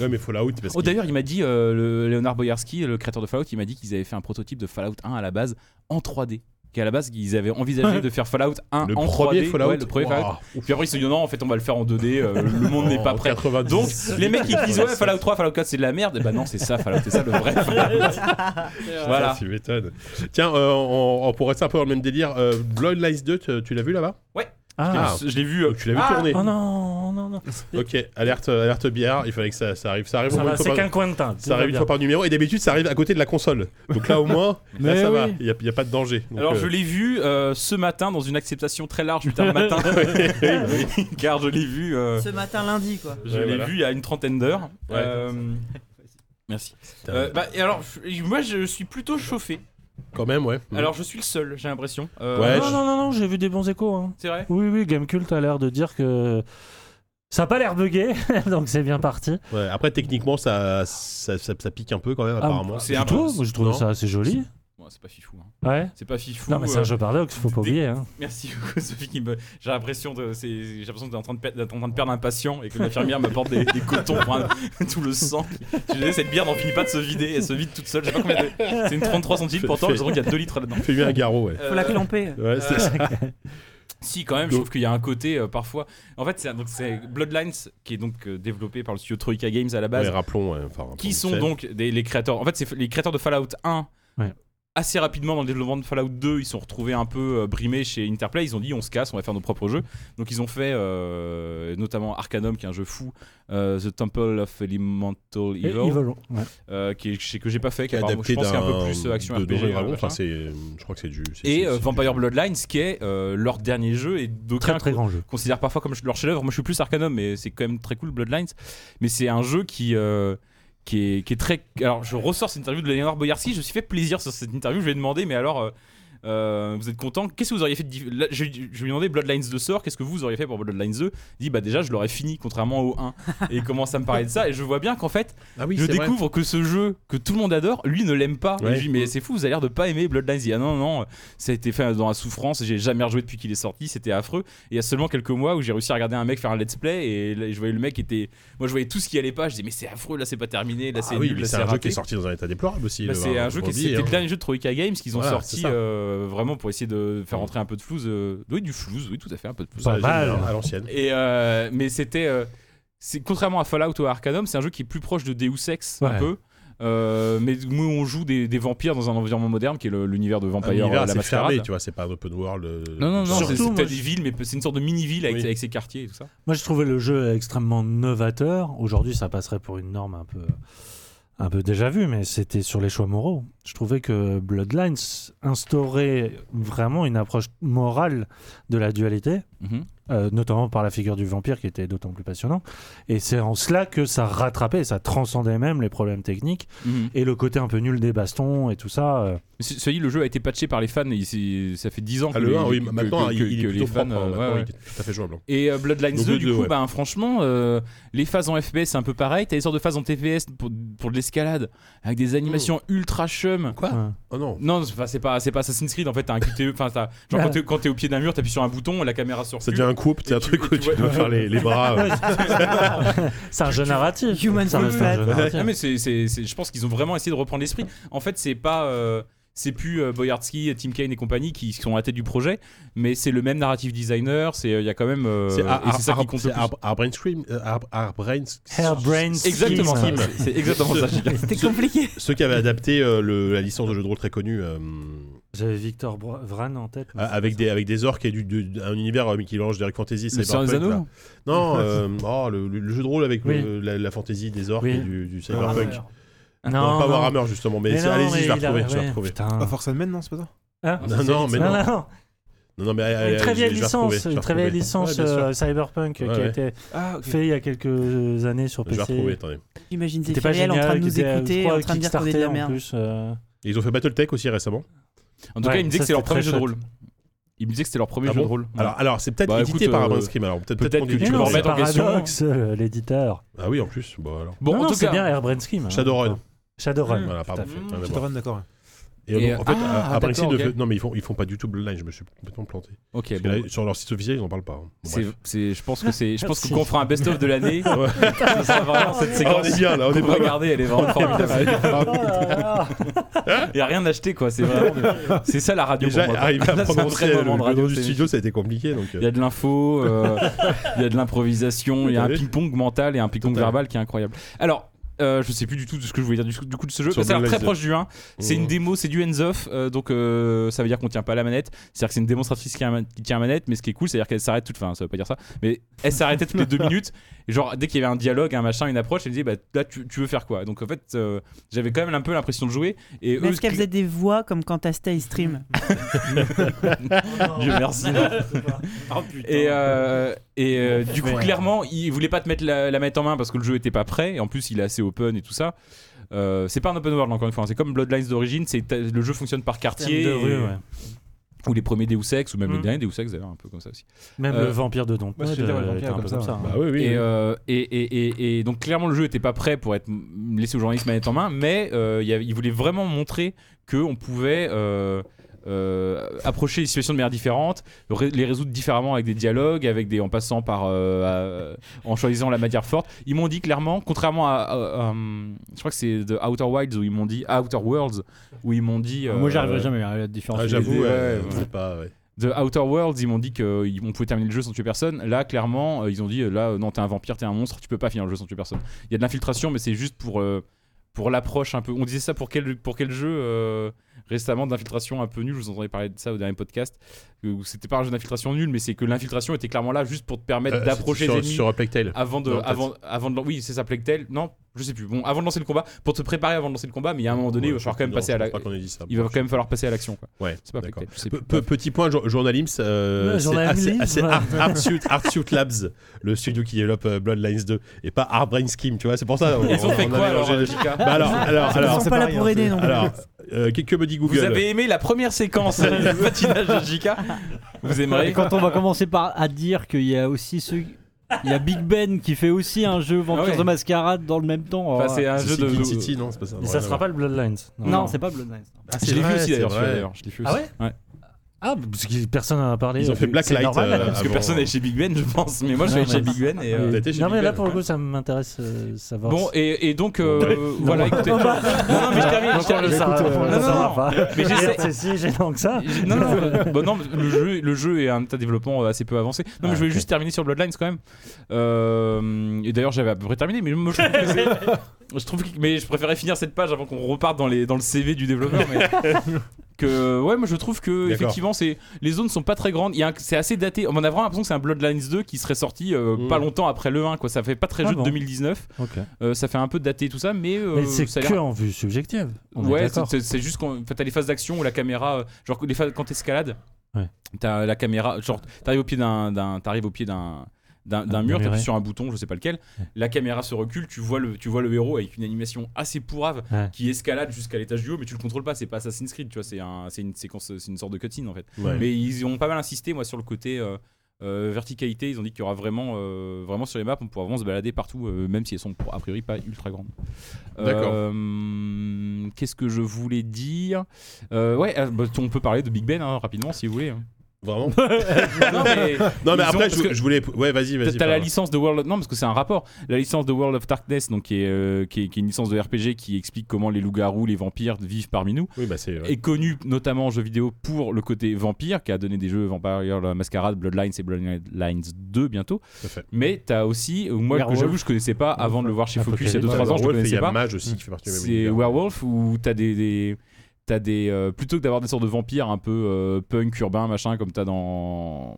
[SPEAKER 2] Ouais, mais Fallout, parce
[SPEAKER 3] Oh,
[SPEAKER 2] que.
[SPEAKER 3] d'ailleurs, il m'a dit, euh, le Léonard Boyarski, le créateur de Fallout, il m'a dit qu'ils avaient fait un prototype de Fallout 1 à la base en 3D. Qu'à la base, ils avaient envisagé de faire Fallout 1
[SPEAKER 2] Le
[SPEAKER 3] Hein, en
[SPEAKER 2] premier
[SPEAKER 3] 3D.
[SPEAKER 2] Fallout.
[SPEAKER 3] ouais, le premier
[SPEAKER 2] Waouh. Oh,
[SPEAKER 3] Fallout. Puis après, ils se sont dit non, en fait, on va le faire en 2D, euh, le monde n'est pas
[SPEAKER 2] En
[SPEAKER 3] prêt.
[SPEAKER 2] 90. [laughs]
[SPEAKER 3] Donc, les mecs qui disent ouais, Fallout 3, Fallout 4, c'est de la merde, bah non, c'est ça, Fallout, [laughs] c'est ça le vrai Fallout.
[SPEAKER 2] Voilà.
[SPEAKER 3] voilà.
[SPEAKER 2] Tu m'étonnes. Tiens, euh, on, on pourrait rester un peu dans le même délire. euh, Blood Lies 2, tu, tu l'as vu là-bas
[SPEAKER 4] Ah,
[SPEAKER 2] Ah.
[SPEAKER 3] Je l'ai vu. euh,
[SPEAKER 2] Donc, Tu l'as vu tourner.
[SPEAKER 4] oh non, non, non.
[SPEAKER 2] Ok, alerte, alerte bière. Il fallait que ça, ça arrive. Ça arrive au
[SPEAKER 4] Ça
[SPEAKER 2] moins
[SPEAKER 4] va,
[SPEAKER 2] une fois
[SPEAKER 4] c'est
[SPEAKER 2] par-
[SPEAKER 4] qu'un Quentin.
[SPEAKER 2] ça arrive une fois par numéro. Et d'habitude, ça arrive à côté de la console. Donc
[SPEAKER 3] [laughs]
[SPEAKER 2] là, au moins, là,
[SPEAKER 7] Mais
[SPEAKER 2] ça va.
[SPEAKER 7] oui.
[SPEAKER 2] Il n'y a, pas de danger. Donc,
[SPEAKER 3] Alors,
[SPEAKER 2] euh,
[SPEAKER 3] je l'ai vu euh, ce matin dans une acceptation très large du
[SPEAKER 2] [laughs]
[SPEAKER 3] terme matin, [laughs] car je l'ai vu. euh,
[SPEAKER 5] Ce matin lundi, quoi.
[SPEAKER 3] Je
[SPEAKER 2] Ouais,
[SPEAKER 3] l'ai
[SPEAKER 2] voilà.
[SPEAKER 3] vu il y a une trentaine d'heures.
[SPEAKER 2] Ouais.
[SPEAKER 3] Euh, Merci. Euh, bah, et alors, je- moi, je suis plutôt chauffé.
[SPEAKER 2] Quand même, ouais. Mm.
[SPEAKER 3] Alors, je suis le seul, j'ai l'impression. Euh,
[SPEAKER 2] Mmh. Ouais,
[SPEAKER 4] non,
[SPEAKER 2] je-
[SPEAKER 4] non, non, non, j'ai vu des bons échos. hein.
[SPEAKER 3] C'est vrai
[SPEAKER 4] Oui, oui, Gamecult a l'air de dire que ça n'a pas l'air buggé, [laughs] donc c'est bien parti.
[SPEAKER 2] Ouais, Après, techniquement, ça, ça, ça- ça pique un peu quand même, apparemment.
[SPEAKER 3] Ah, c'est un
[SPEAKER 4] Ah, Je trouve,
[SPEAKER 3] peu-
[SPEAKER 4] moi, je trouve
[SPEAKER 2] non.
[SPEAKER 4] ça assez joli.
[SPEAKER 3] Ouais, c'est pas fifou. hein.
[SPEAKER 4] Ouais.
[SPEAKER 3] C'est pas fifou.
[SPEAKER 4] Non, mais c'est
[SPEAKER 3] euh,
[SPEAKER 4] un jeu paradoxe, faut pas
[SPEAKER 3] des-
[SPEAKER 4] oublier. hein.
[SPEAKER 3] Merci beaucoup, [laughs] Sophie. Qui me... J'ai l'impression de, c'est... J'ai l'impression d'être en, train de per- d'être en train de perdre un patient et que l'infirmière me porte des, des cotons pour un- [laughs] tout le sang. Je suis désolé, cette bière n'en finit pas de se vider. Elle se vide toute seule. Je sais pas combien de- C'est une 33 centilitres pourtant. Je crois qu'il y a 2 litres là-dedans.
[SPEAKER 2] Fais bien un garrot, ouais.
[SPEAKER 5] Faut la
[SPEAKER 3] Euh,
[SPEAKER 5] clamper.
[SPEAKER 2] Ouais, c'est-
[SPEAKER 3] Euh, si, quand même, je trouve qu'il y a un côté euh, parfois. En fait, c'est, donc, c'est Bloodlines qui est donc euh, développé par le studio Troika Games à la base.
[SPEAKER 2] Ouais, rappelons, ouais, enfin, rappelons
[SPEAKER 3] bah, qui
[SPEAKER 2] le
[SPEAKER 3] sont
[SPEAKER 2] fait.
[SPEAKER 3] donc des- les créateurs. En fait, c'est les créateurs de Fallout 1.
[SPEAKER 4] Ouais.
[SPEAKER 3] Assez rapidement dans le développement de Fallout 2, ils se sont retrouvés un peu euh, brimés chez Interplay. Ils ont dit on se casse, on va faire nos propres jeux. Donc ils ont fait euh, notamment Arcanum, qui est un jeu fou, euh, The Temple of Elemental
[SPEAKER 4] Et
[SPEAKER 3] Evil,
[SPEAKER 4] ils veulent. ouais.
[SPEAKER 3] euh, qui est- que j'ai- que j'ai pas fait,
[SPEAKER 2] qui
[SPEAKER 3] qui
[SPEAKER 2] est
[SPEAKER 3] apparemment,
[SPEAKER 2] adapté
[SPEAKER 3] je pense qu'il est un peu
[SPEAKER 2] d'un-
[SPEAKER 3] plus euh, action
[SPEAKER 2] de
[SPEAKER 3] RPG.
[SPEAKER 2] Donjons et Dragons,
[SPEAKER 3] euh,
[SPEAKER 2] enfin,
[SPEAKER 3] machin.
[SPEAKER 2] c'est, je crois que c'est du. c'est-
[SPEAKER 3] et
[SPEAKER 2] c'est-
[SPEAKER 3] euh,
[SPEAKER 2] c'est du-
[SPEAKER 3] Vampire Bloodlines, qui est euh, leur dernier jeu et
[SPEAKER 4] Très
[SPEAKER 3] d'aucuns
[SPEAKER 4] très grand jeu.
[SPEAKER 3] considère parfois comme leur chef-d'œuvre. Moi, je suis plus Arcanum, mais c'est quand même très cool Bloodlines. Mais c'est un jeu qui euh, qui, est, qui est très. Alors, je ressors cette interview de Léonard Boyarski. Je me suis fait plaisir sur cette interview. Je lui ai demandé, mais alors. euh, euh, vous êtes content Qu'est-ce que vous auriez fait de diff- Là, je, je lui ai demandé Bloodlines 2 sort, qu'est-ce que vous auriez fait pour Bloodlines 2 Il dit bah déjà je l'aurais fini contrairement au 1 et il commence à me parler de ça et je vois bien qu'en fait
[SPEAKER 2] Ah oui,
[SPEAKER 3] je
[SPEAKER 2] c'est vrai.
[SPEAKER 3] découvre que ce jeu que tout le monde adore, lui ne l'aime pas.
[SPEAKER 2] Ouais.
[SPEAKER 3] Et je lui dis, mais c'est fou, vous avez l'air de pas aimer Bloodlines. Il dit, ah non, non, ça a été fait dans la souffrance, j'ai jamais rejoué depuis qu'il est sorti, c'était affreux. Et il y a seulement quelques mois où j'ai réussi à regarder un mec faire un let's play et là, je voyais le mec était. Moi je voyais tout ce qui allait pas, je dis, mais c'est affreux, là c'est pas terminé, là c'est
[SPEAKER 2] Ah oui,
[SPEAKER 3] nul,
[SPEAKER 2] mais
[SPEAKER 3] là
[SPEAKER 2] c'est
[SPEAKER 3] c'est
[SPEAKER 2] un jeu qui
[SPEAKER 3] raté.
[SPEAKER 2] est sorti dans un état déplorable aussi.
[SPEAKER 3] Bah,
[SPEAKER 2] le-
[SPEAKER 3] c'est un jeu qui
[SPEAKER 2] Robbie,
[SPEAKER 3] c'était
[SPEAKER 2] hein.
[SPEAKER 3] le dernier jeu de Troika Games qu'ils ont
[SPEAKER 2] Voilà, c'est
[SPEAKER 3] sorti
[SPEAKER 2] ça.
[SPEAKER 3] euh, vraiment pour essayer de faire rentrer un peu de flouze. euh, Oui, du flouze, oui, tout à fait, un peu de flouze.
[SPEAKER 2] Ça,
[SPEAKER 4] Pas mal.
[SPEAKER 2] j'aime bien, À l'ancienne.
[SPEAKER 3] Et euh, mais c'était, euh, c'est contrairement à Fallout ou à Arcanum, c'est un jeu qui est plus proche de Deus Ex
[SPEAKER 4] Ouais.
[SPEAKER 3] un peu. Euh, mais nous on joue des, des vampires dans un environnement moderne qui est le- l'univers de
[SPEAKER 2] Un
[SPEAKER 3] Vampire euh,
[SPEAKER 2] univers
[SPEAKER 3] la
[SPEAKER 2] assez
[SPEAKER 3] Mascarade.
[SPEAKER 2] fermé, tu vois, c'est pas un open world. euh,
[SPEAKER 3] non non non,
[SPEAKER 2] genre.
[SPEAKER 3] c'est
[SPEAKER 4] Surtout,
[SPEAKER 3] c'était
[SPEAKER 4] moi,
[SPEAKER 3] des
[SPEAKER 4] je-
[SPEAKER 3] villes mais c'est une sorte de mini ville avec,
[SPEAKER 2] Oui.
[SPEAKER 3] avec ses quartiers et tout ça.
[SPEAKER 4] Moi, je trouvais le jeu extrêmement novateur. Aujourd'hui, ça passerait pour une norme un peu, un peu déjà vue, mais c'était sur les choix moraux. Je trouvais que Bloodlines instaurait vraiment une approche morale de la dualité, euh, notamment par la figure du vampire qui était d'autant plus passionnant. Et c'est en cela que ça rattrapait, ça transcendait même les problèmes techniques
[SPEAKER 3] Mhm.
[SPEAKER 4] et le côté un peu nul des bastons et tout ça. euh,
[SPEAKER 3] Ce- Cela dit, le jeu a été patché par les fans. et c'est- ça fait 10 ans que
[SPEAKER 2] Ah, le
[SPEAKER 3] les-
[SPEAKER 2] 1, oui,
[SPEAKER 3] que-
[SPEAKER 2] maintenant
[SPEAKER 3] que-
[SPEAKER 2] il
[SPEAKER 3] que-
[SPEAKER 2] il est
[SPEAKER 3] que les
[SPEAKER 2] plutôt
[SPEAKER 3] fans.
[SPEAKER 2] propre.
[SPEAKER 3] euh,
[SPEAKER 2] hein,
[SPEAKER 3] ouais,
[SPEAKER 2] Maintenant,
[SPEAKER 3] ouais.
[SPEAKER 2] il est tout à fait jouable.
[SPEAKER 3] Et euh, Bloodlines
[SPEAKER 2] Donc,
[SPEAKER 3] 2,
[SPEAKER 2] le
[SPEAKER 3] du
[SPEAKER 2] deux,
[SPEAKER 3] coup,
[SPEAKER 2] ouais.
[SPEAKER 3] ben, franchement, euh, les phases en FPS, c'est un peu pareil. T'as des sortes de phases en TPS pour, pour de l'escalade, avec des animations ultra chum.
[SPEAKER 2] Oh. Quoi
[SPEAKER 4] ouais.
[SPEAKER 2] Oh non.
[SPEAKER 3] Non, c'est pas, c'est pas, c'est pas Assassin's Creed en fait. T'as un QTE, enfin, t'as- genre quand t'es- quand t'es au pied d'un mur, t'appuies sur un bouton, la caméra sort.
[SPEAKER 2] Ça devient un couple, c'est un
[SPEAKER 3] tu-
[SPEAKER 2] truc
[SPEAKER 3] et
[SPEAKER 2] où
[SPEAKER 3] tu
[SPEAKER 2] tu
[SPEAKER 3] vois-
[SPEAKER 2] dois faire les les bras. euh,
[SPEAKER 4] C'est un jeu narratif.
[SPEAKER 5] Human
[SPEAKER 4] Ça reste un
[SPEAKER 5] Fall
[SPEAKER 4] jeu
[SPEAKER 5] Flat.
[SPEAKER 4] narratif.
[SPEAKER 3] Bah, ah, mais c'est, c'est- c'est- je pense qu'ils ont vraiment essayé de reprendre l'esprit. En fait, c'est pas, euh, c'est plus euh, Boyarsky, Tim Kaine et compagnie qui sont à la tête du projet, mais c'est le même narrative designer. C'est, il y a quand même, euh,
[SPEAKER 2] C'est
[SPEAKER 3] et
[SPEAKER 2] Ar-
[SPEAKER 3] c'est ça qui
[SPEAKER 2] Ar-
[SPEAKER 3] compte
[SPEAKER 2] c'est
[SPEAKER 3] le plus.
[SPEAKER 2] Ar- Arbrain Scream. euh, Ar- Arbrain
[SPEAKER 4] Hairbrain
[SPEAKER 3] Exactement ça.
[SPEAKER 4] Scheme.
[SPEAKER 3] C'est, c'est exactement ça. Gilles.
[SPEAKER 5] C'était compliqué.
[SPEAKER 2] Ceux qui avaient adapté euh, le- la licence de jeu de rôle très connue euh,
[SPEAKER 4] J'avais Victor Bra- Vran en tête. mais c'est
[SPEAKER 2] avec
[SPEAKER 4] pas
[SPEAKER 2] des avec des orques et du, du- un univers euh, qui mélange Derek Fantasy,
[SPEAKER 3] Le Seigneur des
[SPEAKER 2] Cyberpunk, là.
[SPEAKER 3] Anneaux
[SPEAKER 2] Non, euh, oh, le, le- le jeu de rôle avec
[SPEAKER 4] Oui.
[SPEAKER 2] le- la, la fantasy des orques
[SPEAKER 4] Oui.
[SPEAKER 2] et du, du cyberpunk.
[SPEAKER 4] Warhammer.
[SPEAKER 2] Non,
[SPEAKER 4] Non,
[SPEAKER 2] pas
[SPEAKER 4] non.
[SPEAKER 2] Warhammer justement, mais, c'est-
[SPEAKER 4] non,
[SPEAKER 2] allez-y,
[SPEAKER 4] mais
[SPEAKER 2] je vais
[SPEAKER 4] il a-
[SPEAKER 2] retrouver, je vais
[SPEAKER 4] ouais,
[SPEAKER 2] retrouver.
[SPEAKER 4] putain.
[SPEAKER 6] Pas Force Men, non, c'est pas ça
[SPEAKER 4] Hein
[SPEAKER 2] Non, non, mais
[SPEAKER 4] non,
[SPEAKER 2] non.
[SPEAKER 4] non, non.
[SPEAKER 2] Non, non, mais
[SPEAKER 4] Une
[SPEAKER 2] allez,
[SPEAKER 4] très
[SPEAKER 2] allez,
[SPEAKER 4] vieille
[SPEAKER 2] je vais retrouver,
[SPEAKER 4] licence,
[SPEAKER 2] je vais
[SPEAKER 4] une très vieille
[SPEAKER 2] retrouver.
[SPEAKER 4] licence
[SPEAKER 2] Ouais, bien sûr.
[SPEAKER 4] euh, Cyberpunk euh, qui
[SPEAKER 2] Ouais.
[SPEAKER 4] a été
[SPEAKER 6] Ah, ok.
[SPEAKER 4] fait il y a quelques années sur
[SPEAKER 2] Je vais
[SPEAKER 4] PC.
[SPEAKER 2] retrouver, attendez.
[SPEAKER 5] J'imagine
[SPEAKER 4] Qui était
[SPEAKER 5] des
[SPEAKER 4] pas
[SPEAKER 5] en train
[SPEAKER 4] génial,
[SPEAKER 5] de
[SPEAKER 4] qui
[SPEAKER 5] nous
[SPEAKER 4] était, je
[SPEAKER 5] écouter,
[SPEAKER 4] crois,
[SPEAKER 5] en train de dire qu'on est de
[SPEAKER 4] Kickstarter
[SPEAKER 5] la
[SPEAKER 4] en
[SPEAKER 5] merde.
[SPEAKER 4] plus, euh.
[SPEAKER 2] Et ils ont fait Battletech aussi récemment.
[SPEAKER 3] En tout cas,
[SPEAKER 4] Ouais,
[SPEAKER 3] il me disait
[SPEAKER 4] ça,
[SPEAKER 3] que c'est leur
[SPEAKER 4] c'était
[SPEAKER 3] premier
[SPEAKER 4] très
[SPEAKER 3] jeu de rôle. Il me disait que c'était leur premier
[SPEAKER 2] Ah
[SPEAKER 3] jeu
[SPEAKER 2] bon
[SPEAKER 3] de rôle. Ouais.
[SPEAKER 2] Alors, alors c'est peut-être
[SPEAKER 3] Bah,
[SPEAKER 2] édité
[SPEAKER 3] écoute,
[SPEAKER 2] par
[SPEAKER 3] euh,
[SPEAKER 2] Arbrain Scream. Alors peut-être
[SPEAKER 3] peut-être
[SPEAKER 2] qu'on
[SPEAKER 3] que
[SPEAKER 2] dit-
[SPEAKER 3] tu
[SPEAKER 4] Mais
[SPEAKER 3] peux
[SPEAKER 4] non,
[SPEAKER 3] le
[SPEAKER 4] c'est
[SPEAKER 3] remettre en question.
[SPEAKER 4] paradoxe, euh, l'éditeur.
[SPEAKER 2] Ah oui, en plus. Bon alors.
[SPEAKER 3] Bon,
[SPEAKER 4] non,
[SPEAKER 3] en
[SPEAKER 4] non,
[SPEAKER 3] tout
[SPEAKER 4] c'est
[SPEAKER 3] cas,
[SPEAKER 4] bien Airbrain Scheme. hein.
[SPEAKER 2] Shadowrun.
[SPEAKER 4] Shadowrun.
[SPEAKER 2] Voilà, pardon.
[SPEAKER 4] tout à fait.
[SPEAKER 2] rien à voir.
[SPEAKER 6] Shadowrun, d'accord.
[SPEAKER 2] Et,
[SPEAKER 3] Et,
[SPEAKER 2] donc, en fait,
[SPEAKER 3] ah,
[SPEAKER 2] à- à Brexit,
[SPEAKER 3] d'accord,
[SPEAKER 2] ne fait-
[SPEAKER 3] ok.
[SPEAKER 2] non mais ils font, ils font pas du tout Bloodline, je me suis complètement planté.
[SPEAKER 3] ok.
[SPEAKER 2] Parce que
[SPEAKER 3] bon.
[SPEAKER 2] là, sur leur site officiel, ils en parlent pas. hein. Bon,
[SPEAKER 3] C'est,
[SPEAKER 2] bref.
[SPEAKER 3] c'est- je pense
[SPEAKER 4] [laughs]
[SPEAKER 3] que c'est, je pense que
[SPEAKER 4] Merci.
[SPEAKER 3] quand on fera un best-of de l'année,
[SPEAKER 4] [laughs]
[SPEAKER 3] ça sera vraiment cette
[SPEAKER 2] Ah, on
[SPEAKER 3] séquence.
[SPEAKER 2] est bien
[SPEAKER 3] [laughs]
[SPEAKER 2] là, on est
[SPEAKER 3] Vous
[SPEAKER 2] pas mal.
[SPEAKER 3] regardez, elle
[SPEAKER 2] [laughs]
[SPEAKER 3] est vraiment formidable.
[SPEAKER 4] Oh là là.
[SPEAKER 3] Il y a rien acheté quoi,
[SPEAKER 2] [laughs]
[SPEAKER 3] c'est vraiment. C'est ça la radio.
[SPEAKER 2] Ah, Déjà
[SPEAKER 3] pour moi.
[SPEAKER 2] arriver à
[SPEAKER 3] Là, [laughs] c'est un
[SPEAKER 2] prononcer
[SPEAKER 3] vrai
[SPEAKER 2] le,
[SPEAKER 3] moment de
[SPEAKER 2] le
[SPEAKER 3] radio,
[SPEAKER 2] nom du
[SPEAKER 3] c'est-
[SPEAKER 2] studio, ça a été compliqué donc. euh,
[SPEAKER 3] Il y a de l'info,
[SPEAKER 2] [laughs]
[SPEAKER 3] euh, il y a de l'improvisation, il y a un ping-pong mental et un ping-pong
[SPEAKER 2] Total.
[SPEAKER 3] verbal qui est incroyable. Alors, euh, je sais plus du tout de ce que je voulais dire du, du coup de ce jeu.
[SPEAKER 2] Sur
[SPEAKER 3] Ça a l'air
[SPEAKER 2] Black
[SPEAKER 3] très
[SPEAKER 2] Laser.
[SPEAKER 3] proche du 1. C'est
[SPEAKER 2] Mhm.
[SPEAKER 3] une démo, c'est du hands-off, euh, donc euh, ça veut dire qu'on tient pas la manette. C'est-à-dire que c'est une démonstratrice qui, a- qui tient la manette, mais ce qui est cool, c'est-à-dire qu'elle s'arrête toute, enfin ça veut pas dire ça, mais elle s'arrêtait toutes les deux minutes. Et genre, dès qu'il y avait un dialogue, un machin, une approche, elle disait, bah là tu, tu veux faire quoi Donc en fait, euh, j'avais quand même un peu l'impression de jouer. Et
[SPEAKER 5] Mais
[SPEAKER 3] eux,
[SPEAKER 5] est-ce qu'elle faisait des voix comme quand Asta il
[SPEAKER 2] Mm.
[SPEAKER 5] stream
[SPEAKER 3] Dieu merci. Et, euh, et euh, du coup, clairement, il voulait pas te mettre la, la mettre en main parce que le jeu était pas prêt. Et en plus, il est assez open et tout ça. Euh, c'est pas un open world encore une fois. hein. C'est comme Bloodlines d'origine. C'est t'as- le jeu fonctionne par quartier.
[SPEAKER 4] Thème de
[SPEAKER 3] et-
[SPEAKER 4] rue, ouais.
[SPEAKER 3] Ou les premiers Deus Ex, ou même
[SPEAKER 4] Mm.
[SPEAKER 3] les derniers Deus Ex d'ailleurs, un peu comme ça aussi.
[SPEAKER 4] Même
[SPEAKER 3] Euh,
[SPEAKER 4] le vampire de Dontnod
[SPEAKER 6] bah, je veux dire, le
[SPEAKER 4] euh,
[SPEAKER 6] vampire
[SPEAKER 4] était un
[SPEAKER 6] comme
[SPEAKER 4] peu
[SPEAKER 6] ça,
[SPEAKER 4] comme ça.
[SPEAKER 2] Bah
[SPEAKER 4] hein.
[SPEAKER 2] oui, oui.
[SPEAKER 3] Et, euh, et, et, et, et donc clairement le jeu n'était pas prêt pour être m- laissé aux journalistes manette en main, mais euh, il y avait- il voulait vraiment montrer qu'on pouvait euh, euh, approcher les situations de manière différente, ré- les résoudre différemment avec des dialogues, avec des, en passant par, euh, à- en choisissant la matière forte. Ils m'ont dit clairement, contrairement à, à- à, hum, je crois que c'est The Outer Wilds où ils m'ont dit Outer Worlds où ils m'ont dit.
[SPEAKER 7] Moi,
[SPEAKER 3] euh,
[SPEAKER 7] j'arriverai jamais à la différence.
[SPEAKER 2] Ah,
[SPEAKER 7] des
[SPEAKER 2] j'avoue,
[SPEAKER 7] deux.
[SPEAKER 2] ouais,
[SPEAKER 3] ouais,
[SPEAKER 2] je sais pas, ouais.
[SPEAKER 3] The Outer Worlds, ils m'ont dit qu'on pouvait terminer le jeu sans tuer personne. Là, clairement, euh, ils ont dit euh, là, euh, non, t'es un vampire, t'es un monstre, tu peux pas finir le jeu sans tuer personne. Il y a de l'infiltration, mais c'est juste pour, euh, pour l'approche un peu. On disait ça pour quel, pour quel jeu euh, récemment d'infiltration un peu nul Je vous entendais parler de ça au dernier podcast. euh, où C'était pas un jeu d'infiltration nul, mais c'est que l'infiltration était clairement là juste pour te permettre
[SPEAKER 2] Euh,
[SPEAKER 3] d'approcher les
[SPEAKER 2] sur,
[SPEAKER 3] ennemis.
[SPEAKER 2] sur Plague Tale.
[SPEAKER 3] Avant de,
[SPEAKER 2] Non, peut-être.
[SPEAKER 3] avant, avant de, lan- oui, c'est ça Plague Tale. Non, je sais plus. Bon, avant de lancer le combat, pour te préparer avant de lancer le combat, mais il y a un moment donné, il va falloir quand même
[SPEAKER 2] Non,
[SPEAKER 3] passer
[SPEAKER 2] je
[SPEAKER 3] à la,
[SPEAKER 2] pense pas qu'on ait dit ça.
[SPEAKER 3] il va quand même falloir passer à l'action. quoi.
[SPEAKER 2] Ouais,
[SPEAKER 3] C'est pas Plague
[SPEAKER 2] d'accord.
[SPEAKER 3] Tale, je sais
[SPEAKER 2] Pe-
[SPEAKER 3] plus.
[SPEAKER 2] pe- petit point, jour- Journalims, euh,
[SPEAKER 4] Ouais,
[SPEAKER 2] c'est
[SPEAKER 4] Journalims,
[SPEAKER 2] ah, c'est- ah, c'est
[SPEAKER 4] ouais.
[SPEAKER 2] Art- Artsuit Artsuit Labs, le studio qui développe euh, Bloodlines 2, et pas Art Brain Scheme, tu vois, c'est pour ça. on-
[SPEAKER 3] Ils ont
[SPEAKER 2] on-
[SPEAKER 3] fait
[SPEAKER 2] on a
[SPEAKER 3] quoi alors, euh, Ah,
[SPEAKER 2] mélangé les-
[SPEAKER 3] JK
[SPEAKER 2] Bah alors, alors,
[SPEAKER 5] Ils
[SPEAKER 2] alors,
[SPEAKER 5] sont
[SPEAKER 6] c'est
[SPEAKER 5] pas là
[SPEAKER 6] pareil,
[SPEAKER 5] pour
[SPEAKER 6] hein,
[SPEAKER 5] aider non plus.
[SPEAKER 2] alors, euh, que, que me dit Google
[SPEAKER 3] Vous avez aimé la première [laughs] séquence du patinage de JK Vous
[SPEAKER 7] Et
[SPEAKER 3] aimerez
[SPEAKER 7] quand on va commencer par à dire qu'il y a aussi ceux. Il y a Big Ben qui fait aussi un jeu Vampires
[SPEAKER 3] Ah ouais.
[SPEAKER 7] de Mascarade dans le même temps.
[SPEAKER 3] Enfin,
[SPEAKER 7] alors,
[SPEAKER 3] Ah, C'est un
[SPEAKER 2] C'est
[SPEAKER 3] jeu de.
[SPEAKER 2] Sin
[SPEAKER 3] de-
[SPEAKER 2] City, non, c'est pas ça.
[SPEAKER 4] Et ça sera pas le Bloodlines.
[SPEAKER 7] Non, c'est pas Blood Knight.
[SPEAKER 2] Ah, c'est
[SPEAKER 3] Je l'ai vu
[SPEAKER 2] vrai,
[SPEAKER 3] aussi
[SPEAKER 2] c'est
[SPEAKER 3] d'ailleurs. celui-là,
[SPEAKER 2] vrai.
[SPEAKER 3] d'ailleurs. Je l'ai vu
[SPEAKER 4] Ah
[SPEAKER 3] aussi.
[SPEAKER 4] ouais Ah, parce que personne n'en a parlé.
[SPEAKER 2] Ils ont fait
[SPEAKER 4] C'est
[SPEAKER 2] Blacklight,
[SPEAKER 4] normal,
[SPEAKER 2] euh,
[SPEAKER 3] Parce que
[SPEAKER 2] avant,
[SPEAKER 3] personne
[SPEAKER 2] ouais.
[SPEAKER 3] n'est chez Big Ben, je pense. Ah Mais moi, je suis
[SPEAKER 4] Non,
[SPEAKER 3] allé chez
[SPEAKER 4] mais-
[SPEAKER 3] Big Ben. Et,
[SPEAKER 4] Et-
[SPEAKER 3] euh,
[SPEAKER 2] T'as été chez
[SPEAKER 4] non mais
[SPEAKER 2] Big
[SPEAKER 4] là
[SPEAKER 2] Ben,
[SPEAKER 4] pour le
[SPEAKER 2] ouais.
[SPEAKER 4] coup ça m'intéresse euh, savoir.
[SPEAKER 3] Bon,
[SPEAKER 4] si-
[SPEAKER 3] et, et donc, euh, voilà, écoutez. Non, non, mais je termine. je
[SPEAKER 4] Encore le
[SPEAKER 3] termine.
[SPEAKER 4] Sarah-
[SPEAKER 3] Écoute,
[SPEAKER 4] le
[SPEAKER 3] non,
[SPEAKER 4] Sarah,
[SPEAKER 3] non,
[SPEAKER 4] pas.
[SPEAKER 3] mais j'essaie-
[SPEAKER 4] C'est si gênant que ça.
[SPEAKER 3] J'ai- [laughs] Non, non, euh, bah non, le jeu, le jeu est un état de développement euh, assez peu avancé. Non, mais
[SPEAKER 4] Ah,
[SPEAKER 3] je voulais
[SPEAKER 4] ok.
[SPEAKER 3] juste terminer sur Bloodlines quand même. Euh, et d'ailleurs, j'avais à peu près terminé, mais moi, je trouve
[SPEAKER 2] [laughs]
[SPEAKER 3] que c'est- je trouve que- mais je préférais finir cette page avant qu'on reparte dans, les, dans le CV du développeur. mais-
[SPEAKER 2] [laughs]
[SPEAKER 3] que ouais, moi je trouve que
[SPEAKER 2] D'accord.
[SPEAKER 3] effectivement, c'est les zones sont pas très grandes. Il y a un- C'est assez daté. On a vraiment l'impression que c'est un Bloodlines 2 qui serait sorti euh,
[SPEAKER 2] Mm.
[SPEAKER 3] pas longtemps après le 1. Quoi, ça fait pas très
[SPEAKER 4] Ah
[SPEAKER 3] jeu
[SPEAKER 4] bon.
[SPEAKER 3] de 2019.
[SPEAKER 4] Ok.
[SPEAKER 3] Euh, ça fait un peu daté tout ça, mais, euh,
[SPEAKER 4] Mais c'est
[SPEAKER 3] ça a
[SPEAKER 4] que
[SPEAKER 3] l'air-
[SPEAKER 4] en vue subjective. On est
[SPEAKER 3] Ouais,
[SPEAKER 4] d'accord.
[SPEAKER 3] c'est- c'est c'est juste quand t'as les phases d'action où la caméra, euh, genre les phases quand t'escalades,
[SPEAKER 4] Ouais.
[SPEAKER 3] t'as la caméra, genre t'arrives au pied d'un, d'un- t'arrives au pied d'un d'un, d'un
[SPEAKER 4] Un
[SPEAKER 3] mur,
[SPEAKER 4] muret.
[SPEAKER 3] t'appuies sur un bouton, je sais pas lequel,
[SPEAKER 4] Ouais.
[SPEAKER 3] la caméra se recule, tu vois le, tu vois le héros avec une animation assez pourrave
[SPEAKER 4] Ouais.
[SPEAKER 3] qui escalade jusqu'à l'étage du haut, mais tu le contrôles pas, c'est pas Assassin's Creed, tu vois, c'est un, c'est une séquence, c'est une sorte de cutscene en fait.
[SPEAKER 2] Ouais.
[SPEAKER 3] Mais ils ont pas mal insisté, moi, sur le côté euh, euh, verticalité. Ils ont dit qu'il y aura vraiment, euh, vraiment sur les maps, on pourra vraiment se balader partout, euh, même si elles sont a priori pas ultra grandes.
[SPEAKER 2] D'accord.
[SPEAKER 3] Euh, Qu'est-ce que je voulais dire Euh, Ouais, euh, bah, on peut parler de Big Ben hein, rapidement si vous voulez.
[SPEAKER 2] Vraiment
[SPEAKER 3] [laughs] non,
[SPEAKER 2] Non, mais
[SPEAKER 3] mais Ils ont-
[SPEAKER 2] après,
[SPEAKER 3] parce
[SPEAKER 2] je
[SPEAKER 3] que-
[SPEAKER 2] je voulais. Ouais, vas-y,
[SPEAKER 3] T'as-
[SPEAKER 2] vas-y.
[SPEAKER 3] T'as la
[SPEAKER 2] pardon.
[SPEAKER 3] licence de World of... Non, parce que c'est un rapport. La licence de World of Darkness, donc, qui, est, euh, qui, est, qui est une licence de RPG qui explique comment les loups-garous, les vampires vivent parmi nous
[SPEAKER 2] Oui, bah c'est. ouais.
[SPEAKER 3] est connu notamment en jeux vidéo pour le côté vampire qui a donné des jeux Vampire la Mascarade, Bloodlines et Bloodlines 2 bientôt.
[SPEAKER 2] à fait.
[SPEAKER 3] Mais t'as aussi euh, moi que
[SPEAKER 7] Werewolf.
[SPEAKER 3] j'avoue je connaissais pas avant de le voir chez Focus il y a 2
[SPEAKER 2] Ouais,
[SPEAKER 3] 3 ans, je
[SPEAKER 2] Werewolf,
[SPEAKER 3] le
[SPEAKER 2] et Il y
[SPEAKER 3] connaissais
[SPEAKER 2] a
[SPEAKER 3] pas.
[SPEAKER 2] Mage aussi qui fait partie du même
[SPEAKER 3] C'est
[SPEAKER 2] univers.
[SPEAKER 3] Werewolf où t'as des, des t'as des euh, plutôt que d'avoir des sortes de vampires un peu euh, punk urbain machin comme t'as dans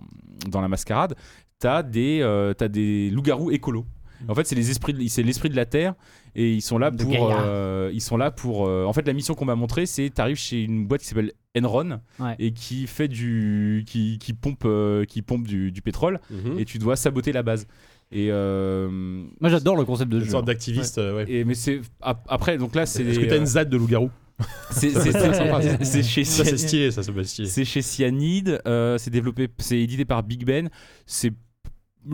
[SPEAKER 3] dans la Mascarade, t'as des euh, t'as des loups-garous écolos.
[SPEAKER 2] Mm.
[SPEAKER 3] En fait, c'est les esprits, de- c'est l'esprit de la terre, et ils sont là
[SPEAKER 7] De
[SPEAKER 3] pour,
[SPEAKER 7] Gaïa.
[SPEAKER 3] euh, ils sont là pour. euh, en fait, la mission qu'on m'a montrée, c'est t'arrives chez une boîte qui s'appelle Enron
[SPEAKER 7] Ouais.
[SPEAKER 3] et qui fait du, qui, qui pompe, euh, qui pompe du, du pétrole,
[SPEAKER 2] Mhm.
[SPEAKER 3] et tu dois saboter la base. Et, euh,
[SPEAKER 7] Moi, j'adore le concept de
[SPEAKER 2] Une
[SPEAKER 7] jeu. hein.
[SPEAKER 2] sorte d'activiste, euh, ouais.
[SPEAKER 3] et mais c'est ap- après, donc là, c'est. euh,
[SPEAKER 2] Est-ce que t'as une ZAD de loup-garou
[SPEAKER 3] c'est-
[SPEAKER 2] Ça peut
[SPEAKER 3] c'est-
[SPEAKER 2] être sympa, ça.
[SPEAKER 3] c'est- [laughs] C'est chez
[SPEAKER 2] Ça, c'est stylé, ça, c'est pas stylé.
[SPEAKER 3] C'est chez Cyanide, euh, c'est développé, c'est édité par Big Ben. C'est,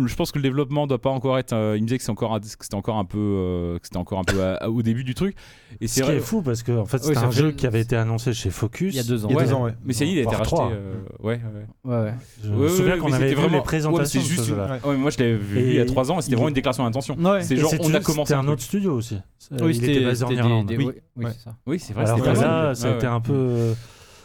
[SPEAKER 3] je pense que le développement doit pas encore être. euh, il me disait que c'est encore, un- que c'était encore un peu, euh, que c'était encore un peu à- à- au début du truc. Et
[SPEAKER 4] Ce
[SPEAKER 3] c'est
[SPEAKER 4] qui
[SPEAKER 3] vrai.
[SPEAKER 4] est fou parce que en fait
[SPEAKER 7] Oui,
[SPEAKER 4] c'est
[SPEAKER 7] ça
[SPEAKER 4] un
[SPEAKER 7] fait-
[SPEAKER 4] jeu qui avait été annoncé chez Focus.
[SPEAKER 7] Il y a deux ans.
[SPEAKER 6] Il y a
[SPEAKER 3] Ouais.
[SPEAKER 6] deux ans, ouais.
[SPEAKER 3] Mais Cyanide a été
[SPEAKER 4] Voire
[SPEAKER 3] racheté.
[SPEAKER 4] trois.
[SPEAKER 3] euh, ouais, ouais.
[SPEAKER 7] Ouais, ouais.
[SPEAKER 4] Je
[SPEAKER 3] Ouais,
[SPEAKER 4] me
[SPEAKER 3] ouais,
[SPEAKER 4] souviens
[SPEAKER 3] ouais,
[SPEAKER 4] qu'on
[SPEAKER 3] mais
[SPEAKER 4] avait
[SPEAKER 3] c'était
[SPEAKER 4] vu
[SPEAKER 3] vraiment-
[SPEAKER 4] les présentations
[SPEAKER 3] ouais, mais c'est
[SPEAKER 4] de ce
[SPEAKER 3] juste
[SPEAKER 4] jeu-là.
[SPEAKER 3] Ouais, mais moi je l'ai vu
[SPEAKER 4] Et-
[SPEAKER 3] il y a 3 ans et c'était
[SPEAKER 4] il-
[SPEAKER 3] vraiment une déclaration d'intention.
[SPEAKER 7] Ouais.
[SPEAKER 3] C'est genre
[SPEAKER 4] Et
[SPEAKER 3] on a
[SPEAKER 4] toujours-
[SPEAKER 3] commencé
[SPEAKER 4] C'était un
[SPEAKER 3] truc.
[SPEAKER 4] autre studio aussi. Euh,
[SPEAKER 7] Oui,
[SPEAKER 4] il
[SPEAKER 7] c'était
[SPEAKER 4] était basé en
[SPEAKER 7] c'était des-
[SPEAKER 4] Irlande.
[SPEAKER 7] des-
[SPEAKER 6] Oui.
[SPEAKER 7] oui, oui,
[SPEAKER 6] Ouais.
[SPEAKER 7] c'est ça.
[SPEAKER 3] Oui, c'est vrai.
[SPEAKER 4] Alors
[SPEAKER 3] c'était
[SPEAKER 4] que
[SPEAKER 3] pas mal.
[SPEAKER 4] là
[SPEAKER 3] Ouais,
[SPEAKER 4] ça a
[SPEAKER 3] ouais.
[SPEAKER 4] été un peu euh,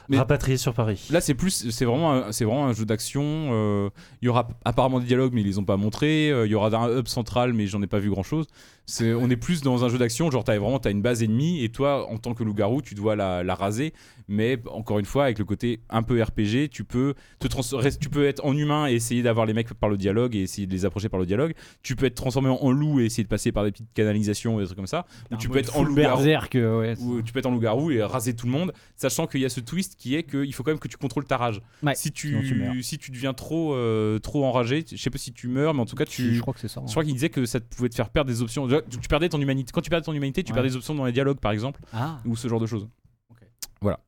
[SPEAKER 3] Mais-
[SPEAKER 4] rapatrié sur Paris.
[SPEAKER 3] Là, c'est plus, c'est vraiment, un- c'est vraiment un jeu d'action. euh, il y aura apparemment des dialogues, mais ils les ont pas montrés. euh, il y aura un hub central, mais j'en ai pas vu grand chose. C'est, on est plus dans un jeu d'action. Genre, t'as vraiment, t'as une base ennemie, et toi, en tant que loup-garou, tu dois la, la raser. Mais encore une fois, avec le côté un peu RPG, tu peux te trans- reste- tu peux être en humain et essayer d'avoir les mecs par le dialogue et essayer de les approcher par le dialogue. Tu peux être transformé en, en loup et essayer de passer par des petites canalisations et des trucs comme ça. Ou tu peux être en
[SPEAKER 7] Full
[SPEAKER 3] loup-garou
[SPEAKER 7] berserk, euh, ouais.
[SPEAKER 3] où tu peux être en loup-garou et raser tout le monde, sachant qu'il y a ce twist qui est qu'il faut quand même que tu contrôles ta rage.
[SPEAKER 7] Ouais,
[SPEAKER 3] si, tu,
[SPEAKER 7] sinon tu meurs.
[SPEAKER 3] si tu deviens trop, euh, trop enragé, tu- je sais pas si tu meurs, mais en tout cas, tu.
[SPEAKER 7] Je
[SPEAKER 3] Je
[SPEAKER 7] crois que c'est ça. hein.
[SPEAKER 3] crois qu'il disait que ça te pouvait te faire perdre des options. Tu, tu perdais ton humanité. Quand tu perdais ton humanité, tu
[SPEAKER 7] Ouais.
[SPEAKER 3] perdais des options dans les dialogues, par exemple,
[SPEAKER 7] Ah.
[SPEAKER 3] ou ce genre de choses.
[SPEAKER 7] Ok.
[SPEAKER 3] Voilà.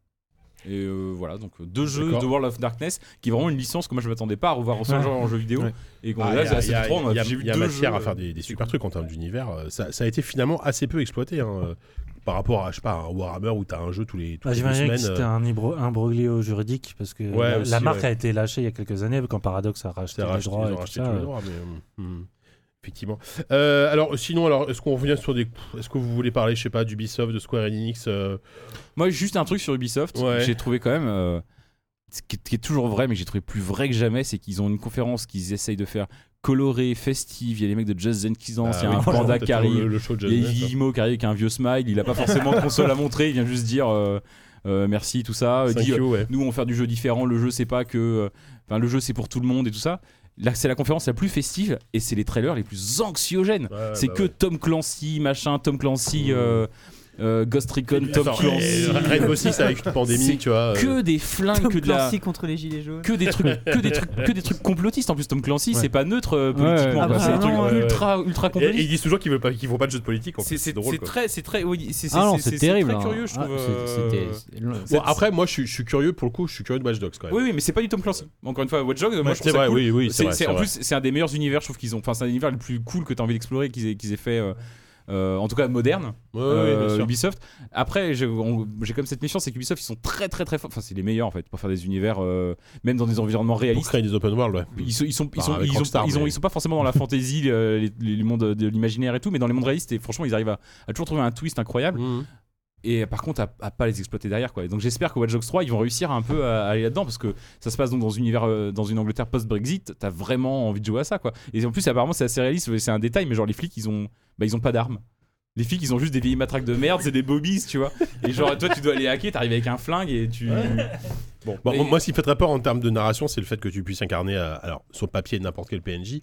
[SPEAKER 3] Et Et euh, voilà, donc euh, deux jeux
[SPEAKER 2] D'accord.
[SPEAKER 3] de World of Darkness qui est vraiment une licence que moi je m'attendais pas à revoir
[SPEAKER 6] Ouais.
[SPEAKER 3] recevoir en jeu vidéo.
[SPEAKER 6] Ouais.
[SPEAKER 3] Et qu'on
[SPEAKER 2] Ah,
[SPEAKER 3] là,
[SPEAKER 2] y a-
[SPEAKER 3] c'est assez
[SPEAKER 2] y a-
[SPEAKER 3] frustrant,
[SPEAKER 2] y a-
[SPEAKER 3] j'ai vu
[SPEAKER 2] y a
[SPEAKER 3] deux
[SPEAKER 2] matière
[SPEAKER 3] jeux.
[SPEAKER 2] à faire des, des super trucs en termes d'univers. euh, Ça, ça a été finalement assez peu exploité hein, euh, par rapport à je sais pas, un Warhammer où t'as un jeu tous les toutes
[SPEAKER 4] Ah,
[SPEAKER 2] les deux
[SPEAKER 4] J'imagine que
[SPEAKER 2] semaines.
[SPEAKER 4] c'était
[SPEAKER 2] euh,
[SPEAKER 4] un, ibro- un broglio juridique parce que
[SPEAKER 2] Ouais,
[SPEAKER 4] la,
[SPEAKER 2] aussi,
[SPEAKER 4] la marque
[SPEAKER 2] ouais.
[SPEAKER 4] a été lâchée il y a quelques années quand Paradox a racheté
[SPEAKER 2] C'était
[SPEAKER 4] les
[SPEAKER 2] racheté,
[SPEAKER 4] droits.
[SPEAKER 2] ils
[SPEAKER 4] et
[SPEAKER 2] ont
[SPEAKER 4] tout
[SPEAKER 2] racheté
[SPEAKER 4] ça.
[SPEAKER 2] tous les droits, mais, euh, hmm, effectivement. Euh, alors sinon, alors est-ce qu'on revient sur des, est-ce que vous voulez parler, je sais pas, d'Ubisoft, de Square Enix euh,
[SPEAKER 3] Moi, juste un truc sur Ubisoft,
[SPEAKER 2] Ouais.
[SPEAKER 3] j'ai trouvé quand même. euh, ce qui est, qui est toujours vrai, mais j'ai trouvé plus vrai que jamais, c'est qu'ils ont une conférence qu'ils essayent de faire colorée, festive. Il y a les mecs de Just Dance qui dansent, il y a
[SPEAKER 2] euh,
[SPEAKER 3] un
[SPEAKER 2] voilà,
[SPEAKER 3] panda
[SPEAKER 2] t'as
[SPEAKER 3] qui
[SPEAKER 2] toujours [laughs]
[SPEAKER 3] arrive.
[SPEAKER 2] le, le show de
[SPEAKER 3] Il y a
[SPEAKER 2] Just Dance,
[SPEAKER 3] Imo qui arrive avec un vieux smile, il a pas forcément de console à montrer, il vient juste dire euh, euh, merci, tout ça.
[SPEAKER 2] hein.
[SPEAKER 3] euh,
[SPEAKER 2] Thank
[SPEAKER 3] dit, euh,
[SPEAKER 2] you, ouais.
[SPEAKER 3] nous on va faire du jeu différent, le jeu c'est pas que. euh, Enfin, le jeu c'est pour tout le monde et tout ça. Là, c'est la conférence la plus festive et c'est les trailers les plus anxiogènes.
[SPEAKER 2] Ouais, ouais,
[SPEAKER 3] c'est
[SPEAKER 2] bah
[SPEAKER 3] que
[SPEAKER 2] ouais.
[SPEAKER 3] Tom Clancy, machin, Tom Clancy, euh, euh, Ghost Recon, Tom
[SPEAKER 2] Attends,
[SPEAKER 3] Clancy.
[SPEAKER 2] et Rainbow Six avec une
[SPEAKER 3] C'est
[SPEAKER 2] pandémie, tu vois. euh,
[SPEAKER 3] Que des flingues,
[SPEAKER 5] Tom
[SPEAKER 3] que de la.
[SPEAKER 5] Clancy contre les gilets jaunes.
[SPEAKER 3] Que des, trucs, que, des trucs, que des trucs complotistes en plus Tom Clancy
[SPEAKER 6] Ouais.
[SPEAKER 3] c'est pas neutre euh,
[SPEAKER 7] Ouais, ouais.
[SPEAKER 3] politiquement
[SPEAKER 5] Ah
[SPEAKER 3] quoi.
[SPEAKER 5] bah
[SPEAKER 3] c'est des trucs
[SPEAKER 5] non, ouais, ouais.
[SPEAKER 3] ultra
[SPEAKER 2] et-
[SPEAKER 3] ultra
[SPEAKER 2] et
[SPEAKER 3] complotistes
[SPEAKER 2] ils disent toujours qu'ils veulent pas, qu'ils font pas de jeu de politique. en
[SPEAKER 3] c'est
[SPEAKER 2] plus,
[SPEAKER 3] c'est-
[SPEAKER 2] drôle,
[SPEAKER 3] c'est
[SPEAKER 2] quoi.
[SPEAKER 3] très c'est très oui, c'est
[SPEAKER 7] Ah non,
[SPEAKER 3] c'est-
[SPEAKER 7] c'est
[SPEAKER 3] c'est
[SPEAKER 7] terrible.
[SPEAKER 3] très
[SPEAKER 7] hein.
[SPEAKER 3] curieux je
[SPEAKER 7] Ah,
[SPEAKER 3] trouve
[SPEAKER 7] c'est-
[SPEAKER 3] euh,
[SPEAKER 7] c'était- c'est-
[SPEAKER 2] Bon, après, moi, je suis, je suis curieux pour le coup. Je suis curieux de Watch Dogs quand même.
[SPEAKER 3] oui oui mais c'est pas du Tom Clancy encore une fois Watch Dogs moi
[SPEAKER 2] c'est
[SPEAKER 3] je trouve ça
[SPEAKER 2] vrai,
[SPEAKER 3] cool.
[SPEAKER 2] oui, oui, c'est
[SPEAKER 3] C'est-
[SPEAKER 2] vrai.
[SPEAKER 3] c'est-
[SPEAKER 2] c'est
[SPEAKER 3] en
[SPEAKER 2] vrai.
[SPEAKER 3] plus, c'est un des meilleurs univers, je trouve qu'ils ont. Enfin, c'est un univers le plus cool que tu as envie d'explorer qu'ils aient, qu'ils aient fait, euh, euh, en tout cas moderne,
[SPEAKER 2] Ouais, ouais,
[SPEAKER 3] euh,
[SPEAKER 2] bien sûr.
[SPEAKER 3] Ubisoft. Après, j'ai on- j'ai quand même cette méfiance, c'est qu'Ubisoft, ils sont très, très, très forts. Enfin, c'est les meilleurs en fait, pour faire des univers, euh, même dans des environnements
[SPEAKER 2] Pour
[SPEAKER 3] réalistes.
[SPEAKER 2] créer des open world, ouais.
[SPEAKER 3] Ils sont, ils sont, ils
[SPEAKER 2] Bah,
[SPEAKER 3] sont,
[SPEAKER 2] avec
[SPEAKER 3] ils, ont,
[SPEAKER 2] Rockstar,
[SPEAKER 3] ils, ont-
[SPEAKER 2] mais-
[SPEAKER 3] ils sont pas forcément dans la fantasy, euh, les, les mondes de l'imaginaire et tout, mais dans les mondes réalistes, et franchement, ils arrivent à, à toujours trouver un twist incroyable et par contre à, à pas les exploiter derrière quoi. Et donc j'espère que Watch Dogs 3 ils vont réussir un peu à, à aller là-dedans parce que ça se passe donc dans un univers euh, dans une Angleterre post-Brexit, t'as vraiment envie de jouer à ça quoi. Et en plus apparemment c'est assez réaliste, c'est un détail mais genre les flics ils ont bah ils ont pas d'armes. Les flics ils ont juste des vieilles matraques de merde, c'est des bobbies, tu vois. Et genre toi tu dois aller hacker, t'arrives avec un flingue et tu Bon,
[SPEAKER 2] Bon,
[SPEAKER 3] mais-
[SPEAKER 2] Moi, ce qui me fait très peur en termes de narration, c'est le fait que tu puisses incarner, euh, alors, sur le papier, n'importe quel PNJ.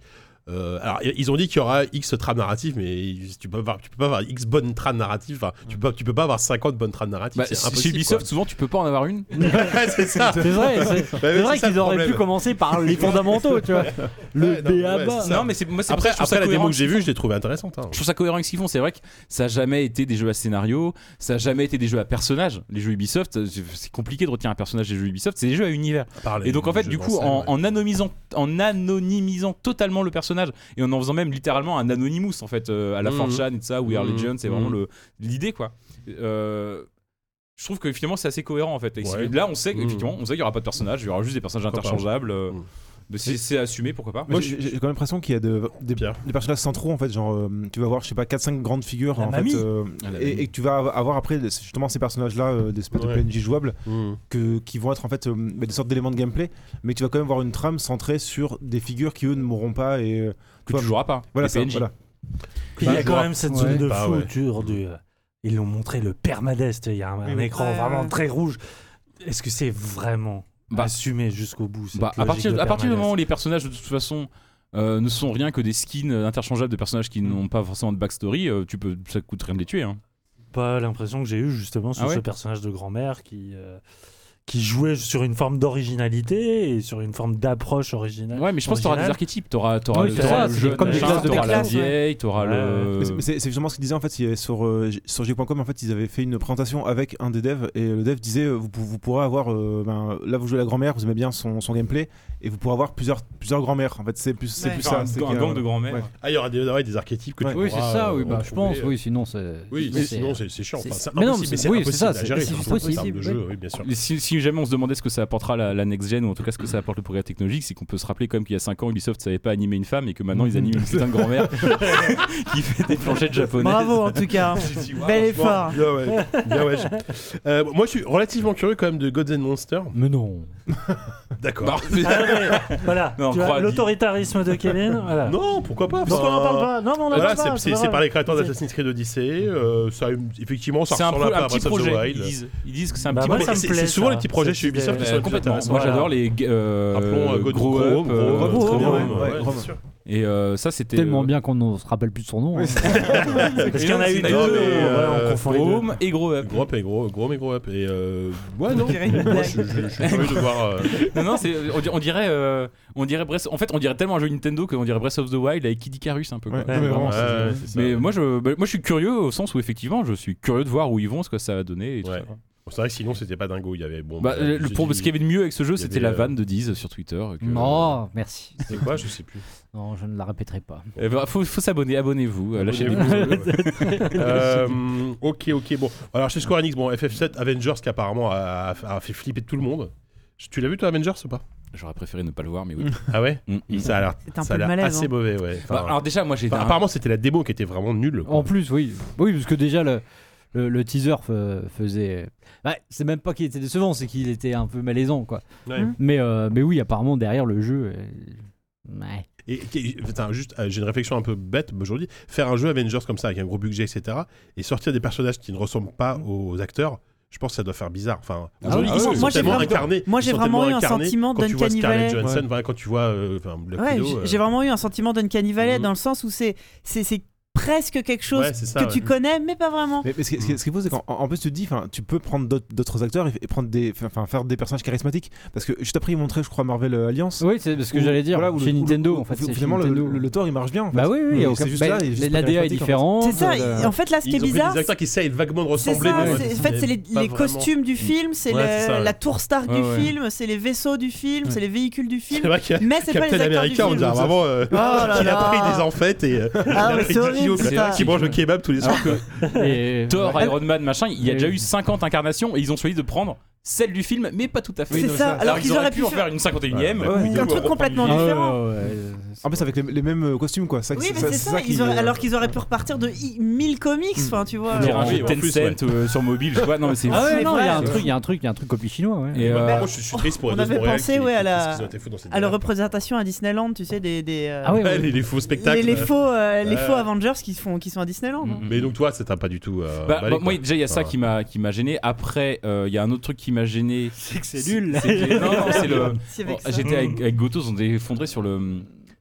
[SPEAKER 2] Euh, alors, y- ils ont dit qu'il y aura X trames narratives, mais tu peux, avoir, tu peux pas avoir X bonnes trames narratives. Enfin, tu, peux, tu peux pas avoir 50 bonnes trames narratives.
[SPEAKER 3] bah,
[SPEAKER 2] c'est
[SPEAKER 3] chez
[SPEAKER 2] impossible.
[SPEAKER 3] Ubisoft souvent tu peux pas en avoir une.
[SPEAKER 2] quoi. c'est ça.
[SPEAKER 7] C'est vrai, c'est
[SPEAKER 2] Bah,
[SPEAKER 7] c'est
[SPEAKER 2] oui,
[SPEAKER 7] vrai
[SPEAKER 2] c'est ça
[SPEAKER 7] qu'ils
[SPEAKER 2] le
[SPEAKER 7] auraient pu
[SPEAKER 2] problème.
[SPEAKER 7] commencer par les fondamentaux, tu vois. Le
[SPEAKER 2] Ouais, non, ouais,
[SPEAKER 7] BABA.
[SPEAKER 2] c'est ça.
[SPEAKER 3] Non mais c'est moi c'est
[SPEAKER 2] Après,
[SPEAKER 3] pour
[SPEAKER 2] après
[SPEAKER 3] ça que je trouve ça
[SPEAKER 2] la démo
[SPEAKER 3] cohérent.
[SPEAKER 2] que j'ai vue, je l'ai trouvée intéressante. hein.
[SPEAKER 3] Je trouve ça cohérent avec ce qu'ils font. C'est vrai que ça n'a jamais été des jeux à scénario, ça n'a jamais été des jeux à personnages. Les jeux Ubisoft, euh, c'est c'est compliqué de retenir un personnage des jeux Ubisoft, c'est des jeux à univers.
[SPEAKER 2] À part les-
[SPEAKER 3] Et donc en fait,
[SPEAKER 2] les
[SPEAKER 3] du
[SPEAKER 2] jeux
[SPEAKER 3] coup,
[SPEAKER 2] en
[SPEAKER 3] en,
[SPEAKER 2] salle, ouais.
[SPEAKER 3] en anonymisant, en anonymisant totalement le personnage et en en faisant même littéralement un anonymous en fait euh, à la
[SPEAKER 2] Mhm.
[SPEAKER 3] 4chan et tout ça, We Are
[SPEAKER 2] Mhm.
[SPEAKER 3] Legends, c'est vraiment
[SPEAKER 2] Mhm.
[SPEAKER 3] le- l'idée quoi. Euh, je trouve que finalement c'est assez cohérent en fait. Et
[SPEAKER 2] Ouais.
[SPEAKER 3] Là, on sait
[SPEAKER 2] Mhm.
[SPEAKER 3] qu'effectivement, on sait qu'il y aura pas de personnage, il y aura juste des personnages
[SPEAKER 2] Pourquoi pas.
[SPEAKER 3] interchangeables. euh,
[SPEAKER 2] Mhm.
[SPEAKER 3] mais si c'est assumé, pourquoi pas.
[SPEAKER 6] Moi, j'ai j'ai quand même l'impression qu'il y a de- des,
[SPEAKER 2] Pierre.
[SPEAKER 6] des personnages centraux en fait. Genre, euh, tu vas voir, je sais pas, 4-5 grandes figures en fait, euh,
[SPEAKER 3] Ah, la mamie.
[SPEAKER 6] et, et que tu vas avoir après les- justement ces personnages-là, euh, des espèces
[SPEAKER 2] Ouais.
[SPEAKER 6] de PNJ jouables,
[SPEAKER 2] Mm.
[SPEAKER 6] que, qui vont être en fait euh, des sortes d'éléments de gameplay, mais que tu vas quand même voir une trame centrée sur des figures qui eux ne mourront pas et euh,
[SPEAKER 3] que tu joueras pas.
[SPEAKER 6] voilà,
[SPEAKER 3] Les
[SPEAKER 6] ça,
[SPEAKER 3] PNJ.
[SPEAKER 6] voilà.
[SPEAKER 4] Il y
[SPEAKER 2] Bah,
[SPEAKER 4] a quand même cette zone
[SPEAKER 7] ouais.
[SPEAKER 4] de
[SPEAKER 2] Bah, ouais.
[SPEAKER 4] fouture du. euh, Ils l'ont montré le permadest. Il y a un, un
[SPEAKER 5] oui.
[SPEAKER 4] écran
[SPEAKER 5] Ouais,
[SPEAKER 4] vraiment
[SPEAKER 5] ouais.
[SPEAKER 4] très rouge. Est-ce que c'est vraiment
[SPEAKER 3] Bah,
[SPEAKER 4] assumé jusqu'au bout cette
[SPEAKER 3] Bah, à
[SPEAKER 4] logique
[SPEAKER 3] partir,
[SPEAKER 4] de
[SPEAKER 3] à partir du
[SPEAKER 4] permadest
[SPEAKER 3] moment où les personnages, de toute façon, euh, ne sont rien que des skins euh, interchangeables de personnages qui n'ont pas forcément de backstory, euh, tu peux, ça coûte rien de les tuer. hein.
[SPEAKER 4] Pas l'impression que j'ai eu justement sur
[SPEAKER 3] Ah ouais
[SPEAKER 4] ce personnage de grand-mère qui. euh, Qui jouait sur une forme d'originalité et sur une forme d'approche originale.
[SPEAKER 3] Ouais, mais je pense que t'auras des
[SPEAKER 4] originale.
[SPEAKER 3] archétypes. T'auras t'auras
[SPEAKER 4] Oui,
[SPEAKER 3] le,
[SPEAKER 4] c'est
[SPEAKER 3] t'auras
[SPEAKER 4] ça,
[SPEAKER 3] le
[SPEAKER 4] c'est
[SPEAKER 3] jeune,
[SPEAKER 4] comme
[SPEAKER 5] des
[SPEAKER 3] machin,
[SPEAKER 5] classes de
[SPEAKER 3] t'auras la
[SPEAKER 5] classe, ouais.
[SPEAKER 3] vieille, t'auras
[SPEAKER 4] Ouais.
[SPEAKER 3] Ah, le.
[SPEAKER 6] Mais c'est- Euh, mais C'est c'est justement ce qu'ils disaient en fait il y avait sur, euh, G- sur G.com en fait ils avaient fait une présentation avec un des devs et le dev disait euh, vous, pou- vous pourrez avoir euh, ben, là vous jouez la grand-mère vous aimez bien son, son gameplay et vous pourrez avoir plusieurs plusieurs grand-mères en fait c'est plus c'est
[SPEAKER 5] Ouais.
[SPEAKER 6] plus
[SPEAKER 3] Genre
[SPEAKER 6] ça
[SPEAKER 3] un,
[SPEAKER 6] c'est
[SPEAKER 3] un
[SPEAKER 6] qu'il y a-
[SPEAKER 3] gang de grand-mère.
[SPEAKER 6] Ouais.
[SPEAKER 2] Ah, il y aura des, ouais, des archétypes que
[SPEAKER 6] Ouais.
[SPEAKER 2] tu
[SPEAKER 7] Oui, c'est
[SPEAKER 2] pourras,
[SPEAKER 7] ça, oui,
[SPEAKER 2] euh,
[SPEAKER 7] bah, je pense,
[SPEAKER 2] retrouver.
[SPEAKER 7] oui, sinon c'est.
[SPEAKER 2] Oui, mais sinon c'est c'est chiant. Enfin,
[SPEAKER 7] c'est-
[SPEAKER 2] c'est
[SPEAKER 7] mais non,
[SPEAKER 2] impossible, mais
[SPEAKER 7] c'est-
[SPEAKER 2] c'est
[SPEAKER 7] oui, c'est
[SPEAKER 2] impossible
[SPEAKER 7] ça,
[SPEAKER 2] à
[SPEAKER 7] c'est-
[SPEAKER 2] gérer.
[SPEAKER 7] c'est
[SPEAKER 2] surtout en termes de
[SPEAKER 7] impossible,
[SPEAKER 2] jeu, oui, bien sûr.
[SPEAKER 3] Et Si, si jamais on se demandait ce que ça apportera la, la next gen ou en tout cas ce que ça apporte le progrès technologique, c'est qu'on peut se rappeler quand même qu'il y a 5 ans Ubisoft savait pas animer une femme et que maintenant ils animent une putain de
[SPEAKER 6] [laughs]
[SPEAKER 3] grand-mère qui fait des planchettes japonaises.
[SPEAKER 5] Bravo en
[SPEAKER 2] [laughs]
[SPEAKER 5] tout cas. Bel effort.
[SPEAKER 2] Bien ouais, bien ouais. Euh, moi, je suis relativement curieux quand même de Gods and Monsters.
[SPEAKER 7] Mais non.
[SPEAKER 2] D'accord.
[SPEAKER 3] Bah, mais-
[SPEAKER 4] Ah ouais, voilà,
[SPEAKER 3] Non,
[SPEAKER 4] tu vois,
[SPEAKER 3] crois-
[SPEAKER 4] l'autoritarisme de Kevin. Voilà.
[SPEAKER 2] Bah, Non, pourquoi pas.
[SPEAKER 4] Donc on en
[SPEAKER 2] enfin,
[SPEAKER 4] parle pas. Non, mais on en
[SPEAKER 2] Voilà,
[SPEAKER 4] parle pas.
[SPEAKER 2] c'est- c'est
[SPEAKER 4] pas
[SPEAKER 2] c'est
[SPEAKER 4] grave.
[SPEAKER 2] par les créateurs
[SPEAKER 4] C'est-
[SPEAKER 2] d'Assassin's Creed Odyssey. euh, ça, a une- effectivement, ça
[SPEAKER 3] C'est un,
[SPEAKER 2] ressemble
[SPEAKER 3] pro-
[SPEAKER 2] un peu à
[SPEAKER 3] un petit
[SPEAKER 2] Breath of the
[SPEAKER 3] projet. Ils
[SPEAKER 2] Wild.
[SPEAKER 3] disent, ils disent que c'est un
[SPEAKER 4] Bah,
[SPEAKER 3] petit
[SPEAKER 4] moi,
[SPEAKER 3] projet.
[SPEAKER 4] ça me
[SPEAKER 2] c'est-
[SPEAKER 4] plaît,
[SPEAKER 2] c'est souvent
[SPEAKER 4] ça.
[SPEAKER 2] les petits projets
[SPEAKER 4] Cette
[SPEAKER 2] chez Ubisoft
[SPEAKER 4] idée.
[SPEAKER 2] qui
[SPEAKER 3] Euh,
[SPEAKER 2] sont les plus
[SPEAKER 3] complètement.
[SPEAKER 2] intéressants.
[SPEAKER 3] Moi
[SPEAKER 4] Voilà.
[SPEAKER 3] j'adore les euh,
[SPEAKER 2] Rappelons euh, God
[SPEAKER 3] Grow
[SPEAKER 2] Grow,
[SPEAKER 3] Up,
[SPEAKER 2] Grow,
[SPEAKER 3] euh,
[SPEAKER 2] Grow,
[SPEAKER 3] Grow
[SPEAKER 2] Grow,
[SPEAKER 3] Up.
[SPEAKER 2] Grow,
[SPEAKER 6] ouais,
[SPEAKER 2] ouais,
[SPEAKER 6] Grow.
[SPEAKER 2] bien sûr.
[SPEAKER 3] Et euh, ça c'était
[SPEAKER 7] Tellement
[SPEAKER 3] euh,
[SPEAKER 7] bien qu'on ne se rappelle plus de son nom. hein.
[SPEAKER 4] Parce qu'il y en a eu deux.
[SPEAKER 2] Non, mais,
[SPEAKER 4] euh, voilà,
[SPEAKER 2] euh,
[SPEAKER 4] on confond les deux.
[SPEAKER 3] Home et Grow Up.
[SPEAKER 2] Gros up et gros, gros mais gros up. Et euh, ouais, non.
[SPEAKER 5] On dirait une
[SPEAKER 2] Moi, je, je- je suis curieux de voir. euh,
[SPEAKER 3] Non non, c'est on, di- on dirait euh, on dirait Breath en fait on dirait tellement un jeu Nintendo qu'on dirait Breath of the Wild avec Kid Icarus un peu quoi.
[SPEAKER 6] Ouais, non, mais vraiment, c'est-
[SPEAKER 2] ouais, c'est ça.
[SPEAKER 3] Mais moi je bah, moi je suis curieux au sens où effectivement je suis curieux de voir où ils vont ce que ça va donner et tout
[SPEAKER 2] Ouais.
[SPEAKER 3] ça.
[SPEAKER 2] C'est vrai que sinon, c'était pas dingo. Il y avait bon.
[SPEAKER 3] Bah,
[SPEAKER 2] bah,
[SPEAKER 3] le- le-
[SPEAKER 2] j'ai
[SPEAKER 3] pour-
[SPEAKER 2] dit-
[SPEAKER 3] ce qu'il y avait de mieux avec ce
[SPEAKER 2] il
[SPEAKER 3] jeu,
[SPEAKER 2] y
[SPEAKER 3] c'était
[SPEAKER 2] avait,
[SPEAKER 3] la
[SPEAKER 2] euh,
[SPEAKER 3] vanne de Diz sur Twitter. que- euh,
[SPEAKER 7] Non, merci.
[SPEAKER 2] C'est quoi Je sais
[SPEAKER 3] [laughs]
[SPEAKER 2] plus.
[SPEAKER 7] Non, je ne la répéterai pas.
[SPEAKER 3] Eh ben, faut, faut s'abonner, abonnez-vous, euh, lâchez des
[SPEAKER 2] Abonnez-vous.
[SPEAKER 3] pouces bleus. [laughs]
[SPEAKER 2] Euh, ok, ok. Bon, alors chez Square Enix, bon, FF7 Avengers qui apparemment a, a fait flipper tout le monde. Tu l'as vu toi Avengers ou pas
[SPEAKER 3] J'aurais préféré ne pas le voir,
[SPEAKER 2] [laughs]
[SPEAKER 3] mais oui.
[SPEAKER 2] Ah ouais
[SPEAKER 3] Mm, mm.
[SPEAKER 2] Ça a l'air,
[SPEAKER 5] C'est un
[SPEAKER 2] ça
[SPEAKER 5] peu
[SPEAKER 2] a
[SPEAKER 5] le
[SPEAKER 2] l'air
[SPEAKER 5] malaise.
[SPEAKER 2] assez
[SPEAKER 5] hein.
[SPEAKER 2] mauvais, ouais. Enfin,
[SPEAKER 3] Bah, alors déjà, moi j'étais
[SPEAKER 2] enfin,
[SPEAKER 3] un-
[SPEAKER 2] apparemment, c'était la démo qui était vraiment nulle. quoi.
[SPEAKER 7] En plus, oui. Oui, parce que déjà, le, le, le teaser fe- faisait. Ouais, c'est même pas qu'il était décevant, c'est qu'il était un peu malaisant, quoi.
[SPEAKER 2] Ouais.
[SPEAKER 7] Mais, euh, mais oui, apparemment, derrière le jeu. euh, Ouais.
[SPEAKER 2] Et, et- putain, juste, euh, j'ai une réflexion un peu bête aujourd'hui. Faire un jeu Avengers comme ça, avec un gros budget, etc., et sortir des personnages qui ne ressemblent pas aux acteurs, je pense que ça doit faire bizarre. Enfin,
[SPEAKER 3] Ah
[SPEAKER 2] aujourd'hui,
[SPEAKER 3] oui,
[SPEAKER 2] ils
[SPEAKER 3] oui,
[SPEAKER 2] sont
[SPEAKER 3] oui.
[SPEAKER 5] Moi, j'ai
[SPEAKER 2] tellement
[SPEAKER 5] vraiment-
[SPEAKER 2] incarnés.
[SPEAKER 5] moi,
[SPEAKER 2] ils
[SPEAKER 5] j'ai
[SPEAKER 2] sont
[SPEAKER 5] vraiment
[SPEAKER 2] tellement
[SPEAKER 5] eu un
[SPEAKER 2] incarnés.
[SPEAKER 5] sentiment
[SPEAKER 2] quand tu vois
[SPEAKER 5] d'Uncanny
[SPEAKER 2] Scarlett
[SPEAKER 5] Valley.
[SPEAKER 2] Johansson, enfin, quand tu vois euh, enfin, Black
[SPEAKER 5] Ouais,
[SPEAKER 2] Widow,
[SPEAKER 5] j'ai-
[SPEAKER 2] euh,
[SPEAKER 5] j'ai vraiment eu un sentiment d'Uncanny Valley
[SPEAKER 2] Mhm.
[SPEAKER 5] dans le sens où c'est c'est c'est presque quelque chose
[SPEAKER 2] ouais, c'est ça,
[SPEAKER 5] que
[SPEAKER 2] ouais.
[SPEAKER 5] tu connais mais pas vraiment.
[SPEAKER 6] Mais, mais ce qui ce qui- ce qui est fou, c'est qu'en en- en plus, tu te dis, enfin, tu peux prendre d'autres- d'autres acteurs et, et prendre des, enfin, faire des personnages charismatiques. Parce que juste après, ils montraient, je crois, Marvel euh, Alliance.
[SPEAKER 7] Oui, c'est ce que
[SPEAKER 6] Où-
[SPEAKER 7] j'allais dire.
[SPEAKER 6] voilà, où le-
[SPEAKER 7] chez
[SPEAKER 6] où le-
[SPEAKER 7] Nintendo,
[SPEAKER 6] où-
[SPEAKER 7] en fait.
[SPEAKER 6] où
[SPEAKER 7] c'est chez
[SPEAKER 6] Finalement, le,
[SPEAKER 7] Nintendo.
[SPEAKER 6] le, le Thor, il marche bien. en fait.
[SPEAKER 7] Bah oui, oui, il y a
[SPEAKER 6] Mais
[SPEAKER 7] aucun-
[SPEAKER 6] c'est juste
[SPEAKER 7] bah,
[SPEAKER 6] là, il est juste
[SPEAKER 7] la
[SPEAKER 6] pas
[SPEAKER 7] DA est
[SPEAKER 6] charismatique, en fait.
[SPEAKER 7] différente.
[SPEAKER 5] C'est ça.
[SPEAKER 7] euh,
[SPEAKER 5] et En fait, là, ce qui
[SPEAKER 2] Ils
[SPEAKER 5] est
[SPEAKER 2] ont pris
[SPEAKER 5] bizarre,
[SPEAKER 2] des acteurs qui essayent vaguement de
[SPEAKER 5] c'est
[SPEAKER 2] ressembler.
[SPEAKER 5] ça.
[SPEAKER 2] mais
[SPEAKER 5] c'est- En fait, c'est les,
[SPEAKER 2] pas
[SPEAKER 5] les
[SPEAKER 2] vraiment.
[SPEAKER 5] costumes du film, c'est
[SPEAKER 2] Ouais,
[SPEAKER 5] le-
[SPEAKER 2] c'est ça, ouais.
[SPEAKER 5] la tour star
[SPEAKER 3] Ouais,
[SPEAKER 5] du
[SPEAKER 3] ouais.
[SPEAKER 5] film, c'est les vaisseaux du film, c'est les véhicules
[SPEAKER 2] [laughs]
[SPEAKER 5] du
[SPEAKER 2] C'est
[SPEAKER 5] film.
[SPEAKER 2] vrai que
[SPEAKER 5] Mais c'est pas les
[SPEAKER 2] Captain
[SPEAKER 5] acteurs
[SPEAKER 2] America, on
[SPEAKER 5] du film. Oh
[SPEAKER 2] dirait vraiment euh,
[SPEAKER 5] là
[SPEAKER 2] qu'il a
[SPEAKER 5] là.
[SPEAKER 2] pris des enfêtes et euh, il a
[SPEAKER 5] mais
[SPEAKER 2] pris
[SPEAKER 5] c'est
[SPEAKER 2] des
[SPEAKER 5] horrible,
[SPEAKER 2] kilos,
[SPEAKER 5] c'est
[SPEAKER 2] quoi,
[SPEAKER 5] ça.
[SPEAKER 2] qui mange le kebab tous les soirs.
[SPEAKER 7] et-
[SPEAKER 3] Thor,
[SPEAKER 7] Ouais.
[SPEAKER 3] Iron Man, machin, il y a déjà eu 50 incarnations et ils ont choisi de prendre celle du film, mais pas tout à fait.
[SPEAKER 5] C'est ça, alors qu'ils auraient pu
[SPEAKER 3] en
[SPEAKER 5] faire-
[SPEAKER 3] faire une 51ème.
[SPEAKER 2] Ouais, ouais.
[SPEAKER 5] Un truc complètement
[SPEAKER 7] Ah ouais,
[SPEAKER 5] différent.
[SPEAKER 7] ouais, ouais,
[SPEAKER 6] En plus, avec les, les mêmes euh, costumes, quoi.
[SPEAKER 5] Oui, mais c'est ça. ils
[SPEAKER 6] euh,
[SPEAKER 5] auraient- Alors qu'ils auraient pu repartir de i- 1000 comics, enfin, tu vois.
[SPEAKER 3] Dire un
[SPEAKER 2] Oui,
[SPEAKER 3] jeu
[SPEAKER 2] en plus,
[SPEAKER 3] Tencent euh, sur mobile, je vois, non mais c'est
[SPEAKER 7] Ah ouais,
[SPEAKER 5] C'est
[SPEAKER 7] non, il y a un
[SPEAKER 5] vrai.
[SPEAKER 7] truc, il y a un truc, il y a un truc copie chinois. ouais.
[SPEAKER 3] Et, euh,
[SPEAKER 2] Bah, moi, je, je suis triste pour
[SPEAKER 5] Ah, on
[SPEAKER 2] les
[SPEAKER 5] avait
[SPEAKER 2] Montréal
[SPEAKER 5] pensé,
[SPEAKER 2] qui-
[SPEAKER 5] ouais, à
[SPEAKER 2] qui-
[SPEAKER 5] la-
[SPEAKER 2] parce qu'ils ont été fous dans cette
[SPEAKER 5] À leur
[SPEAKER 2] galère.
[SPEAKER 5] représentation à Disneyland, tu sais, des. des euh,
[SPEAKER 7] Ah ouais,
[SPEAKER 2] Ouais,
[SPEAKER 7] ouais.
[SPEAKER 2] les, les faux spectacles.
[SPEAKER 5] les, les faux, euh, les
[SPEAKER 2] Ouais.
[SPEAKER 5] faux Avengers qui se font, qui sont à Disneyland.
[SPEAKER 3] Mm,
[SPEAKER 7] Mhm.
[SPEAKER 5] hein.
[SPEAKER 3] mm.
[SPEAKER 2] [laughs] Mais donc toi, ça t'a pas du tout. euh,
[SPEAKER 3] Bah,
[SPEAKER 2] emballé,
[SPEAKER 3] bah,
[SPEAKER 2] quoi.
[SPEAKER 3] moi déjà il y a ça
[SPEAKER 2] Enfin,
[SPEAKER 3] qui m'a qui m'a gêné. Après euh, il y a un autre truc qui m'a gêné.
[SPEAKER 8] C'est que c'est nul.
[SPEAKER 3] C'était- Non, non, c'est le.
[SPEAKER 5] C'est
[SPEAKER 3] Bon,
[SPEAKER 5] avec ça.
[SPEAKER 3] J'étais avec, avec Gotos, on s'est effondré sur le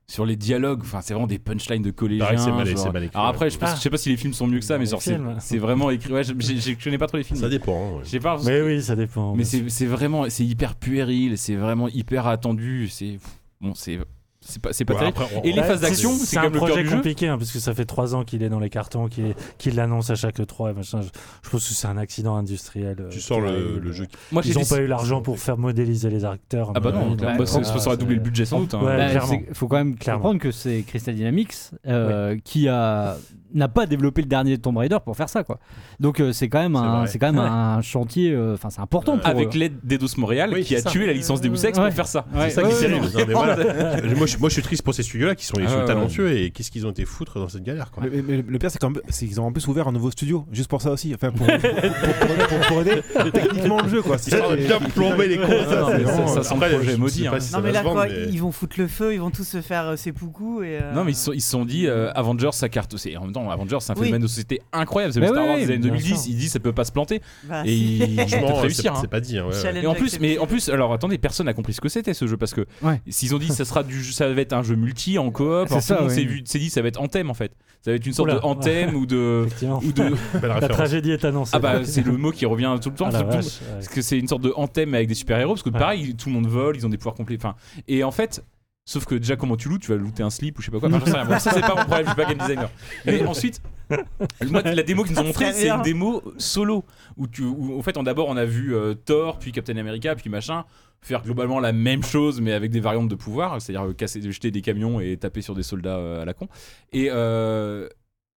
[SPEAKER 3] sur les dialogues. Enfin, c'est vraiment des punchlines de collégiens.
[SPEAKER 2] Pareil, c'est mal-
[SPEAKER 3] genre-
[SPEAKER 2] c'est mal écrit,
[SPEAKER 3] Alors
[SPEAKER 2] ouais.
[SPEAKER 3] après, je, pense- je sais pas si les films sont mieux que ça, mais
[SPEAKER 4] Les
[SPEAKER 3] genre, c'est
[SPEAKER 4] films.
[SPEAKER 3] c'est vraiment écrit. Ouais, je, j'ai- j'ai- je connais pas trop les films.
[SPEAKER 2] Ça dépend. hein, ouais.
[SPEAKER 3] Je sais pas.
[SPEAKER 4] Mais oui, ça dépend.
[SPEAKER 3] Mais c'est c'est vraiment, c'est hyper puéril, c'est vraiment hyper attendu. C'est pff, bon, c'est c'est pas c'est pas
[SPEAKER 2] Ouais,
[SPEAKER 3] terrible.
[SPEAKER 2] après, on-
[SPEAKER 3] Et les
[SPEAKER 2] Ouais,
[SPEAKER 3] phases d'action,
[SPEAKER 4] c'est-
[SPEAKER 3] c'est
[SPEAKER 4] c'est un
[SPEAKER 3] comme le cœur
[SPEAKER 4] projet
[SPEAKER 3] du jeu.
[SPEAKER 4] compliqué hein, parce que ça fait trois ans qu'il est dans les cartons, qu'il est- qu'il l'annonce à chaque trois. et machin. Je, je pense que c'est un accident industriel. euh,
[SPEAKER 2] Tu sens le,
[SPEAKER 4] terrible.
[SPEAKER 2] le jeu. qui-
[SPEAKER 3] Moi, j'ai
[SPEAKER 4] Ils n'ont
[SPEAKER 3] dit-
[SPEAKER 4] pas eu l'argent pour faire modéliser les acteurs.
[SPEAKER 3] Ah bah
[SPEAKER 4] mais-
[SPEAKER 3] non,
[SPEAKER 4] Ouais,
[SPEAKER 3] clairement, bah, ça
[SPEAKER 4] ouais,
[SPEAKER 3] ça aurait
[SPEAKER 4] c'est-
[SPEAKER 3] doublé le budget sans doute. hein.
[SPEAKER 4] Ouais,
[SPEAKER 7] Bah,
[SPEAKER 4] clairement.
[SPEAKER 7] c'est- faut quand même
[SPEAKER 4] Clairement.
[SPEAKER 7] comprendre que c'est Crystal Dynamics euh, qui a n'a pas développé le dernier Tomb Raider pour faire ça quoi. Donc euh, c'est quand même un
[SPEAKER 2] vrai.
[SPEAKER 7] c'est quand même un chantier euh, enfin c'est important pour
[SPEAKER 3] Avec
[SPEAKER 7] eux.
[SPEAKER 3] l'aide d'Eidos Montréal
[SPEAKER 2] Oui,
[SPEAKER 3] qui a
[SPEAKER 2] c'est ça.
[SPEAKER 3] tué la licence Deus Ex
[SPEAKER 7] Ouais.
[SPEAKER 3] pour faire ça.
[SPEAKER 2] C'est ça qui est
[SPEAKER 7] ouais,
[SPEAKER 2] terrible.
[SPEAKER 7] ouais, [laughs]
[SPEAKER 2] Non, mais voilà. Je- moi, je, moi, je suis triste pour ces studios-là qui sont, ils
[SPEAKER 3] Ah
[SPEAKER 2] sont
[SPEAKER 3] ouais.
[SPEAKER 2] talentueux et qu'est-ce qu'ils ont été foutre dans cette galère. Quoi.
[SPEAKER 6] Mais, mais- mais le pire, c'est qu'en- c'est qu'ils ont en plus ouvert un nouveau studio, juste pour ça aussi,
[SPEAKER 7] [laughs]
[SPEAKER 6] enfin pour, pour, pour- pour- pour aider techniquement le jeu, quoi. Ah, C'est
[SPEAKER 2] Ils
[SPEAKER 6] ça,
[SPEAKER 2] ont
[SPEAKER 6] et-
[SPEAKER 2] bien plombé les cons.
[SPEAKER 3] non, mais ça- ça sent le projet maudit, hein.
[SPEAKER 5] Non, mais là, quoi, ils vont foutre le feu, ils vont tous se faire euh, seppuku et. euh,
[SPEAKER 3] Non, mais ils se sont, ils se sont dit euh, Avengers, ça carte. c'est- En même temps, Avengers, c'est un
[SPEAKER 5] Oui.
[SPEAKER 3] phénomène de société incroyable. C'est le
[SPEAKER 7] Mais
[SPEAKER 3] Star
[SPEAKER 7] oui,
[SPEAKER 3] Wars
[SPEAKER 7] oui,
[SPEAKER 3] des années
[SPEAKER 7] bien
[SPEAKER 3] 2010.
[SPEAKER 7] sûr. Ah,
[SPEAKER 3] Ils disent ça peut pas se planter.
[SPEAKER 5] bah,
[SPEAKER 3] Et
[SPEAKER 5] si.
[SPEAKER 3] ils vont peut-être réussir. hein.
[SPEAKER 2] C'est pas dit. hein, ouais, ouais.
[SPEAKER 5] Challenge
[SPEAKER 3] Et en plus, mais en
[SPEAKER 5] accepted.
[SPEAKER 3] plus, alors attendez, personne n'a compris ce que c'était ce jeu parce que
[SPEAKER 7] Ouais.
[SPEAKER 3] s'ils ont dit ça sera du, ça va être un jeu multi en coop, alors
[SPEAKER 7] ça,
[SPEAKER 3] tout le monde
[SPEAKER 7] ouais.
[SPEAKER 3] s'est vu- s'est dit ça va être Anthem en fait. Ça va être une sorte
[SPEAKER 4] Oula.
[SPEAKER 3] de Anthem ou
[SPEAKER 4] [laughs]
[SPEAKER 3] de
[SPEAKER 4] Effectivement.
[SPEAKER 3] ou de
[SPEAKER 2] Belle
[SPEAKER 4] La
[SPEAKER 2] référence.
[SPEAKER 4] tragédie est annoncée.
[SPEAKER 3] ah bah
[SPEAKER 4] [laughs]
[SPEAKER 3] c'est le mot qui revient tout le temps.
[SPEAKER 4] Ah la
[SPEAKER 3] Tout le monde-
[SPEAKER 4] vache, ouais.
[SPEAKER 3] parce que c'est une sorte de Anthem avec des super héros parce que
[SPEAKER 4] Ouais.
[SPEAKER 3] pareil, tout le monde vole, ils ont des pouvoirs complets. Enfin, et en fait. Sauf que déjà, comment tu lootes Tu vas looter un slip ou je sais pas quoi. Enfin, j'en sais rien. Bon, ça, c'est pas mon problème, je suis pas game designer. Mais
[SPEAKER 4] [laughs]
[SPEAKER 3] ensuite, moi, la démo qu'ils nous ont montrée, c'est une démo solo. Où, tu, où, en fait, on- d'abord, on a vu euh, Thor, puis Captain America, puis machin, faire globalement la même chose, mais avec des variantes de pouvoir, c'est-à-dire euh, casser, jeter des camions et taper sur des soldats euh, à la con. Et. euh,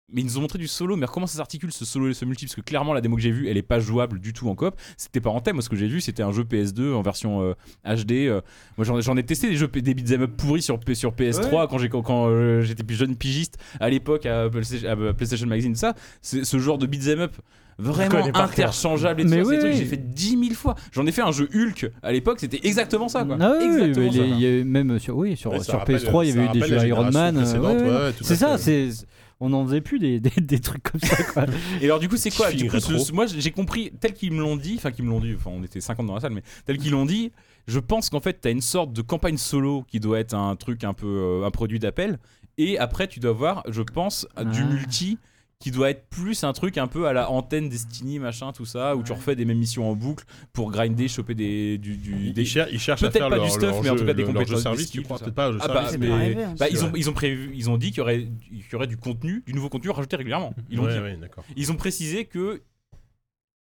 [SPEAKER 3] mais ils nous ont montré du solo, mais alors comment ça s'articule ce solo et ce multi Parce que clairement, la démo que j'ai vue, elle est pas jouable du tout en coop. C'était pas en thème. Moi, ce que j'ai vu, c'était un jeu PS2 en version euh, HD. euh, moi, j'en- j'en ai testé des jeux, des beat'em up pourris sur, P- sur PS3 quand j'ai- quand, quand, euh, j'étais plus jeune pigiste à l'époque à, PlayStation- à PlayStation Magazine. Ça, c'est ce genre de beat'em up vraiment
[SPEAKER 4] connais par cœur.
[SPEAKER 3] interchangeable et tout
[SPEAKER 7] Mais
[SPEAKER 3] ça, c'est
[SPEAKER 7] oui,
[SPEAKER 3] des trucs que
[SPEAKER 7] oui.
[SPEAKER 3] j'ai fait 10 000 fois. J'en ai fait un jeu Hulk à l'époque, c'était exactement ça. Quoi.
[SPEAKER 7] Ah oui,
[SPEAKER 3] exactement
[SPEAKER 7] mais
[SPEAKER 3] ça.
[SPEAKER 7] il y a- il y a eu même sur oui, sur,
[SPEAKER 2] Ouais, ça
[SPEAKER 7] sur
[SPEAKER 2] rappelle-
[SPEAKER 7] PS3, il y
[SPEAKER 2] ça
[SPEAKER 7] avait eu des
[SPEAKER 2] rappelle la
[SPEAKER 7] jeux Iron
[SPEAKER 2] génération
[SPEAKER 7] Man. euh,
[SPEAKER 2] précédente,
[SPEAKER 7] ouais, ouais.
[SPEAKER 2] ouais, ouais, tout à
[SPEAKER 7] C'est ça,
[SPEAKER 2] fait.
[SPEAKER 7] c'est on n'en faisait plus des, des, des trucs comme ça quoi.
[SPEAKER 3] Et alors du coup c'est quoi
[SPEAKER 2] Feeling
[SPEAKER 3] Du coup, ce-
[SPEAKER 2] rétro.
[SPEAKER 3] ce- Moi j'ai compris tel qu'ils me l'ont dit, enfin qu'ils me l'ont dit, enfin on était 50 dans la salle, mais tel qu'ils l'ont dit, je pense qu'en fait t'as une sorte de campagne solo qui doit être un truc un peu euh, un produit d'appel, et après tu dois voir, je pense, du
[SPEAKER 7] Ah.
[SPEAKER 3] multi qui doit être plus un truc un peu à la antenne Destiny machin tout ça où tu refais des mêmes missions en boucle pour grinder choper des du, du- des
[SPEAKER 2] Ils cher- ils cherchent à
[SPEAKER 3] peut-être
[SPEAKER 2] faire
[SPEAKER 3] pas
[SPEAKER 2] leur-
[SPEAKER 3] du stuff,
[SPEAKER 2] leur
[SPEAKER 3] mais en
[SPEAKER 2] jeu-
[SPEAKER 3] tout cas des
[SPEAKER 2] leur- leur
[SPEAKER 3] compétences,
[SPEAKER 2] jeu
[SPEAKER 3] des
[SPEAKER 2] service,
[SPEAKER 3] skills,
[SPEAKER 2] tu crois
[SPEAKER 3] tout ça.
[SPEAKER 2] peut-être pas.
[SPEAKER 3] Ah bah,
[SPEAKER 5] c'est
[SPEAKER 3] mais-
[SPEAKER 5] pas arrivé, hein.
[SPEAKER 3] bah, ils ont
[SPEAKER 2] Ouais.
[SPEAKER 3] ils ont prévu ils ont dit qu'il y aurait qu'il y aurait du contenu du nouveau contenu rajouté régulièrement ils l'ont dit
[SPEAKER 2] Ouais, ouais, d'accord.
[SPEAKER 3] ils ont précisé que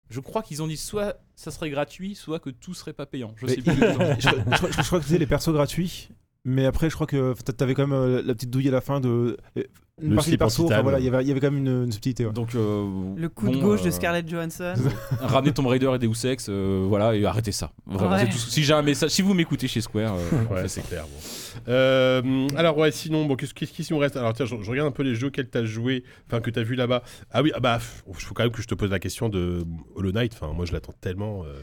[SPEAKER 3] Je crois qu'ils ont dit soit ça serait gratuit, soit que tout serait pas payant. Je
[SPEAKER 6] euh, Mais
[SPEAKER 3] sais plus.
[SPEAKER 6] il- [laughs] je, crois- je crois- je crois que c'était les persos gratuits. Mais après, je crois que t'a- t'avais quand même euh, la petite douille à la fin de. euh, Une
[SPEAKER 2] Le
[SPEAKER 6] partie des
[SPEAKER 2] slip en
[SPEAKER 6] persos, enfin,
[SPEAKER 2] titane.
[SPEAKER 6] voilà, il y avait- il y avait quand même une, une subtilité. ouais.
[SPEAKER 3] [laughs] Donc euh,
[SPEAKER 5] Le coup de
[SPEAKER 3] bon,
[SPEAKER 5] gauche
[SPEAKER 3] euh,
[SPEAKER 5] de Scarlett Johansson.
[SPEAKER 3] [laughs] Ramenez Tomb Raider et Deus Ex, euh, voilà et arrêtez ça. Vraiment,
[SPEAKER 5] Ouais.
[SPEAKER 3] c'est tout. Si j'ai un message, si vous m'écoutez chez Square,
[SPEAKER 2] [laughs]
[SPEAKER 3] euh,
[SPEAKER 2] Ouais, c'est clair. bon. Euh, alors, ouais, sinon, bon, qu'est-ce qu'est-ce qui nous reste Alors, tiens, je, je regarde un peu les jeux qu'elle t'a joué, enfin, que t'as vu là-bas. Ah oui, ah bah, pff, faut quand même que je te pose la question de Hollow Knight. Enfin, moi, je l'attends tellement. euh,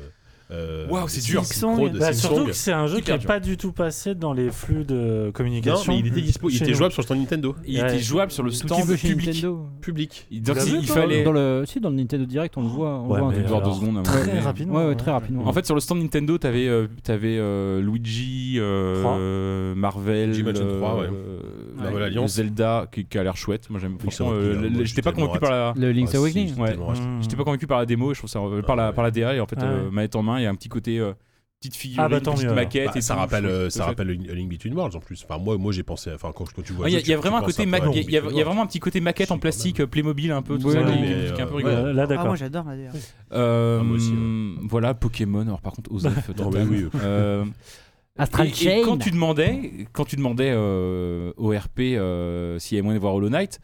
[SPEAKER 2] euh,
[SPEAKER 3] Waouh, c'est dur.
[SPEAKER 5] Silksong.
[SPEAKER 2] Pro de
[SPEAKER 4] Bah,
[SPEAKER 2] Silksong.
[SPEAKER 4] surtout que c'est un jeu qui
[SPEAKER 3] Hyper
[SPEAKER 4] n'est
[SPEAKER 3] dur.
[SPEAKER 4] pas du tout passé dans les flux de
[SPEAKER 2] Non,
[SPEAKER 4] communication.
[SPEAKER 2] mais il était dispo, il
[SPEAKER 4] chez
[SPEAKER 2] était
[SPEAKER 4] nous.
[SPEAKER 2] jouable sur le stand Nintendo
[SPEAKER 3] il
[SPEAKER 4] Ouais.
[SPEAKER 3] était jouable sur le
[SPEAKER 7] Tout
[SPEAKER 3] stand
[SPEAKER 7] petit peu chez
[SPEAKER 3] public.
[SPEAKER 7] Nintendo.
[SPEAKER 2] public.
[SPEAKER 3] Donc,
[SPEAKER 4] l'as
[SPEAKER 3] il-
[SPEAKER 4] vu,
[SPEAKER 3] il
[SPEAKER 4] toi
[SPEAKER 3] fallait
[SPEAKER 7] Dans le, si, dans le Nintendo Direct, on le voit. On le
[SPEAKER 4] Ouais,
[SPEAKER 7] voit un
[SPEAKER 4] mais
[SPEAKER 7] truc.
[SPEAKER 3] Genre
[SPEAKER 4] alors,
[SPEAKER 3] deux secondes, à mon
[SPEAKER 4] Très
[SPEAKER 3] avis.
[SPEAKER 4] rapidement.
[SPEAKER 7] Ouais, ouais, très rapidement.
[SPEAKER 3] En fait, sur le stand Nintendo, t'avais euh, t'avais, euh, Luigi, euh,
[SPEAKER 4] Trois.
[SPEAKER 3] euh, Marvel,
[SPEAKER 2] Luigi Mansion
[SPEAKER 3] euh,
[SPEAKER 2] trois, ouais.
[SPEAKER 3] euh,
[SPEAKER 2] Marvel
[SPEAKER 3] le
[SPEAKER 2] Alliance.
[SPEAKER 3] Zelda, qui, qui a l'air chouette. Moi, j'aime.
[SPEAKER 2] Oui, ça
[SPEAKER 3] franchement,
[SPEAKER 2] aurait pu,
[SPEAKER 3] euh,
[SPEAKER 2] hein, moi,
[SPEAKER 3] le- le-
[SPEAKER 2] je suis
[SPEAKER 3] J'étais pas
[SPEAKER 2] tellement
[SPEAKER 3] convaincu par la.
[SPEAKER 7] le Link's
[SPEAKER 2] Ah, si,
[SPEAKER 7] Awakening.
[SPEAKER 2] j'étais
[SPEAKER 3] Ouais.
[SPEAKER 2] tellement racheté.
[SPEAKER 4] Mmh.
[SPEAKER 3] J'étais pas convaincu par la démo, je trouve ça euh, par la
[SPEAKER 2] ouais.
[SPEAKER 3] par la DA et en fait
[SPEAKER 4] Ah
[SPEAKER 3] euh,
[SPEAKER 4] ouais.
[SPEAKER 3] manette en main, il y a un petit côté euh, petite figurine,
[SPEAKER 4] Ah bah, tant
[SPEAKER 3] petite
[SPEAKER 4] mieux, alors.
[SPEAKER 3] maquette
[SPEAKER 2] Bah,
[SPEAKER 3] et
[SPEAKER 2] ça
[SPEAKER 3] tout,
[SPEAKER 2] rappelle,
[SPEAKER 3] je trouve
[SPEAKER 2] euh,
[SPEAKER 3] tout à
[SPEAKER 2] ça
[SPEAKER 3] fait.
[SPEAKER 2] rappelle une- A Link Between Worlds en plus. Enfin, moi, moi j'ai pensé. Enfin, quand, quand tu vois.
[SPEAKER 3] Ouais, Il
[SPEAKER 2] le jeu,
[SPEAKER 3] Ah, y, a- il y a
[SPEAKER 2] tu- tu
[SPEAKER 3] vraiment un
[SPEAKER 2] penses peu
[SPEAKER 3] côté
[SPEAKER 2] à
[SPEAKER 3] maquette,
[SPEAKER 2] Link
[SPEAKER 3] il y a- il y a
[SPEAKER 2] Between
[SPEAKER 3] vraiment un petit côté maquette en
[SPEAKER 2] Si, quand
[SPEAKER 3] plastique, euh, Playmobil un peu, tout
[SPEAKER 7] Oui,
[SPEAKER 3] ça,
[SPEAKER 7] oui,
[SPEAKER 3] qui-
[SPEAKER 2] mais,
[SPEAKER 3] qui est un peu
[SPEAKER 2] euh,
[SPEAKER 3] rigolo.
[SPEAKER 4] Ouais, là,
[SPEAKER 5] Ah,
[SPEAKER 4] d'accord.
[SPEAKER 5] moi j'adore la DR.
[SPEAKER 3] Euh,
[SPEAKER 2] Ah, moi aussi, ouais.
[SPEAKER 3] hum, Voilà, Pokémon. Alors par
[SPEAKER 2] [laughs]
[SPEAKER 3] contre, Osef,
[SPEAKER 2] Non,
[SPEAKER 3] total.
[SPEAKER 2] mais oui, euh.
[SPEAKER 5] [laughs]
[SPEAKER 3] Euh,
[SPEAKER 7] Astral
[SPEAKER 3] et- et
[SPEAKER 7] Chain.
[SPEAKER 3] quand tu demandais, quand tu demandais euh, au RP euh, s'il y avait moyen de voir Hollow Knight,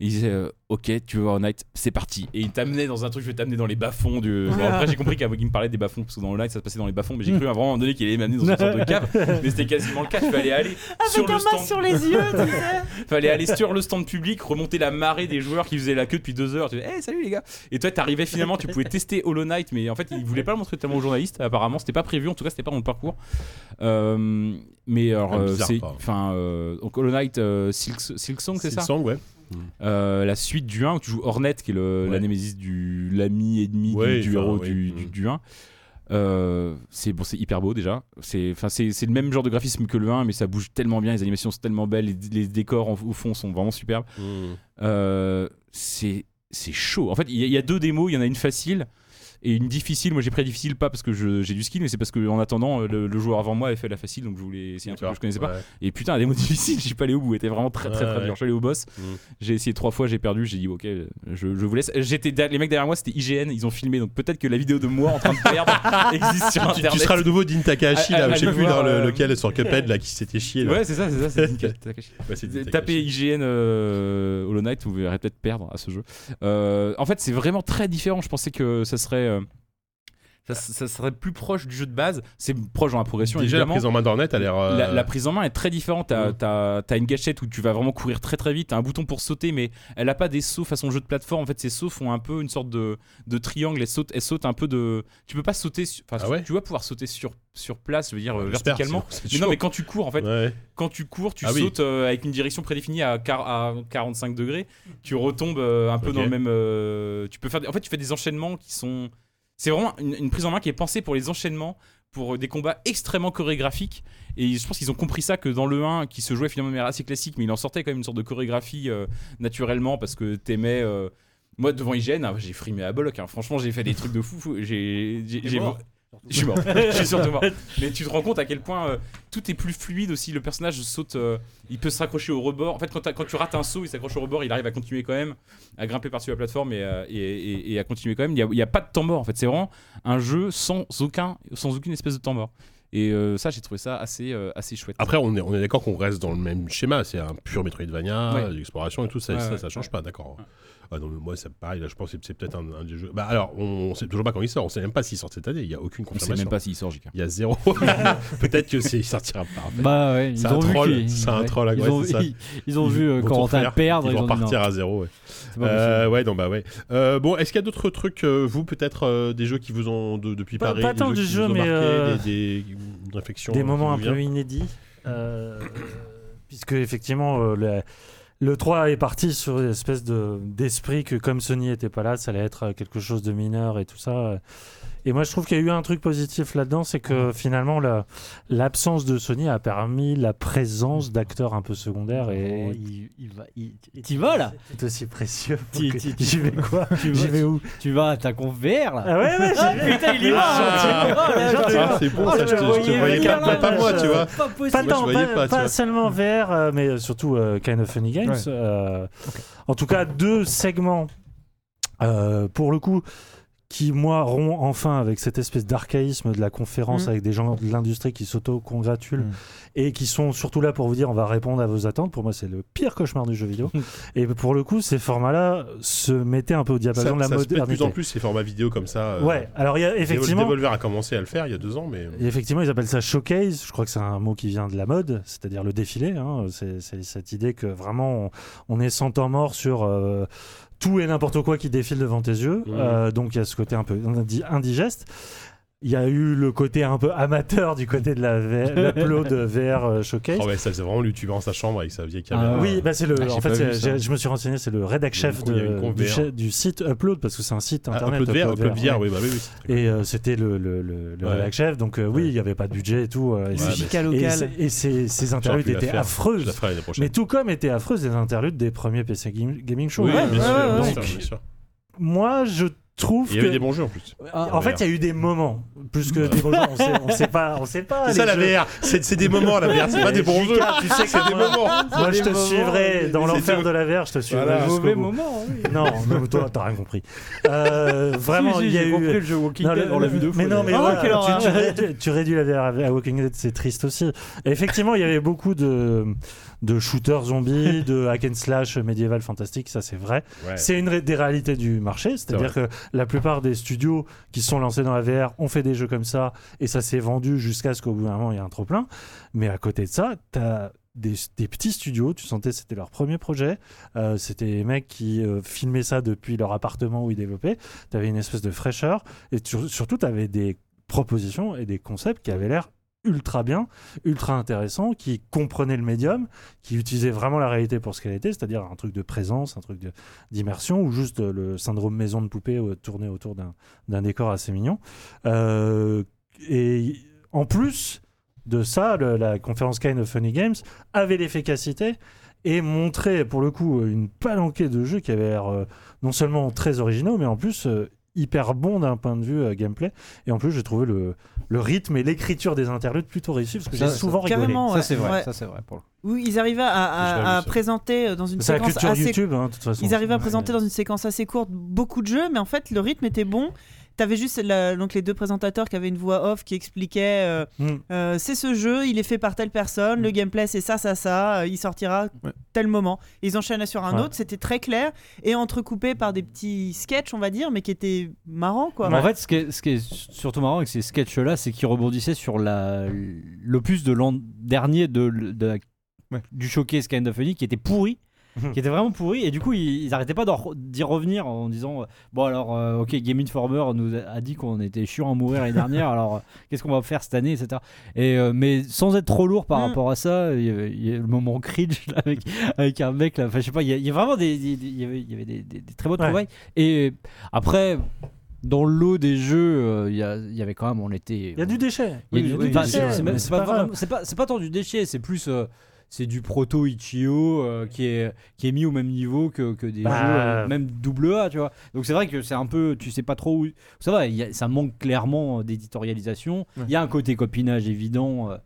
[SPEAKER 3] il disait euh, Ok, tu veux voir Hollow Knight, c'est parti. Et il t'amenait dans un truc, je vais t'amener dans les bas-fonds. Du... Bon,
[SPEAKER 5] Ah.
[SPEAKER 3] après, j'ai compris qu'il me parlait des bas-fonds, parce que dans Hollow Knight, ça se passait dans les bas-fonds, mais j'ai cru à un moment donné qu'il allait m'amener dans
[SPEAKER 5] [laughs]
[SPEAKER 3] une sorte de cave. Mais c'était quasiment le cas, il fallait aller sur
[SPEAKER 5] Avec
[SPEAKER 3] le
[SPEAKER 5] un
[SPEAKER 3] stand.
[SPEAKER 5] masque sur les yeux, tu sais.
[SPEAKER 3] Fallait aller sur le stand public, remonter la marée des joueurs qui faisaient la queue depuis deux heures. Tu disais, hey, salut les gars Et toi, t'arrivais finalement, tu pouvais tester Hollow Knight, mais en fait, ils voulaient pas le montrer tellement aux journalistes. Apparemment, c'était pas prévu, en tout cas, c'était pas dans le parcours. Euh, mais alors,
[SPEAKER 2] Ah,
[SPEAKER 3] euh,
[SPEAKER 2] bizarre,
[SPEAKER 3] c'est.
[SPEAKER 2] pardon.
[SPEAKER 3] Enfin, euh, donc Hollow Knight euh, Silk- Silksong, c'est ça
[SPEAKER 2] Silksong, ouais.
[SPEAKER 3] Euh, La suite du 1, où tu joues Hornet, qui est le,
[SPEAKER 2] Ouais.
[SPEAKER 3] la némésis du. l'ami ennemi du-
[SPEAKER 2] Ouais,
[SPEAKER 3] du,
[SPEAKER 2] enfin,
[SPEAKER 3] héros
[SPEAKER 2] ouais.
[SPEAKER 3] du, du,
[SPEAKER 2] Mm.
[SPEAKER 3] du 1. Euh, c'est bon, c'est hyper beau déjà. C'est, enfin, c'est, c'est le même genre de graphisme que le 1, mais ça bouge tellement bien, les animations sont tellement belles, les, les décors en- au fond sont vraiment superbes. Euh, c'est c'est chaud. En fait, il y, a- il y a deux démos. Il y en a une facile et une difficile. Moi, j'ai pris la difficile pas parce que je- j'ai du skill, mais c'est parce que en attendant, le, le joueur avant moi avait fait la facile, donc je voulais essayer un truc que je connaissais pas.
[SPEAKER 2] Ouais.
[SPEAKER 3] Et putain, la démo [laughs] difficile, j'ai pas allé au bout. Elle était vraiment très très très
[SPEAKER 2] Ouais.
[SPEAKER 3] dur. Je suis allé au boss.
[SPEAKER 2] Mm.
[SPEAKER 3] J'ai essayé trois fois, j'ai perdu. J'ai dit ok, je, je vous laisse. J'étais derrière- les mecs derrière moi, c'était IGN. Ils ont filmé, donc peut-être que la vidéo de moi en train de
[SPEAKER 2] [laughs]
[SPEAKER 3] perdre existe sur
[SPEAKER 2] Tu,
[SPEAKER 3] internet.
[SPEAKER 2] tu seras le nouveau Dean Takahashi,
[SPEAKER 3] À- à-
[SPEAKER 2] là,
[SPEAKER 3] à
[SPEAKER 2] je sais
[SPEAKER 3] me
[SPEAKER 2] plus
[SPEAKER 3] voir,
[SPEAKER 2] dans le-
[SPEAKER 3] euh,
[SPEAKER 2] lequel, sur [laughs] Cuphead, là, qui s'était chié. là.
[SPEAKER 3] Ouais, c'est ça, c'est ça, c'est
[SPEAKER 2] [laughs]
[SPEAKER 3] nickel. Takashi.
[SPEAKER 2] Ouais, c'est Dean
[SPEAKER 3] Tapez
[SPEAKER 2] Takahashi.
[SPEAKER 3] IGN euh, Hollow Knight, vous verrez peut-être perdre à ce jeu. Euh, en fait, c'est vraiment très différent. Je pensais que ça serait. euh, ça, ça serait plus proche du jeu de base. C'est proche dans la progression,
[SPEAKER 2] Déjà, la
[SPEAKER 3] évidemment.
[SPEAKER 2] prise en main d'Ornette a l'air. euh,
[SPEAKER 3] La, la prise en main est très différente. T'as
[SPEAKER 2] Ouais.
[SPEAKER 3] t'as- t'as une gâchette où tu vas vraiment courir très très vite. T'as un bouton pour sauter, mais elle a pas des sauts façon jeu de plateforme. En fait, ces sauts font un peu une sorte de, de triangle. Elle saute, elle saute un peu de. Tu peux pas sauter. Sur, enfin,
[SPEAKER 2] Ah ouais
[SPEAKER 3] tu vas pouvoir sauter sur, sur place, je veux dire euh,
[SPEAKER 2] j'espère,
[SPEAKER 3] verticalement.
[SPEAKER 2] sinon, c'est
[SPEAKER 3] Mais non,
[SPEAKER 2] chaud.
[SPEAKER 3] mais quand tu cours, en fait,
[SPEAKER 2] Ouais.
[SPEAKER 3] quand tu cours, tu
[SPEAKER 2] Ah oui.
[SPEAKER 3] sautes euh, avec une direction prédéfinie à, quar- à 45 degrés, tu retombes euh, un peu
[SPEAKER 2] Ok.
[SPEAKER 3] dans le même. euh, tu peux faire. des- En fait, tu fais des enchaînements qui sont. C'est vraiment une, une prise en main qui est pensée pour les enchaînements, pour euh, des combats extrêmement chorégraphiques. Et je pense qu'ils ont compris ça que dans le 1, qui se jouait finalement de manière assez classique, mais il en sortait quand même une sorte de chorégraphie euh, naturellement parce que t'aimais. euh, moi devant IGN, hein, j'ai frimé à bloc. hein. Franchement, j'ai fait des trucs de fou. fou. J'ai, j'ai- j'ai- je suis mort. [laughs] je suis surtout mort. Mais tu te rends compte à quel point euh, tout est plus fluide aussi. Le personnage saute, euh, il peut se raccrocher au rebord. En fait, quand, t'as- quand tu rates un saut, il s'accroche au rebord, il arrive à continuer quand même, à grimper par-dessus la plateforme et, euh, et- et- et à continuer quand même. Il n'y a, pas de temps mort en fait. C'est vraiment un jeu sans, aucun, sans aucune espèce de temps mort. Et euh, ça, j'ai trouvé ça assez, euh, assez chouette.
[SPEAKER 2] Après, on est, on est d'accord qu'on reste dans le même schéma. C'est un pur Metroidvania,
[SPEAKER 3] Ouais.
[SPEAKER 2] l'exploration et tout. Ça,
[SPEAKER 3] Ouais,
[SPEAKER 2] ça,
[SPEAKER 3] ouais,
[SPEAKER 2] ça change pas, d'accord. Ah non, mais moi, c'est pareil. Là, je pense que c'est peut-être un, un des jeux. Bah, alors, on, on sait toujours pas quand il sort. On sait même pas s'il sort cette année. Il y a aucune
[SPEAKER 3] On sait
[SPEAKER 2] confirmation.
[SPEAKER 3] même pas s'il sort, JK.
[SPEAKER 2] Il y a zéro.
[SPEAKER 7] [laughs]
[SPEAKER 2] peut-être que c'est, il sortira pas. en fait.
[SPEAKER 7] Bah ouais, ils
[SPEAKER 2] C'est un
[SPEAKER 7] ont vu
[SPEAKER 2] troll,
[SPEAKER 7] qu'ils-
[SPEAKER 2] c'est un
[SPEAKER 7] ouais.
[SPEAKER 2] troll,
[SPEAKER 7] Ils
[SPEAKER 2] ouais,
[SPEAKER 7] ont,
[SPEAKER 2] c'est ça.
[SPEAKER 7] ils, ils ont
[SPEAKER 2] Ils
[SPEAKER 7] vu euh,
[SPEAKER 2] vont tout
[SPEAKER 7] Corentin
[SPEAKER 2] faire,
[SPEAKER 7] perdre.
[SPEAKER 2] Ils vont
[SPEAKER 7] ont dit non,
[SPEAKER 2] partir à zéro. Ouais.
[SPEAKER 7] c'est pas
[SPEAKER 2] Euh,
[SPEAKER 7] possible.
[SPEAKER 2] ouais, donc bah ouais. Euh, bon, est-ce qu'il y a d'autres trucs, euh, vous peut-être, euh, des jeux qui vous ont de- depuis
[SPEAKER 4] Pas-
[SPEAKER 2] Paris,
[SPEAKER 4] pas
[SPEAKER 2] des
[SPEAKER 4] tant
[SPEAKER 2] jeux
[SPEAKER 4] du
[SPEAKER 2] qui
[SPEAKER 4] jeu,
[SPEAKER 2] vous ont
[SPEAKER 4] mais,
[SPEAKER 2] marqué,
[SPEAKER 4] euh,
[SPEAKER 2] des, des- une réflexion,
[SPEAKER 4] Des
[SPEAKER 2] euh, qui
[SPEAKER 4] moments un
[SPEAKER 2] vous vient
[SPEAKER 4] peu inédits. euh, puisque effectivement, euh, le, le 3 est parti sur une espèce de- d'esprit que comme Sony n'était pas là, ça allait être euh, quelque chose de mineur et tout ça. Et moi, je trouve qu'il y a eu un truc positif là-dedans, c'est que finalement, la- l'absence de Sony a permis la présence d'acteurs un peu secondaires et
[SPEAKER 7] Oh, il- il va- il- T'y vas là
[SPEAKER 4] c'est aussi précieux. pour
[SPEAKER 7] T'y-
[SPEAKER 4] que-
[SPEAKER 7] t'y-
[SPEAKER 4] J'y vais quoi
[SPEAKER 7] Tu
[SPEAKER 4] J'y
[SPEAKER 7] vas-
[SPEAKER 4] vais où
[SPEAKER 7] Tu vas à ta conf VR là
[SPEAKER 4] Ah ouais, ouais, j'y vais.
[SPEAKER 7] Putain, il y
[SPEAKER 2] Ah,
[SPEAKER 7] va Oh, là, là,
[SPEAKER 2] Ah, c'est bon,
[SPEAKER 7] Oh,
[SPEAKER 2] ça,
[SPEAKER 7] je
[SPEAKER 2] je te,
[SPEAKER 7] le
[SPEAKER 2] je te
[SPEAKER 7] voyais
[SPEAKER 2] voyais
[SPEAKER 7] venir,
[SPEAKER 2] pas, pas,
[SPEAKER 7] là,
[SPEAKER 2] pas moi,
[SPEAKER 7] je-
[SPEAKER 2] tu
[SPEAKER 7] Pas
[SPEAKER 2] vois.
[SPEAKER 7] possible
[SPEAKER 4] pas,
[SPEAKER 2] Moi, je
[SPEAKER 4] tant,
[SPEAKER 2] voyais
[SPEAKER 4] pas-
[SPEAKER 2] pas, tu
[SPEAKER 4] pas
[SPEAKER 2] vois. Mm.
[SPEAKER 4] seulement VR, euh, mais surtout euh, Kind of Funny Games.
[SPEAKER 6] Ouais.
[SPEAKER 4] euh, En tout cas, deux segments, euh, pour le coup, qui, moi, rompt enfin avec cette espèce d'archaïsme de la conférence
[SPEAKER 5] Mm.
[SPEAKER 4] avec des gens de l'industrie qui s'auto-congratulent
[SPEAKER 6] Mm.
[SPEAKER 4] et qui sont surtout là pour vous dire on va répondre à vos attentes. Pour moi, c'est le pire cauchemar du jeu
[SPEAKER 6] [laughs]
[SPEAKER 4] vidéo. et pour le coup, ces formats-là se mettaient un peu au
[SPEAKER 2] Ça,
[SPEAKER 4] diapason de la
[SPEAKER 2] ça se fait de
[SPEAKER 4] modernité.
[SPEAKER 2] plus en plus ces formats vidéo comme ça. euh,
[SPEAKER 4] Ouais, alors il y a effectivement. Ah
[SPEAKER 2] Devolver a commencé à le faire il y a deux ans, mais.
[SPEAKER 4] Et effectivement, ils appellent ça showcase. Je crois que c'est un mot qui vient de la mode, c'est-à-dire le défilé. hein. C'est c'est cette idée que vraiment, on, on est sans temps mort sur euh, tout et n'importe quoi qui défile devant tes yeux.
[SPEAKER 2] Mhm.
[SPEAKER 4] Euh, donc, il y a ce côté un peu indi- indigeste. Il y a eu le côté un peu amateur du côté de la
[SPEAKER 2] [laughs]
[SPEAKER 4] V- l'upload VR euh, showcase.
[SPEAKER 2] Oh ouais, ça faisait vraiment l'youtubeur dans sa chambre avec sa vieille
[SPEAKER 7] Ah,
[SPEAKER 2] caméra.
[SPEAKER 4] Oui, bah c'est le.
[SPEAKER 7] Ah, j'ai
[SPEAKER 4] en fait,
[SPEAKER 7] pas
[SPEAKER 4] c'est-
[SPEAKER 7] vu ça.
[SPEAKER 4] j'ai- je me suis renseigné, c'est le rédac chef
[SPEAKER 2] Il y a une
[SPEAKER 4] de-
[SPEAKER 2] conf
[SPEAKER 4] du,
[SPEAKER 2] VR.
[SPEAKER 4] chef- du site Upload parce que c'est un site
[SPEAKER 2] Ah,
[SPEAKER 4] internet.
[SPEAKER 2] Upload VR,
[SPEAKER 4] Upload
[SPEAKER 2] Upload
[SPEAKER 4] VR,
[SPEAKER 2] VR, oui, bah oui, oui. c'est très
[SPEAKER 4] et euh, c'était le, le, le, le
[SPEAKER 2] Ouais.
[SPEAKER 4] rédac chef, donc euh, oui, il n'y avait pas de budget et tout. euh, et
[SPEAKER 2] Ouais,
[SPEAKER 4] c'est-
[SPEAKER 2] mais-
[SPEAKER 5] Chica
[SPEAKER 4] et,
[SPEAKER 5] locale.
[SPEAKER 4] c'est- et ces, ces interludes
[SPEAKER 2] pu la
[SPEAKER 4] étaient
[SPEAKER 2] faire. cool.
[SPEAKER 4] affreuses.
[SPEAKER 2] Je la ferai l'année prochaine.
[SPEAKER 4] Mais tout comme étaient affreuses les interludes des premiers PC Game- Gaming Show.
[SPEAKER 2] oui,
[SPEAKER 5] Ouais,
[SPEAKER 2] bien, sûr,
[SPEAKER 5] ouais,
[SPEAKER 2] bien
[SPEAKER 5] ouais.
[SPEAKER 2] sûr, bien sûr.
[SPEAKER 4] Moi, je trouve
[SPEAKER 2] Il y avait
[SPEAKER 4] que-
[SPEAKER 2] des bons jeux en plus.
[SPEAKER 4] en fait, il y a eu des moments plus que des bons jeux, On sait, on sait pas, on sait pas.
[SPEAKER 2] C'est ça
[SPEAKER 4] Ah, les
[SPEAKER 2] la
[SPEAKER 4] jeux.
[SPEAKER 2] VR, c'est c'est des moments la VR, c'est
[SPEAKER 4] [laughs]
[SPEAKER 2] pas des bons jeux.
[SPEAKER 4] Jika, tu sais que
[SPEAKER 2] C'est des
[SPEAKER 4] [laughs] moi-
[SPEAKER 2] moments.
[SPEAKER 4] Moi, je
[SPEAKER 5] Des
[SPEAKER 4] te
[SPEAKER 5] moments,
[SPEAKER 4] suivrai
[SPEAKER 5] des-
[SPEAKER 4] dans
[SPEAKER 2] des-
[SPEAKER 4] l'enfer
[SPEAKER 2] des-
[SPEAKER 4] de la VR. Je te suivrai
[SPEAKER 2] Voilà.
[SPEAKER 4] jusqu'au
[SPEAKER 7] Mauvais
[SPEAKER 4] bout.
[SPEAKER 7] moment, oui.
[SPEAKER 4] Non, non, toi, t'as rien compris.
[SPEAKER 2] [laughs]
[SPEAKER 4] Euh, vraiment,
[SPEAKER 7] Si, si,
[SPEAKER 4] il y a
[SPEAKER 7] j'ai compris
[SPEAKER 4] eu.
[SPEAKER 7] le jeu Walking
[SPEAKER 4] Non,
[SPEAKER 7] Dead,
[SPEAKER 4] le-
[SPEAKER 7] on l'a vu deux fois.
[SPEAKER 4] mais non, mais
[SPEAKER 7] d'ailleurs. Ah,
[SPEAKER 4] voilà,
[SPEAKER 7] quelle horreur.
[SPEAKER 4] tu, tu réduis, tu réduis la VR à- à Walking Dead, c'est triste aussi. Et effectivement, il y avait beaucoup de, de shooters zombies, de hack and slash médiéval fantastique, ça c'est vrai.
[SPEAKER 2] Ouais.
[SPEAKER 4] C'est une ré- des réalités du marché, c'est-à-dire que la plupart des studios qui se sont lancés dans la VR ont fait des jeux comme ça et ça s'est vendu jusqu'à ce qu'au bout d'un moment il y a un trop plein. Mais à côté de ça, t'as des, des petits studios, tu sentais c'était leur premier projet, Euh, c'était les mecs qui euh, filmaient ça depuis leur appartement où ils développaient, t'avais une espèce de fraîcheur et tu- surtout t'avais des propositions et des concepts qui avaient l'air ultra bien, ultra intéressants, qui comprenaient le médium, qui utilisaient vraiment la réalité pour ce qu'elle était, c'est-à-dire un truc de présence, un truc de- d'immersion, ou juste euh, le syndrome maison de poupée euh, tourné autour d'un d'un décor assez mignon. Euh, et en plus de ça, le- la conférence Kind of Funny Games avait l'efficacité et montrait pour le coup une palanquée de jeux qui avaient l'air euh, non seulement très originaux, mais en plus euh, hyper bons d'un point de vue euh, gameplay. Et en plus, j'ai trouvé le, le rythme et l'écriture des interludes plutôt réussis parce que j'ai
[SPEAKER 7] Ça, ça,
[SPEAKER 4] souvent rigolé.
[SPEAKER 5] Carrément,
[SPEAKER 7] Ça
[SPEAKER 5] ouais,
[SPEAKER 7] c'est vrai,
[SPEAKER 5] ouais.
[SPEAKER 7] ça c'est vrai. Pour le... coup.
[SPEAKER 5] Oui, ils arrivaient à, à-
[SPEAKER 2] J'ai jamais
[SPEAKER 5] à
[SPEAKER 2] vu ça.
[SPEAKER 5] présenter euh, dans une
[SPEAKER 4] C'est la
[SPEAKER 5] séquence
[SPEAKER 4] culture
[SPEAKER 5] assez
[SPEAKER 4] YouTube, hein, de toute façon.
[SPEAKER 5] Ils arrivaient à
[SPEAKER 4] Ouais.
[SPEAKER 5] présenter dans une séquence assez courte beaucoup de jeux, mais en fait, le rythme était bon. T'avais juste la- donc les deux présentateurs qui avaient une voix off qui expliquaient euh,
[SPEAKER 4] Mm.
[SPEAKER 5] euh, c'est ce jeu, il est fait par telle personne, le gameplay c'est ça, ça, ça, euh, il sortira
[SPEAKER 6] Ouais.
[SPEAKER 5] tel moment. Et ils enchaînaient sur un
[SPEAKER 4] Ouais.
[SPEAKER 5] autre, c'était très clair et entrecoupé par des petits sketchs, on va dire, mais qui étaient marrants quoi.
[SPEAKER 7] En fait, ce qui, est, ce qui est surtout marrant avec ces sketchs-là, c'est qu'ils rebondissaient sur la- l'opus de l'an dernier de, de la-
[SPEAKER 6] Ouais.
[SPEAKER 7] du showcase Kind of Funny qui était pourri.
[SPEAKER 4] Mhm.
[SPEAKER 7] qui était vraiment pourri et du coup ils, ils arrêtaient pas d'en re- d'y revenir en disant euh, bon alors euh, ok Game Informer nous a, a dit qu'on était chiant à mourir l'année dernière alors euh, qu'est-ce qu'on va faire cette année etc et euh, mais sans être trop lourd par
[SPEAKER 5] Mhm.
[SPEAKER 7] rapport à ça il y avait- il y a le moment cringe là, avec, avec un mec là enfin je sais pas il y a, il y a vraiment des des- des- il y avait, il y avait des, des- des très beaux
[SPEAKER 4] Ouais.
[SPEAKER 7] trouvailles et après dans l'eau des jeux, euh, il y a- il y, avait quand même, on était.
[SPEAKER 4] Il y a du déchet.
[SPEAKER 7] il y a du- enfin,
[SPEAKER 4] déchet,
[SPEAKER 7] c'est- c'est
[SPEAKER 4] mais
[SPEAKER 7] même-
[SPEAKER 4] c'est
[SPEAKER 7] C'est pas,
[SPEAKER 4] pas grave.
[SPEAKER 7] vraiment- c'est pas, c'est pas tant du déchet, c'est plus. euh, c'est du proto Ichio euh, qui, est, qui est mis au même niveau que, que des
[SPEAKER 4] Bah.
[SPEAKER 7] jeux, euh, même double A, tu vois. Donc c'est vrai que c'est un peu. Tu sais pas trop où. Ça va, il y a- ça manque clairement d'éditorialisation. Il
[SPEAKER 6] Ouais.
[SPEAKER 7] y a un côté copinage évident euh,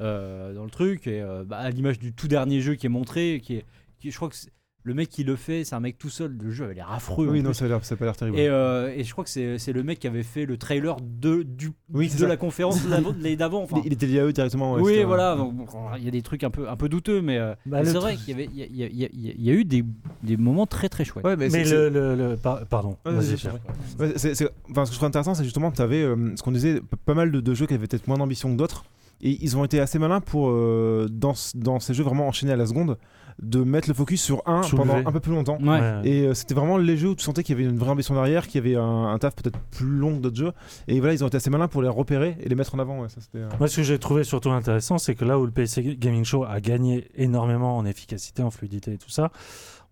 [SPEAKER 7] euh, dans le truc. Et euh, bah, à l'image du tout dernier jeu qui est montré, qui est. qui- je crois que c'est- le mec qui le fait, c'est un mec tout seul. Le jeu avait l'air affreux. en
[SPEAKER 6] Oui, non,
[SPEAKER 7] plus.
[SPEAKER 6] ça a l'air- ça a pas l'air terrible.
[SPEAKER 7] Et, euh, et je crois que c'est c'est le mec qui avait fait le trailer de, du,
[SPEAKER 6] Oui,
[SPEAKER 7] de
[SPEAKER 6] c'est ça.
[SPEAKER 7] la
[SPEAKER 4] [laughs]
[SPEAKER 7] conférence de la- de l'année d'avant. enfin.
[SPEAKER 6] Il- Il était lié à eux directement. ouais,
[SPEAKER 7] oui,
[SPEAKER 6] c'était un-
[SPEAKER 7] voilà. donc, bon, il y a des trucs un peu, un peu douteux, mais euh,
[SPEAKER 4] Bah,
[SPEAKER 7] mais
[SPEAKER 4] le
[SPEAKER 7] c'est vrai
[SPEAKER 4] truc-
[SPEAKER 7] qu'il y, avait- il y a- il y a- il y a- il y a eu des, des moments très très chouettes.
[SPEAKER 6] Ouais, mais,
[SPEAKER 4] Mais
[SPEAKER 6] c'est-
[SPEAKER 4] le, le- le- par- pardon.
[SPEAKER 6] Ouais,
[SPEAKER 4] Vas-y,
[SPEAKER 6] vas-y,
[SPEAKER 4] Pierre.
[SPEAKER 6] c'est- ouais, c'est- c'est- enfin, ce que je trouve intéressant, c'est justement, tu avais ce qu'on disait, p- pas mal de, de jeux qui avaient peut-être moins d'ambition que d'autres. Et ils ont été assez malins pour, euh, dans, ce- dans ces jeux vraiment enchaînés à la seconde, de mettre le focus sur un
[SPEAKER 4] Soulever.
[SPEAKER 6] pendant un peu plus longtemps.
[SPEAKER 7] Ouais.
[SPEAKER 4] Ouais.
[SPEAKER 6] Et euh, c'était vraiment les jeux où tu sentais qu'il y avait une vraie ambition derrière, qu'il y avait un, un taf peut-être plus long que d'autres jeux. Et voilà, ils ont été assez malins pour les repérer et les mettre en avant. ouais, ça, c'était, euh,
[SPEAKER 4] Moi, ce que j'ai trouvé surtout intéressant, c'est que là où le PC Gaming Show a gagné énormément en efficacité, en fluidité et tout ça,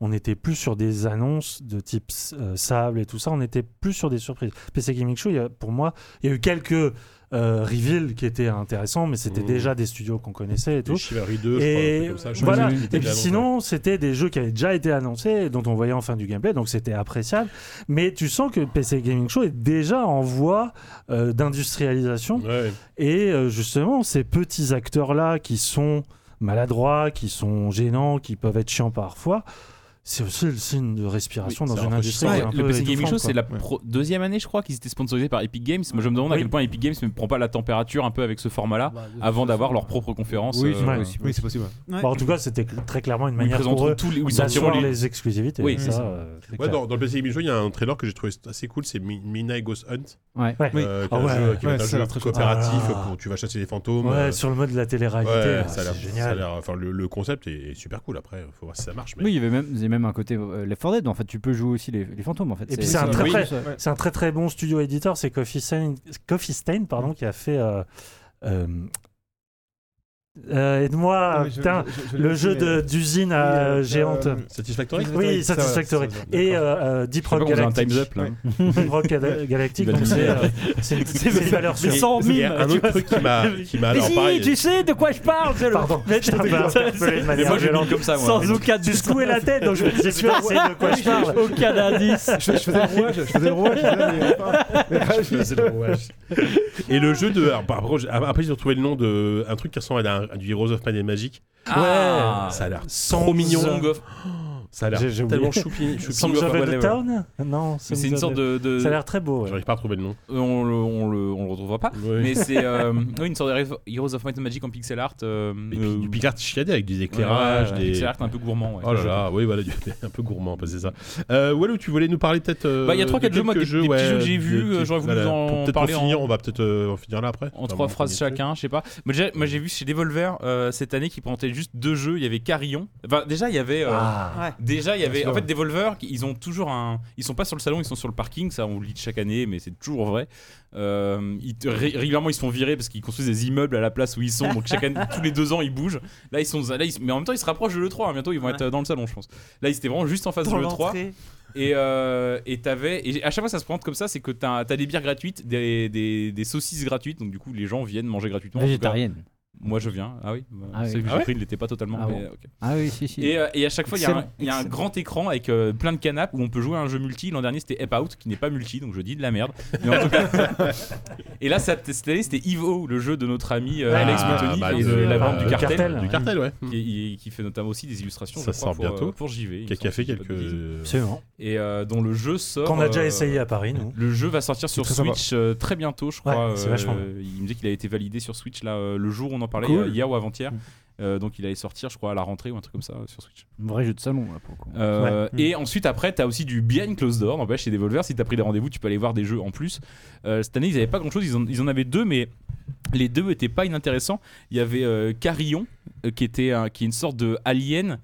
[SPEAKER 4] on était plus sur des annonces de type euh, sable et tout ça, on était plus sur des surprises. PC Gaming Show, il y a- pour moi, il y a eu quelques euh, reveals qui étaient intéressants, mais c'était
[SPEAKER 2] Mmh.
[SPEAKER 4] déjà des studios qu'on connaissait et tout.
[SPEAKER 2] Les Chivalry 2, je crois, un truc
[SPEAKER 4] Et
[SPEAKER 2] comme ça. je crois
[SPEAKER 4] voilà.
[SPEAKER 2] que
[SPEAKER 4] Et
[SPEAKER 2] c'était
[SPEAKER 4] puis
[SPEAKER 2] déjà annoncé.
[SPEAKER 4] sinon, c'était des jeux qui avaient déjà été annoncés, et dont on voyait enfin du gameplay, donc c'était appréciable. Mais tu sens que PC Gaming Show est déjà en voie euh, d'industrialisation.
[SPEAKER 2] Ouais.
[SPEAKER 4] Et euh, justement, ces petits acteurs-là qui sont maladroits, qui sont gênants, qui peuvent être chiants parfois, c'est aussi le signe de respiration
[SPEAKER 2] Oui,
[SPEAKER 4] dans
[SPEAKER 2] c'est
[SPEAKER 4] une
[SPEAKER 2] enrichissant,
[SPEAKER 4] industrie. qui est
[SPEAKER 2] ouais.
[SPEAKER 4] un
[SPEAKER 3] le
[SPEAKER 4] peu
[SPEAKER 3] PC Gaming
[SPEAKER 4] étouffante,
[SPEAKER 3] Show,
[SPEAKER 4] quoi.
[SPEAKER 3] c'est la pro- deuxième année, je crois, qu'ils étaient sponsorisés par Epic Games. Moi, je me demande à
[SPEAKER 4] Oui. Bah,
[SPEAKER 3] quel point Epic Games ne prend pas la température un peu avec ce format-là avant d'avoir leur propre conférence.
[SPEAKER 6] Oui,
[SPEAKER 3] euh,
[SPEAKER 6] c'est
[SPEAKER 4] ouais.
[SPEAKER 6] possible. Oui, c'est possible. ouais.
[SPEAKER 5] Ouais.
[SPEAKER 4] Bah, en tout cas, c'était cl- très clairement une
[SPEAKER 3] où ils
[SPEAKER 4] manière pour
[SPEAKER 3] présenteront
[SPEAKER 4] eux
[SPEAKER 3] tous les, où ils sortiront
[SPEAKER 4] d'asseoir
[SPEAKER 3] les-
[SPEAKER 4] les exclusivités.
[SPEAKER 3] Oui,
[SPEAKER 4] ça.
[SPEAKER 6] c'est ça.
[SPEAKER 4] euh, c'est
[SPEAKER 2] Ouais,
[SPEAKER 4] clair.
[SPEAKER 2] dans, dans le PC Gaming Show, il y a un trailer que j'ai trouvé assez cool, c'est Mi- Midnight Ghost Hunt.
[SPEAKER 7] Ouais.
[SPEAKER 4] Ouais.
[SPEAKER 2] euh, qui est
[SPEAKER 4] Ah
[SPEAKER 2] un
[SPEAKER 4] ouais,
[SPEAKER 2] jeu, qui va
[SPEAKER 6] ouais,
[SPEAKER 2] être un
[SPEAKER 6] ça a
[SPEAKER 2] jeu
[SPEAKER 6] l'air très cool.
[SPEAKER 2] coopératif
[SPEAKER 4] Ah.
[SPEAKER 2] pour tu vas chasser les fantômes.
[SPEAKER 4] Ouais,
[SPEAKER 2] euh,
[SPEAKER 4] sur le mode de la télé-réalité,
[SPEAKER 2] ouais,
[SPEAKER 4] là,
[SPEAKER 2] ça a
[SPEAKER 4] c'est
[SPEAKER 2] l'air ça a
[SPEAKER 4] génial.
[SPEAKER 2] l'air- Enfin, le, le concept est, est super cool. Après, faut voir si ça marche. Mais
[SPEAKER 7] Oui, il y avait même, il y avait même un côté euh, Left 4 Dead. En fait, tu peux jouer aussi les, les fantômes. En fait.
[SPEAKER 4] Et puis c'est un très
[SPEAKER 2] oui.
[SPEAKER 4] très, c'est un très très bon studio éditeur, c'est Coffee Stain, Coffee Stain, pardon, qui a fait. euh, euh, euh, Aide-moi,
[SPEAKER 6] Ouais, je-
[SPEAKER 4] putain,
[SPEAKER 6] je- je- je l'ai
[SPEAKER 4] le
[SPEAKER 6] aussi,
[SPEAKER 4] jeu
[SPEAKER 6] mais-
[SPEAKER 4] de- d'usine à-
[SPEAKER 6] euh,
[SPEAKER 4] géante.
[SPEAKER 6] euh,
[SPEAKER 2] Satisfactory.
[SPEAKER 4] oui,
[SPEAKER 6] ça,
[SPEAKER 4] Satisfactory.
[SPEAKER 6] ça, ça, ça,
[SPEAKER 4] Et
[SPEAKER 6] d'accord.
[SPEAKER 4] euh, euh, Deep
[SPEAKER 3] Je sais pas
[SPEAKER 4] Rock
[SPEAKER 3] qu'on faisait un
[SPEAKER 4] Galactic.
[SPEAKER 3] times up là.
[SPEAKER 6] Ouais.
[SPEAKER 4] Deep Rock Ga-
[SPEAKER 3] [laughs]
[SPEAKER 4] Galactic,
[SPEAKER 3] Il va
[SPEAKER 4] donc
[SPEAKER 3] nous
[SPEAKER 4] c'est
[SPEAKER 3] dire. [laughs]
[SPEAKER 4] euh, c'est une, c'est une valeur sûre.
[SPEAKER 2] Et- il y a un autre truc qui m'a, qui m'a alors pareil.
[SPEAKER 7] sais de quoi je parle
[SPEAKER 4] Pardon, je t'ai un peu interpellé de
[SPEAKER 3] Mais
[SPEAKER 4] manière
[SPEAKER 3] moi, j'ai mis
[SPEAKER 4] violente.
[SPEAKER 3] comme ça, moi.
[SPEAKER 7] aucun
[SPEAKER 4] Tu
[SPEAKER 3] [laughs]
[SPEAKER 4] secouais la tête, donc je me disais, putain, c'est de quoi je parle.
[SPEAKER 7] aucun indice.
[SPEAKER 6] Je, je faisais le rouage, je faisais le rouage. je faisais les- les rages.
[SPEAKER 2] C'est le rouage. Et le jeu de. alors, par- Après, j'ai- après, j'ai retrouvé le nom de un truc qui ressemble à un- à du Heroes of Might and Magic.
[SPEAKER 3] Ah,
[SPEAKER 2] Ça a l'air
[SPEAKER 4] Trop
[SPEAKER 2] mignon. [laughs]
[SPEAKER 3] Song of-
[SPEAKER 2] Ça a l'air
[SPEAKER 4] J'ai- j'ai oublié.
[SPEAKER 2] tellement choupi. choupi-
[SPEAKER 4] Sans
[SPEAKER 3] Song of
[SPEAKER 4] Java de
[SPEAKER 3] whatever.
[SPEAKER 4] Town Non,
[SPEAKER 3] Mais C'est une sorte de. de-
[SPEAKER 4] Ça a l'air très beau. ouais.
[SPEAKER 2] J'arrive pas à trouver le nom.
[SPEAKER 3] Euh, On le, on le, on le retrouvera pas.
[SPEAKER 2] Ouais.
[SPEAKER 3] Mais
[SPEAKER 2] [laughs]
[SPEAKER 3] c'est euh, oui, une sorte de Hero- Heroes of Might and Magic en pixel art. euh,
[SPEAKER 2] Et
[SPEAKER 3] euh,
[SPEAKER 2] puis, du Picard chiadé avec des
[SPEAKER 3] ouais,
[SPEAKER 2] éclairages,
[SPEAKER 3] ouais,
[SPEAKER 2] des.
[SPEAKER 3] Pixel art un peu gourmand. ouais.
[SPEAKER 2] Oh là là, oui, voilà, du- [laughs] un peu gourmand, bah, c'est ça. Euh, Walou, tu voulais nous parler peut-être. euh,
[SPEAKER 3] Bah, il y a trois,
[SPEAKER 2] de
[SPEAKER 3] quatre jeux, moi,
[SPEAKER 2] quelques
[SPEAKER 3] des- des petits jeux que j'ai
[SPEAKER 2] de-
[SPEAKER 3] vus,
[SPEAKER 2] de-
[SPEAKER 3] euh, j'aurais voulu vous en
[SPEAKER 2] pour peut-être
[SPEAKER 3] parler
[SPEAKER 2] pour
[SPEAKER 3] en-
[SPEAKER 2] finir, on va peut-être euh, en finir là après.
[SPEAKER 3] En trois phrases chacun, je sais pas. Mais déjà, moi j'ai vu chez Devolver euh, cette année qui présentait juste deux jeux. Il y avait Carillon. Enfin, déjà il y avait. euh,
[SPEAKER 4] Ah.
[SPEAKER 5] Ouais.
[SPEAKER 3] Déjà, il y avait.
[SPEAKER 6] sûr.
[SPEAKER 3] En fait, Devolver, ils ont toujours un. Ils sont pas sur le salon, ils sont sur le parking. Ça, on le lit chaque année, mais c'est toujours vrai. Euh, ils te- ré- régulièrement, ils se font virer parce qu'ils construisent des immeubles à la place où ils sont. Donc, chaque année,
[SPEAKER 5] [laughs]
[SPEAKER 3] tous les deux ans, ils bougent. Là, ils sont. Là, ils- mais en même temps, ils se rapprochent de l'E3. hein. Bientôt, ils vont
[SPEAKER 5] Ouais.
[SPEAKER 3] être euh, dans le salon, je pense. Là, ils étaient vraiment juste en face
[SPEAKER 5] Dans
[SPEAKER 3] de l'E3.
[SPEAKER 5] l'entrée.
[SPEAKER 3] Et euh, et t'avais et à chaque fois ça se présente comme ça, c'est que t'as as des bières gratuites, des, des, des saucisses gratuites, donc du coup les gens viennent manger gratuitement. En tout cas,
[SPEAKER 7] Végétarienne.
[SPEAKER 3] Moi je viens. Ah oui. bah,
[SPEAKER 7] Ah oui.
[SPEAKER 3] celui que
[SPEAKER 7] Ah
[SPEAKER 3] j'ai
[SPEAKER 7] ouais
[SPEAKER 3] pris, il l'était pas totalement.
[SPEAKER 7] Ah
[SPEAKER 3] mais, euh,
[SPEAKER 7] bon.
[SPEAKER 3] ok.
[SPEAKER 7] Ah oui, si, si.
[SPEAKER 3] Et, euh, et à chaque fois, il y a un-
[SPEAKER 7] Excellent,
[SPEAKER 3] il y, a un
[SPEAKER 7] excellent.
[SPEAKER 3] grand écran avec euh, plein de canapes où on peut jouer à un jeu multi. L'an dernier, c'était Ep Out, qui n'est pas multi, donc je dis de la merde. Mais en tout cas, et là, ça- cette année, c'était Ivo, le jeu de notre ami euh,
[SPEAKER 2] Ah,
[SPEAKER 3] Alex Montoni,
[SPEAKER 2] bah,
[SPEAKER 3] qui est
[SPEAKER 2] de-
[SPEAKER 3] la bande
[SPEAKER 2] euh,
[SPEAKER 3] du
[SPEAKER 2] le
[SPEAKER 3] cartel, Mmh. Mm.
[SPEAKER 4] cartel.
[SPEAKER 2] Du cartel, ouais.
[SPEAKER 3] qui, qui fait notamment aussi des illustrations.
[SPEAKER 2] Ça
[SPEAKER 3] je crois,
[SPEAKER 2] sort
[SPEAKER 3] pour,
[SPEAKER 2] bientôt.
[SPEAKER 3] euh, pour JV. il
[SPEAKER 2] Qui a-
[SPEAKER 3] me
[SPEAKER 2] qui a
[SPEAKER 3] semble,
[SPEAKER 2] fait
[SPEAKER 3] si je dis pas de
[SPEAKER 2] quelques.
[SPEAKER 3] bêtises.
[SPEAKER 4] Absolument.
[SPEAKER 3] Et euh, dont le jeu sort.
[SPEAKER 4] Qu'on a déjà
[SPEAKER 3] euh,
[SPEAKER 4] essayé à Paris, [laughs] nous.
[SPEAKER 3] Le jeu va sortir sur
[SPEAKER 4] Très sympa.
[SPEAKER 3] Switch euh, très bientôt, je
[SPEAKER 4] Ouais,
[SPEAKER 3] crois. euh,
[SPEAKER 4] c'est vachement bien.
[SPEAKER 3] il me dit qu'il a été validé sur Switch là, euh, le jour où on en parlait,
[SPEAKER 7] Cool.
[SPEAKER 3] euh, hier ou avant-hier.
[SPEAKER 7] Mm.
[SPEAKER 3] Euh, donc il allait sortir, je crois, à la rentrée ou un truc comme ça euh, sur Switch.
[SPEAKER 7] Un vrai jeu de salon, là, pour le coup.
[SPEAKER 3] Euh,
[SPEAKER 6] Ouais.
[SPEAKER 3] Et ensuite, après, t'as aussi du Behind Closed Door. N'empêche, chez Devolver, si t'as pris des rendez-vous, tu peux aller voir des jeux en plus. Euh, cette année, ils avaient pas grand-chose. Ils, en- ils en avaient deux, mais les deux étaient pas inintéressants. Il y avait euh, Carillon, euh, qui, était un- qui est une sorte de alien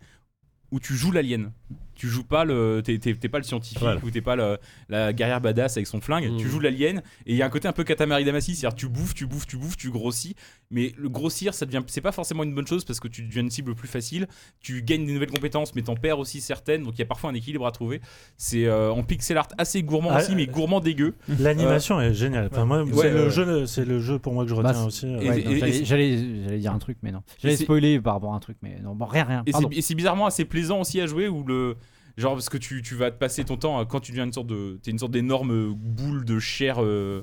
[SPEAKER 3] où tu joues l'alien. Tu joues pas le. T'es, t'es- t'es pas le scientifique
[SPEAKER 2] Voilà.
[SPEAKER 3] ou t'es pas le- la guerrière badass avec son flingue.
[SPEAKER 2] Mmh.
[SPEAKER 3] Tu joues l'alien et il y a un côté un peu Katamari Damacy. C'est-à-dire, tu bouffes, tu bouffes, tu bouffes, tu grossis. Mais le grossir, ça devient, c'est pas forcément une bonne chose parce que tu deviens une cible plus facile. Tu gagnes des nouvelles compétences, mais t'en perds aussi certaines. Donc il y a parfois un équilibre à trouver. C'est euh, en pixel art assez gourmand
[SPEAKER 4] Ah,
[SPEAKER 3] aussi, mais
[SPEAKER 4] euh,
[SPEAKER 3] gourmand dégueu.
[SPEAKER 4] L'animation est géniale. Enfin, moi,
[SPEAKER 3] Ouais,
[SPEAKER 4] c'est le
[SPEAKER 3] ouais.
[SPEAKER 4] jeu, c'est le jeu pour moi que je retiens
[SPEAKER 7] Bah,
[SPEAKER 4] aussi. euh,
[SPEAKER 3] et-
[SPEAKER 7] Ouais, non,
[SPEAKER 3] et-
[SPEAKER 7] J'allais
[SPEAKER 3] et-
[SPEAKER 7] j'allais- j'allais dire un truc, mais non.
[SPEAKER 3] Et
[SPEAKER 7] J'allais
[SPEAKER 3] c'est-
[SPEAKER 7] spoiler par rapport à un truc, mais non, bon, rien, rien.
[SPEAKER 3] Et
[SPEAKER 7] Pardon.
[SPEAKER 3] c'est, et c'est bizarrement assez plaisant aussi à jouer où le genre parce que tu, tu vas te passer ton temps euh, quand tu deviens une sorte de t'es une sorte d'énorme boule de chair euh,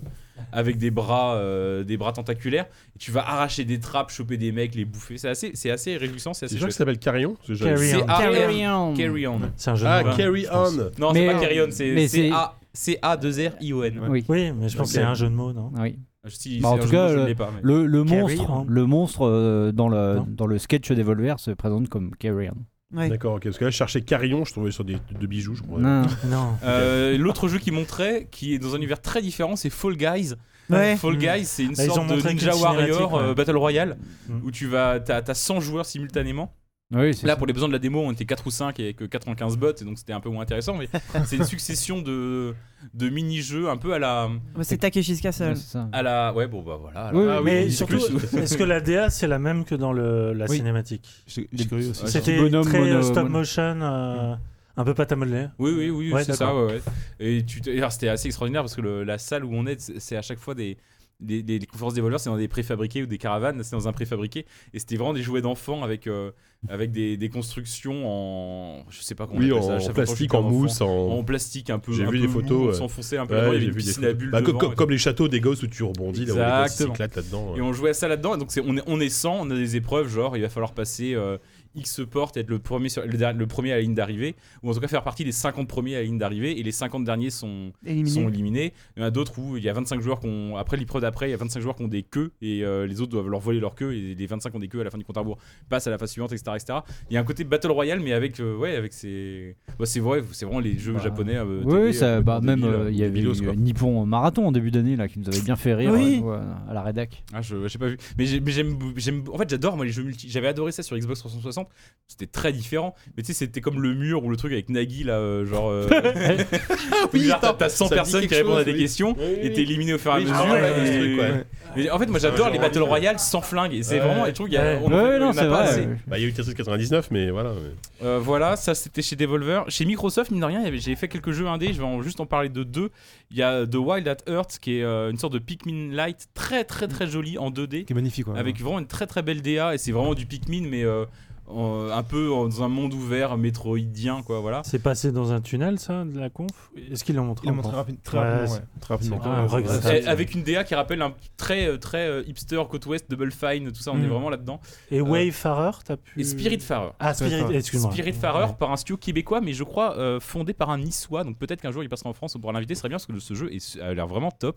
[SPEAKER 3] avec des bras euh, des bras tentaculaires et tu vas arracher des trappes choper des mecs les bouffer c'est assez c'est assez réjouissant c'est
[SPEAKER 2] C'est
[SPEAKER 3] assez
[SPEAKER 2] un jeu euh, qui
[SPEAKER 3] chouette.
[SPEAKER 2] s'appelle Carillon ce jeu.
[SPEAKER 4] Carry
[SPEAKER 3] c'est
[SPEAKER 4] on.
[SPEAKER 3] A-
[SPEAKER 7] Carry on.
[SPEAKER 3] Ah, Carry on
[SPEAKER 4] C'est un jeu. de
[SPEAKER 2] Ah,
[SPEAKER 4] nom,
[SPEAKER 2] Carry
[SPEAKER 4] je pense.
[SPEAKER 2] On
[SPEAKER 3] non
[SPEAKER 7] Mais-
[SPEAKER 3] c'est pas carry on
[SPEAKER 7] mais
[SPEAKER 3] c'est
[SPEAKER 7] c'est-
[SPEAKER 3] C A C A 2 R I O N
[SPEAKER 6] Ouais.
[SPEAKER 7] Oui.
[SPEAKER 4] Oui, mais je pense
[SPEAKER 2] Ok.
[SPEAKER 4] que c'est un jeu de mots, non
[SPEAKER 7] Oui.
[SPEAKER 3] si
[SPEAKER 7] Bah, en
[SPEAKER 3] c'est
[SPEAKER 7] tout
[SPEAKER 3] un jeu de
[SPEAKER 7] cas,
[SPEAKER 3] mots, je
[SPEAKER 7] le-
[SPEAKER 3] l'ai pas, mais-
[SPEAKER 7] Le, le
[SPEAKER 4] Carry
[SPEAKER 7] monstre, hein.
[SPEAKER 4] on.
[SPEAKER 7] le monstre euh, dans le
[SPEAKER 4] Non.
[SPEAKER 7] dans le sketch Devolver se présente comme hein. Carry on.
[SPEAKER 5] Ouais.
[SPEAKER 2] D'accord, ok. Parce que là, je cherchais Carillon, je trouvais sur des de bijoux, je crois.
[SPEAKER 7] Non.
[SPEAKER 4] [laughs] Non.
[SPEAKER 3] Euh, L'autre jeu qui montrait, qui est dans un univers très différent, c'est Fall Guys.
[SPEAKER 5] Ouais.
[SPEAKER 3] Fall
[SPEAKER 4] Mm.
[SPEAKER 3] Guys, c'est une
[SPEAKER 4] Bah, ils ont
[SPEAKER 3] sorte de
[SPEAKER 4] montré qu'une
[SPEAKER 3] Ninja Warrior
[SPEAKER 4] cinématique, ouais.
[SPEAKER 3] euh, Battle Royale
[SPEAKER 4] Mm.
[SPEAKER 3] où tu vas, t'as t'as 100 joueurs simultanément.
[SPEAKER 7] Oui, c'est
[SPEAKER 3] Là,
[SPEAKER 7] ça.
[SPEAKER 3] pour les besoins de la démo, on était 4 ou 5 avec euh, 95 bots, et donc c'était un peu moins intéressant.
[SPEAKER 4] [laughs]
[SPEAKER 3] Mais c'est une succession de, de mini-jeux un peu à la,
[SPEAKER 5] Bah, c'est Takeshi's
[SPEAKER 7] Ouais,
[SPEAKER 5] Castle.
[SPEAKER 7] c'est ça.
[SPEAKER 3] à la. Ouais, bon, bah voilà.
[SPEAKER 2] Ah,
[SPEAKER 7] Oui,
[SPEAKER 3] alors.
[SPEAKER 7] oui,
[SPEAKER 4] mais
[SPEAKER 3] oui,
[SPEAKER 4] surtout,
[SPEAKER 3] plus.
[SPEAKER 4] est-ce que la DA c'est la même que dans le, la
[SPEAKER 6] Oui.
[SPEAKER 4] cinématique
[SPEAKER 6] J'étais j'étais curieux aussi.
[SPEAKER 3] Ouais,
[SPEAKER 4] C'était
[SPEAKER 7] bonhomme,
[SPEAKER 4] très
[SPEAKER 7] mono-
[SPEAKER 4] euh, stop
[SPEAKER 7] mono-
[SPEAKER 4] motion, euh, un peu pâte à modeler.
[SPEAKER 3] Oui, oui, oui,
[SPEAKER 4] Ouais,
[SPEAKER 3] c'est ça.
[SPEAKER 4] d'accord.
[SPEAKER 3] ouais, ouais. Et tu, te- alors, c'était assez extraordinaire parce que le- la salle où on est, c'est c'est à chaque fois des. des- des- les conférences des voleurs, c'est dans des préfabriqués ou des caravanes, c'est dans un préfabriqué. Et c'était vraiment des jouets d'enfants avec, euh, avec des, des constructions en. Je sais pas comment
[SPEAKER 2] Oui,
[SPEAKER 3] on appelle ça.
[SPEAKER 2] en
[SPEAKER 3] à chaque fois quand
[SPEAKER 2] plastique,
[SPEAKER 3] j'étais
[SPEAKER 2] en
[SPEAKER 3] enfant.
[SPEAKER 2] mousse, en.
[SPEAKER 3] En plastique un peu.
[SPEAKER 2] J'ai
[SPEAKER 3] un
[SPEAKER 2] vu
[SPEAKER 3] peu
[SPEAKER 2] des photos,
[SPEAKER 3] mou, On
[SPEAKER 2] ouais.
[SPEAKER 3] s'enfonçait un peu
[SPEAKER 2] Ouais,
[SPEAKER 3] dedans, il y
[SPEAKER 2] j'ai
[SPEAKER 3] avait une
[SPEAKER 2] vu des
[SPEAKER 3] piscine
[SPEAKER 2] photos.
[SPEAKER 3] à bulles.
[SPEAKER 2] Bah, co-
[SPEAKER 3] devant,
[SPEAKER 2] co-
[SPEAKER 3] et
[SPEAKER 2] Comme les châteaux des gosses où tu rebondis, là, où les gosses
[SPEAKER 3] Exactement.
[SPEAKER 2] s'éclatent là-dedans. ouais.
[SPEAKER 3] Et on jouait à ça là-dedans, et donc c'est- on, est- on est 100, on a des épreuves, genre il va falloir passer euh, X portes, être le premier, sur- le, der- le premier à la ligne d'arrivée, ou en tout cas faire partie des 50 premiers à la ligne d'arrivée, et les 50 derniers sont, sont
[SPEAKER 5] Éliminé.
[SPEAKER 3] éliminés. Il y en a d'autres où il y a 25 joueurs qui ont, après l'épreuve d'après, il y a 25 joueurs qui ont des queues et euh, les autres doivent leur voler leur queue et les 25 qui ont des queues à la fin du compte à rebours passent à la phase suivante, etc., etc. Il y a un côté battle royale, mais avec, euh, ouais, avec ces. bah, c'est vrai, c'est vraiment les jeux
[SPEAKER 7] Bah,
[SPEAKER 3] japonais. euh,
[SPEAKER 7] Oui,
[SPEAKER 3] télé,
[SPEAKER 7] oui, ça,
[SPEAKER 3] euh,
[SPEAKER 7] bah,
[SPEAKER 3] débile,
[SPEAKER 7] même
[SPEAKER 3] euh,
[SPEAKER 7] euh, il y avait
[SPEAKER 3] débilos, quoi.
[SPEAKER 7] eu Nippon Marathon en début d'année là qui nous avait bien fait rire
[SPEAKER 5] Oui.
[SPEAKER 7] euh, ouais, à la rédac.
[SPEAKER 3] Ah, je j'ai pas vu. Mais j'ai- mais j'aime, j'aime. En fait, j'adore moi les jeux multi. J'avais adoré ça sur Xbox 360. C'était très différent. Mais tu sais, c'était comme le mur ou le truc avec Nagui là, euh,
[SPEAKER 2] [laughs]
[SPEAKER 3] genre.
[SPEAKER 2] Ah
[SPEAKER 3] euh, [laughs]
[SPEAKER 2] oui,
[SPEAKER 3] genre, t'as-
[SPEAKER 2] attends,
[SPEAKER 3] t'as 100
[SPEAKER 2] ça me dit
[SPEAKER 3] personnes qui
[SPEAKER 2] quelque
[SPEAKER 3] répondent à
[SPEAKER 2] chose,
[SPEAKER 3] des
[SPEAKER 2] oui.
[SPEAKER 3] questions et t'es éliminé au fur et à
[SPEAKER 2] Oui,
[SPEAKER 3] mesure.
[SPEAKER 2] ah ouais,
[SPEAKER 3] et-
[SPEAKER 2] ce truc, ouais.
[SPEAKER 3] Mais en fait, moi, j'adore les battle royale sans flingue. Et c'est
[SPEAKER 2] Ouais.
[SPEAKER 3] vraiment. Et je trouve qu'il y a.
[SPEAKER 4] Ouais.
[SPEAKER 3] on en fait-
[SPEAKER 7] Ouais,
[SPEAKER 3] on en
[SPEAKER 7] non,
[SPEAKER 3] a
[SPEAKER 7] c'est
[SPEAKER 3] pas
[SPEAKER 7] vrai.
[SPEAKER 3] assez.
[SPEAKER 7] euh,
[SPEAKER 2] Bah, il y a eu Tetris 99, mais voilà. mais-
[SPEAKER 3] Euh, voilà, ça c'était chez Devolver. Chez Microsoft, mine de rien, il y avait- j'ai fait quelques jeux indés, je vais en- juste en parler de deux. Il y a The Wild at Heart qui est euh, une sorte de Pikmin Light très très très joli en 2D,
[SPEAKER 6] qui est magnifique. ouais.
[SPEAKER 3] avec vraiment une très très belle DA, et c'est vraiment du Pikmin, mais euh, en- un peu en- dans un monde ouvert, métroidien, quoi, voilà.
[SPEAKER 4] C'est passé dans un tunnel, ça, de la conf Est-ce qu'il l'ont montré
[SPEAKER 6] Il
[SPEAKER 4] en
[SPEAKER 6] a montré
[SPEAKER 4] conf
[SPEAKER 6] rapide- très
[SPEAKER 4] Ouais,
[SPEAKER 6] rapidement.
[SPEAKER 4] c'est-
[SPEAKER 6] ouais, Très rapidement.
[SPEAKER 4] quand même regrettable.
[SPEAKER 3] Et avec une DA qui rappelle un très euh, très euh, hipster côte ouest, Double Fine, tout ça, on
[SPEAKER 4] Mm.
[SPEAKER 3] est vraiment là-dedans.
[SPEAKER 4] Et Wayfarer, t'as pu.
[SPEAKER 3] Et Spiritfarer.
[SPEAKER 4] Ah, Spirit,
[SPEAKER 6] Spiritfarer.
[SPEAKER 4] excuse-moi.
[SPEAKER 3] Spiritfarer par un studio québécois, mais je crois euh, fondé par un niçois. Donc peut-être qu'un jour il passera en France, on pourra l'inviter, ce serait bien parce que ce jeu est, a l'air vraiment top.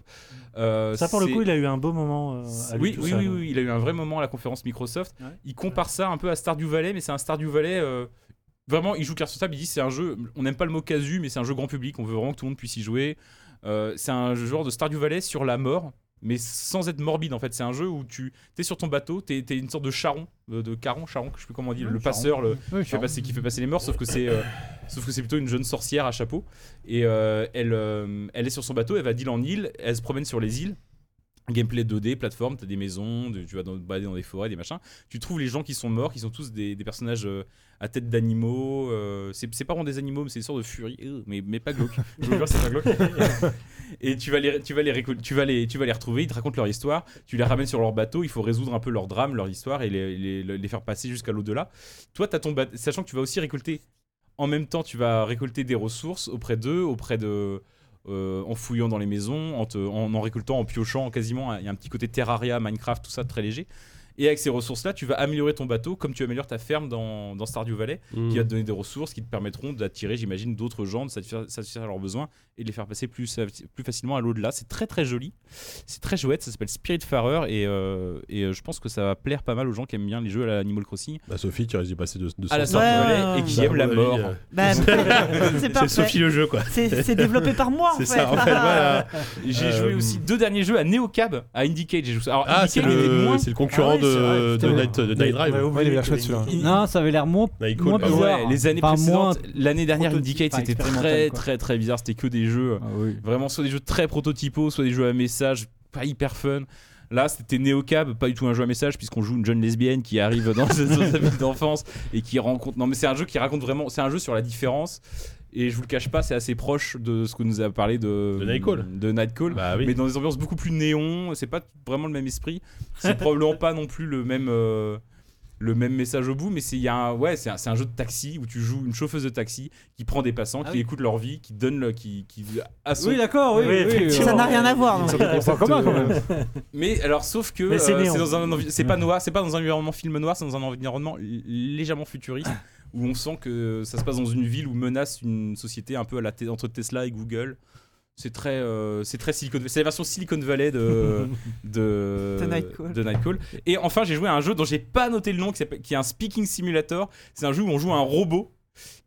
[SPEAKER 3] Euh,
[SPEAKER 4] Ça, pour le
[SPEAKER 3] c'est-
[SPEAKER 4] coup, il a eu un beau moment. euh, à lui
[SPEAKER 3] oui,
[SPEAKER 4] tout
[SPEAKER 3] oui,
[SPEAKER 4] seul.
[SPEAKER 3] oui, oui, il a eu un vrai moment à la conférence Microsoft.
[SPEAKER 4] Ouais.
[SPEAKER 3] Il compare ça un peu à Stardew Valley, mais c'est un Stardew Valley. euh, vraiment, il joue carte sur table. Il dit c'est un jeu. On n'aime pas le mot casu, mais c'est un jeu grand public. On veut vraiment que tout le monde puisse y jouer. Euh, c'est un genre de Stardew Valley sur la mort, mais sans être morbide en fait. C'est un jeu où tu es sur ton bateau, tu es, une sorte de charron, euh, de caron, charron, je sais plus comment on dit, le
[SPEAKER 7] Charon.
[SPEAKER 3] passeur, le,
[SPEAKER 7] Ouais,
[SPEAKER 3] qui fait
[SPEAKER 7] Charon.
[SPEAKER 3] passer, qui fait passer les morts, sauf que c'est euh, sauf que c'est plutôt une jeune sorcière à chapeau. Et euh, elle, euh, elle est sur son bateau, elle va d'île en île, elle se promène sur les îles. Gameplay 2D, plateforme, t'as des maisons, de- tu vas dans, te balader dans des forêts, des machins. Tu trouves les gens qui sont morts, qui sont tous des, des personnages euh, à tête d'animaux. euh, c'est c'est pas vraiment des animaux, mais c'est une sorte de furie, euh, mais, mais pas glauque. Je vous jure, c'est pas glauque. Et tu vas, les, tu, vas les récol- tu, vas les, tu vas les retrouver, ils te racontent leur histoire, tu les ramènes sur leur bateau, il faut résoudre un peu leur drame, leur histoire et les, les- les faire passer jusqu'à l'au-delà. Toi, t'as ton ba- sachant que tu vas aussi récolter, en même temps, tu vas récolter des ressources auprès d'eux, auprès de. euh, en fouillant dans les maisons, en, te- en, en récoltant, en piochant, quasiment, hein, il y a un petit côté Terraria, Minecraft, tout ça de très léger. Et avec ces ressources-là, tu vas améliorer ton bateau comme tu améliores ta ferme dans, dans Stardew Valley,
[SPEAKER 2] Mm.
[SPEAKER 3] qui va te donner des ressources qui te permettront d'attirer, j'imagine, d'autres gens, de satisfaire, satisfaire leurs besoins et de les faire passer plus, euh, plus facilement à l'au-delà. C'est très très joli, c'est très chouette, ça s'appelle Spiritfarer et, euh, et euh, je pense que ça va plaire pas mal aux gens qui aiment bien les jeux à l'Animal Crossing,
[SPEAKER 2] Bah, Sophie, tu risques d'y passer de, de
[SPEAKER 3] à la
[SPEAKER 5] Ouais,
[SPEAKER 3] sortie
[SPEAKER 5] ouais,
[SPEAKER 3] Valley,
[SPEAKER 5] ouais.
[SPEAKER 3] et qui
[SPEAKER 2] Bah, à
[SPEAKER 3] aiment la
[SPEAKER 2] mon avis,
[SPEAKER 3] mort.
[SPEAKER 2] euh,
[SPEAKER 5] Bah, [laughs] c'est
[SPEAKER 2] C'est
[SPEAKER 5] parfait.
[SPEAKER 2] Sophie le jeu,
[SPEAKER 3] [laughs]
[SPEAKER 2] quoi.
[SPEAKER 5] C'est c'est développé par moi en
[SPEAKER 2] C'est
[SPEAKER 5] fait.
[SPEAKER 2] ça, en fait, voilà.
[SPEAKER 3] J'ai
[SPEAKER 2] Euh,
[SPEAKER 3] joué aussi deux derniers jeux à Neocab, à Indicate. J'ai joué ça. Alors,
[SPEAKER 2] Ah, c'est
[SPEAKER 3] Indicate était moins.
[SPEAKER 2] le, c'est le concurrent
[SPEAKER 4] Ah ouais, c'est vrai,
[SPEAKER 2] de, de,
[SPEAKER 4] putain.
[SPEAKER 2] Night, de Night Drive.
[SPEAKER 4] Ouais,
[SPEAKER 6] Ouais, il avait l'air
[SPEAKER 4] que
[SPEAKER 6] chouette,
[SPEAKER 4] les-
[SPEAKER 6] celui-là.
[SPEAKER 7] Non, ça avait l'air moins.
[SPEAKER 2] Night
[SPEAKER 7] Moins
[SPEAKER 2] Call,
[SPEAKER 3] Ah ouais,
[SPEAKER 7] bizarre.
[SPEAKER 3] les années
[SPEAKER 7] Enfin,
[SPEAKER 3] précédentes, l'année dernière
[SPEAKER 7] prototype,
[SPEAKER 3] Indicate
[SPEAKER 7] enfin,
[SPEAKER 3] c'était très
[SPEAKER 7] expérimental, quoi.
[SPEAKER 3] très très bizarre. C'était que des jeux, euh,
[SPEAKER 7] Ah oui.
[SPEAKER 3] vraiment soit des jeux très prototypaux, soit des jeux à message pas hyper fun. Là, c'était Neocab, pas du tout un jeu à message, puisqu'on joue une jeune lesbienne qui arrive
[SPEAKER 2] [laughs]
[SPEAKER 3] dans sa dans sa ville d'enfance et qui rencontre. Non, mais c'est un jeu qui raconte vraiment. C'est un jeu sur la différence. Et je vous le cache pas, c'est assez proche de ce que nous a parlé de,
[SPEAKER 2] De Night Call.
[SPEAKER 3] de Night Call
[SPEAKER 7] Ah
[SPEAKER 2] Bah oui.
[SPEAKER 3] mais dans des ambiances beaucoup plus néon. C'est pas vraiment le même esprit.
[SPEAKER 7] [laughs]
[SPEAKER 3] C'est probablement pas non plus le même. euh, le même message au bout, mais c'est il y a un, ouais, c'est un, c'est un jeu de taxi où tu joues une chauffeuse de taxi qui prend des passants,
[SPEAKER 7] Ah
[SPEAKER 3] qui
[SPEAKER 7] oui.
[SPEAKER 3] écoute leur vie, qui donne le, qui, qui assaut.
[SPEAKER 7] Oui, d'accord, oui,
[SPEAKER 4] Oui,
[SPEAKER 7] oui, oui.
[SPEAKER 4] effectivement.
[SPEAKER 5] Ça n'a rien à voir. hein.
[SPEAKER 6] Une
[SPEAKER 5] donc.
[SPEAKER 6] sorte de
[SPEAKER 7] C'est
[SPEAKER 6] concept,
[SPEAKER 7] commun, quand
[SPEAKER 6] [laughs] euh,
[SPEAKER 7] même.
[SPEAKER 3] Mais alors, sauf que
[SPEAKER 4] Mais c'est
[SPEAKER 3] euh,
[SPEAKER 4] néon.
[SPEAKER 3] c'est dans un envi- c'est pas noir, c'est pas dans un environnement film noir, c'est dans un environnement l- légèrement futuriste où on sent que ça se passe dans une ville où menace une société un peu à la te- entre Tesla et Google. C'est très, euh, c'est très Silicon Valley. C'est la version Silicon Valley de de,
[SPEAKER 5] De Nightcall.
[SPEAKER 3] de Nightcall. Et enfin, j'ai joué à un jeu dont j'ai pas noté le nom qui, s'appelle- qui est un Speaking Simulator. C'est un jeu où on joue un robot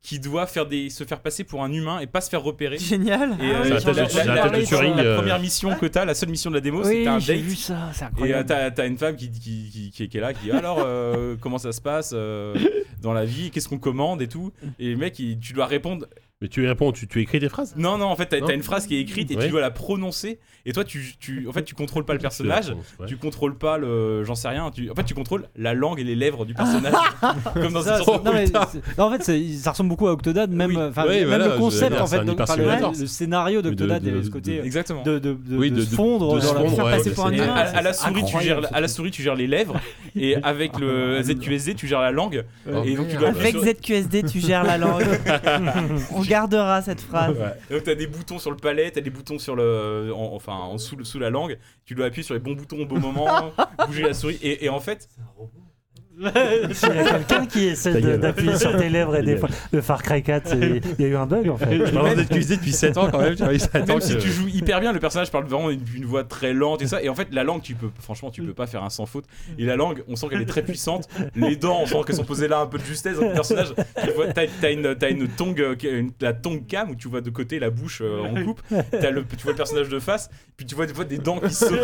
[SPEAKER 3] qui doit faire des, se faire passer pour un humain et pas se faire repérer.
[SPEAKER 5] [laughs] [laughs] Génial. Ah,
[SPEAKER 3] Et
[SPEAKER 2] oui, j'en
[SPEAKER 3] euh,
[SPEAKER 2] ai
[SPEAKER 3] la-
[SPEAKER 2] entendu
[SPEAKER 3] la- la-
[SPEAKER 2] parler, ça.
[SPEAKER 3] la première mission que t'as, la seule mission de la démo, c'était un
[SPEAKER 7] Oui, j'ai
[SPEAKER 3] date
[SPEAKER 7] vu ça, c'est
[SPEAKER 3] et euh,
[SPEAKER 7] incroyable.
[SPEAKER 3] t'as t'as une femme qui, qui, qui, qui est- qui est là, qui dit alors
[SPEAKER 7] [laughs]
[SPEAKER 3] euh, comment ça se passe euh, dans la vie, qu'est-ce qu'on commande et tout. Et le mec, il- tu dois répondre.
[SPEAKER 2] Mais tu réponds, tu, tu écris des phrases.
[SPEAKER 3] Non, non, en fait, t'as
[SPEAKER 2] Non.
[SPEAKER 3] t'as une phrase qui est écrite et
[SPEAKER 2] Ouais.
[SPEAKER 3] tu dois la prononcer. Et toi, tu, tu, en fait, tu contrôles pas le personnage.
[SPEAKER 2] Ouais.
[SPEAKER 3] Tu contrôles pas le. J'en sais rien. Tu, en fait, tu contrôles la langue et les
[SPEAKER 7] [laughs]
[SPEAKER 3] lèvres du personnage. comme dans
[SPEAKER 7] Ça,
[SPEAKER 3] une
[SPEAKER 7] c'est-
[SPEAKER 3] sorte de-
[SPEAKER 7] non, mais c'est- non, en fait, c'est- ça ressemble beaucoup à Octodad, même,
[SPEAKER 3] Oui.
[SPEAKER 7] enfin,
[SPEAKER 2] Oui,
[SPEAKER 7] même
[SPEAKER 2] voilà,
[SPEAKER 7] le concept,
[SPEAKER 2] c'est
[SPEAKER 7] en fait,
[SPEAKER 2] un
[SPEAKER 7] donc,
[SPEAKER 2] hyper
[SPEAKER 7] enfin, le-
[SPEAKER 2] simulator.
[SPEAKER 7] le scénario
[SPEAKER 2] Mais de-
[SPEAKER 7] d'octodad, il y
[SPEAKER 2] de-
[SPEAKER 7] avait ce côté euh,
[SPEAKER 3] Exactement.
[SPEAKER 7] de, de, de,
[SPEAKER 2] Oui,
[SPEAKER 7] de
[SPEAKER 2] de-
[SPEAKER 7] se fondre
[SPEAKER 2] de se
[SPEAKER 7] dans la-
[SPEAKER 2] fondre,
[SPEAKER 5] faire
[SPEAKER 2] ouais,
[SPEAKER 5] passer
[SPEAKER 2] mais
[SPEAKER 5] pour un
[SPEAKER 2] c'est-
[SPEAKER 3] Et
[SPEAKER 5] humain.
[SPEAKER 3] à,
[SPEAKER 5] Ah,
[SPEAKER 3] à la souris, tu
[SPEAKER 7] incroyable,
[SPEAKER 3] gères,
[SPEAKER 7] ce
[SPEAKER 3] à la souris, tu gères les lèvres, et avec le ZQSD, tu gères la langue,
[SPEAKER 2] Oh,
[SPEAKER 3] et donc tu dois
[SPEAKER 5] Avec ZQSD, tu gères la langue. On gardera cette phrase.
[SPEAKER 3] Et [laughs] Donc t'as des boutons sur le palais, t'as des boutons sur le, en- enfin en sous, le- sous la langue. Tu dois appuyer sur les bons boutons au bon moment, bouger la souris. Et, et en fait,
[SPEAKER 4] S'il y a quelqu'un qui essaie
[SPEAKER 2] Ta
[SPEAKER 4] de-
[SPEAKER 2] gueule.
[SPEAKER 4] d'appuyer sur tes lèvres et
[SPEAKER 2] Ta
[SPEAKER 4] des
[SPEAKER 2] gueule.
[SPEAKER 4] fois. Le Far Cry 4, c'est- il y a eu un bug en fait.
[SPEAKER 2] Je parle d'être cuisiné depuis 7 ans quand même. tu vois, il s'attend
[SPEAKER 3] Même si
[SPEAKER 2] que-
[SPEAKER 3] tu joues hyper bien, le personnage parle vraiment d'une d'une voix très lente et ça. Et en fait, la langue, tu peux, franchement,
[SPEAKER 2] Mm.
[SPEAKER 3] tu peux pas faire un sans faute. Et la langue, on sent qu'elle est très puissante.
[SPEAKER 2] [laughs]
[SPEAKER 3] Les dents, on sent qu'elles sont posées là un peu de justesse. Donc, le personnage, tu vois, t'as t'as une, t'as une tongue, euh, qui- une- la tongue cam où tu vois de côté la bouche euh, en coupe. T'as le, tu vois le personnage de face. Puis tu vois des fois des dents qui
[SPEAKER 2] [laughs]
[SPEAKER 3] sautent.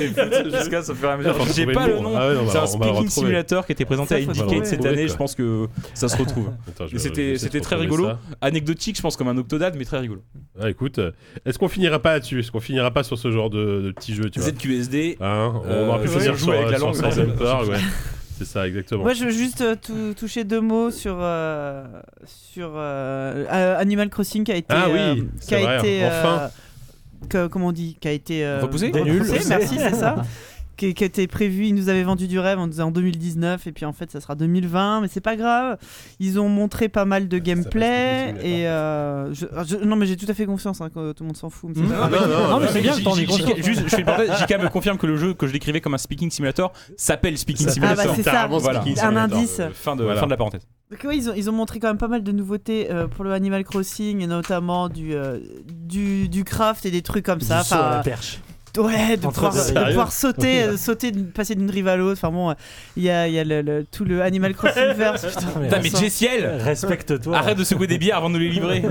[SPEAKER 3] Et putain, jusqu'à ça faire à mesure.
[SPEAKER 2] Faut retrouver
[SPEAKER 3] J'ai pas
[SPEAKER 2] le
[SPEAKER 3] le
[SPEAKER 2] nom.
[SPEAKER 3] nom.
[SPEAKER 2] Ah ouais, non, bah,
[SPEAKER 3] C'est
[SPEAKER 2] on
[SPEAKER 3] un
[SPEAKER 2] va
[SPEAKER 3] speaking
[SPEAKER 2] retrouver.
[SPEAKER 3] simulator qui était présenté
[SPEAKER 5] Ça,
[SPEAKER 3] à
[SPEAKER 5] faut
[SPEAKER 3] Indicate
[SPEAKER 5] retrouver.
[SPEAKER 3] cette année. Je pense que ça
[SPEAKER 2] [laughs]
[SPEAKER 3] se retrouve.
[SPEAKER 2] Attends, je
[SPEAKER 3] Et
[SPEAKER 2] vais- je vais
[SPEAKER 3] c'était
[SPEAKER 2] essayer de
[SPEAKER 3] c'était très
[SPEAKER 2] retrouver
[SPEAKER 3] rigolo.
[SPEAKER 2] ça.
[SPEAKER 3] Anecdotique, je pense, comme un octodad, mais très rigolo.
[SPEAKER 2] Ah, écoute, euh, est-ce qu'on finira pas là-dessus Est-ce qu'on finira pas sur ce genre de, de petit jeu tu vois
[SPEAKER 3] ZQSD.
[SPEAKER 2] Hein, On
[SPEAKER 3] Euh,
[SPEAKER 2] aurait pu
[SPEAKER 3] ouais,
[SPEAKER 2] choisir
[SPEAKER 3] on joue
[SPEAKER 2] sur,
[SPEAKER 3] avec la
[SPEAKER 2] sur
[SPEAKER 3] langue,
[SPEAKER 2] Sans
[SPEAKER 3] ouais.
[SPEAKER 2] Temper, ouais. C'est ça, exactement.
[SPEAKER 5] Moi, je veux juste euh, tou- toucher deux mots sur, euh, sur euh, euh, Animal Crossing qui a été.
[SPEAKER 2] Ah oui,
[SPEAKER 5] euh, qui
[SPEAKER 2] c'est
[SPEAKER 5] a
[SPEAKER 2] vrai,
[SPEAKER 5] été euh,
[SPEAKER 2] enfin.
[SPEAKER 5] que- comment on dit Qui a été. euh,
[SPEAKER 3] Repoussé
[SPEAKER 5] repoussé, merci,
[SPEAKER 2] [laughs]
[SPEAKER 5] c'est ça. Qui, qui était prévu, ils nous avaient vendu du rêve en disant en 2019 et puis en fait ça sera 2020 mais c'est pas grave ils ont montré pas mal de gameplay
[SPEAKER 2] passe sous les yeux,
[SPEAKER 5] et euh, je- ah, je- non mais j'ai tout à fait confiance hein, que tout le monde s'en fout mais c'est pas
[SPEAKER 2] Ah, non,
[SPEAKER 5] grave.
[SPEAKER 2] non,
[SPEAKER 7] Non, mais
[SPEAKER 2] ouais.
[SPEAKER 7] c'est bien que t'en aies
[SPEAKER 3] J- J-
[SPEAKER 7] conscience.
[SPEAKER 3] Juste, je fais une parenthèse, JK me confirme que le jeu que je décrivais comme un speaking simulator s'appelle speaking
[SPEAKER 2] Ça
[SPEAKER 5] ah bah
[SPEAKER 3] simulator.
[SPEAKER 5] c'est ça
[SPEAKER 2] Littéralement,
[SPEAKER 3] Voilà.
[SPEAKER 2] Speaking
[SPEAKER 5] un
[SPEAKER 2] Simulator.
[SPEAKER 5] indice
[SPEAKER 3] Euh, fin, de,
[SPEAKER 2] Voilà.
[SPEAKER 3] fin de la parenthèse.
[SPEAKER 5] Donc ouais, ils, ont, ils ont montré quand même pas mal de nouveautés euh, pour le Animal Crossing et notamment du, euh, du, du craft et des trucs comme ça.
[SPEAKER 4] Du saut à la
[SPEAKER 5] Enfin,
[SPEAKER 4] perche.
[SPEAKER 5] ouais, de
[SPEAKER 4] Entre
[SPEAKER 5] pouvoir,
[SPEAKER 4] deux.
[SPEAKER 5] de
[SPEAKER 4] Sérieux
[SPEAKER 5] pouvoir sauter, euh, sauter d'une- passer d'une rive à l'autre. Enfin bon, euh, il y a, il y a le, le- tout le Animal
[SPEAKER 4] [laughs]
[SPEAKER 5] Crossing verse. putain,
[SPEAKER 4] Putain, mais
[SPEAKER 3] Putain, mais
[SPEAKER 5] ça-
[SPEAKER 3] Jessiel
[SPEAKER 4] Respecte-toi.
[SPEAKER 3] Arrête de secouer des bières avant de nous les livrer Non,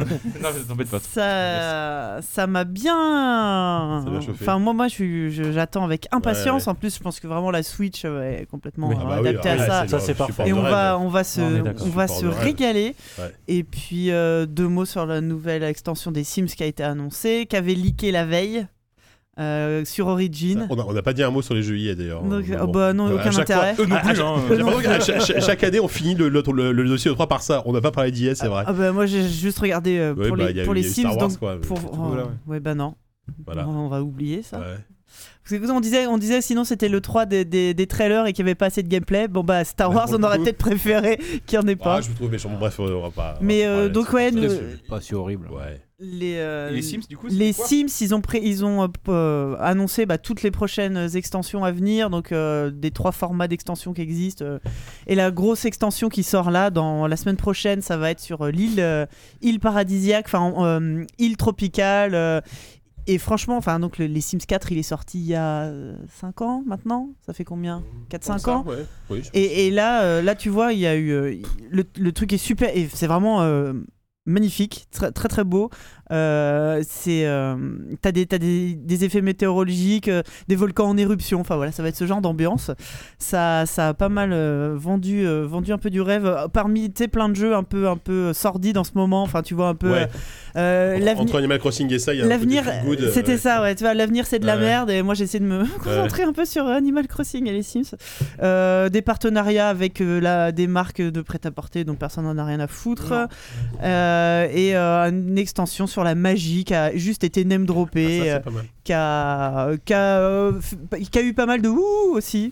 [SPEAKER 3] mais t'embête pas.
[SPEAKER 5] Ça, ça m'a bien.
[SPEAKER 2] Ça l'a chauffé.
[SPEAKER 5] Enfin, moi, moi, je suis- je- j'attends avec impatience. En plus, je pense que vraiment la Switch euh, est complètement
[SPEAKER 4] Oui.
[SPEAKER 5] euh,
[SPEAKER 2] Ah bah oui,
[SPEAKER 5] adaptée
[SPEAKER 2] ah
[SPEAKER 5] à
[SPEAKER 2] oui,
[SPEAKER 5] ça.
[SPEAKER 2] le
[SPEAKER 4] Ça, c'est
[SPEAKER 2] support
[SPEAKER 4] parfait.
[SPEAKER 5] Et
[SPEAKER 2] de
[SPEAKER 5] on
[SPEAKER 2] rêve.
[SPEAKER 5] va, on va se,
[SPEAKER 4] On est
[SPEAKER 5] on,
[SPEAKER 4] d'accord.
[SPEAKER 5] va
[SPEAKER 2] Support
[SPEAKER 5] se
[SPEAKER 2] de rêve.
[SPEAKER 5] régaler.
[SPEAKER 2] Ouais.
[SPEAKER 5] Et puis euh, deux mots sur la nouvelle extension des Sims qui a été annoncée, qui avait leaké la veille euh, sur Origin.
[SPEAKER 2] On a- on n'a pas dit un mot sur les jeux IA d'ailleurs.
[SPEAKER 5] Donc,
[SPEAKER 2] Bon,
[SPEAKER 5] oh, bah non,
[SPEAKER 2] À
[SPEAKER 5] aucun
[SPEAKER 2] chaque fois,
[SPEAKER 5] intérêt.
[SPEAKER 3] Eux non
[SPEAKER 2] Ah,
[SPEAKER 3] plus,
[SPEAKER 2] ah,
[SPEAKER 3] hein.
[SPEAKER 2] J'ai l'impression qu'à cha- cha- chaque année, on finit le, le, le- le dossier de 3 par ça. On n'a pas parlé d'IA, c'est vrai.
[SPEAKER 5] Ah bah, moi j'ai juste regardé euh,
[SPEAKER 2] Ouais,
[SPEAKER 5] pour
[SPEAKER 2] bah, il y
[SPEAKER 5] les,
[SPEAKER 2] a
[SPEAKER 5] pour
[SPEAKER 2] eu-
[SPEAKER 5] les
[SPEAKER 2] il y a eu
[SPEAKER 5] Sims.
[SPEAKER 2] Star Wars,
[SPEAKER 5] donc
[SPEAKER 2] quoi, euh,
[SPEAKER 5] pour,
[SPEAKER 2] tout,
[SPEAKER 5] oh,
[SPEAKER 6] voilà, ouais.
[SPEAKER 5] ouais, bah non,
[SPEAKER 2] Voilà.
[SPEAKER 5] on va oublier ça.
[SPEAKER 2] Ouais.
[SPEAKER 5] Parce que, écoutez, on disait, on disait sinon c'était le 3 des, des, des trailers et qu'il n'y avait pas assez de gameplay. Bon bah Star
[SPEAKER 2] Bah,
[SPEAKER 5] Wars,
[SPEAKER 2] pour
[SPEAKER 5] on
[SPEAKER 2] le
[SPEAKER 5] aurait
[SPEAKER 2] coup.
[SPEAKER 5] peut-être préféré qu'il n'y en ait pas.
[SPEAKER 2] Ah, je me trouve méchant. Bon, bref, on va pas. on va
[SPEAKER 5] Mais
[SPEAKER 2] pas
[SPEAKER 5] euh,
[SPEAKER 2] parler
[SPEAKER 5] donc
[SPEAKER 2] là-dessus.
[SPEAKER 5] ouais, nous-
[SPEAKER 7] Pas si horrible.
[SPEAKER 2] Ouais.
[SPEAKER 5] les, euh,
[SPEAKER 3] Et Les Sims, du coup,
[SPEAKER 5] Les
[SPEAKER 3] c'était quoi
[SPEAKER 5] Sims, ils ont, pré- ils ont euh, p- euh, annoncé bah, toutes les prochaines extensions à venir, donc euh, des trois formats d'extensions qui existent. euh. et la grosse extension qui sort là, dans la semaine prochaine, ça va être sur euh, l'île euh, île paradisiaque, enfin euh, île tropicale. euh. et franchement, enfin donc le- les Sims 4, il est sorti il y a 5 ans maintenant. Ça fait combien 4-5 ans
[SPEAKER 2] Ouais. Oui, je-
[SPEAKER 5] et, et là, euh, là, tu vois, il y a eu euh, le, le truc est super et c'est vraiment euh, magnifique, très très, très beau. Euh, c'est euh, t'as des t'as des, des effets météorologiques, euh, des volcans en éruption. Enfin voilà, ça va être ce genre d'ambiance. Ça ça a pas mal euh, vendu euh, vendu un peu du rêve. Euh, Parmi tu sais, plein de jeux un peu un peu sordides en ce moment. Enfin tu vois un peu
[SPEAKER 2] Ouais.
[SPEAKER 5] euh,
[SPEAKER 2] Entre,
[SPEAKER 5] l'avenir.
[SPEAKER 2] entre Animal Crossing et ça, il y a un
[SPEAKER 5] L'avenir,
[SPEAKER 2] peu de feel good, euh,
[SPEAKER 5] c'était
[SPEAKER 2] ouais.
[SPEAKER 5] ça, ouais. Tu vois, l'avenir, c'est de la
[SPEAKER 2] Ouais.
[SPEAKER 5] merde. Et moi, j'essaie de me [laughs] concentrer un peu sur euh, Animal Crossing et les Sims. Euh, des partenariats avec euh, la, des marques de prêt-à-porter dont personne n'en a rien à foutre. Euh, et euh, une extension sur la magie qui a juste été name
[SPEAKER 2] Ah, ça,
[SPEAKER 5] droppée,
[SPEAKER 2] c'est
[SPEAKER 5] euh,
[SPEAKER 2] pas mal.
[SPEAKER 5] qui a, qui a, euh, f- qui a eu pas mal de ouh aussi.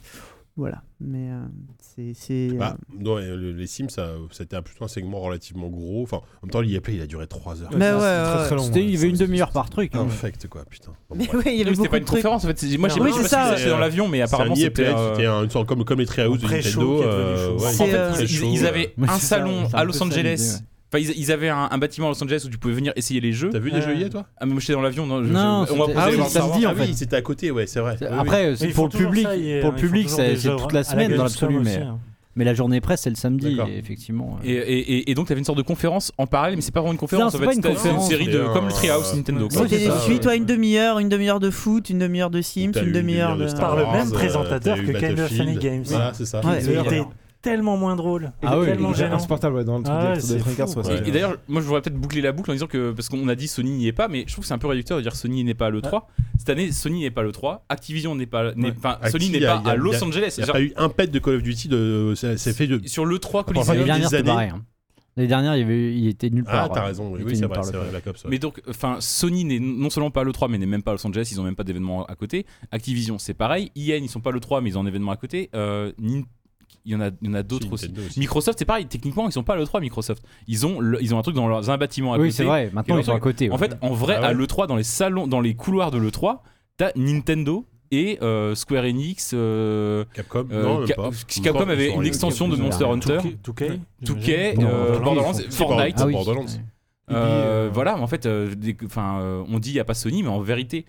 [SPEAKER 5] Voilà. Mais euh, c'est. c'est, euh,
[SPEAKER 2] Bah, non, et le- les Sims, ça, c'était un- plutôt un segment relativement gros. Enfin, en même temps, l'IAP, il a duré 3 heures.
[SPEAKER 5] Mais
[SPEAKER 6] c'est-
[SPEAKER 5] ouais,
[SPEAKER 6] c'est
[SPEAKER 5] ouais,
[SPEAKER 6] très, très long,
[SPEAKER 7] C'était-
[SPEAKER 6] ouais.
[SPEAKER 7] Il y avait une demi-heure par truc. hein.
[SPEAKER 2] Infect, quoi, putain. Bon,
[SPEAKER 5] Mais
[SPEAKER 2] bref.
[SPEAKER 5] ouais, il y avait
[SPEAKER 3] Oui, C'était
[SPEAKER 5] beaucoup
[SPEAKER 3] pas une
[SPEAKER 5] de trucs.
[SPEAKER 3] conférence en fait. C'est- Moi j'ai
[SPEAKER 5] Oui,
[SPEAKER 3] pas
[SPEAKER 5] c'est ça,
[SPEAKER 3] c'était dans
[SPEAKER 2] ouais.
[SPEAKER 3] l'avion, mais apparemment
[SPEAKER 2] c'est un
[SPEAKER 3] c'était.
[SPEAKER 2] IAPS,
[SPEAKER 3] euh,
[SPEAKER 2] c'était un- une sorte comme, comme les Treehouse de
[SPEAKER 4] Un pré-show
[SPEAKER 2] Nintendo.
[SPEAKER 4] qui est devenu
[SPEAKER 2] euh,
[SPEAKER 4] chaud.
[SPEAKER 2] ouais,
[SPEAKER 5] C'est,
[SPEAKER 2] ils-
[SPEAKER 5] euh,
[SPEAKER 3] En fait,
[SPEAKER 2] très
[SPEAKER 3] ils,
[SPEAKER 2] chaud,
[SPEAKER 3] ils
[SPEAKER 2] euh.
[SPEAKER 3] avaient
[SPEAKER 7] Ouais,
[SPEAKER 3] un
[SPEAKER 7] c'est ça,
[SPEAKER 3] salon
[SPEAKER 7] c'est un
[SPEAKER 3] à
[SPEAKER 7] peu
[SPEAKER 3] Los
[SPEAKER 7] ça l'idée,
[SPEAKER 3] Angeles.
[SPEAKER 7] ouais.
[SPEAKER 3] Enfin, ils, ils avaient un, un bâtiment à Los Angeles où tu pouvais venir essayer les jeux.
[SPEAKER 2] T'as vu des jeux IA, toi
[SPEAKER 3] Ah, mais moi j'étais dans l'avion. Non, je-
[SPEAKER 7] Non,
[SPEAKER 3] je- on m'a
[SPEAKER 7] c'était-
[SPEAKER 3] posé
[SPEAKER 7] ah oui,
[SPEAKER 3] dans le
[SPEAKER 7] ça
[SPEAKER 3] salon.
[SPEAKER 7] se dit, en
[SPEAKER 2] Ah oui,
[SPEAKER 7] fait.
[SPEAKER 2] c'était à côté, ouais, c'est vrai.
[SPEAKER 7] C'est-
[SPEAKER 2] Oui, oui.
[SPEAKER 7] Après, euh,
[SPEAKER 4] Mais
[SPEAKER 7] c'est
[SPEAKER 4] ils
[SPEAKER 7] pour
[SPEAKER 4] font
[SPEAKER 7] le
[SPEAKER 4] toujours
[SPEAKER 7] public,
[SPEAKER 4] ça, ils-
[SPEAKER 7] pour le
[SPEAKER 4] ils font
[SPEAKER 7] public,
[SPEAKER 4] toujours
[SPEAKER 7] c'est
[SPEAKER 4] des
[SPEAKER 7] c'est
[SPEAKER 4] œuvres hein.
[SPEAKER 7] toute la
[SPEAKER 4] à
[SPEAKER 7] semaine dans
[SPEAKER 4] Gamescom
[SPEAKER 7] l'absolu,
[SPEAKER 4] aussi,
[SPEAKER 7] mais,
[SPEAKER 4] hein.
[SPEAKER 7] mais la journée presse, c'est le samedi,
[SPEAKER 2] D'accord.
[SPEAKER 7] et effectivement. Euh,
[SPEAKER 3] Et, et- et- et donc t'avais une sorte de conférence en parallèle, mais c'est pas vraiment une conférence.
[SPEAKER 7] c'est
[SPEAKER 3] en fait,
[SPEAKER 7] pas une
[SPEAKER 3] c'était- c'est
[SPEAKER 7] conférence,
[SPEAKER 3] série de
[SPEAKER 2] mais un-
[SPEAKER 3] comme le Treehouse Nintendo. quoi.
[SPEAKER 7] Ouais,
[SPEAKER 5] C'était
[SPEAKER 7] c'est ça,
[SPEAKER 5] suite
[SPEAKER 2] ouais.
[SPEAKER 5] à une demi-heure, une demi-heure de foot, une demi-heure de Sims,
[SPEAKER 2] T'as eu
[SPEAKER 5] une demi-heure de.
[SPEAKER 2] Star
[SPEAKER 4] Par le
[SPEAKER 2] Wars,
[SPEAKER 4] même
[SPEAKER 2] euh,
[SPEAKER 4] présentateur
[SPEAKER 2] t'as eu
[SPEAKER 4] que Kind of Funny
[SPEAKER 2] Battlefield.
[SPEAKER 4] Games.
[SPEAKER 2] Voilà, c'est ça.
[SPEAKER 5] Ouais.
[SPEAKER 4] Il était tellement moins drôle. Il
[SPEAKER 7] Ah
[SPEAKER 4] était
[SPEAKER 7] oui,
[SPEAKER 4] tellement
[SPEAKER 7] il a
[SPEAKER 4] gênant.
[SPEAKER 6] insupportable ouais, dans le truc
[SPEAKER 4] Ah
[SPEAKER 6] des-
[SPEAKER 4] ouais,
[SPEAKER 6] des
[SPEAKER 4] c'est
[SPEAKER 6] tricards,
[SPEAKER 4] fou.
[SPEAKER 6] ouais,
[SPEAKER 2] Ouais.
[SPEAKER 6] c'est-
[SPEAKER 3] Et, et d'ailleurs, moi je voudrais peut-être boucler la boucle en disant que, parce qu'on a dit Sony n'y est pas, mais je trouve que c'est un peu réducteur de dire Sony n'est pas le 3. Cette année, Sony n'est pas le 3, Activision n'est pas. n'est-
[SPEAKER 2] Ouais.
[SPEAKER 3] Enfin,
[SPEAKER 2] Acti-
[SPEAKER 3] Sony n'est
[SPEAKER 2] y a-
[SPEAKER 3] pas
[SPEAKER 2] y a-
[SPEAKER 3] à Los
[SPEAKER 2] y a-
[SPEAKER 3] Angeles.
[SPEAKER 2] Il n'y a
[SPEAKER 3] Genre,
[SPEAKER 2] pas eu un pet de Call of Duty, de... c'est c'est fait de.
[SPEAKER 3] Sur le 3
[SPEAKER 2] Enfin, il
[SPEAKER 3] Coliseum.
[SPEAKER 2] y
[SPEAKER 7] L'année
[SPEAKER 2] a
[SPEAKER 7] dernière,
[SPEAKER 2] des
[SPEAKER 7] c'était
[SPEAKER 2] années-
[SPEAKER 7] pareil. hein. L'année dernière, il, y avait- il était nulle part.
[SPEAKER 2] Ah, t'as raison, oui,
[SPEAKER 7] Il
[SPEAKER 2] oui,
[SPEAKER 7] était
[SPEAKER 2] c'est
[SPEAKER 7] nulle
[SPEAKER 2] vrai,
[SPEAKER 7] part,
[SPEAKER 2] c'est
[SPEAKER 7] le
[SPEAKER 2] vrai,
[SPEAKER 7] fait.
[SPEAKER 2] Black Ops. ouais.
[SPEAKER 3] Mais donc, enfin, Sony n'est non seulement pas le 3, mais n'est même pas à Los Angeles, ils ont même pas d'événements à côté. Activision, c'est pareil. IN, ils sont pas le 3, mais ils ont un événement à côté. Euh, Nin- il y en a, il y en a d'autres
[SPEAKER 2] Si,
[SPEAKER 3] aussi.
[SPEAKER 2] Nintendo aussi.
[SPEAKER 3] Microsoft, c'est pareil. Techniquement, ils sont pas le 3, Microsoft. Ils ont, le- ils ont un truc dans leurs un bâtiment à
[SPEAKER 7] Oui,
[SPEAKER 3] côté.
[SPEAKER 7] c'est vrai, maintenant
[SPEAKER 3] Et
[SPEAKER 7] ils sont à
[SPEAKER 3] donc,
[SPEAKER 7] côté.
[SPEAKER 3] En
[SPEAKER 7] ouais.
[SPEAKER 3] fait, en vrai,
[SPEAKER 2] Ah ouais.
[SPEAKER 3] à l'E3, dans les salons, dans les couloirs de l'E3, t'as Nintendo et euh, Square Enix. euh,
[SPEAKER 2] Capcom,
[SPEAKER 3] euh,
[SPEAKER 2] non, même
[SPEAKER 3] Ca-
[SPEAKER 2] pas.
[SPEAKER 3] si Capcom avait une extension de Monster Hunter,
[SPEAKER 4] 2K
[SPEAKER 3] 2K,
[SPEAKER 4] Non,
[SPEAKER 3] euh,
[SPEAKER 4] Borderlands,
[SPEAKER 3] Borderlands,
[SPEAKER 4] ils
[SPEAKER 3] Fortnite.
[SPEAKER 2] Ah oui. Borderlands.
[SPEAKER 7] Ah,
[SPEAKER 3] Euh, voilà, mais en fait, euh, des- enfin, euh, on dit il n'y a pas Sony, mais en vérité,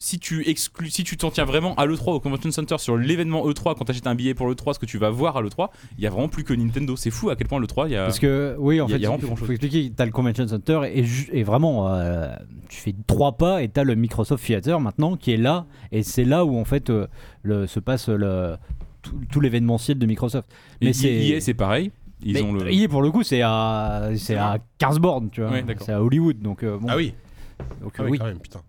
[SPEAKER 3] si tu exclus, si tu t'en tiens vraiment à l'E3 au Convention Center sur l'événement E3, quand t'achètes un billet pour l'E3, ce que tu vas voir à l'E3, il y a vraiment plus que Nintendo. C'est fou à quel point l'E3, il y a.
[SPEAKER 7] Parce
[SPEAKER 2] Euh,
[SPEAKER 7] que, oui, en
[SPEAKER 3] y a-
[SPEAKER 7] fait,
[SPEAKER 3] y a vraiment plus
[SPEAKER 7] il faut-
[SPEAKER 3] grand-chose.
[SPEAKER 7] faut expliquer, t'as le Convention Center et, ju- et vraiment, euh, tu fais trois pas et t'as le Microsoft Theater maintenant qui est là et c'est là où en fait euh, le, se passe le, tout, tout l'événementiel de Microsoft.
[SPEAKER 3] et
[SPEAKER 7] Mais c'est.
[SPEAKER 3] EA, c'est pareil. Ils
[SPEAKER 7] mais
[SPEAKER 3] ont le.
[SPEAKER 7] EA, pour le coup, c'est à, c'est à 15 bornes, tu vois.
[SPEAKER 3] Ouais, d'accord.
[SPEAKER 7] c'est à Hollywood, donc euh, bon.
[SPEAKER 2] Ah oui,
[SPEAKER 7] Donc,
[SPEAKER 2] ah
[SPEAKER 7] euh,
[SPEAKER 2] oui,
[SPEAKER 7] oui.
[SPEAKER 2] quand même, putain.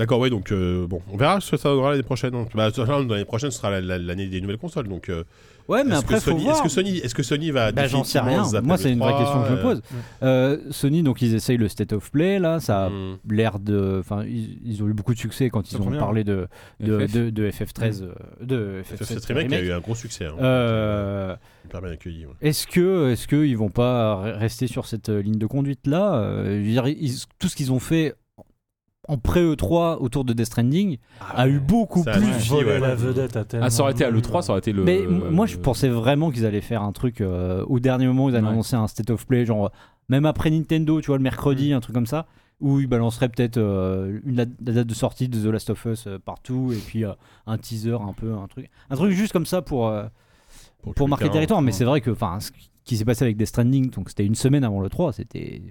[SPEAKER 2] D'accord, ouais, donc euh, bon, on verra ce que ça donnera l'année prochaine. hein. Bah, ça, non, l'année prochaine, ce sera la- la- l'année des nouvelles consoles. Donc, euh,
[SPEAKER 3] Ah,
[SPEAKER 7] Ouais, mais
[SPEAKER 2] est-ce
[SPEAKER 7] après,
[SPEAKER 2] que
[SPEAKER 7] faut
[SPEAKER 2] Sony, est-ce
[SPEAKER 7] voir.
[SPEAKER 2] que Sony, est-ce que Sony va
[SPEAKER 7] Bah, j'en sais rien.
[SPEAKER 2] définitivement zapper
[SPEAKER 7] Moi,
[SPEAKER 2] le
[SPEAKER 7] c'est une vraie
[SPEAKER 2] 3,
[SPEAKER 7] question que je me
[SPEAKER 2] euh,
[SPEAKER 7] pose. Euh, Sony, donc, ils essayent le State of Play, là, ça
[SPEAKER 3] Ah,
[SPEAKER 7] a
[SPEAKER 2] hum.
[SPEAKER 7] l'air de. Enfin, ils, ils ont eu beaucoup de succès quand ils
[SPEAKER 6] Le
[SPEAKER 7] ont
[SPEAKER 6] premier,
[SPEAKER 7] parlé de, de,
[SPEAKER 3] FF.
[SPEAKER 7] de, de FF13. euh, De FF7
[SPEAKER 2] FF7 Remake a eu un gros succès. hein.
[SPEAKER 7] Euh,
[SPEAKER 2] Super bien accueilli. ouais.
[SPEAKER 7] est-ce que est-ce que ils vont pas re- rester sur cette euh, ligne de conduite là euh, Tout ce qu'ils ont fait en pré E3 autour de Death Stranding a eu beaucoup
[SPEAKER 2] Ah Ça a
[SPEAKER 7] plus.
[SPEAKER 2] suffi,
[SPEAKER 7] volé.
[SPEAKER 2] ouais.
[SPEAKER 4] la vedette à tellement.
[SPEAKER 3] Ah, ça aurait été à l'E3, ça aurait été le.
[SPEAKER 7] Mais m- moi, je pensais vraiment qu'ils allaient faire un truc euh, au dernier moment. Ils allaient
[SPEAKER 3] Ouais.
[SPEAKER 7] annoncer un state of play, genre même après Nintendo, tu vois, le mercredi,
[SPEAKER 3] Mm.
[SPEAKER 7] un truc comme ça, où ils balanceraient peut-être euh, une la, la date de sortie de The Last of Us euh, partout, et puis euh, un teaser, un peu, un truc, un truc juste comme ça pour euh, pour,
[SPEAKER 2] que le
[SPEAKER 7] marquer le
[SPEAKER 2] terrain-
[SPEAKER 7] territoire. Mais c'est vrai que, enfin, ce qui s'est passé avec Death Stranding, donc c'était une semaine avant le 3, c'était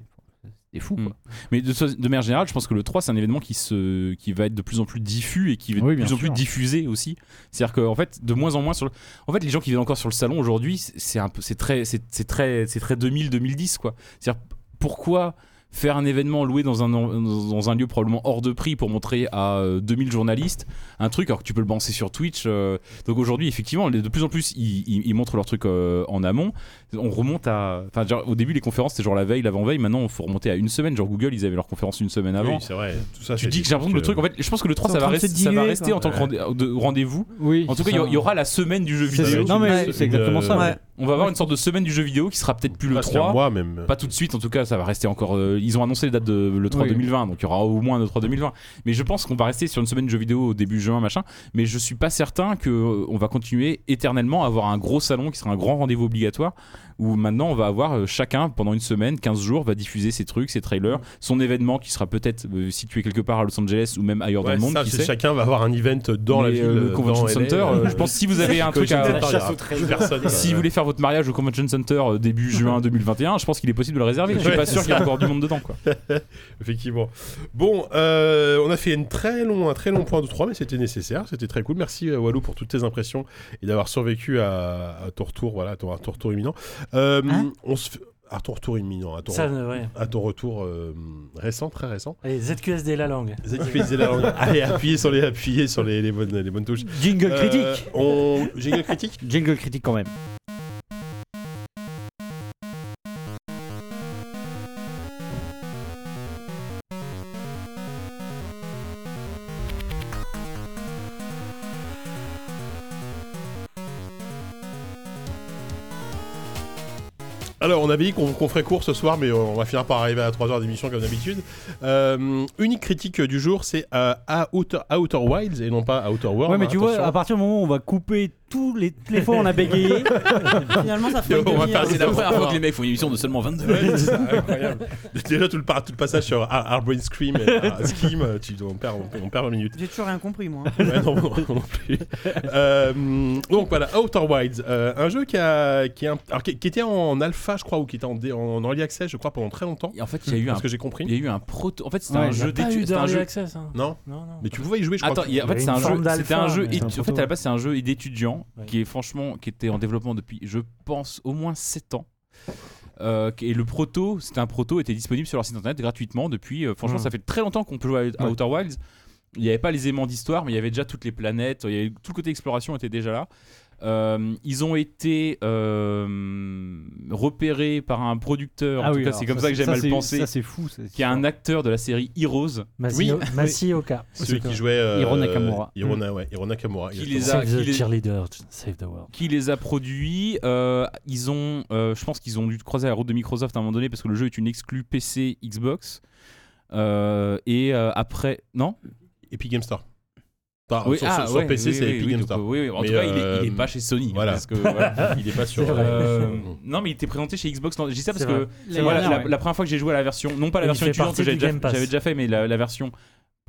[SPEAKER 7] c'était fou.
[SPEAKER 3] Mm.
[SPEAKER 7] Quoi.
[SPEAKER 3] Mais de, de manière générale, je pense que le 3, c'est un événement qui, se, qui va être de plus en plus diffus et qui va être
[SPEAKER 7] Oui,
[SPEAKER 3] de
[SPEAKER 7] bien
[SPEAKER 3] plus en plus
[SPEAKER 7] sûr.
[SPEAKER 3] diffusé aussi. C'est-à-dire qu'en fait, de moins en moins sur le... En fait, les gens qui viennent encore sur le salon aujourd'hui, c'est- c'est un peu, c'est très, c'est c'est très, c'est très 2000-2010, quoi. C'est-à-dire, pourquoi faire un événement loué dans un, en- dans dans un lieu probablement hors de prix pour montrer à euh, 2000 journalistes un truc alors que tu peux le lancer sur Twitch euh, donc aujourd'hui effectivement de plus en plus ils, ils- ils montrent leur truc euh, en amont on remonte à enfin genre, au début les conférences c'était genre la veille l'avant veille maintenant il faut remonter à une semaine genre Google ils avaient leur conférence une semaine avant
[SPEAKER 2] Oui, c'est vrai. Tout ça,
[SPEAKER 3] tu
[SPEAKER 2] c'est
[SPEAKER 3] dis
[SPEAKER 2] des
[SPEAKER 3] que j'ai l'impression que le
[SPEAKER 2] trucs,
[SPEAKER 3] truc en fait je pense que le 3
[SPEAKER 5] en
[SPEAKER 3] ça va,
[SPEAKER 5] train de se
[SPEAKER 3] rester, ça va
[SPEAKER 5] diluer,
[SPEAKER 3] rester en tant que
[SPEAKER 2] quoi.
[SPEAKER 3] rendez- de rendez-vous
[SPEAKER 7] Oui.
[SPEAKER 3] en tout cas il y a- il y, aura la semaine du jeu
[SPEAKER 7] C'est-
[SPEAKER 3] vidéo
[SPEAKER 7] non
[SPEAKER 5] Ouais.
[SPEAKER 7] mais c'est exactement ça.
[SPEAKER 5] Ouais.
[SPEAKER 7] ouais.
[SPEAKER 2] [laughs]
[SPEAKER 3] on va avoir une sorte de semaine du jeu vidéo qui sera peut-être plus le
[SPEAKER 2] Pas sur
[SPEAKER 3] 3
[SPEAKER 2] moi même.
[SPEAKER 3] pas tout de suite en tout cas ça va rester encore euh, ils ont annoncé les dates de le 3
[SPEAKER 7] Oui.
[SPEAKER 3] 2020 donc il y aura au moins le 3 2020 mais je pense qu'on va rester sur une semaine de jeux vidéo au début juin machin mais je suis pas certain que euh, on va continuer éternellement à avoir un gros salon qui sera un grand rendez-vous obligatoire où maintenant on va avoir euh, chacun pendant une semaine 15 jours va diffuser ses trucs ses trailers son événement qui sera peut-être euh, situé quelque part à Los Angeles ou même ailleurs
[SPEAKER 2] Ouais,
[SPEAKER 3] dans le monde
[SPEAKER 2] ça,
[SPEAKER 3] qui
[SPEAKER 2] c'est
[SPEAKER 3] sait.
[SPEAKER 2] chacun va avoir un event dans la
[SPEAKER 3] Mais,
[SPEAKER 2] ville.
[SPEAKER 3] euh, le
[SPEAKER 2] dans
[SPEAKER 3] convention
[SPEAKER 2] LA,
[SPEAKER 3] center
[SPEAKER 2] euh,
[SPEAKER 3] euh, je pense que si vous avez un truc à,
[SPEAKER 2] Convention Center, il y aura personne.
[SPEAKER 3] [laughs]
[SPEAKER 2] euh,
[SPEAKER 3] si vous voulez faire votre mariage au Convention Center euh, début juin 2021, je pense qu'il est possible de le réserver. Je suis
[SPEAKER 2] Ouais,
[SPEAKER 3] pas
[SPEAKER 2] c'est
[SPEAKER 3] sûr qu'il y a encore du monde dedans. Quoi.
[SPEAKER 2] Effectivement. Bon, euh, on a fait une très long, un très long point de 3, mais c'était nécessaire, c'était très cool. Merci euh, Walou pour toutes tes impressions et d'avoir survécu à, à ton retour, voilà, à ton, à ton retour imminent. Euh,
[SPEAKER 5] Hein
[SPEAKER 2] on se fait- à ton retour imminent, à ton,
[SPEAKER 4] Ça, ouais.
[SPEAKER 2] à ton retour euh, récent, très récent.
[SPEAKER 4] Allez, ZQSD la langue.
[SPEAKER 2] ZQSD la langue. Allez, appuyez sur les, appuyez sur les, les bonnes, les bonnes touches.
[SPEAKER 7] Jingle
[SPEAKER 2] Euh,
[SPEAKER 7] critique.
[SPEAKER 2] on... Jingle critique
[SPEAKER 7] Jingle critique quand même.
[SPEAKER 2] Alors, on avait dit qu'on qu'on ferait court ce soir, mais euh, on va finir par arriver à 3 heures d'émission comme d'habitude. Euh, unique critique du jour, c'est euh, à Outer, Outer Wilds et non pas à Outer Worlds.
[SPEAKER 7] Ouais, mais
[SPEAKER 2] hein,
[SPEAKER 7] tu
[SPEAKER 2] attention.
[SPEAKER 7] vois, à partir du moment où on va couper tous les, toutes les fois où on a bégayé,
[SPEAKER 5] Finalement, ça fait une
[SPEAKER 2] On va
[SPEAKER 5] demi-heure.
[SPEAKER 2] passer
[SPEAKER 5] C'est
[SPEAKER 2] la première fois que les
[SPEAKER 3] mecs font une émission de seulement 22
[SPEAKER 2] Ouais, c'est ça, incroyable. [laughs] Déjà, tout le, par- tout le passage sur Ar- Arboreal Scream, et, euh, Scream, euh, tu, on, perd, on, on perd 20 minutes.
[SPEAKER 5] J'ai toujours rien compris,
[SPEAKER 2] [laughs]
[SPEAKER 5] moi.
[SPEAKER 2] Ouais, non, non, non plus. Euh, donc voilà, Outer Wilds, euh, un jeu qui, a, qui, est un- alors, qui- qui était en alpha, je crois, ou qui était en, dé- en early access, je crois, pendant très longtemps.
[SPEAKER 3] Et en fait, il y a eu un,
[SPEAKER 2] Parce que j'ai compris.
[SPEAKER 3] il y a eu un proto. En fait, c'était
[SPEAKER 7] Ouais,
[SPEAKER 3] un
[SPEAKER 7] il y a
[SPEAKER 3] jeu
[SPEAKER 4] Pas eu
[SPEAKER 3] d'études. c'était un
[SPEAKER 4] d'early
[SPEAKER 3] jeu-
[SPEAKER 4] access, hein.
[SPEAKER 2] Non
[SPEAKER 4] Non, non.
[SPEAKER 2] Mais tu pouvais y jouer, je crois.
[SPEAKER 3] Attends, il y a- en
[SPEAKER 4] Il y
[SPEAKER 3] fait,
[SPEAKER 4] a
[SPEAKER 3] c'est
[SPEAKER 4] une
[SPEAKER 3] un
[SPEAKER 4] forme
[SPEAKER 3] jeu.
[SPEAKER 4] d'alpha,
[SPEAKER 3] C'était un jeu.
[SPEAKER 4] mais c'est
[SPEAKER 3] étu-
[SPEAKER 4] un
[SPEAKER 3] En fait, à
[SPEAKER 4] proto.
[SPEAKER 3] la base, c'est un jeu d'étudiants
[SPEAKER 4] Ouais.
[SPEAKER 3] qui est franchement, qui était en développement depuis, je pense, au moins 7 ans. Euh, et le proto, c'était un proto, était disponible sur leur site internet gratuitement depuis. euh, franchement,
[SPEAKER 4] Mm.
[SPEAKER 3] ça fait très longtemps qu'on peut jouer à, à
[SPEAKER 7] Ouais.
[SPEAKER 3] Outer Wilds. Il n'y avait pas les aimants d'histoire, mais il y avait déjà toutes les planètes. Il y avait, tout le côté exploration était déjà là. Euh, ils ont été euh, repérés par un producteur. en tout cas,
[SPEAKER 7] Ah alors
[SPEAKER 3] c'est comme ça que j'ai
[SPEAKER 7] ça,
[SPEAKER 3] mal
[SPEAKER 7] c'est-
[SPEAKER 3] pensé.
[SPEAKER 7] Ça, c'est fou. c'est-
[SPEAKER 3] Qui est un acteur de la série Heroes
[SPEAKER 4] Massi-
[SPEAKER 7] Oui.
[SPEAKER 4] Massi Oka.
[SPEAKER 2] Celui qui jouait. euh,
[SPEAKER 7] Hiro Nakamura.
[SPEAKER 2] Hiro Na- ouais, Hiro Nakamura,
[SPEAKER 3] Hmm. Qui
[SPEAKER 2] exactement.
[SPEAKER 3] les a-
[SPEAKER 4] Save the
[SPEAKER 3] qui les-
[SPEAKER 4] cheerleader, save the world.
[SPEAKER 3] qui les a produits. Euh, ils ont, euh, je pense qu'ils ont dû croiser la route de Microsoft à un moment donné parce que le jeu est une exclue PC Xbox. Euh, et euh, après, non
[SPEAKER 2] Epic Game Store. Enfin,
[SPEAKER 3] Oui,
[SPEAKER 2] sur,
[SPEAKER 3] ah,
[SPEAKER 2] sur- sur
[SPEAKER 3] ouais,
[SPEAKER 2] PC,
[SPEAKER 3] oui,
[SPEAKER 2] c'est
[SPEAKER 3] oui,
[SPEAKER 2] Epic
[SPEAKER 3] oui,
[SPEAKER 2] Games
[SPEAKER 3] donc,
[SPEAKER 2] Store.
[SPEAKER 3] oui, oui. En
[SPEAKER 2] Mais,
[SPEAKER 3] tout cas, il est- il est
[SPEAKER 2] euh,
[SPEAKER 3] pas chez Sony.
[SPEAKER 2] voilà.
[SPEAKER 3] parce que,
[SPEAKER 4] [laughs]
[SPEAKER 3] voilà.
[SPEAKER 2] Il est
[SPEAKER 3] [laughs]
[SPEAKER 2] pas sur.
[SPEAKER 4] C'est vrai.
[SPEAKER 3] Euh,
[SPEAKER 2] Mm.
[SPEAKER 3] non, mais il était présenté chez Xbox. non, Je dis ça parce
[SPEAKER 4] C'est
[SPEAKER 3] que
[SPEAKER 10] Les-
[SPEAKER 3] voilà,
[SPEAKER 7] Voilà,
[SPEAKER 3] la,
[SPEAKER 7] ouais.
[SPEAKER 3] la première fois que j'ai joué à la version, non pas la
[SPEAKER 4] Et il
[SPEAKER 3] version
[SPEAKER 4] fait
[SPEAKER 3] étudiante
[SPEAKER 4] partie
[SPEAKER 3] que j'avais
[SPEAKER 4] du
[SPEAKER 3] déjà,
[SPEAKER 4] Game Pass.
[SPEAKER 3] j'avais déjà fait, mais la, la version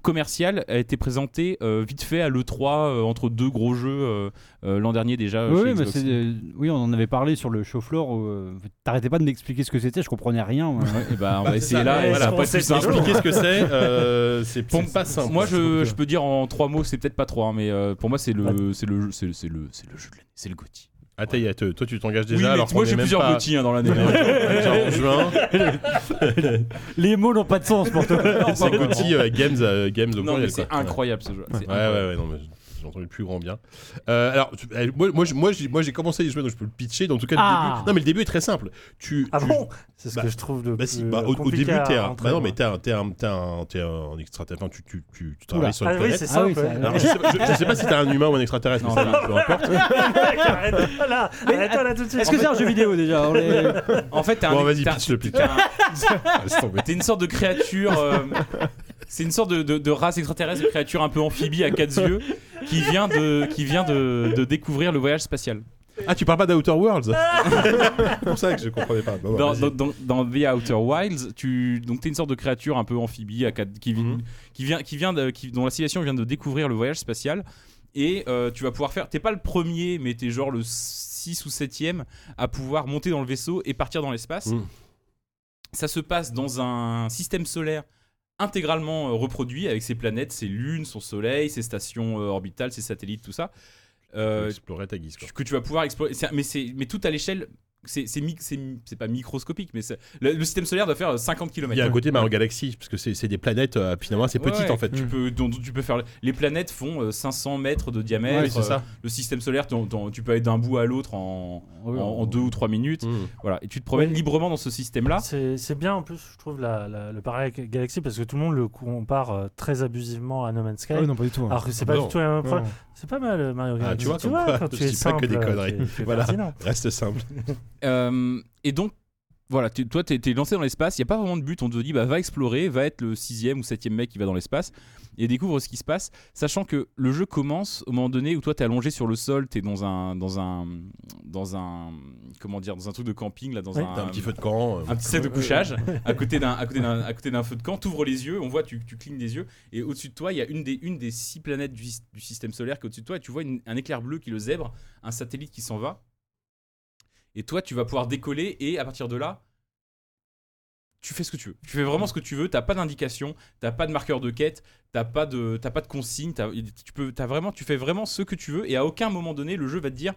[SPEAKER 3] commerciale a été présentée euh, vite fait à l'E3 euh, entre deux gros jeux euh, euh, l'an dernier déjà. euh,
[SPEAKER 7] Oui,
[SPEAKER 3] chez
[SPEAKER 7] oui, mais
[SPEAKER 3] Xbox.
[SPEAKER 7] c'est, euh, oui, on en avait parlé sur le show floor. où, euh, T'arrêtais pas de m'expliquer ce que c'était, je comprenais rien. moi.
[SPEAKER 3] Ouais,
[SPEAKER 7] [laughs]
[SPEAKER 3] et bah, on
[SPEAKER 4] [laughs]
[SPEAKER 3] va essayer
[SPEAKER 2] Ouais,
[SPEAKER 3] là.
[SPEAKER 2] voilà,
[SPEAKER 3] et voilà,
[SPEAKER 2] pour
[SPEAKER 3] pas plus
[SPEAKER 2] essayer
[SPEAKER 3] simple.
[SPEAKER 2] d'expliquer ce que c'est, euh, [laughs] c'est pompe pas simple.
[SPEAKER 3] Moi, je, je peux dire en trois mots, c'est peut-être pas trop, hein, mais euh, pour moi, c'est le, c'est le, c'est le, c'est le, c'est le jeu de l'année, c'est le Gotti.
[SPEAKER 2] Attends, il y a te- Ah, toi, tu t'engages déjà.
[SPEAKER 3] Oui, mais
[SPEAKER 2] alors qu'on
[SPEAKER 3] moi, j'ai
[SPEAKER 2] est même
[SPEAKER 3] plusieurs
[SPEAKER 2] pas- [laughs]
[SPEAKER 3] Gotti hein, dans l'année.
[SPEAKER 2] On est en- en
[SPEAKER 3] [laughs]
[SPEAKER 2] juin,
[SPEAKER 7] Les mots n'ont Oh pas de sens pour toi.
[SPEAKER 2] c'est Gotti euh, Games, euh, Games au
[SPEAKER 3] Non, mais
[SPEAKER 2] pluriel.
[SPEAKER 3] c'est
[SPEAKER 2] quoi. Ouais.
[SPEAKER 3] incroyable ce jeu.
[SPEAKER 2] Ouais, ouais, ouais, non, mais j'ai entendu plus grand bien. Euh, alors, tu- euh, moi, moi, je- moi, j'ai- moi, j'ai commencé à y jouer, donc je peux le pitcher. donc, En tout cas, le
[SPEAKER 4] Ah.
[SPEAKER 2] début. Non, mais le début est très simple. Tu,
[SPEAKER 4] Ah
[SPEAKER 2] tu-
[SPEAKER 4] bon C'est ce
[SPEAKER 2] Bah,
[SPEAKER 4] que je trouve de
[SPEAKER 2] bah si,
[SPEAKER 4] plus
[SPEAKER 2] bah, au, au
[SPEAKER 4] Euh, compliqué
[SPEAKER 2] début,
[SPEAKER 4] à
[SPEAKER 2] t'es un,
[SPEAKER 4] rentrer,
[SPEAKER 2] bah non,
[SPEAKER 4] moi.
[SPEAKER 2] mais t'es un, t'es un, t'es un, t'es un extraterrestre. Tu, tu, tu, tu travailles
[SPEAKER 7] Oula.
[SPEAKER 2] sur une
[SPEAKER 4] Ah oui,
[SPEAKER 2] planète.
[SPEAKER 4] c'est
[SPEAKER 7] Ah
[SPEAKER 4] ça.
[SPEAKER 7] oui, ça-
[SPEAKER 2] Alors, je, sais, pas- je- je sais pas si t'es un humain ou un extraterrestre, mais
[SPEAKER 3] Non,
[SPEAKER 2] ça,
[SPEAKER 3] voilà.
[SPEAKER 4] [laughs]
[SPEAKER 2] peu importe.
[SPEAKER 4] Arrête-toi là Arrête-toi là tout de suite
[SPEAKER 7] Est-ce que c'est un jeu vidéo déjà On [laughs] est-
[SPEAKER 3] En fait, t'es un.
[SPEAKER 2] Bon, vas-y,
[SPEAKER 3] t'as-
[SPEAKER 2] pitch le
[SPEAKER 3] [laughs]
[SPEAKER 2] pitch.
[SPEAKER 3] t'as un-
[SPEAKER 2] Laisse tomber.
[SPEAKER 3] T'es une sorte de créature. euh, c'est une sorte de, de- de race extraterrestre, de créature un peu amphibie à quatre yeux, qui vient de, qui vient de, de découvrir le voyage spatial.
[SPEAKER 2] Ah, tu parles pas d'Outer Worlds C'est pour ça que je comprenais pas. Bah, bah,
[SPEAKER 3] Dans,
[SPEAKER 2] vas-y.
[SPEAKER 3] dans, dans- dans The Outer Wilds, tu donc t'es une sorte de créature un peu amphibie à quatre- qui, vit-
[SPEAKER 2] Mhm.
[SPEAKER 3] qui vient, qui vient, de- qui, dont la civilisation vient de découvrir le voyage spatial. Et euh, tu vas pouvoir faire. T'es pas le premier, mais t'es genre le 6 ou 7 à pouvoir monter dans le vaisseau et partir dans l'espace.
[SPEAKER 2] Mhm.
[SPEAKER 3] Ça se passe dans un système solaire intégralement euh, reproduit avec ses planètes, ses lunes, son soleil, ses stations euh, orbitales, ses satellites, tout ça.
[SPEAKER 2] Faut
[SPEAKER 3] Euh,
[SPEAKER 2] explorer ta guise. Quoi.
[SPEAKER 3] que tu vas pouvoir explorer. c'est- Mais, c'est- mais tout à l'échelle, c'est c'est mi- c'est- c'est pas microscopique, mais c'est- le, le système solaire doit faire euh, 50 km.
[SPEAKER 2] Il y a un côté Mario Galaxy, parce que c'est c'est des planètes, euh, finalement, assez petites en fait.
[SPEAKER 3] Tu peux, dont, dont tu peux faire. Les planètes font euh, 500 mètres de diamètre.
[SPEAKER 2] Ouais, c'est
[SPEAKER 3] euh,
[SPEAKER 2] ça.
[SPEAKER 3] Le système solaire, t'en- t'en- tu peux aller d'un bout à l'autre en, en, en deux ou trois minutes.
[SPEAKER 2] Mm.
[SPEAKER 3] Voilà. Et tu te promènes librement dans ce
[SPEAKER 2] hein
[SPEAKER 3] système-là.
[SPEAKER 4] C'est c'est bien en plus, je trouve, la- la- le parallèle avec Galaxy parce que tout le monde le compare euh, très abusivement à No Man's Sky.
[SPEAKER 6] Ah oui, non, pas du tout. hein.
[SPEAKER 4] alors que c'est pas
[SPEAKER 2] Oh Non.
[SPEAKER 4] du tout la même
[SPEAKER 6] Non.
[SPEAKER 4] approche. C'est pas mal, euh, Mario
[SPEAKER 2] Ah,
[SPEAKER 4] Galaxy.
[SPEAKER 2] tu vois, comme quoi,
[SPEAKER 4] quand
[SPEAKER 2] je
[SPEAKER 4] tu es
[SPEAKER 2] dis pas que
[SPEAKER 4] simple,
[SPEAKER 2] des
[SPEAKER 4] euh,
[SPEAKER 2] conneries.
[SPEAKER 4] tu es- tu es
[SPEAKER 2] Voilà. Ah,
[SPEAKER 4] pertinent.
[SPEAKER 2] Reste simple.
[SPEAKER 3] Euh, et donc, voilà, tu- toi, t'es t'es lancé dans l'espace, il n'y a pas vraiment de but, on te dit, bah, va explorer, va être le sixième ou septième mec qui va dans l'espace, et découvre ce qui se passe, sachant que le jeu commence au moment donné où toi, t'es allongé sur le sol, t'es dans un, dans un, dans un, comment dire, dans un truc de camping, là, dans
[SPEAKER 4] Oui.
[SPEAKER 3] un,
[SPEAKER 2] T'as un petit feu de camp. euh,
[SPEAKER 3] un petit sac de couchage à côté d'un à côté d'un à côté d'un feu de camp t'ouvres les yeux on voit tu, tu clignes des yeux et au-dessus de toi il y a une des une des six planètes du, sy- du système solaire qui est au-dessus de toi et tu vois une- un éclair bleu qui le zèbre un satellite qui s'en va et toi tu vas pouvoir décoller et à partir de là tu fais ce que tu veux tu fais vraiment ce que tu veux t'as pas d'indication t'as pas de marqueur de quête t'as pas de t'as pas de consigne t'as- tu peux t'as vraiment tu fais vraiment ce que tu veux et à aucun moment donné le jeu va te dire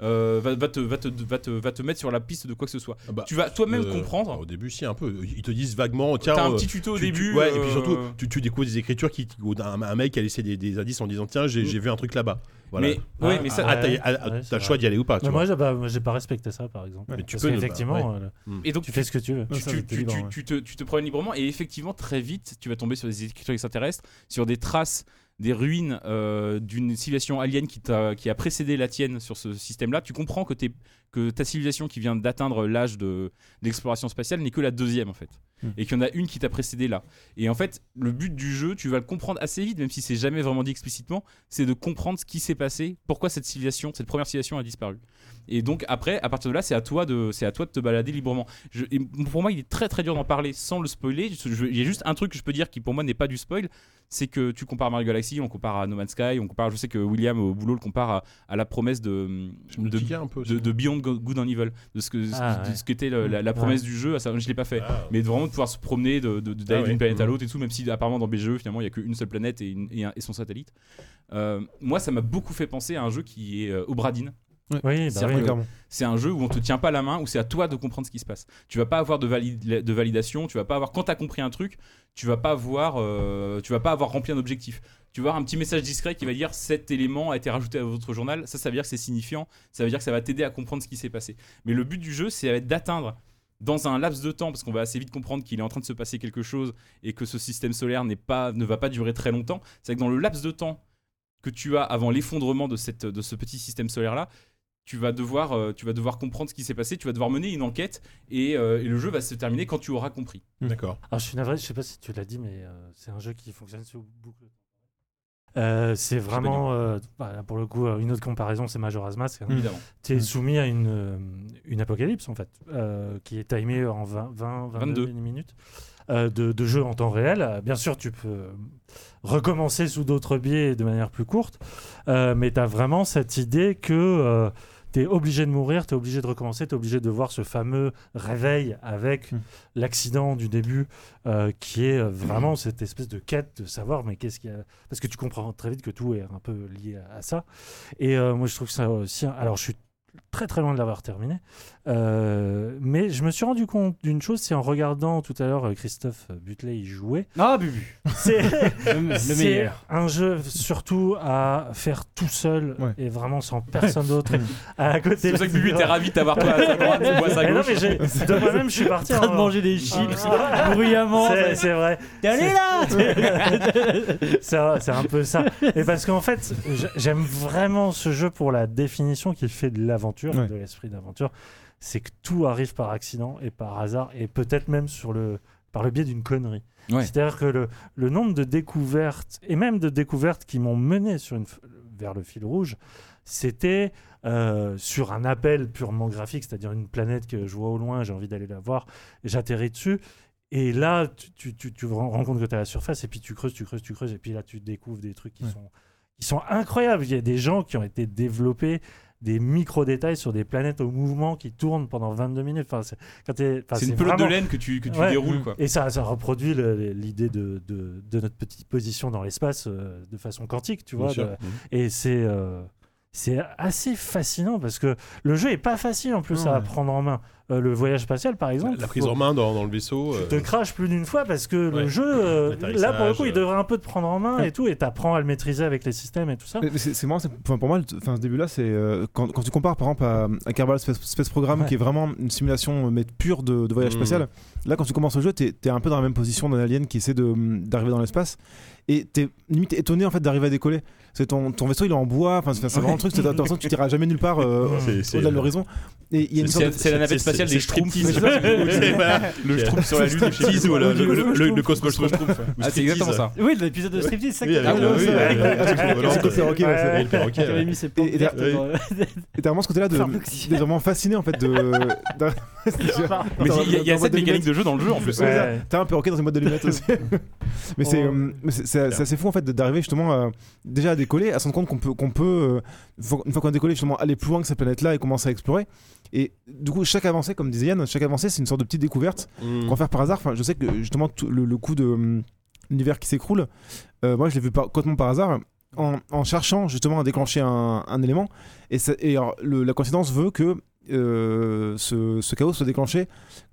[SPEAKER 3] euh, va, va te, va, te, va, te, va te mettre sur la piste de quoi que ce soit.
[SPEAKER 2] ah bah,
[SPEAKER 3] Tu vas toi-même
[SPEAKER 2] euh,
[SPEAKER 3] comprendre
[SPEAKER 2] Au début, si, un peu. Ils te disent vaguement, tiens.
[SPEAKER 3] T'as un
[SPEAKER 2] euh,
[SPEAKER 3] petit tuto au
[SPEAKER 2] tu- tu-
[SPEAKER 3] début.
[SPEAKER 2] ouais, et puis surtout,
[SPEAKER 3] euh,
[SPEAKER 2] tu, tu découvres des écritures qui, qui- où un, un mec a laissé des, des indices en disant tiens, j'ai j'ai vu un truc là-bas. Voilà.
[SPEAKER 3] Mais, ouais, mais ça-
[SPEAKER 2] Ah, t'as
[SPEAKER 4] ouais,
[SPEAKER 2] ah, ah,
[SPEAKER 4] ouais,
[SPEAKER 2] t'as
[SPEAKER 4] c'est
[SPEAKER 2] le choix
[SPEAKER 4] vrai.
[SPEAKER 2] d'y aller ou pas. Tu
[SPEAKER 4] Mais
[SPEAKER 2] vois.
[SPEAKER 4] moi, j'ai bah, moi, j'ai pas respecté ça, par exemple.
[SPEAKER 2] Mais tu
[SPEAKER 4] Parce
[SPEAKER 2] peux bah, ne pas-
[SPEAKER 4] effectivement,
[SPEAKER 3] ah, et donc,
[SPEAKER 4] tu fais ce que tu veux.
[SPEAKER 6] Non,
[SPEAKER 3] tu,
[SPEAKER 6] ça,
[SPEAKER 3] tu-
[SPEAKER 6] vous êtes
[SPEAKER 3] tu-
[SPEAKER 6] libre,
[SPEAKER 3] tu-
[SPEAKER 6] ouais.
[SPEAKER 3] tu te, tu te promènes librement et effectivement très vite tu vas tomber sur des écritures extraterrestres, sur des traces, des ruines euh, d'une civilisation alien qui, t'a- qui a précédé la tienne sur ce système-là. Tu comprends que, t'es- que ta civilisation qui vient d'atteindre l'âge de d'exploration spatiale n'est que la deuxième en fait,
[SPEAKER 6] Hmm.
[SPEAKER 3] et qu'il y en a une qui t'a précédé là. Et en fait le but du jeu, tu vas le comprendre assez vite, même si c'est jamais vraiment dit explicitement, c'est de comprendre ce qui s'est passé, pourquoi cette civilisation, cette première civilisation a disparu. Et donc après, à partir de là, c'est à toi de, c'est à toi de te balader librement. Je- et pour moi, il est très très dur d'en parler sans le spoiler. Je- je- Il y a juste un truc que je peux dire qui pour moi n'est pas du spoil, c'est que tu compares Mario Galaxy, on compare à No Man's Sky, on compare. Je sais que William au boulot le compare à, à la promesse de,
[SPEAKER 2] Je me
[SPEAKER 3] de,
[SPEAKER 2] dis un peu.
[SPEAKER 3] de, de Beyond Go- Good and Evil, de ce que
[SPEAKER 4] Ah,
[SPEAKER 3] de
[SPEAKER 4] ouais.
[SPEAKER 3] ce qu'était le- la, la
[SPEAKER 4] Ouais.
[SPEAKER 3] promesse du jeu. Ah, Ça, je l'ai pas fait. Mais de vraiment de pouvoir se promener, de- de- de- d'aller
[SPEAKER 2] Ah oui.
[SPEAKER 3] d'une planète à
[SPEAKER 2] Mhm.
[SPEAKER 3] l'autre et tout, même si apparemment dans BGE, finalement, il n'y a qu'une seule planète et, une- et un- et son satellite. Euh, moi, ça m'a beaucoup fait penser à un jeu qui est euh, Obradine.
[SPEAKER 4] Oui, bah
[SPEAKER 3] C'est
[SPEAKER 4] oui.
[SPEAKER 3] vrai.
[SPEAKER 6] Clairement.
[SPEAKER 3] C'est un jeu où on te tient pas la main, où c'est à toi de comprendre ce qui se passe. Tu vas pas avoir de, vali- de validation, tu vas pas avoir quand t'as compris un truc, tu vas pas avoir, euh, tu vas pas avoir rempli un objectif. Tu vas avoir un petit message discret qui va dire cet élément a été rajouté à votre journal. Ça, ça veut dire que c'est signifiant. Ça veut dire que ça va t'aider à comprendre ce qui s'est passé. Mais le but du jeu, c'est d'atteindre dans un laps de temps, parce qu'on va assez vite comprendre qu'il est en train de se passer quelque chose et que ce système solaire n'est pas, ne va pas durer très longtemps. C'est que dans le laps de temps que tu as avant l'effondrement de, cette, de ce petit système solaire là, tu vas devoir, euh, tu vas devoir comprendre ce qui s'est passé, tu vas devoir mener une enquête et, euh, et le jeu va se terminer quand tu auras compris.
[SPEAKER 2] D'accord.
[SPEAKER 4] Alors, je suis navré, je sais pas si tu l'as dit, mais euh, c'est un jeu qui fonctionne sous boucle. Euh, c'est vraiment, euh, bah, là, pour le coup, euh, une autre comparaison, c'est Majora's Mask. hein.
[SPEAKER 9] Évidemment.
[SPEAKER 4] T'es soumis à une, euh, une apocalypse, en fait, euh, qui est timée en 20, 20 22, minutes euh, de, de jeu en temps réel. Euh, Bien sûr, tu peux recommencer sous d'autres biais et de manière plus courte, euh, mais t'as vraiment cette idée que euh, t'es obligé de mourir, t'es obligé de recommencer, t'es obligé de voir ce fameux réveil avec
[SPEAKER 6] Mm.
[SPEAKER 4] l'accident du début, euh, qui est euh, vraiment cette espèce de quête de savoir, mais qu'est-ce qu'il y a Parce que tu comprends très vite que tout est un peu lié à, à ça. Et euh, moi, je trouve que ça aussi. Alors, je suis très très loin de l'avoir terminé, Euh, mais je me suis rendu compte d'une chose, c'est en regardant tout à l'heure euh, Christophe Butley
[SPEAKER 7] [laughs]
[SPEAKER 4] y jouer.
[SPEAKER 7] Ah, Bubu
[SPEAKER 4] C'est
[SPEAKER 7] Le, le
[SPEAKER 4] c'est
[SPEAKER 7] meilleur.
[SPEAKER 4] un jeu surtout à faire tout seul
[SPEAKER 6] Ouais.
[SPEAKER 4] et vraiment sans personne d'autre [laughs] à côté.
[SPEAKER 9] C'est pour ça que Bubu était ravi de t'avoir toi à sa droite et moi à
[SPEAKER 4] [laughs]
[SPEAKER 9] sa
[SPEAKER 4] Mais non,
[SPEAKER 9] gauche.
[SPEAKER 4] mais j'ai- de moi-même, je suis parti
[SPEAKER 7] En train
[SPEAKER 4] en-
[SPEAKER 7] de
[SPEAKER 4] [laughs]
[SPEAKER 7] manger des
[SPEAKER 3] Ah,
[SPEAKER 4] en-
[SPEAKER 7] chips bruyamment.
[SPEAKER 4] C'est- C'est vrai.
[SPEAKER 7] T'es allé là
[SPEAKER 4] [laughs] C'est un- c'est un peu ça. Et parce qu'en fait, j'a- j'aime vraiment ce jeu pour la définition qu'il fait de l'aventure,
[SPEAKER 6] Ouais.
[SPEAKER 4] de l'esprit d'aventure. C'est que tout arrive par accident et par hasard, et peut-être même sur le, par le biais d'une connerie.
[SPEAKER 3] Ouais.
[SPEAKER 4] C'est-à-dire que le, le nombre de découvertes, et même de découvertes qui m'ont mené sur une, f- vers le fil rouge, c'était euh, sur un appel purement graphique, c'est-à-dire une planète que je vois au loin, j'ai envie d'aller la voir, j'atterris dessus. Et là, tu, tu, tu, tu rends rends compte que tu à la surface, et puis tu creuses, tu creuses, tu creuses, et puis là, tu découvres des trucs qui,
[SPEAKER 6] Ouais.
[SPEAKER 4] sont, qui sont incroyables. Il y a des gens qui ont été développés, des micro-détails sur des planètes au mouvement qui tournent pendant 22 minutes. Enfin, c'est quand t'es- enfin,
[SPEAKER 9] C'est une
[SPEAKER 4] c'est
[SPEAKER 9] pelote
[SPEAKER 4] vraiment-
[SPEAKER 9] de laine que tu, que tu
[SPEAKER 4] Ouais.
[SPEAKER 9] déroules, quoi.
[SPEAKER 4] et ça, ça reproduit le- l'idée de, de, de notre petite position dans l'espace euh, de façon quantique, tu vois. de- et c'est euh, c'est assez fascinant parce que le jeu est pas facile en plus
[SPEAKER 6] Non,
[SPEAKER 4] à
[SPEAKER 6] mais-
[SPEAKER 4] prendre en main. Euh, le voyage spatial, par exemple,
[SPEAKER 2] La prise
[SPEAKER 4] faut-
[SPEAKER 2] en main dans, dans le vaisseau.
[SPEAKER 4] tu
[SPEAKER 2] euh,
[SPEAKER 4] te craches plus d'une fois parce que
[SPEAKER 2] Ouais.
[SPEAKER 4] le jeu, euh,
[SPEAKER 2] L'atterrissage,
[SPEAKER 4] là pour le coup, il
[SPEAKER 2] euh.
[SPEAKER 4] devrait un peu te prendre en main et tout, et t'apprends à le maîtriser avec les systèmes et tout ça.
[SPEAKER 6] Mais- mais C'est c'est marrant, c'est- enfin, pour moi, le- enfin, ce début-là, c'est euh, quand, quand tu compares par exemple à, à Kerbal Space, Space Program,
[SPEAKER 4] Ouais.
[SPEAKER 6] qui est vraiment une simulation euh, mais pure de, de voyage
[SPEAKER 2] Mm.
[SPEAKER 6] spatial. Là, quand tu commences le jeu, t'es es un peu dans la même position d'un alien qui essaie de, d'arriver dans l'espace, et t'es limite étonné en fait d'arriver à décoller. C'est ton, ton vaisseau, il est en bois. Enfin, c'est c'est vraiment un truc. C'est t'as l'impression que tu tireras jamais nulle part euh,
[SPEAKER 2] C'est- c'est-
[SPEAKER 6] au-delà de l'horizon. Et il y a une sorte de-
[SPEAKER 9] C'est la navette
[SPEAKER 2] c'est-
[SPEAKER 9] spatiale
[SPEAKER 2] c'est-
[SPEAKER 9] des
[SPEAKER 2] c'est striptease.
[SPEAKER 9] Schtroumpfs.
[SPEAKER 2] C'est pas-
[SPEAKER 9] Le Schtroumpf sur la lune, je sais plus.
[SPEAKER 2] striptease ou le- le- le- le- le Cosmos Schtroumpf.
[SPEAKER 3] Ah, c'est exactement ça.
[SPEAKER 7] Oui, l'épisode de Striptease, c'est ça que
[SPEAKER 2] Oui,
[SPEAKER 7] t'as-
[SPEAKER 2] avec
[SPEAKER 7] Ah,
[SPEAKER 2] le- oui,
[SPEAKER 7] c'est vrai.
[SPEAKER 2] avec le- avec le-
[SPEAKER 6] C'est le perroquet, ouais, c'est
[SPEAKER 2] Et le perroquet,
[SPEAKER 7] Qui
[SPEAKER 2] ouais.
[SPEAKER 7] avait mis ses plantes
[SPEAKER 6] Et- et-
[SPEAKER 7] vertes
[SPEAKER 2] oui.
[SPEAKER 7] dans le-
[SPEAKER 6] Et t'as vraiment ce côté-là de,
[SPEAKER 5] Farfouxi.
[SPEAKER 6] d'être vraiment fasciné en fait de. d'un-
[SPEAKER 9] Mais
[SPEAKER 6] dans-
[SPEAKER 9] il y a- il y a
[SPEAKER 6] dans- dans-
[SPEAKER 9] cette
[SPEAKER 6] dans-
[SPEAKER 9] mécanique de jeu dans le jeu en plus.
[SPEAKER 6] Ouais,
[SPEAKER 4] Ouais.
[SPEAKER 6] ça. T'as un perroquet dans une boîte de lunettes aussi. [laughs] mais c'est
[SPEAKER 4] Oh.
[SPEAKER 6] euh, mais c'est- c'est c'est assez fou en fait de- d'arriver justement à- déjà à décoller, à se rendre compte qu'on peut, qu'on peut euh, faut- une fois qu'on a décollé, justement aller plus loin que cette planète-là et commencer à explorer. Et du coup, chaque avancée, comme disait Yann, chaque avancée, c'est une sorte de petite découverte
[SPEAKER 2] Mm.
[SPEAKER 6] qu'on va faire par hasard. Enfin, je sais que justement, tout- le, le coup de hum, l'univers qui s'écroule, euh, moi je l'ai vu par, complètement par hasard. En, en cherchant justement à déclencher un, un élément, et, ça- et alors, le- la coïncidence veut que euh, ce, ce chaos soit déclenché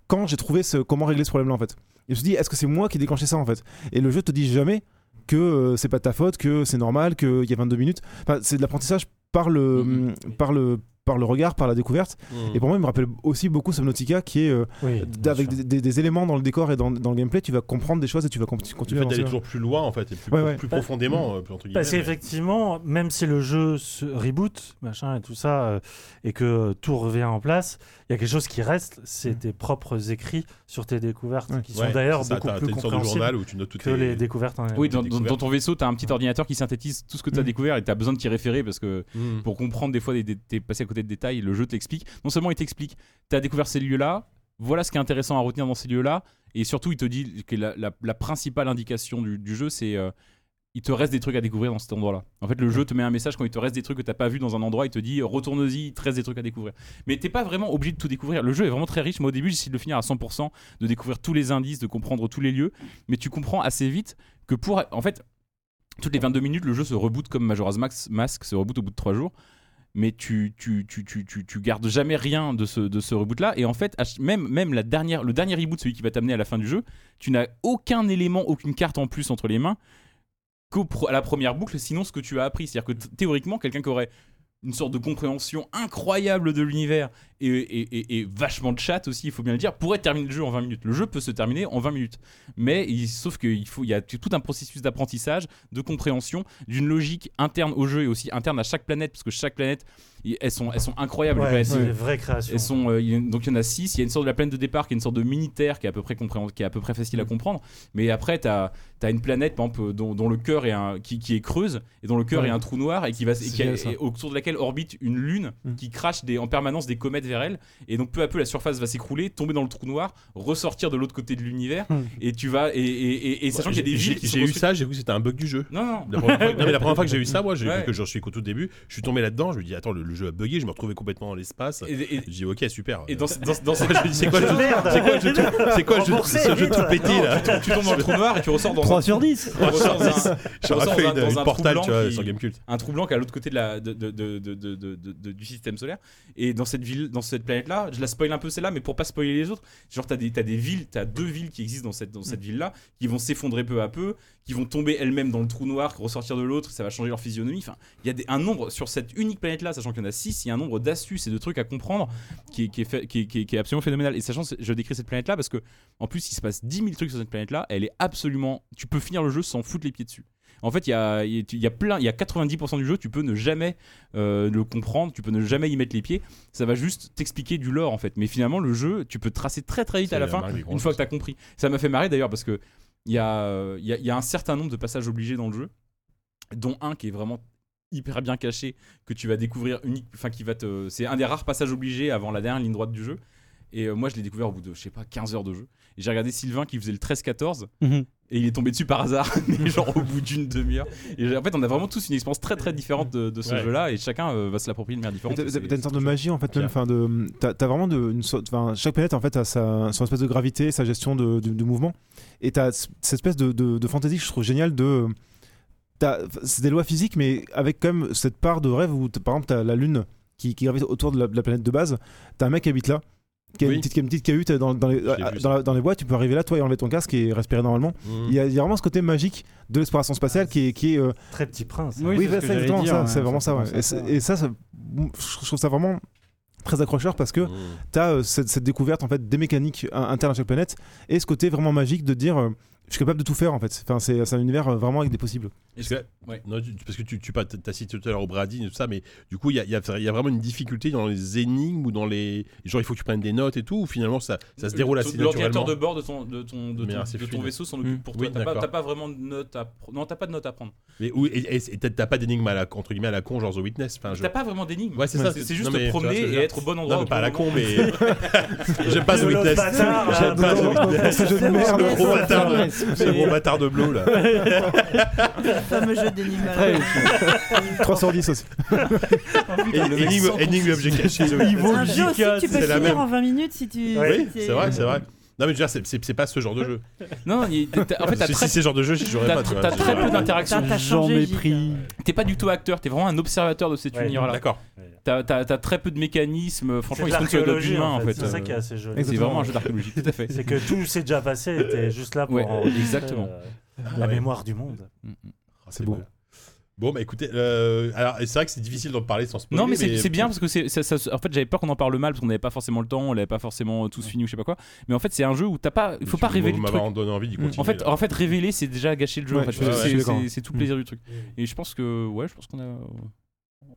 [SPEAKER 6] quand j'ai trouvé ce, comment régler ce problème-là en fait. Et je me suis dit, est-ce que c'est moi qui ai déclenché ça en fait Et le jeu te dit jamais que euh, c'est pas de ta faute, que c'est normal, qu'il y a 22 minutes. Enfin, c'est de l'apprentissage par le, hum,
[SPEAKER 3] Mhm.
[SPEAKER 6] par, le, par le regard, par la découverte.
[SPEAKER 2] Mm-hmm. Mm.
[SPEAKER 6] Et pour moi, il me rappelle aussi beaucoup Subnautica qui est euh,
[SPEAKER 4] Oui,
[SPEAKER 6] d-
[SPEAKER 4] bien
[SPEAKER 6] avec
[SPEAKER 4] sûr.
[SPEAKER 6] des, des- des éléments dans le décor et dans, dans le gameplay, tu vas comprendre des choses et tu vas com-
[SPEAKER 2] Tu
[SPEAKER 6] continuer
[SPEAKER 2] vas
[SPEAKER 6] à avancer.
[SPEAKER 2] d'aller toujours plus loin en fait, et plus,
[SPEAKER 6] Ouais, ouais.
[SPEAKER 2] plus profondément. euh, plus entre
[SPEAKER 4] Parce
[SPEAKER 2] guillemets, mais-
[SPEAKER 4] qu'effectivement, même si le jeu se reboot, machin et tout ça, euh, et que euh, tout revient en place, il y a quelque chose qui reste, c'est tes propres écrits sur tes découvertes,
[SPEAKER 6] Ouais.
[SPEAKER 4] qui
[SPEAKER 2] Mm. Ouais,
[SPEAKER 4] sont d'ailleurs
[SPEAKER 2] c'est ça,
[SPEAKER 4] beaucoup
[SPEAKER 2] t'as- t'as
[SPEAKER 4] plus
[SPEAKER 2] une sorte de
[SPEAKER 4] compréhensibles
[SPEAKER 2] journal où tu notes toutes
[SPEAKER 4] que les
[SPEAKER 2] les.
[SPEAKER 4] découvertes en elles-mêmes.
[SPEAKER 3] Oui, dans, dans-
[SPEAKER 2] découverte.
[SPEAKER 3] dans ton vaisseau, t'as un petit ordinateur qui synthétise tout ce que t'as
[SPEAKER 6] Mm.
[SPEAKER 3] découvert et t'as besoin de t'y référer parce que
[SPEAKER 2] Mm.
[SPEAKER 3] pour comprendre des fois des, des- t'es passé à côté de détails le jeu t'explique non seulement il t'explique t'as découvert ces lieux là voilà ce qui est intéressant à retenir dans ces lieux là et surtout il te dit que la, la- la principale indication du, du jeu c'est euh, il te reste des trucs à découvrir dans cet endroit là en fait le jeu te met un message quand il te reste des trucs que t'as pas vu dans un endroit il te dit euh, retourne-y il te reste des trucs à découvrir mais t'es pas vraiment obligé de tout découvrir le jeu est vraiment très riche moi au début j'essayais de le finir à 100% de découvrir tous les indices de comprendre tous les lieux mais tu comprends assez vite que pour en fait toutes les 22 minutes, le jeu se reboot comme Majora's Max- Mask se reboot au bout de 3 jours mais tu, tu, tu, tu, tu, tu gardes jamais rien de ce, de ce reboot-là. Et en fait, à ch- même, même la dernière, le dernier reboot, celui qui va t'amener à la fin du jeu, tu n'as aucun élément, aucune carte en plus entre les mains qu'au pro- à la première boucle, sinon ce que tu as appris. C'est-à-dire que t- théoriquement, quelqu'un qui aurait une sorte de compréhension incroyable de l'univers et, et- et- et vachement de chat aussi, il faut bien le dire, pourrait terminer le jeu en 20 minutes. Le jeu peut se terminer en 20 minutes. Mais il, sauf qu'il faut, il y a t- tout un processus d'apprentissage, de compréhension, d'une logique interne au jeu et aussi interne à chaque planète, parce que chaque planète, y- elles sont, elles sont incroyables. les
[SPEAKER 4] Ouais,
[SPEAKER 3] planètes.
[SPEAKER 4] c'est des vraies créations.
[SPEAKER 3] Elles sont, euh, il y en- donc il y en a 6. Il y a une sorte de la planète de départ qui est une sorte de mini-terre qui est à peu près, compréhen- qui est à peu près facile à comprendre. Mais après, tu as, une planète par exemple, dont, dont le cœur est un, qui, qui est creuse et dont le cœur
[SPEAKER 6] Ouais.
[SPEAKER 3] est un trou noir et, qui va, et
[SPEAKER 6] C'est
[SPEAKER 3] qui a-
[SPEAKER 6] génial, ça.
[SPEAKER 3] et autour de laquelle orbite une lune
[SPEAKER 6] Mm.
[SPEAKER 3] qui crache des, en permanence des comètes vers elle. Et donc peu à peu, la surface va s'écrouler, tomber dans le trou noir, ressortir de l'autre côté de l'univers.
[SPEAKER 6] Mm.
[SPEAKER 3] Et tu vas. Et, et, et- et sachant qu'il y a des villes
[SPEAKER 2] Bah, J'ai
[SPEAKER 3] qui sont
[SPEAKER 2] j'ai eu
[SPEAKER 3] construites-
[SPEAKER 2] ça, j'ai vu que c'était un bug du jeu.
[SPEAKER 3] Non, non. [laughs]
[SPEAKER 2] La première fois, non, mais la première fois que j'ai eu ça, moi, j'ai
[SPEAKER 3] Ouais.
[SPEAKER 2] vu que je suis qu'au tout début, je suis tombé là-dedans, je me dis attends, le, le jeu a bugué, je me retrouvais complètement dans l'espace.
[SPEAKER 3] Et, et-
[SPEAKER 2] J'ai dit ok, super. [laughs]
[SPEAKER 3] et dans, dans- dans ces-
[SPEAKER 2] Je dis, c'est
[SPEAKER 4] Ah,
[SPEAKER 2] quoi, le jeu- [laughs] c'est
[SPEAKER 3] [laughs]
[SPEAKER 2] quoi le jeu tout- c'est quoi le jeu-
[SPEAKER 11] Remboursé,
[SPEAKER 2] ce jeu
[SPEAKER 11] vite.
[SPEAKER 2] tout pété là
[SPEAKER 3] tu tombes dans le trou noir et tu ressors dans
[SPEAKER 7] 3
[SPEAKER 3] un-
[SPEAKER 7] sur 10
[SPEAKER 3] tu ressors dans un-
[SPEAKER 2] J'aurais
[SPEAKER 3] dans
[SPEAKER 2] fait
[SPEAKER 3] un-
[SPEAKER 2] une, une
[SPEAKER 3] dans un trou
[SPEAKER 2] portale
[SPEAKER 3] blanc
[SPEAKER 2] tu vois,
[SPEAKER 3] qui-
[SPEAKER 2] sur Gamecult.
[SPEAKER 3] un trou blanc qui est à l'autre côté de la, de, de- de- de- de- de- de- de- du système solaire. Et dans cette ville, dans cette planète-là, je la spoil un peu celle-là, mais pour pas spoiler les autres, genre t'as des, t'as des villes, t'as deux villes qui existent dans cette, dans cette ville-là, qui vont s'effondrer peu à peu, qui vont tomber elles-mêmes dans le trou noir, ressortir de l'autre, ça va changer leur physionomie. Enfin, il y a des- un nombre sur cette unique planète-là, sachant qu'il y en a six, il y a un nombre d'astuces et de trucs à comprendre qui est, qui est, fait- qui est- qui est- qui est absolument phénoménal. Et sachant, que je décris cette planète-là parce que en plus, il se passe 10 000 trucs sur cette planète-là. Elle est absolument. Tu peux finir le jeu sans foutre les pieds dessus. En fait, il y a, il y a- il y a plein, il y a 90% du jeu, tu peux ne jamais euh, le comprendre, tu peux ne jamais y mettre les pieds. Ça va juste t'expliquer du lore en fait. Mais finalement, le jeu, tu peux tracer très très vite à la fin une fois que t'as compris. Ça m'a fait marrer d'ailleurs parce que il y, a, euh, il y a- il y a un certain nombre de passages obligés dans le jeu, dont un qui est vraiment hyper bien caché que tu vas découvrir unique, enfin qui va te, c'est un des rares passages obligés avant la dernière ligne droite du jeu. Et euh, moi, je l'ai découvert au bout de, je sais pas, 15 heures de jeu. Et j'ai regardé Sylvain qui faisait le 13-14 et il est tombé dessus par hasard, [laughs] mais genre au bout d'une demi-heure. Et j'ai- en fait, on a vraiment tous une expérience très très différente de, de ce
[SPEAKER 2] Ouais.
[SPEAKER 3] jeu-là et chacun euh, va se l'approprier de manière
[SPEAKER 6] T'as
[SPEAKER 3] différente.
[SPEAKER 6] t'as-
[SPEAKER 3] C'est-
[SPEAKER 6] t'as une sorte de magie en fait, même.
[SPEAKER 2] Pierre.
[SPEAKER 6] Enfin, de, t'as, t'as vraiment de, une sorte, enfin, chaque planète en fait a sa, son espèce de gravité, sa gestion de, de- de mouvement, et t'as c- cette espèce de, de, de fantaisie que je trouve géniale de. t'as- c'est des lois physiques, mais avec quand même cette part de rêve où t'as- par exemple t'as la lune qui, qui gravite autour de la, de la planète de base, t'as un mec qui habite là. Qui a
[SPEAKER 2] Oui.
[SPEAKER 6] une petite, qui a une petite cahute dans, dans, les, euh,
[SPEAKER 2] J'ai vu
[SPEAKER 6] dans,
[SPEAKER 2] ça.
[SPEAKER 6] la- dans les bois, tu peux arriver là, toi, et enlever ton casque et respirer normalement. Il y, a, il y a vraiment ce côté magique de l'exploration spatiale qui est, qui est euh,
[SPEAKER 4] Très petit prince. hein.
[SPEAKER 7] Oui,
[SPEAKER 6] oui,
[SPEAKER 7] c'est
[SPEAKER 6] bah,
[SPEAKER 7] ce que
[SPEAKER 6] ça,
[SPEAKER 7] j'allais
[SPEAKER 6] exactement,
[SPEAKER 7] dire,
[SPEAKER 6] ça,
[SPEAKER 7] ouais,
[SPEAKER 6] c'est vraiment
[SPEAKER 7] ça
[SPEAKER 6] ça. ouais.
[SPEAKER 7] commence à
[SPEAKER 6] Et, c'est-
[SPEAKER 7] faire.
[SPEAKER 6] et ça, ça- je trouve ça vraiment très accrocheur parce que t'as euh, cette, cette découverte en fait des mécaniques euh, internes à chaque planète et ce côté vraiment magique de dire euh, je suis capable de tout faire en fait. Enfin, c'est c'est un univers euh, vraiment avec des possibles.
[SPEAKER 3] et
[SPEAKER 2] Parce
[SPEAKER 3] c'est-
[SPEAKER 2] que,
[SPEAKER 3] ouais.
[SPEAKER 2] non, tu- parce que tu, tu as cité tout à l'heure Brady et tout ça, mais du coup, il y a, il y a- il y a vraiment une difficulté dans les énigmes ou dans les. Genre, il faut que tu prennes des notes et tout, ou finalement, ça, ça se déroule assez naturellement.
[SPEAKER 3] Euh, L'ordinateur de bord de ton, de ton, de
[SPEAKER 2] Mais
[SPEAKER 3] ton,
[SPEAKER 2] assez
[SPEAKER 3] de ton
[SPEAKER 2] fluide.
[SPEAKER 3] vaisseau s'en occupe
[SPEAKER 2] Mm.
[SPEAKER 3] pour
[SPEAKER 2] Oui,
[SPEAKER 3] toi. T'as pas-
[SPEAKER 2] d'accord.
[SPEAKER 3] t'as pas vraiment de notes à pr- Non, t'as pas de notes à prendre.
[SPEAKER 2] Mais où- et- et- et t'as- t'as pas d'énigme à la, entre guillemets, à la con, genre The Witness. Enfin, je-
[SPEAKER 3] T'as pas vraiment d'énigme.
[SPEAKER 2] Ouais, c'est ça,
[SPEAKER 3] C'est
[SPEAKER 2] c'est-
[SPEAKER 3] c'est juste
[SPEAKER 2] non, mais tu
[SPEAKER 3] te
[SPEAKER 2] vois ce que
[SPEAKER 3] promener
[SPEAKER 2] je veux
[SPEAKER 3] et
[SPEAKER 2] dire.
[SPEAKER 3] être au bon endroit.
[SPEAKER 2] Non,
[SPEAKER 3] au
[SPEAKER 2] mais pas
[SPEAKER 3] bon
[SPEAKER 2] à la
[SPEAKER 3] moment.
[SPEAKER 2] con, mais. [laughs] J'aime pas The Witness.
[SPEAKER 7] Ah,
[SPEAKER 4] hein.
[SPEAKER 2] J'aime
[SPEAKER 7] bah,
[SPEAKER 2] pas The Witness.
[SPEAKER 6] Ce jeu de merde.
[SPEAKER 2] Le gros bâtard de- ce gros bâtard de Blo, là.
[SPEAKER 5] Fameux jeu d'énigmes.
[SPEAKER 6] 310 aussi.
[SPEAKER 2] Et- Énigme énigme et objet caché. The Witness.
[SPEAKER 5] Un jeu aussi, tu peux
[SPEAKER 2] c'est la
[SPEAKER 5] finir
[SPEAKER 2] même.
[SPEAKER 5] en 20 minutes si tu.
[SPEAKER 2] Oui,
[SPEAKER 5] si t'es-
[SPEAKER 2] c'est vrai, c'est vrai. Non, mais je veux dire, c'est- c'est c'est pas ce genre de jeu.
[SPEAKER 3] Non, il- t'as- en fait, t'as
[SPEAKER 2] si
[SPEAKER 3] très,
[SPEAKER 2] si c'est ce genre de jeu, j'aurais
[SPEAKER 3] t'as
[SPEAKER 2] pas. tu
[SPEAKER 3] tr-
[SPEAKER 2] vois.
[SPEAKER 3] t'as très peu
[SPEAKER 5] T'as
[SPEAKER 3] d'interactions.
[SPEAKER 5] t'as
[SPEAKER 7] Jean
[SPEAKER 5] changé. hein. Gilles.
[SPEAKER 7] mépris.
[SPEAKER 3] T'es pas du tout acteur, t'es vraiment un observateur de cet
[SPEAKER 4] Ouais.
[SPEAKER 3] univers-là.
[SPEAKER 2] D'accord.
[SPEAKER 3] T'as t'as- t'as très peu de mécanismes.
[SPEAKER 4] C'est
[SPEAKER 3] Franchement,
[SPEAKER 4] de
[SPEAKER 3] ils sont sur le doigt
[SPEAKER 4] l'archéologie,
[SPEAKER 3] d'humain
[SPEAKER 4] en
[SPEAKER 3] en fait.
[SPEAKER 4] C'est ça qui est
[SPEAKER 3] Euh,
[SPEAKER 4] assez joli.
[SPEAKER 3] C'est vraiment un jeu d'archéologie, tout à fait.
[SPEAKER 4] C'est que tout s'est déjà passé et t'es juste là pour
[SPEAKER 3] Ouais,
[SPEAKER 4] enregistrer,
[SPEAKER 3] exactement.
[SPEAKER 4] euh, la
[SPEAKER 2] Ouais.
[SPEAKER 4] mémoire du monde.
[SPEAKER 2] Ah,
[SPEAKER 6] C'est beau.
[SPEAKER 2] Bon, bah écoutez, euh, alors c'est vrai que c'est difficile d'en parler sans spoiler.
[SPEAKER 3] Non, mais, c'est- c'est bien parce que c'est, ça- ça- en fait, j'avais peur qu'on en parle mal parce qu'on n'avait pas forcément le temps, on l'avait pas forcément tous fini ou je sais pas quoi. Mais en fait, c'est un jeu où t'as pas, il faut pas révéler le
[SPEAKER 2] Vous
[SPEAKER 3] truc.
[SPEAKER 2] m'avez donné envie d'y
[SPEAKER 6] Mm.
[SPEAKER 2] continuer.
[SPEAKER 3] En fait,
[SPEAKER 2] là.
[SPEAKER 3] en fait, révéler, c'est déjà gâcher le jeu.
[SPEAKER 6] Ouais,
[SPEAKER 3] en fait.
[SPEAKER 6] je
[SPEAKER 2] suis
[SPEAKER 3] C'est-
[SPEAKER 2] d'accord.
[SPEAKER 3] c'est-
[SPEAKER 6] Je suis
[SPEAKER 3] c'est- c'est tout le plaisir du truc. Et je pense que, ouais, je pense qu'on a.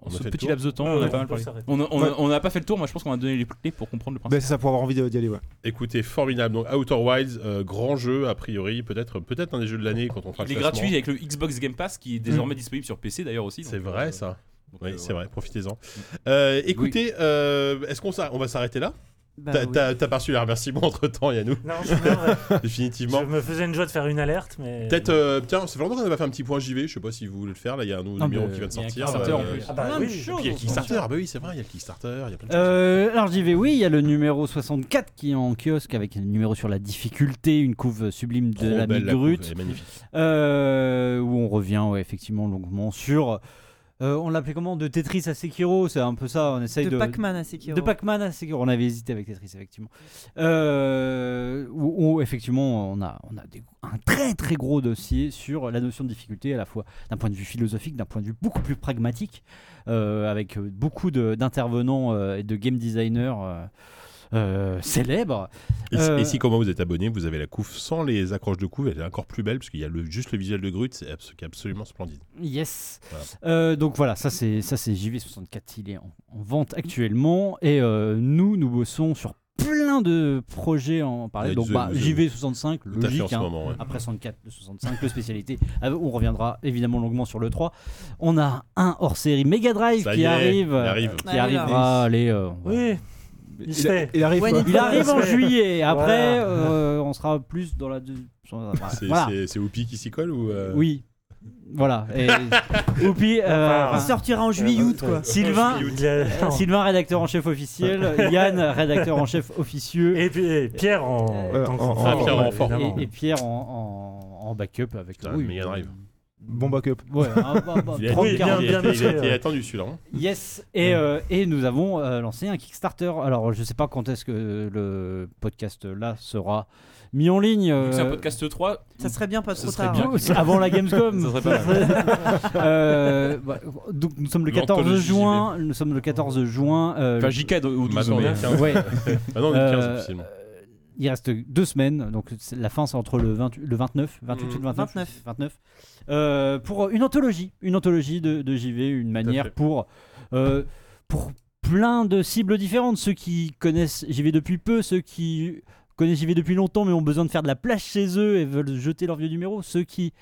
[SPEAKER 3] En
[SPEAKER 2] a
[SPEAKER 3] ce
[SPEAKER 2] fait le
[SPEAKER 3] petit
[SPEAKER 2] tour.
[SPEAKER 3] laps de temps,
[SPEAKER 4] Ouais,
[SPEAKER 3] on a
[SPEAKER 4] ouais,
[SPEAKER 3] pas
[SPEAKER 4] on
[SPEAKER 3] mal
[SPEAKER 4] peut
[SPEAKER 3] parlé.
[SPEAKER 4] s'arrêter.
[SPEAKER 3] On a- on a- on n'a pas fait le tour, moi je pense qu'on a donné les clés pour comprendre le
[SPEAKER 2] Bah,
[SPEAKER 3] principe.
[SPEAKER 6] Ben, c'est ça pour avoir envie de- d'y aller. Ouais.
[SPEAKER 2] Écoutez, formidable. Donc Outer Wilds, euh, grand jeu a priori, peut-être peut-être un des jeux de l'année quand on fera le
[SPEAKER 3] Il est
[SPEAKER 2] classement.
[SPEAKER 3] gratuit avec le Xbox Game Pass qui est désormais disponible sur PC d'ailleurs aussi.
[SPEAKER 2] Mm. C'est
[SPEAKER 3] donc,
[SPEAKER 2] vrai
[SPEAKER 3] euh,
[SPEAKER 2] ça.
[SPEAKER 3] donc,
[SPEAKER 2] Oui,
[SPEAKER 3] euh,
[SPEAKER 2] c'est
[SPEAKER 3] voilà.
[SPEAKER 2] vrai. Profitez-en. Euh, écoutez, euh, est-ce qu'on s'arr- on va s'arrêter là
[SPEAKER 5] Bah
[SPEAKER 2] T'as
[SPEAKER 5] oui.
[SPEAKER 2] t'as- t'as reçu les remerciements entre temps,
[SPEAKER 7] [laughs]
[SPEAKER 2] Yannou,
[SPEAKER 4] Non, je, me- je
[SPEAKER 2] définitivement.
[SPEAKER 4] me faisais une joie de faire une alerte, mais.
[SPEAKER 2] Peut-être, euh, tiens, c'est longtemps qu'on n'a pas fait un petit point JV. Je sais pas si vous voulez le faire. Là, il y a un nouveau
[SPEAKER 7] Non,
[SPEAKER 2] numéro
[SPEAKER 7] mais
[SPEAKER 2] qui vient de
[SPEAKER 3] il y a un
[SPEAKER 2] sortir.
[SPEAKER 3] Kickstarter, en
[SPEAKER 2] euh,
[SPEAKER 3] plus.
[SPEAKER 4] Ah bah
[SPEAKER 5] Plein de
[SPEAKER 4] oui.
[SPEAKER 5] choses.
[SPEAKER 2] Puis il y a Kickstarter. Bah oui, c'est vrai. Il y a le Kickstarter. Il y a plein de choses.
[SPEAKER 7] Euh, alors j'y vais, oui, il y a le numéro 64 qui est en kiosque avec un numéro sur la difficulté, une couve sublime de
[SPEAKER 2] Trop
[SPEAKER 7] la
[SPEAKER 2] belle, la couve,
[SPEAKER 7] grute
[SPEAKER 2] elle est magnifique.
[SPEAKER 7] euh, où on revient ouais, effectivement longuement sur euh, on l'appelait comment De Tetris à Sekiro, c'est un peu ça. On essaye
[SPEAKER 5] De
[SPEAKER 7] de.
[SPEAKER 5] Pac-Man à Sekiro.
[SPEAKER 7] de Pac-Man à Sekiro. On avait hésité avec Tetris, effectivement. Euh, où, où, effectivement, on a, on a des- un très très gros dossier sur la notion de difficulté, à la fois d'un point de vue philosophique, d'un point de vue beaucoup plus pragmatique, euh, avec euh, beaucoup de- d'intervenants euh, et de game designers euh, euh, célèbres.
[SPEAKER 2] Et, si-
[SPEAKER 7] Euh,
[SPEAKER 2] et si, comment vous êtes abonné, vous avez la couve sans les accroches de couve, elle est encore plus belle parce qu'il y a le, juste le visuel de Grut, c'est abs- qui est absolument splendide.
[SPEAKER 7] Yes.
[SPEAKER 2] Voilà.
[SPEAKER 7] Euh, donc voilà, ça c'est ça c'est JV64, il est en, en vente actuellement et euh, nous nous bossons sur plein de projets en parallèle.
[SPEAKER 2] Et
[SPEAKER 7] Donc
[SPEAKER 2] the-
[SPEAKER 7] bah,
[SPEAKER 2] the-
[SPEAKER 7] JV65
[SPEAKER 2] Tout à fait en
[SPEAKER 7] logique
[SPEAKER 2] ce
[SPEAKER 7] hein.
[SPEAKER 2] moment. ouais.
[SPEAKER 7] Après 64, le 65, le spécialité. Ah, On reviendra évidemment longuement sur le 3. On a un hors série Mega Drive
[SPEAKER 2] Ça
[SPEAKER 7] qui
[SPEAKER 2] y est,
[SPEAKER 7] arrive,
[SPEAKER 2] il arrive.
[SPEAKER 7] euh, qui
[SPEAKER 5] Ah, il
[SPEAKER 7] arrivera. Allez, euh, on va-
[SPEAKER 4] Oui, il se
[SPEAKER 6] a-
[SPEAKER 4] fait.
[SPEAKER 6] il arrive.
[SPEAKER 5] When
[SPEAKER 6] quoi.
[SPEAKER 5] it-
[SPEAKER 7] il arrive en
[SPEAKER 2] [laughs]
[SPEAKER 4] Ouais.
[SPEAKER 7] juillet. Après,
[SPEAKER 4] Voilà.
[SPEAKER 7] euh, on sera plus dans la. deux-
[SPEAKER 2] C'est
[SPEAKER 7] Voilà.
[SPEAKER 2] c'est- c'est Whoopi qui s'y colle ou euh,
[SPEAKER 7] Oui. Voilà.
[SPEAKER 2] [laughs]
[SPEAKER 7] Et, Oupi, euh,
[SPEAKER 5] Il sortira en juillet-août, quoi.
[SPEAKER 7] Sylvain,
[SPEAKER 4] Il a-
[SPEAKER 7] Sylvain, rédacteur en chef officiel, [laughs] Yann, rédacteur en chef officieux, et,
[SPEAKER 4] Et, puis- et Pierre en,
[SPEAKER 7] Euh,
[SPEAKER 4] tant que
[SPEAKER 6] en-
[SPEAKER 4] renfort,
[SPEAKER 2] en- Pierre en renfort.
[SPEAKER 4] évidemment.
[SPEAKER 7] et Pierre en, en- en backup avec euh,
[SPEAKER 2] Putain, Mega Drive.
[SPEAKER 6] Bon backup.
[SPEAKER 7] Ouais, un- un- un-
[SPEAKER 2] [laughs] Il a
[SPEAKER 7] 30,
[SPEAKER 4] Oui, bien-
[SPEAKER 7] 40.
[SPEAKER 2] il a
[SPEAKER 4] bien
[SPEAKER 2] été- il a
[SPEAKER 4] noté,
[SPEAKER 2] été
[SPEAKER 4] ouais.
[SPEAKER 2] attendu celui-là. hein.
[SPEAKER 7] Yes, et, euh, et nous avons euh, lancé un Kickstarter. Alors, je sais pas quand est-ce que le podcast euh, là sera mis en ligne.
[SPEAKER 9] Vu que C'est un
[SPEAKER 7] euh,
[SPEAKER 9] podcast 3.
[SPEAKER 5] Ça serait bien pas
[SPEAKER 9] Ce
[SPEAKER 5] trop
[SPEAKER 9] serait
[SPEAKER 5] tard. hein.
[SPEAKER 9] bien.
[SPEAKER 7] Oh, c'est avant la
[SPEAKER 9] [laughs]
[SPEAKER 7] Gamescom.
[SPEAKER 9] Ça serait pas
[SPEAKER 7] [laughs] Euh, bah, donc nous sommes le 14
[SPEAKER 2] L'anthologie
[SPEAKER 7] juin. Nous sommes le 14 juin. euh,
[SPEAKER 9] Enfin, hein, JK ou 12
[SPEAKER 2] Maintenant,
[SPEAKER 9] mais-
[SPEAKER 2] il y a 15.
[SPEAKER 7] ouais.
[SPEAKER 2] Ah non, on est
[SPEAKER 7] Euh,
[SPEAKER 2] 15 officiellement.
[SPEAKER 7] euh, il reste deux semaines, donc c'est- la fin c'est entre le, 20 le 29,
[SPEAKER 2] Mmh.
[SPEAKER 7] 28 ou le 29,
[SPEAKER 5] 29.
[SPEAKER 7] 29, euh, pour une anthologie, une anthologie de, de JV, une manière
[SPEAKER 2] fait.
[SPEAKER 7] pour, euh, pour plein de cibles différentes, ceux qui connaissent JV depuis peu, ceux qui connaissent JV depuis longtemps mais ont besoin de faire de la plage chez eux et veulent jeter leur vieux numéro, ceux qui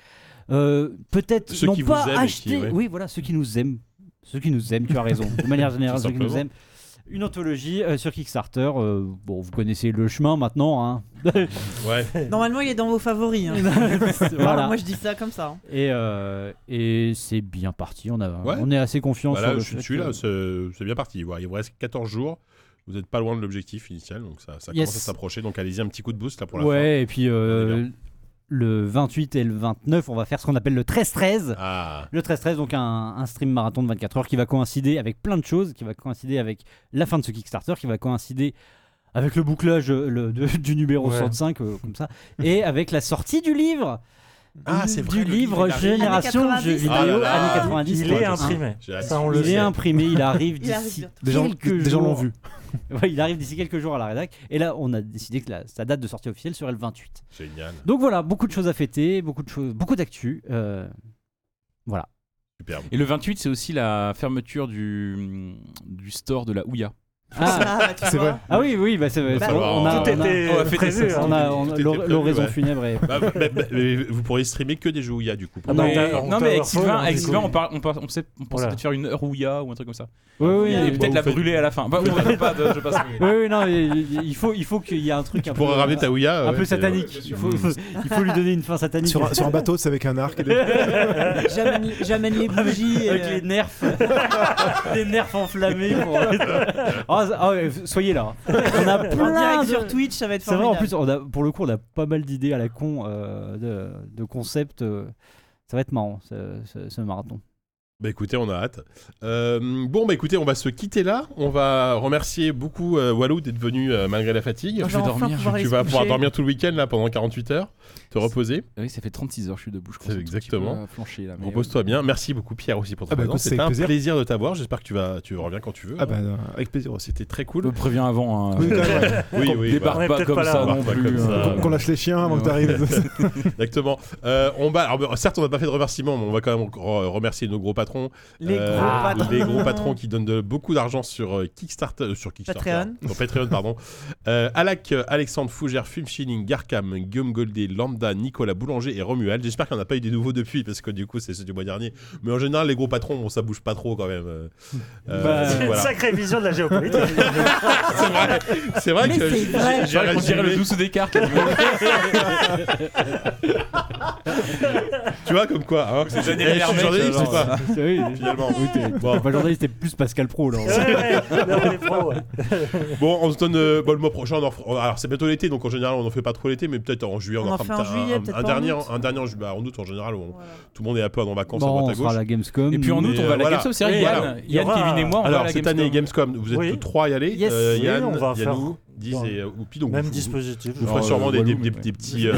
[SPEAKER 7] euh, peut-être
[SPEAKER 2] Ceux
[SPEAKER 7] n'ont
[SPEAKER 2] qui vous
[SPEAKER 7] pas
[SPEAKER 2] aiment et qui-
[SPEAKER 7] acheté,
[SPEAKER 2] ouais.
[SPEAKER 7] oui voilà, ceux qui nous aiment, ceux qui nous aiment, tu as raison, de
[SPEAKER 2] [laughs]
[SPEAKER 7] manière générale
[SPEAKER 2] Tout
[SPEAKER 7] ceux qui nous
[SPEAKER 2] simplement.
[SPEAKER 7] aiment. Une anthologie euh, sur Kickstarter. euh, bon, vous connaissez le chemin maintenant.
[SPEAKER 5] [laughs]
[SPEAKER 7] Hein.
[SPEAKER 2] Ouais.
[SPEAKER 5] Normalement, il est dans vos favoris. hein.
[SPEAKER 7] [laughs] voilà.
[SPEAKER 5] Moi, je dis ça comme ça. hein.
[SPEAKER 7] Et, euh, et c'est bien parti. On, a,
[SPEAKER 2] Ouais.
[SPEAKER 7] on est assez confiant
[SPEAKER 2] Voilà,
[SPEAKER 7] sur le
[SPEAKER 2] je
[SPEAKER 7] fait
[SPEAKER 2] suis bah là,
[SPEAKER 7] que-
[SPEAKER 2] c'est c'est bien parti. Voilà, Il vous reste 14 jours. Vous n'êtes pas loin de l'objectif initial, donc ça, ça
[SPEAKER 7] Yes.
[SPEAKER 2] commence à s'approcher. Donc allez-y, un petit coup de boost là pour la
[SPEAKER 7] Ouais, et puis euh,
[SPEAKER 2] On
[SPEAKER 7] le 28 et le 29, on va faire ce qu'on appelle le 13-13.
[SPEAKER 2] fin. Ah,
[SPEAKER 7] Le 13-13, donc un, un stream marathon de 24 heures qui va coïncider avec plein de choses, qui va coïncider avec la fin de ce Kickstarter, qui va coïncider avec le bouclage euh, le- de- [laughs] du numéro
[SPEAKER 4] Ouais.
[SPEAKER 7] 65, euh, comme ça, et avec la sortie du livre.
[SPEAKER 2] Ah, c'est vrai,
[SPEAKER 7] Du
[SPEAKER 2] le
[SPEAKER 7] livre
[SPEAKER 2] livre, il arrive.
[SPEAKER 7] Génération
[SPEAKER 5] Années
[SPEAKER 7] Jeux
[SPEAKER 5] 90.
[SPEAKER 7] Vidéo,
[SPEAKER 2] Ah là là.
[SPEAKER 7] années 90.
[SPEAKER 4] Il
[SPEAKER 7] quoi,
[SPEAKER 4] est
[SPEAKER 7] hein.
[SPEAKER 4] imprimé.
[SPEAKER 2] j'ai hâte.
[SPEAKER 4] Ça, on le
[SPEAKER 7] Il est
[SPEAKER 4] sait.
[SPEAKER 7] imprimé, il arrive
[SPEAKER 5] Il arrive
[SPEAKER 7] d'ici
[SPEAKER 5] bientôt.
[SPEAKER 6] Des gens,
[SPEAKER 7] quelques
[SPEAKER 6] des gens l'ont
[SPEAKER 7] jours.
[SPEAKER 6] vu.
[SPEAKER 7] [laughs] Ouais, il arrive d'ici quelques jours à la rédac. Et là, on a décidé que la- sa date de sortie officielle serait le 28.
[SPEAKER 2] Génial,
[SPEAKER 7] Donc voilà, beaucoup de choses à fêter, beaucoup de choses, beaucoup d'actu. euh, voilà.
[SPEAKER 2] superbe.
[SPEAKER 9] Et le 28, c'est aussi la fermeture du, du store de la Ouya.
[SPEAKER 7] Ah,
[SPEAKER 5] Ah, bah, tu
[SPEAKER 6] C'est
[SPEAKER 5] vois.
[SPEAKER 6] vrai.
[SPEAKER 7] ah oui, oui, bah, c'est
[SPEAKER 2] Bah,
[SPEAKER 7] c'est- on a,
[SPEAKER 2] tout
[SPEAKER 7] on a-
[SPEAKER 4] était
[SPEAKER 9] on a fait
[SPEAKER 4] prévu,
[SPEAKER 9] des-
[SPEAKER 4] hein.
[SPEAKER 7] on a- on a-
[SPEAKER 2] Tout était
[SPEAKER 7] l'or-
[SPEAKER 2] prévu,
[SPEAKER 7] l'oraison
[SPEAKER 2] ouais.
[SPEAKER 7] funèbre est-
[SPEAKER 2] Bah, bah, bah, mais vous pourrez streamer que des jeux où il y a du coup. pour
[SPEAKER 4] Ah,
[SPEAKER 2] moi.
[SPEAKER 4] bah,
[SPEAKER 9] Mais-
[SPEAKER 4] on t'a- on
[SPEAKER 9] non,
[SPEAKER 4] t'a
[SPEAKER 9] mais avec
[SPEAKER 4] refait,
[SPEAKER 9] Sylvain,
[SPEAKER 4] on a
[SPEAKER 9] avec
[SPEAKER 4] fait
[SPEAKER 9] Sylvain,
[SPEAKER 4] tout.
[SPEAKER 9] on, parle, on, parle- on sait- on pensait
[SPEAKER 4] Voilà.
[SPEAKER 9] peut-être faire une heure Ouya ou un truc comme ça.
[SPEAKER 7] Oui, oui,
[SPEAKER 2] Et
[SPEAKER 9] Et
[SPEAKER 7] oui.
[SPEAKER 9] peut-être
[SPEAKER 2] vous
[SPEAKER 9] la
[SPEAKER 2] faites-
[SPEAKER 9] brûler à la fin. Bah, on va pas de- je passe.
[SPEAKER 2] [laughs]
[SPEAKER 7] Oui, oui, non, mais il il faut, il faut qu'il y ait un truc un
[SPEAKER 2] Pour
[SPEAKER 7] peu,
[SPEAKER 2] ramener ta Ouya.
[SPEAKER 7] un
[SPEAKER 2] ouais,
[SPEAKER 7] peu
[SPEAKER 2] c'est-
[SPEAKER 7] satanique. il, faut, il faut lui donner une fin satanique.
[SPEAKER 6] Sur
[SPEAKER 7] [laughs]
[SPEAKER 6] un, sur un bateau, c'est avec un arc. et des-
[SPEAKER 5] J'amène j'amène les bougies. et,
[SPEAKER 7] Ah, Avec
[SPEAKER 5] euh,
[SPEAKER 7] les nerfs, des nerfs enflammés. Pour... Ah, ça- ah ouais, soyez là. On a
[SPEAKER 5] En
[SPEAKER 7] plein
[SPEAKER 5] direct
[SPEAKER 7] de...
[SPEAKER 5] sur Twitch, ça va être
[SPEAKER 7] C'est vrai,
[SPEAKER 5] formidable.
[SPEAKER 7] en plus, on a, pour le coup, on a pas mal d'idées à la con euh, de, de concepts. euh, ça va être marrant, ce, ce- ce marathon.
[SPEAKER 2] [laughs] Bah écoutez, on a hâte. Euh, bon, bah écoutez, on va se quitter là. On va remercier beaucoup euh, Walou d'être venu euh, malgré la fatigue.
[SPEAKER 5] On
[SPEAKER 9] je vais
[SPEAKER 5] enfin
[SPEAKER 9] dormir,
[SPEAKER 5] pouvoir
[SPEAKER 2] Tu
[SPEAKER 5] aller se
[SPEAKER 2] vas pouvoir
[SPEAKER 5] coucher.
[SPEAKER 2] dormir tout le week-end là pendant 48 heures, te reposer.
[SPEAKER 9] Ah Oui, ça fait 36 heures, je suis debout. Je
[SPEAKER 2] C'est exactement.
[SPEAKER 9] Flancher euh, là. mais,
[SPEAKER 2] Repose-toi bien. Merci beaucoup Pierre aussi pour ta
[SPEAKER 6] Ah bah, écoute,
[SPEAKER 2] présence.
[SPEAKER 6] c'est
[SPEAKER 2] C'était
[SPEAKER 6] avec
[SPEAKER 2] un
[SPEAKER 6] plaisir.
[SPEAKER 2] plaisir de t'avoir. J'espère que tu vas, tu reviens quand tu veux. Oh,
[SPEAKER 6] Ah bah, euh, avec plaisir aussi.
[SPEAKER 2] C'était très
[SPEAKER 9] euh,
[SPEAKER 2] cool.
[SPEAKER 9] Je préviens avant. hein.
[SPEAKER 6] Oui,
[SPEAKER 9] [laughs]
[SPEAKER 6] quand même, ouais.
[SPEAKER 2] Oui,
[SPEAKER 9] Des
[SPEAKER 2] oui. voilà.
[SPEAKER 9] barres
[SPEAKER 4] On est
[SPEAKER 9] pas
[SPEAKER 4] peut-être
[SPEAKER 9] comme
[SPEAKER 4] pas là,
[SPEAKER 9] ça
[SPEAKER 4] on
[SPEAKER 9] non
[SPEAKER 2] va pas
[SPEAKER 9] plus,
[SPEAKER 2] comme
[SPEAKER 9] hein.
[SPEAKER 2] ça.
[SPEAKER 6] Qu'on lâche les chiens avant que t'arrives.
[SPEAKER 2] Exactement. Euh, on va, alors, bah, certes, on n'a pas fait de remerciements, mais on va quand même re- remercier nos gros patrons.
[SPEAKER 5] Les gros
[SPEAKER 2] Euh,
[SPEAKER 5] patrons.
[SPEAKER 2] les gros patrons qui donnent de- beaucoup d'argent sur euh, Kickstarter, euh, sur Kickstarter,
[SPEAKER 5] Patreon.
[SPEAKER 2] sur Patreon, pardon. Euh, Alak, euh, Alexandre Fougère, Film Schilling, Garkam, Guillaume Goldé, Lambda, Nicolas Boulanger et Romuald. J'espère qu'on n'a pas eu des nouveaux depuis parce que du coup c'est ceux du mois dernier. Mais en général, les gros patrons, bon, ça bouge pas trop quand même. Euh, euh,
[SPEAKER 7] Bah,
[SPEAKER 2] donc,
[SPEAKER 4] [laughs] C'est une
[SPEAKER 2] voilà.
[SPEAKER 4] sacrée vision de la géopolitique. [laughs]
[SPEAKER 2] C'est vrai, c'est vrai
[SPEAKER 5] Mais
[SPEAKER 2] que
[SPEAKER 5] c'est
[SPEAKER 2] j'ai-
[SPEAKER 5] vrai.
[SPEAKER 2] j'ai- j'ai
[SPEAKER 9] On dirait
[SPEAKER 2] résumé-
[SPEAKER 9] le douce d'écart.
[SPEAKER 2] tu vois, comme quoi. Hein.
[SPEAKER 9] C'est Daniel
[SPEAKER 2] Eh, je suis
[SPEAKER 9] Hermès,
[SPEAKER 2] journaliste
[SPEAKER 9] alors.
[SPEAKER 2] ou pas
[SPEAKER 7] Finalement, oui, t'es-
[SPEAKER 2] Bon.
[SPEAKER 7] t'es pas journaliste, t'es plus Pascal Pro là.
[SPEAKER 2] Bon, on se donne euh, bon, le mois prochain. on en fera- on- alors, c'est bientôt l'été, donc en général, on n'en fait pas trop l'été, mais peut-être en juillet, on,
[SPEAKER 5] On en fait
[SPEAKER 2] fera
[SPEAKER 5] en
[SPEAKER 2] peut-être un-
[SPEAKER 5] juillet,
[SPEAKER 2] un,
[SPEAKER 5] peut-être
[SPEAKER 2] un
[SPEAKER 5] pas en
[SPEAKER 2] dernier
[SPEAKER 5] août.
[SPEAKER 2] en, un dernier en, ju- bah, en août en général. on-
[SPEAKER 5] Voilà.
[SPEAKER 2] tout le monde est un peu en vacances à
[SPEAKER 7] Bon,
[SPEAKER 2] droite
[SPEAKER 7] on
[SPEAKER 2] à
[SPEAKER 7] sera
[SPEAKER 2] gauche.
[SPEAKER 7] à la Gamescom.
[SPEAKER 9] Et puis en août, on va à la
[SPEAKER 2] voilà.
[SPEAKER 9] Gamescom. C'est vrai,
[SPEAKER 4] Oui,
[SPEAKER 9] Yann,
[SPEAKER 4] voilà.
[SPEAKER 9] Yann,
[SPEAKER 4] Il y aura-
[SPEAKER 9] Kevin et moi, on va à
[SPEAKER 2] Alors,
[SPEAKER 9] la
[SPEAKER 2] cette
[SPEAKER 9] Gamescom.
[SPEAKER 2] année, Gamescom, vous êtes
[SPEAKER 4] Oui.
[SPEAKER 2] trois à y aller.
[SPEAKER 5] Yes.
[SPEAKER 2] Euh,
[SPEAKER 4] Oui,
[SPEAKER 2] Yann,
[SPEAKER 4] on va faire-
[SPEAKER 2] Yannou, Diz
[SPEAKER 4] dans-
[SPEAKER 2] et euh, Oupi. Donc,
[SPEAKER 4] Même
[SPEAKER 2] vous-
[SPEAKER 4] dispositif.
[SPEAKER 2] Vous ferez
[SPEAKER 4] Genre,
[SPEAKER 2] sûrement des, des,
[SPEAKER 3] Walloum,
[SPEAKER 2] des- des
[SPEAKER 4] [laughs]
[SPEAKER 2] petits. euh,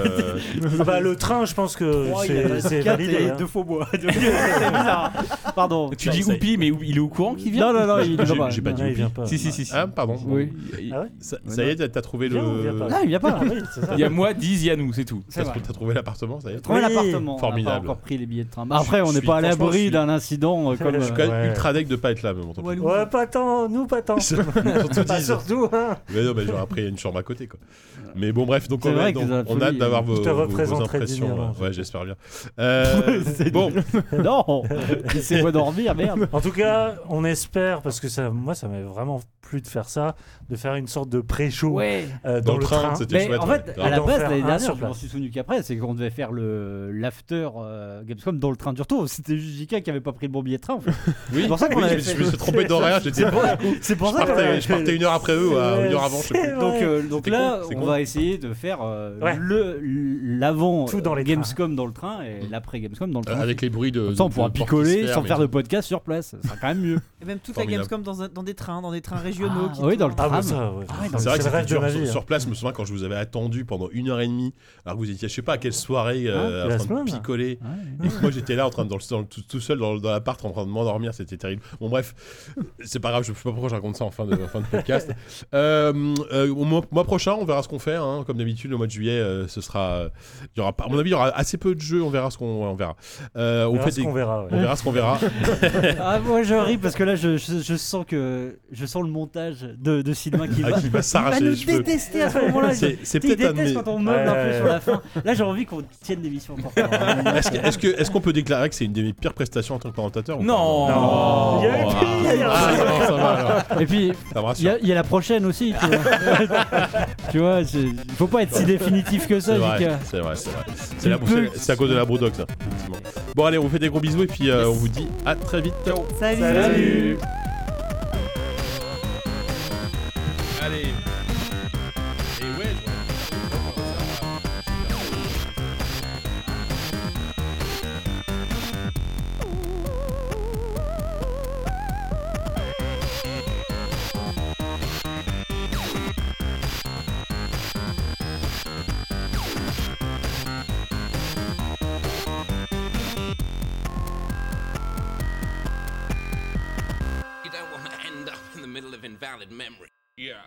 [SPEAKER 4] Ah bah, le train, je pense que c'est c'est validé. hein.
[SPEAKER 8] de faux
[SPEAKER 4] [laughs]
[SPEAKER 8] bois.
[SPEAKER 2] [laughs]
[SPEAKER 7] Pardon.
[SPEAKER 9] Tu dis Oupi, mais il est au courant qu'il vient
[SPEAKER 7] Non, non, non, il va pas.
[SPEAKER 2] j'ai pas dit
[SPEAKER 4] Non, il
[SPEAKER 2] Oupi.
[SPEAKER 4] vient pas.
[SPEAKER 9] Si, si, si. si.
[SPEAKER 2] Ah, pardon.
[SPEAKER 7] Oui.
[SPEAKER 4] Ah ouais
[SPEAKER 2] Ça, ça y est, t'as- t'as trouvé
[SPEAKER 4] Vient ou vient
[SPEAKER 2] le.
[SPEAKER 4] pas
[SPEAKER 7] Ah, il vient pas.
[SPEAKER 4] Ah oui, c'est ça.
[SPEAKER 9] Il y a moi, Diz, Yannou, c'est tout.
[SPEAKER 7] C'est
[SPEAKER 2] T'as
[SPEAKER 7] vrai.
[SPEAKER 2] t'as trouvé l'appartement, ça y est.
[SPEAKER 7] Trouver
[SPEAKER 4] Oui.
[SPEAKER 7] l'appartement. On n'a
[SPEAKER 2] Formidable.
[SPEAKER 7] pas encore pris les billets de train. Après, on
[SPEAKER 2] je
[SPEAKER 7] n'est
[SPEAKER 2] suis-
[SPEAKER 7] pas à
[SPEAKER 2] franchement, je
[SPEAKER 7] l'abri
[SPEAKER 2] suis-
[SPEAKER 7] d'un incident euh, comme.
[SPEAKER 4] Je
[SPEAKER 7] euh,
[SPEAKER 2] Je suis quand même
[SPEAKER 4] Ouais.
[SPEAKER 2] ultra deck de pas être là, mais bon, tant pis.
[SPEAKER 4] Ouais, pas tant, nous pas tant.
[SPEAKER 2] Surtout
[SPEAKER 4] [laughs] Pas
[SPEAKER 2] Diz.
[SPEAKER 4] surtout, hein.
[SPEAKER 2] Mais non, mais j'aurais pris une chambre à côté, quoi. Mais bon, bref, donc
[SPEAKER 7] C'est
[SPEAKER 2] on, a,
[SPEAKER 7] vrai que hein.
[SPEAKER 2] donc,
[SPEAKER 7] c'est
[SPEAKER 2] on a hâte
[SPEAKER 7] absolu.
[SPEAKER 2] d'avoir vos,
[SPEAKER 4] Je te
[SPEAKER 2] vos- vos
[SPEAKER 4] représenterai
[SPEAKER 2] impressions. hein.
[SPEAKER 4] dignement.
[SPEAKER 2] ouais. Ouais,
[SPEAKER 7] [laughs]
[SPEAKER 2] j'espère bien. Euh, bon, [laughs]
[SPEAKER 7] Non Laissez-moi dormir, merde
[SPEAKER 4] En tout cas, on espère, parce que ça, moi, ça m'avait vraiment plu de faire ça, de faire une sorte de pré-show
[SPEAKER 7] Ouais
[SPEAKER 4] euh,
[SPEAKER 2] dans,
[SPEAKER 4] dans,
[SPEAKER 2] le train, c'était
[SPEAKER 7] Mais
[SPEAKER 2] chouette.
[SPEAKER 7] en fait,
[SPEAKER 2] ouais.
[SPEAKER 7] à la
[SPEAKER 4] D'en
[SPEAKER 7] base,
[SPEAKER 4] faire
[SPEAKER 7] l'année
[SPEAKER 2] Ah,
[SPEAKER 4] un
[SPEAKER 7] dernière,
[SPEAKER 4] sur
[SPEAKER 7] je m'en
[SPEAKER 4] place.
[SPEAKER 7] suis souvenu qu'après, c'est qu'on devait faire le l'after euh, Gamescom dans le train du retour. [laughs] C'était juste JK qui avait pas pris le bon billet de train. en fait.
[SPEAKER 2] Oui,
[SPEAKER 7] c'est pour ça qu'on
[SPEAKER 2] Ah oui,
[SPEAKER 7] avait
[SPEAKER 2] je,
[SPEAKER 7] fait-
[SPEAKER 2] me
[SPEAKER 7] [laughs]
[SPEAKER 2] suis trompé d'horaire, j'étais
[SPEAKER 7] C'est pour
[SPEAKER 2] je
[SPEAKER 7] ça qu'on
[SPEAKER 2] partais,
[SPEAKER 7] avait
[SPEAKER 2] je
[SPEAKER 7] fait
[SPEAKER 2] partais une heure après eux, ou à
[SPEAKER 4] Ouais,
[SPEAKER 2] une heure avant, je sais plus.
[SPEAKER 4] c'est
[SPEAKER 7] Donc,
[SPEAKER 4] vrai.
[SPEAKER 7] euh, donc
[SPEAKER 2] C'est
[SPEAKER 7] là,
[SPEAKER 2] con, c'est
[SPEAKER 7] on
[SPEAKER 2] con.
[SPEAKER 7] va essayer de faire euh,
[SPEAKER 4] Ouais.
[SPEAKER 7] le l'avant
[SPEAKER 4] Tout dans les
[SPEAKER 7] euh, Gamescom dans le train et l'après Gamescom dans le
[SPEAKER 2] Euh,
[SPEAKER 7] train.
[SPEAKER 2] Avec les bruits de.
[SPEAKER 7] Comme ça, on
[SPEAKER 2] de
[SPEAKER 7] pourra
[SPEAKER 2] porte qui se
[SPEAKER 7] picoler
[SPEAKER 2] ferme
[SPEAKER 7] sans
[SPEAKER 2] et
[SPEAKER 7] faire de
[SPEAKER 2] tout.
[SPEAKER 7] podcast sur place. Ça sera quand même
[SPEAKER 4] [laughs]
[SPEAKER 7] mieux.
[SPEAKER 5] Et même toute la
[SPEAKER 2] Formidable.
[SPEAKER 5] Gamescom dans, un- dans des trains, dans des trains régionaux.
[SPEAKER 7] Ah,
[SPEAKER 5] qui
[SPEAKER 7] oui, dans
[SPEAKER 5] tournent.
[SPEAKER 7] le
[SPEAKER 4] Ah, bah
[SPEAKER 7] tram.
[SPEAKER 4] ça, ouais.
[SPEAKER 7] Ah ouais, dans
[SPEAKER 2] C'est vrai que
[SPEAKER 4] le
[SPEAKER 2] c'était
[SPEAKER 4] rêve de
[SPEAKER 2] dur
[SPEAKER 4] ma
[SPEAKER 2] sur,
[SPEAKER 4] vie. hein.
[SPEAKER 2] sur place, je me souviens quand je vous avais attendu pendant une heure et demie, alors que vous étiez, je sais pas à quelle soirée, euh,
[SPEAKER 7] Ah,
[SPEAKER 4] Hein, la
[SPEAKER 2] en train de
[SPEAKER 4] semaine.
[SPEAKER 2] picoler. Et que moi j'étais là en train de, dans le- dans le- tout, tout seul dans, le- dans l'appart en train de m'endormir, c'était terrible. Bon bref, c'est pas grave, je sais pas pourquoi je raconte ça en fin de, en fin de podcast. Euh, euh, au mois, mois prochain, on verra ce qu'on fait. hein. Comme d'habitude, le mois de juillet, euh, ce sera, euh, il y aura pas, à mon avis, il y aura assez peu de jeux. On verra ce qu'on, ouais, on verra. Euh, on,
[SPEAKER 4] On verra
[SPEAKER 2] fait
[SPEAKER 4] ce
[SPEAKER 2] des-
[SPEAKER 4] qu'on verra. ouais.
[SPEAKER 2] on verra ce qu'on verra.
[SPEAKER 7] Ah, moi je ris parce que là je, je, je sens que je sens le montage de, de Sylvain qui
[SPEAKER 2] Ah,
[SPEAKER 7] va,
[SPEAKER 2] qui
[SPEAKER 7] [laughs]
[SPEAKER 2] va
[SPEAKER 7] il va
[SPEAKER 2] s'arracher
[SPEAKER 7] nous
[SPEAKER 2] les cheveux.
[SPEAKER 7] détester à ce moment-là.
[SPEAKER 2] C'est c'est
[SPEAKER 7] il
[SPEAKER 2] peut-être un de
[SPEAKER 7] déteste
[SPEAKER 2] mes-
[SPEAKER 7] quand on meuble un peu
[SPEAKER 4] Ouais.
[SPEAKER 7] sur la fin. Là j'ai envie qu'on tienne l'émission
[SPEAKER 2] [laughs]
[SPEAKER 7] encore.
[SPEAKER 2] Est-ce que- est-ce que- est-ce qu'on peut déclarer que c'est une de mes pires prestations en tant que présentateur ou pas
[SPEAKER 9] Non,
[SPEAKER 4] Non. Il y avait pire.
[SPEAKER 2] Ah, non, ça va alors.
[SPEAKER 7] Et puis
[SPEAKER 2] Ça me
[SPEAKER 7] il y,
[SPEAKER 2] rassure.
[SPEAKER 7] a- il y a la prochaine aussi.
[SPEAKER 2] [laughs]
[SPEAKER 7] Tu vois, [laughs] tu vois c'est- il faut pas être si définitif que
[SPEAKER 2] C'est
[SPEAKER 7] ça.
[SPEAKER 2] vrai,
[SPEAKER 7] Jika.
[SPEAKER 2] c'est vrai, c'est vrai. C'est la-
[SPEAKER 7] peux-
[SPEAKER 2] c'est- c'est à cause de la Brodox, ça. effectivement. Bon, allez, on vous fait des gros bisous et puis euh, on vous dit à très vite.
[SPEAKER 5] Salut.
[SPEAKER 2] Allez. Et ouais,
[SPEAKER 12] You don't want to end up in the middle of invalid memory. Yeah.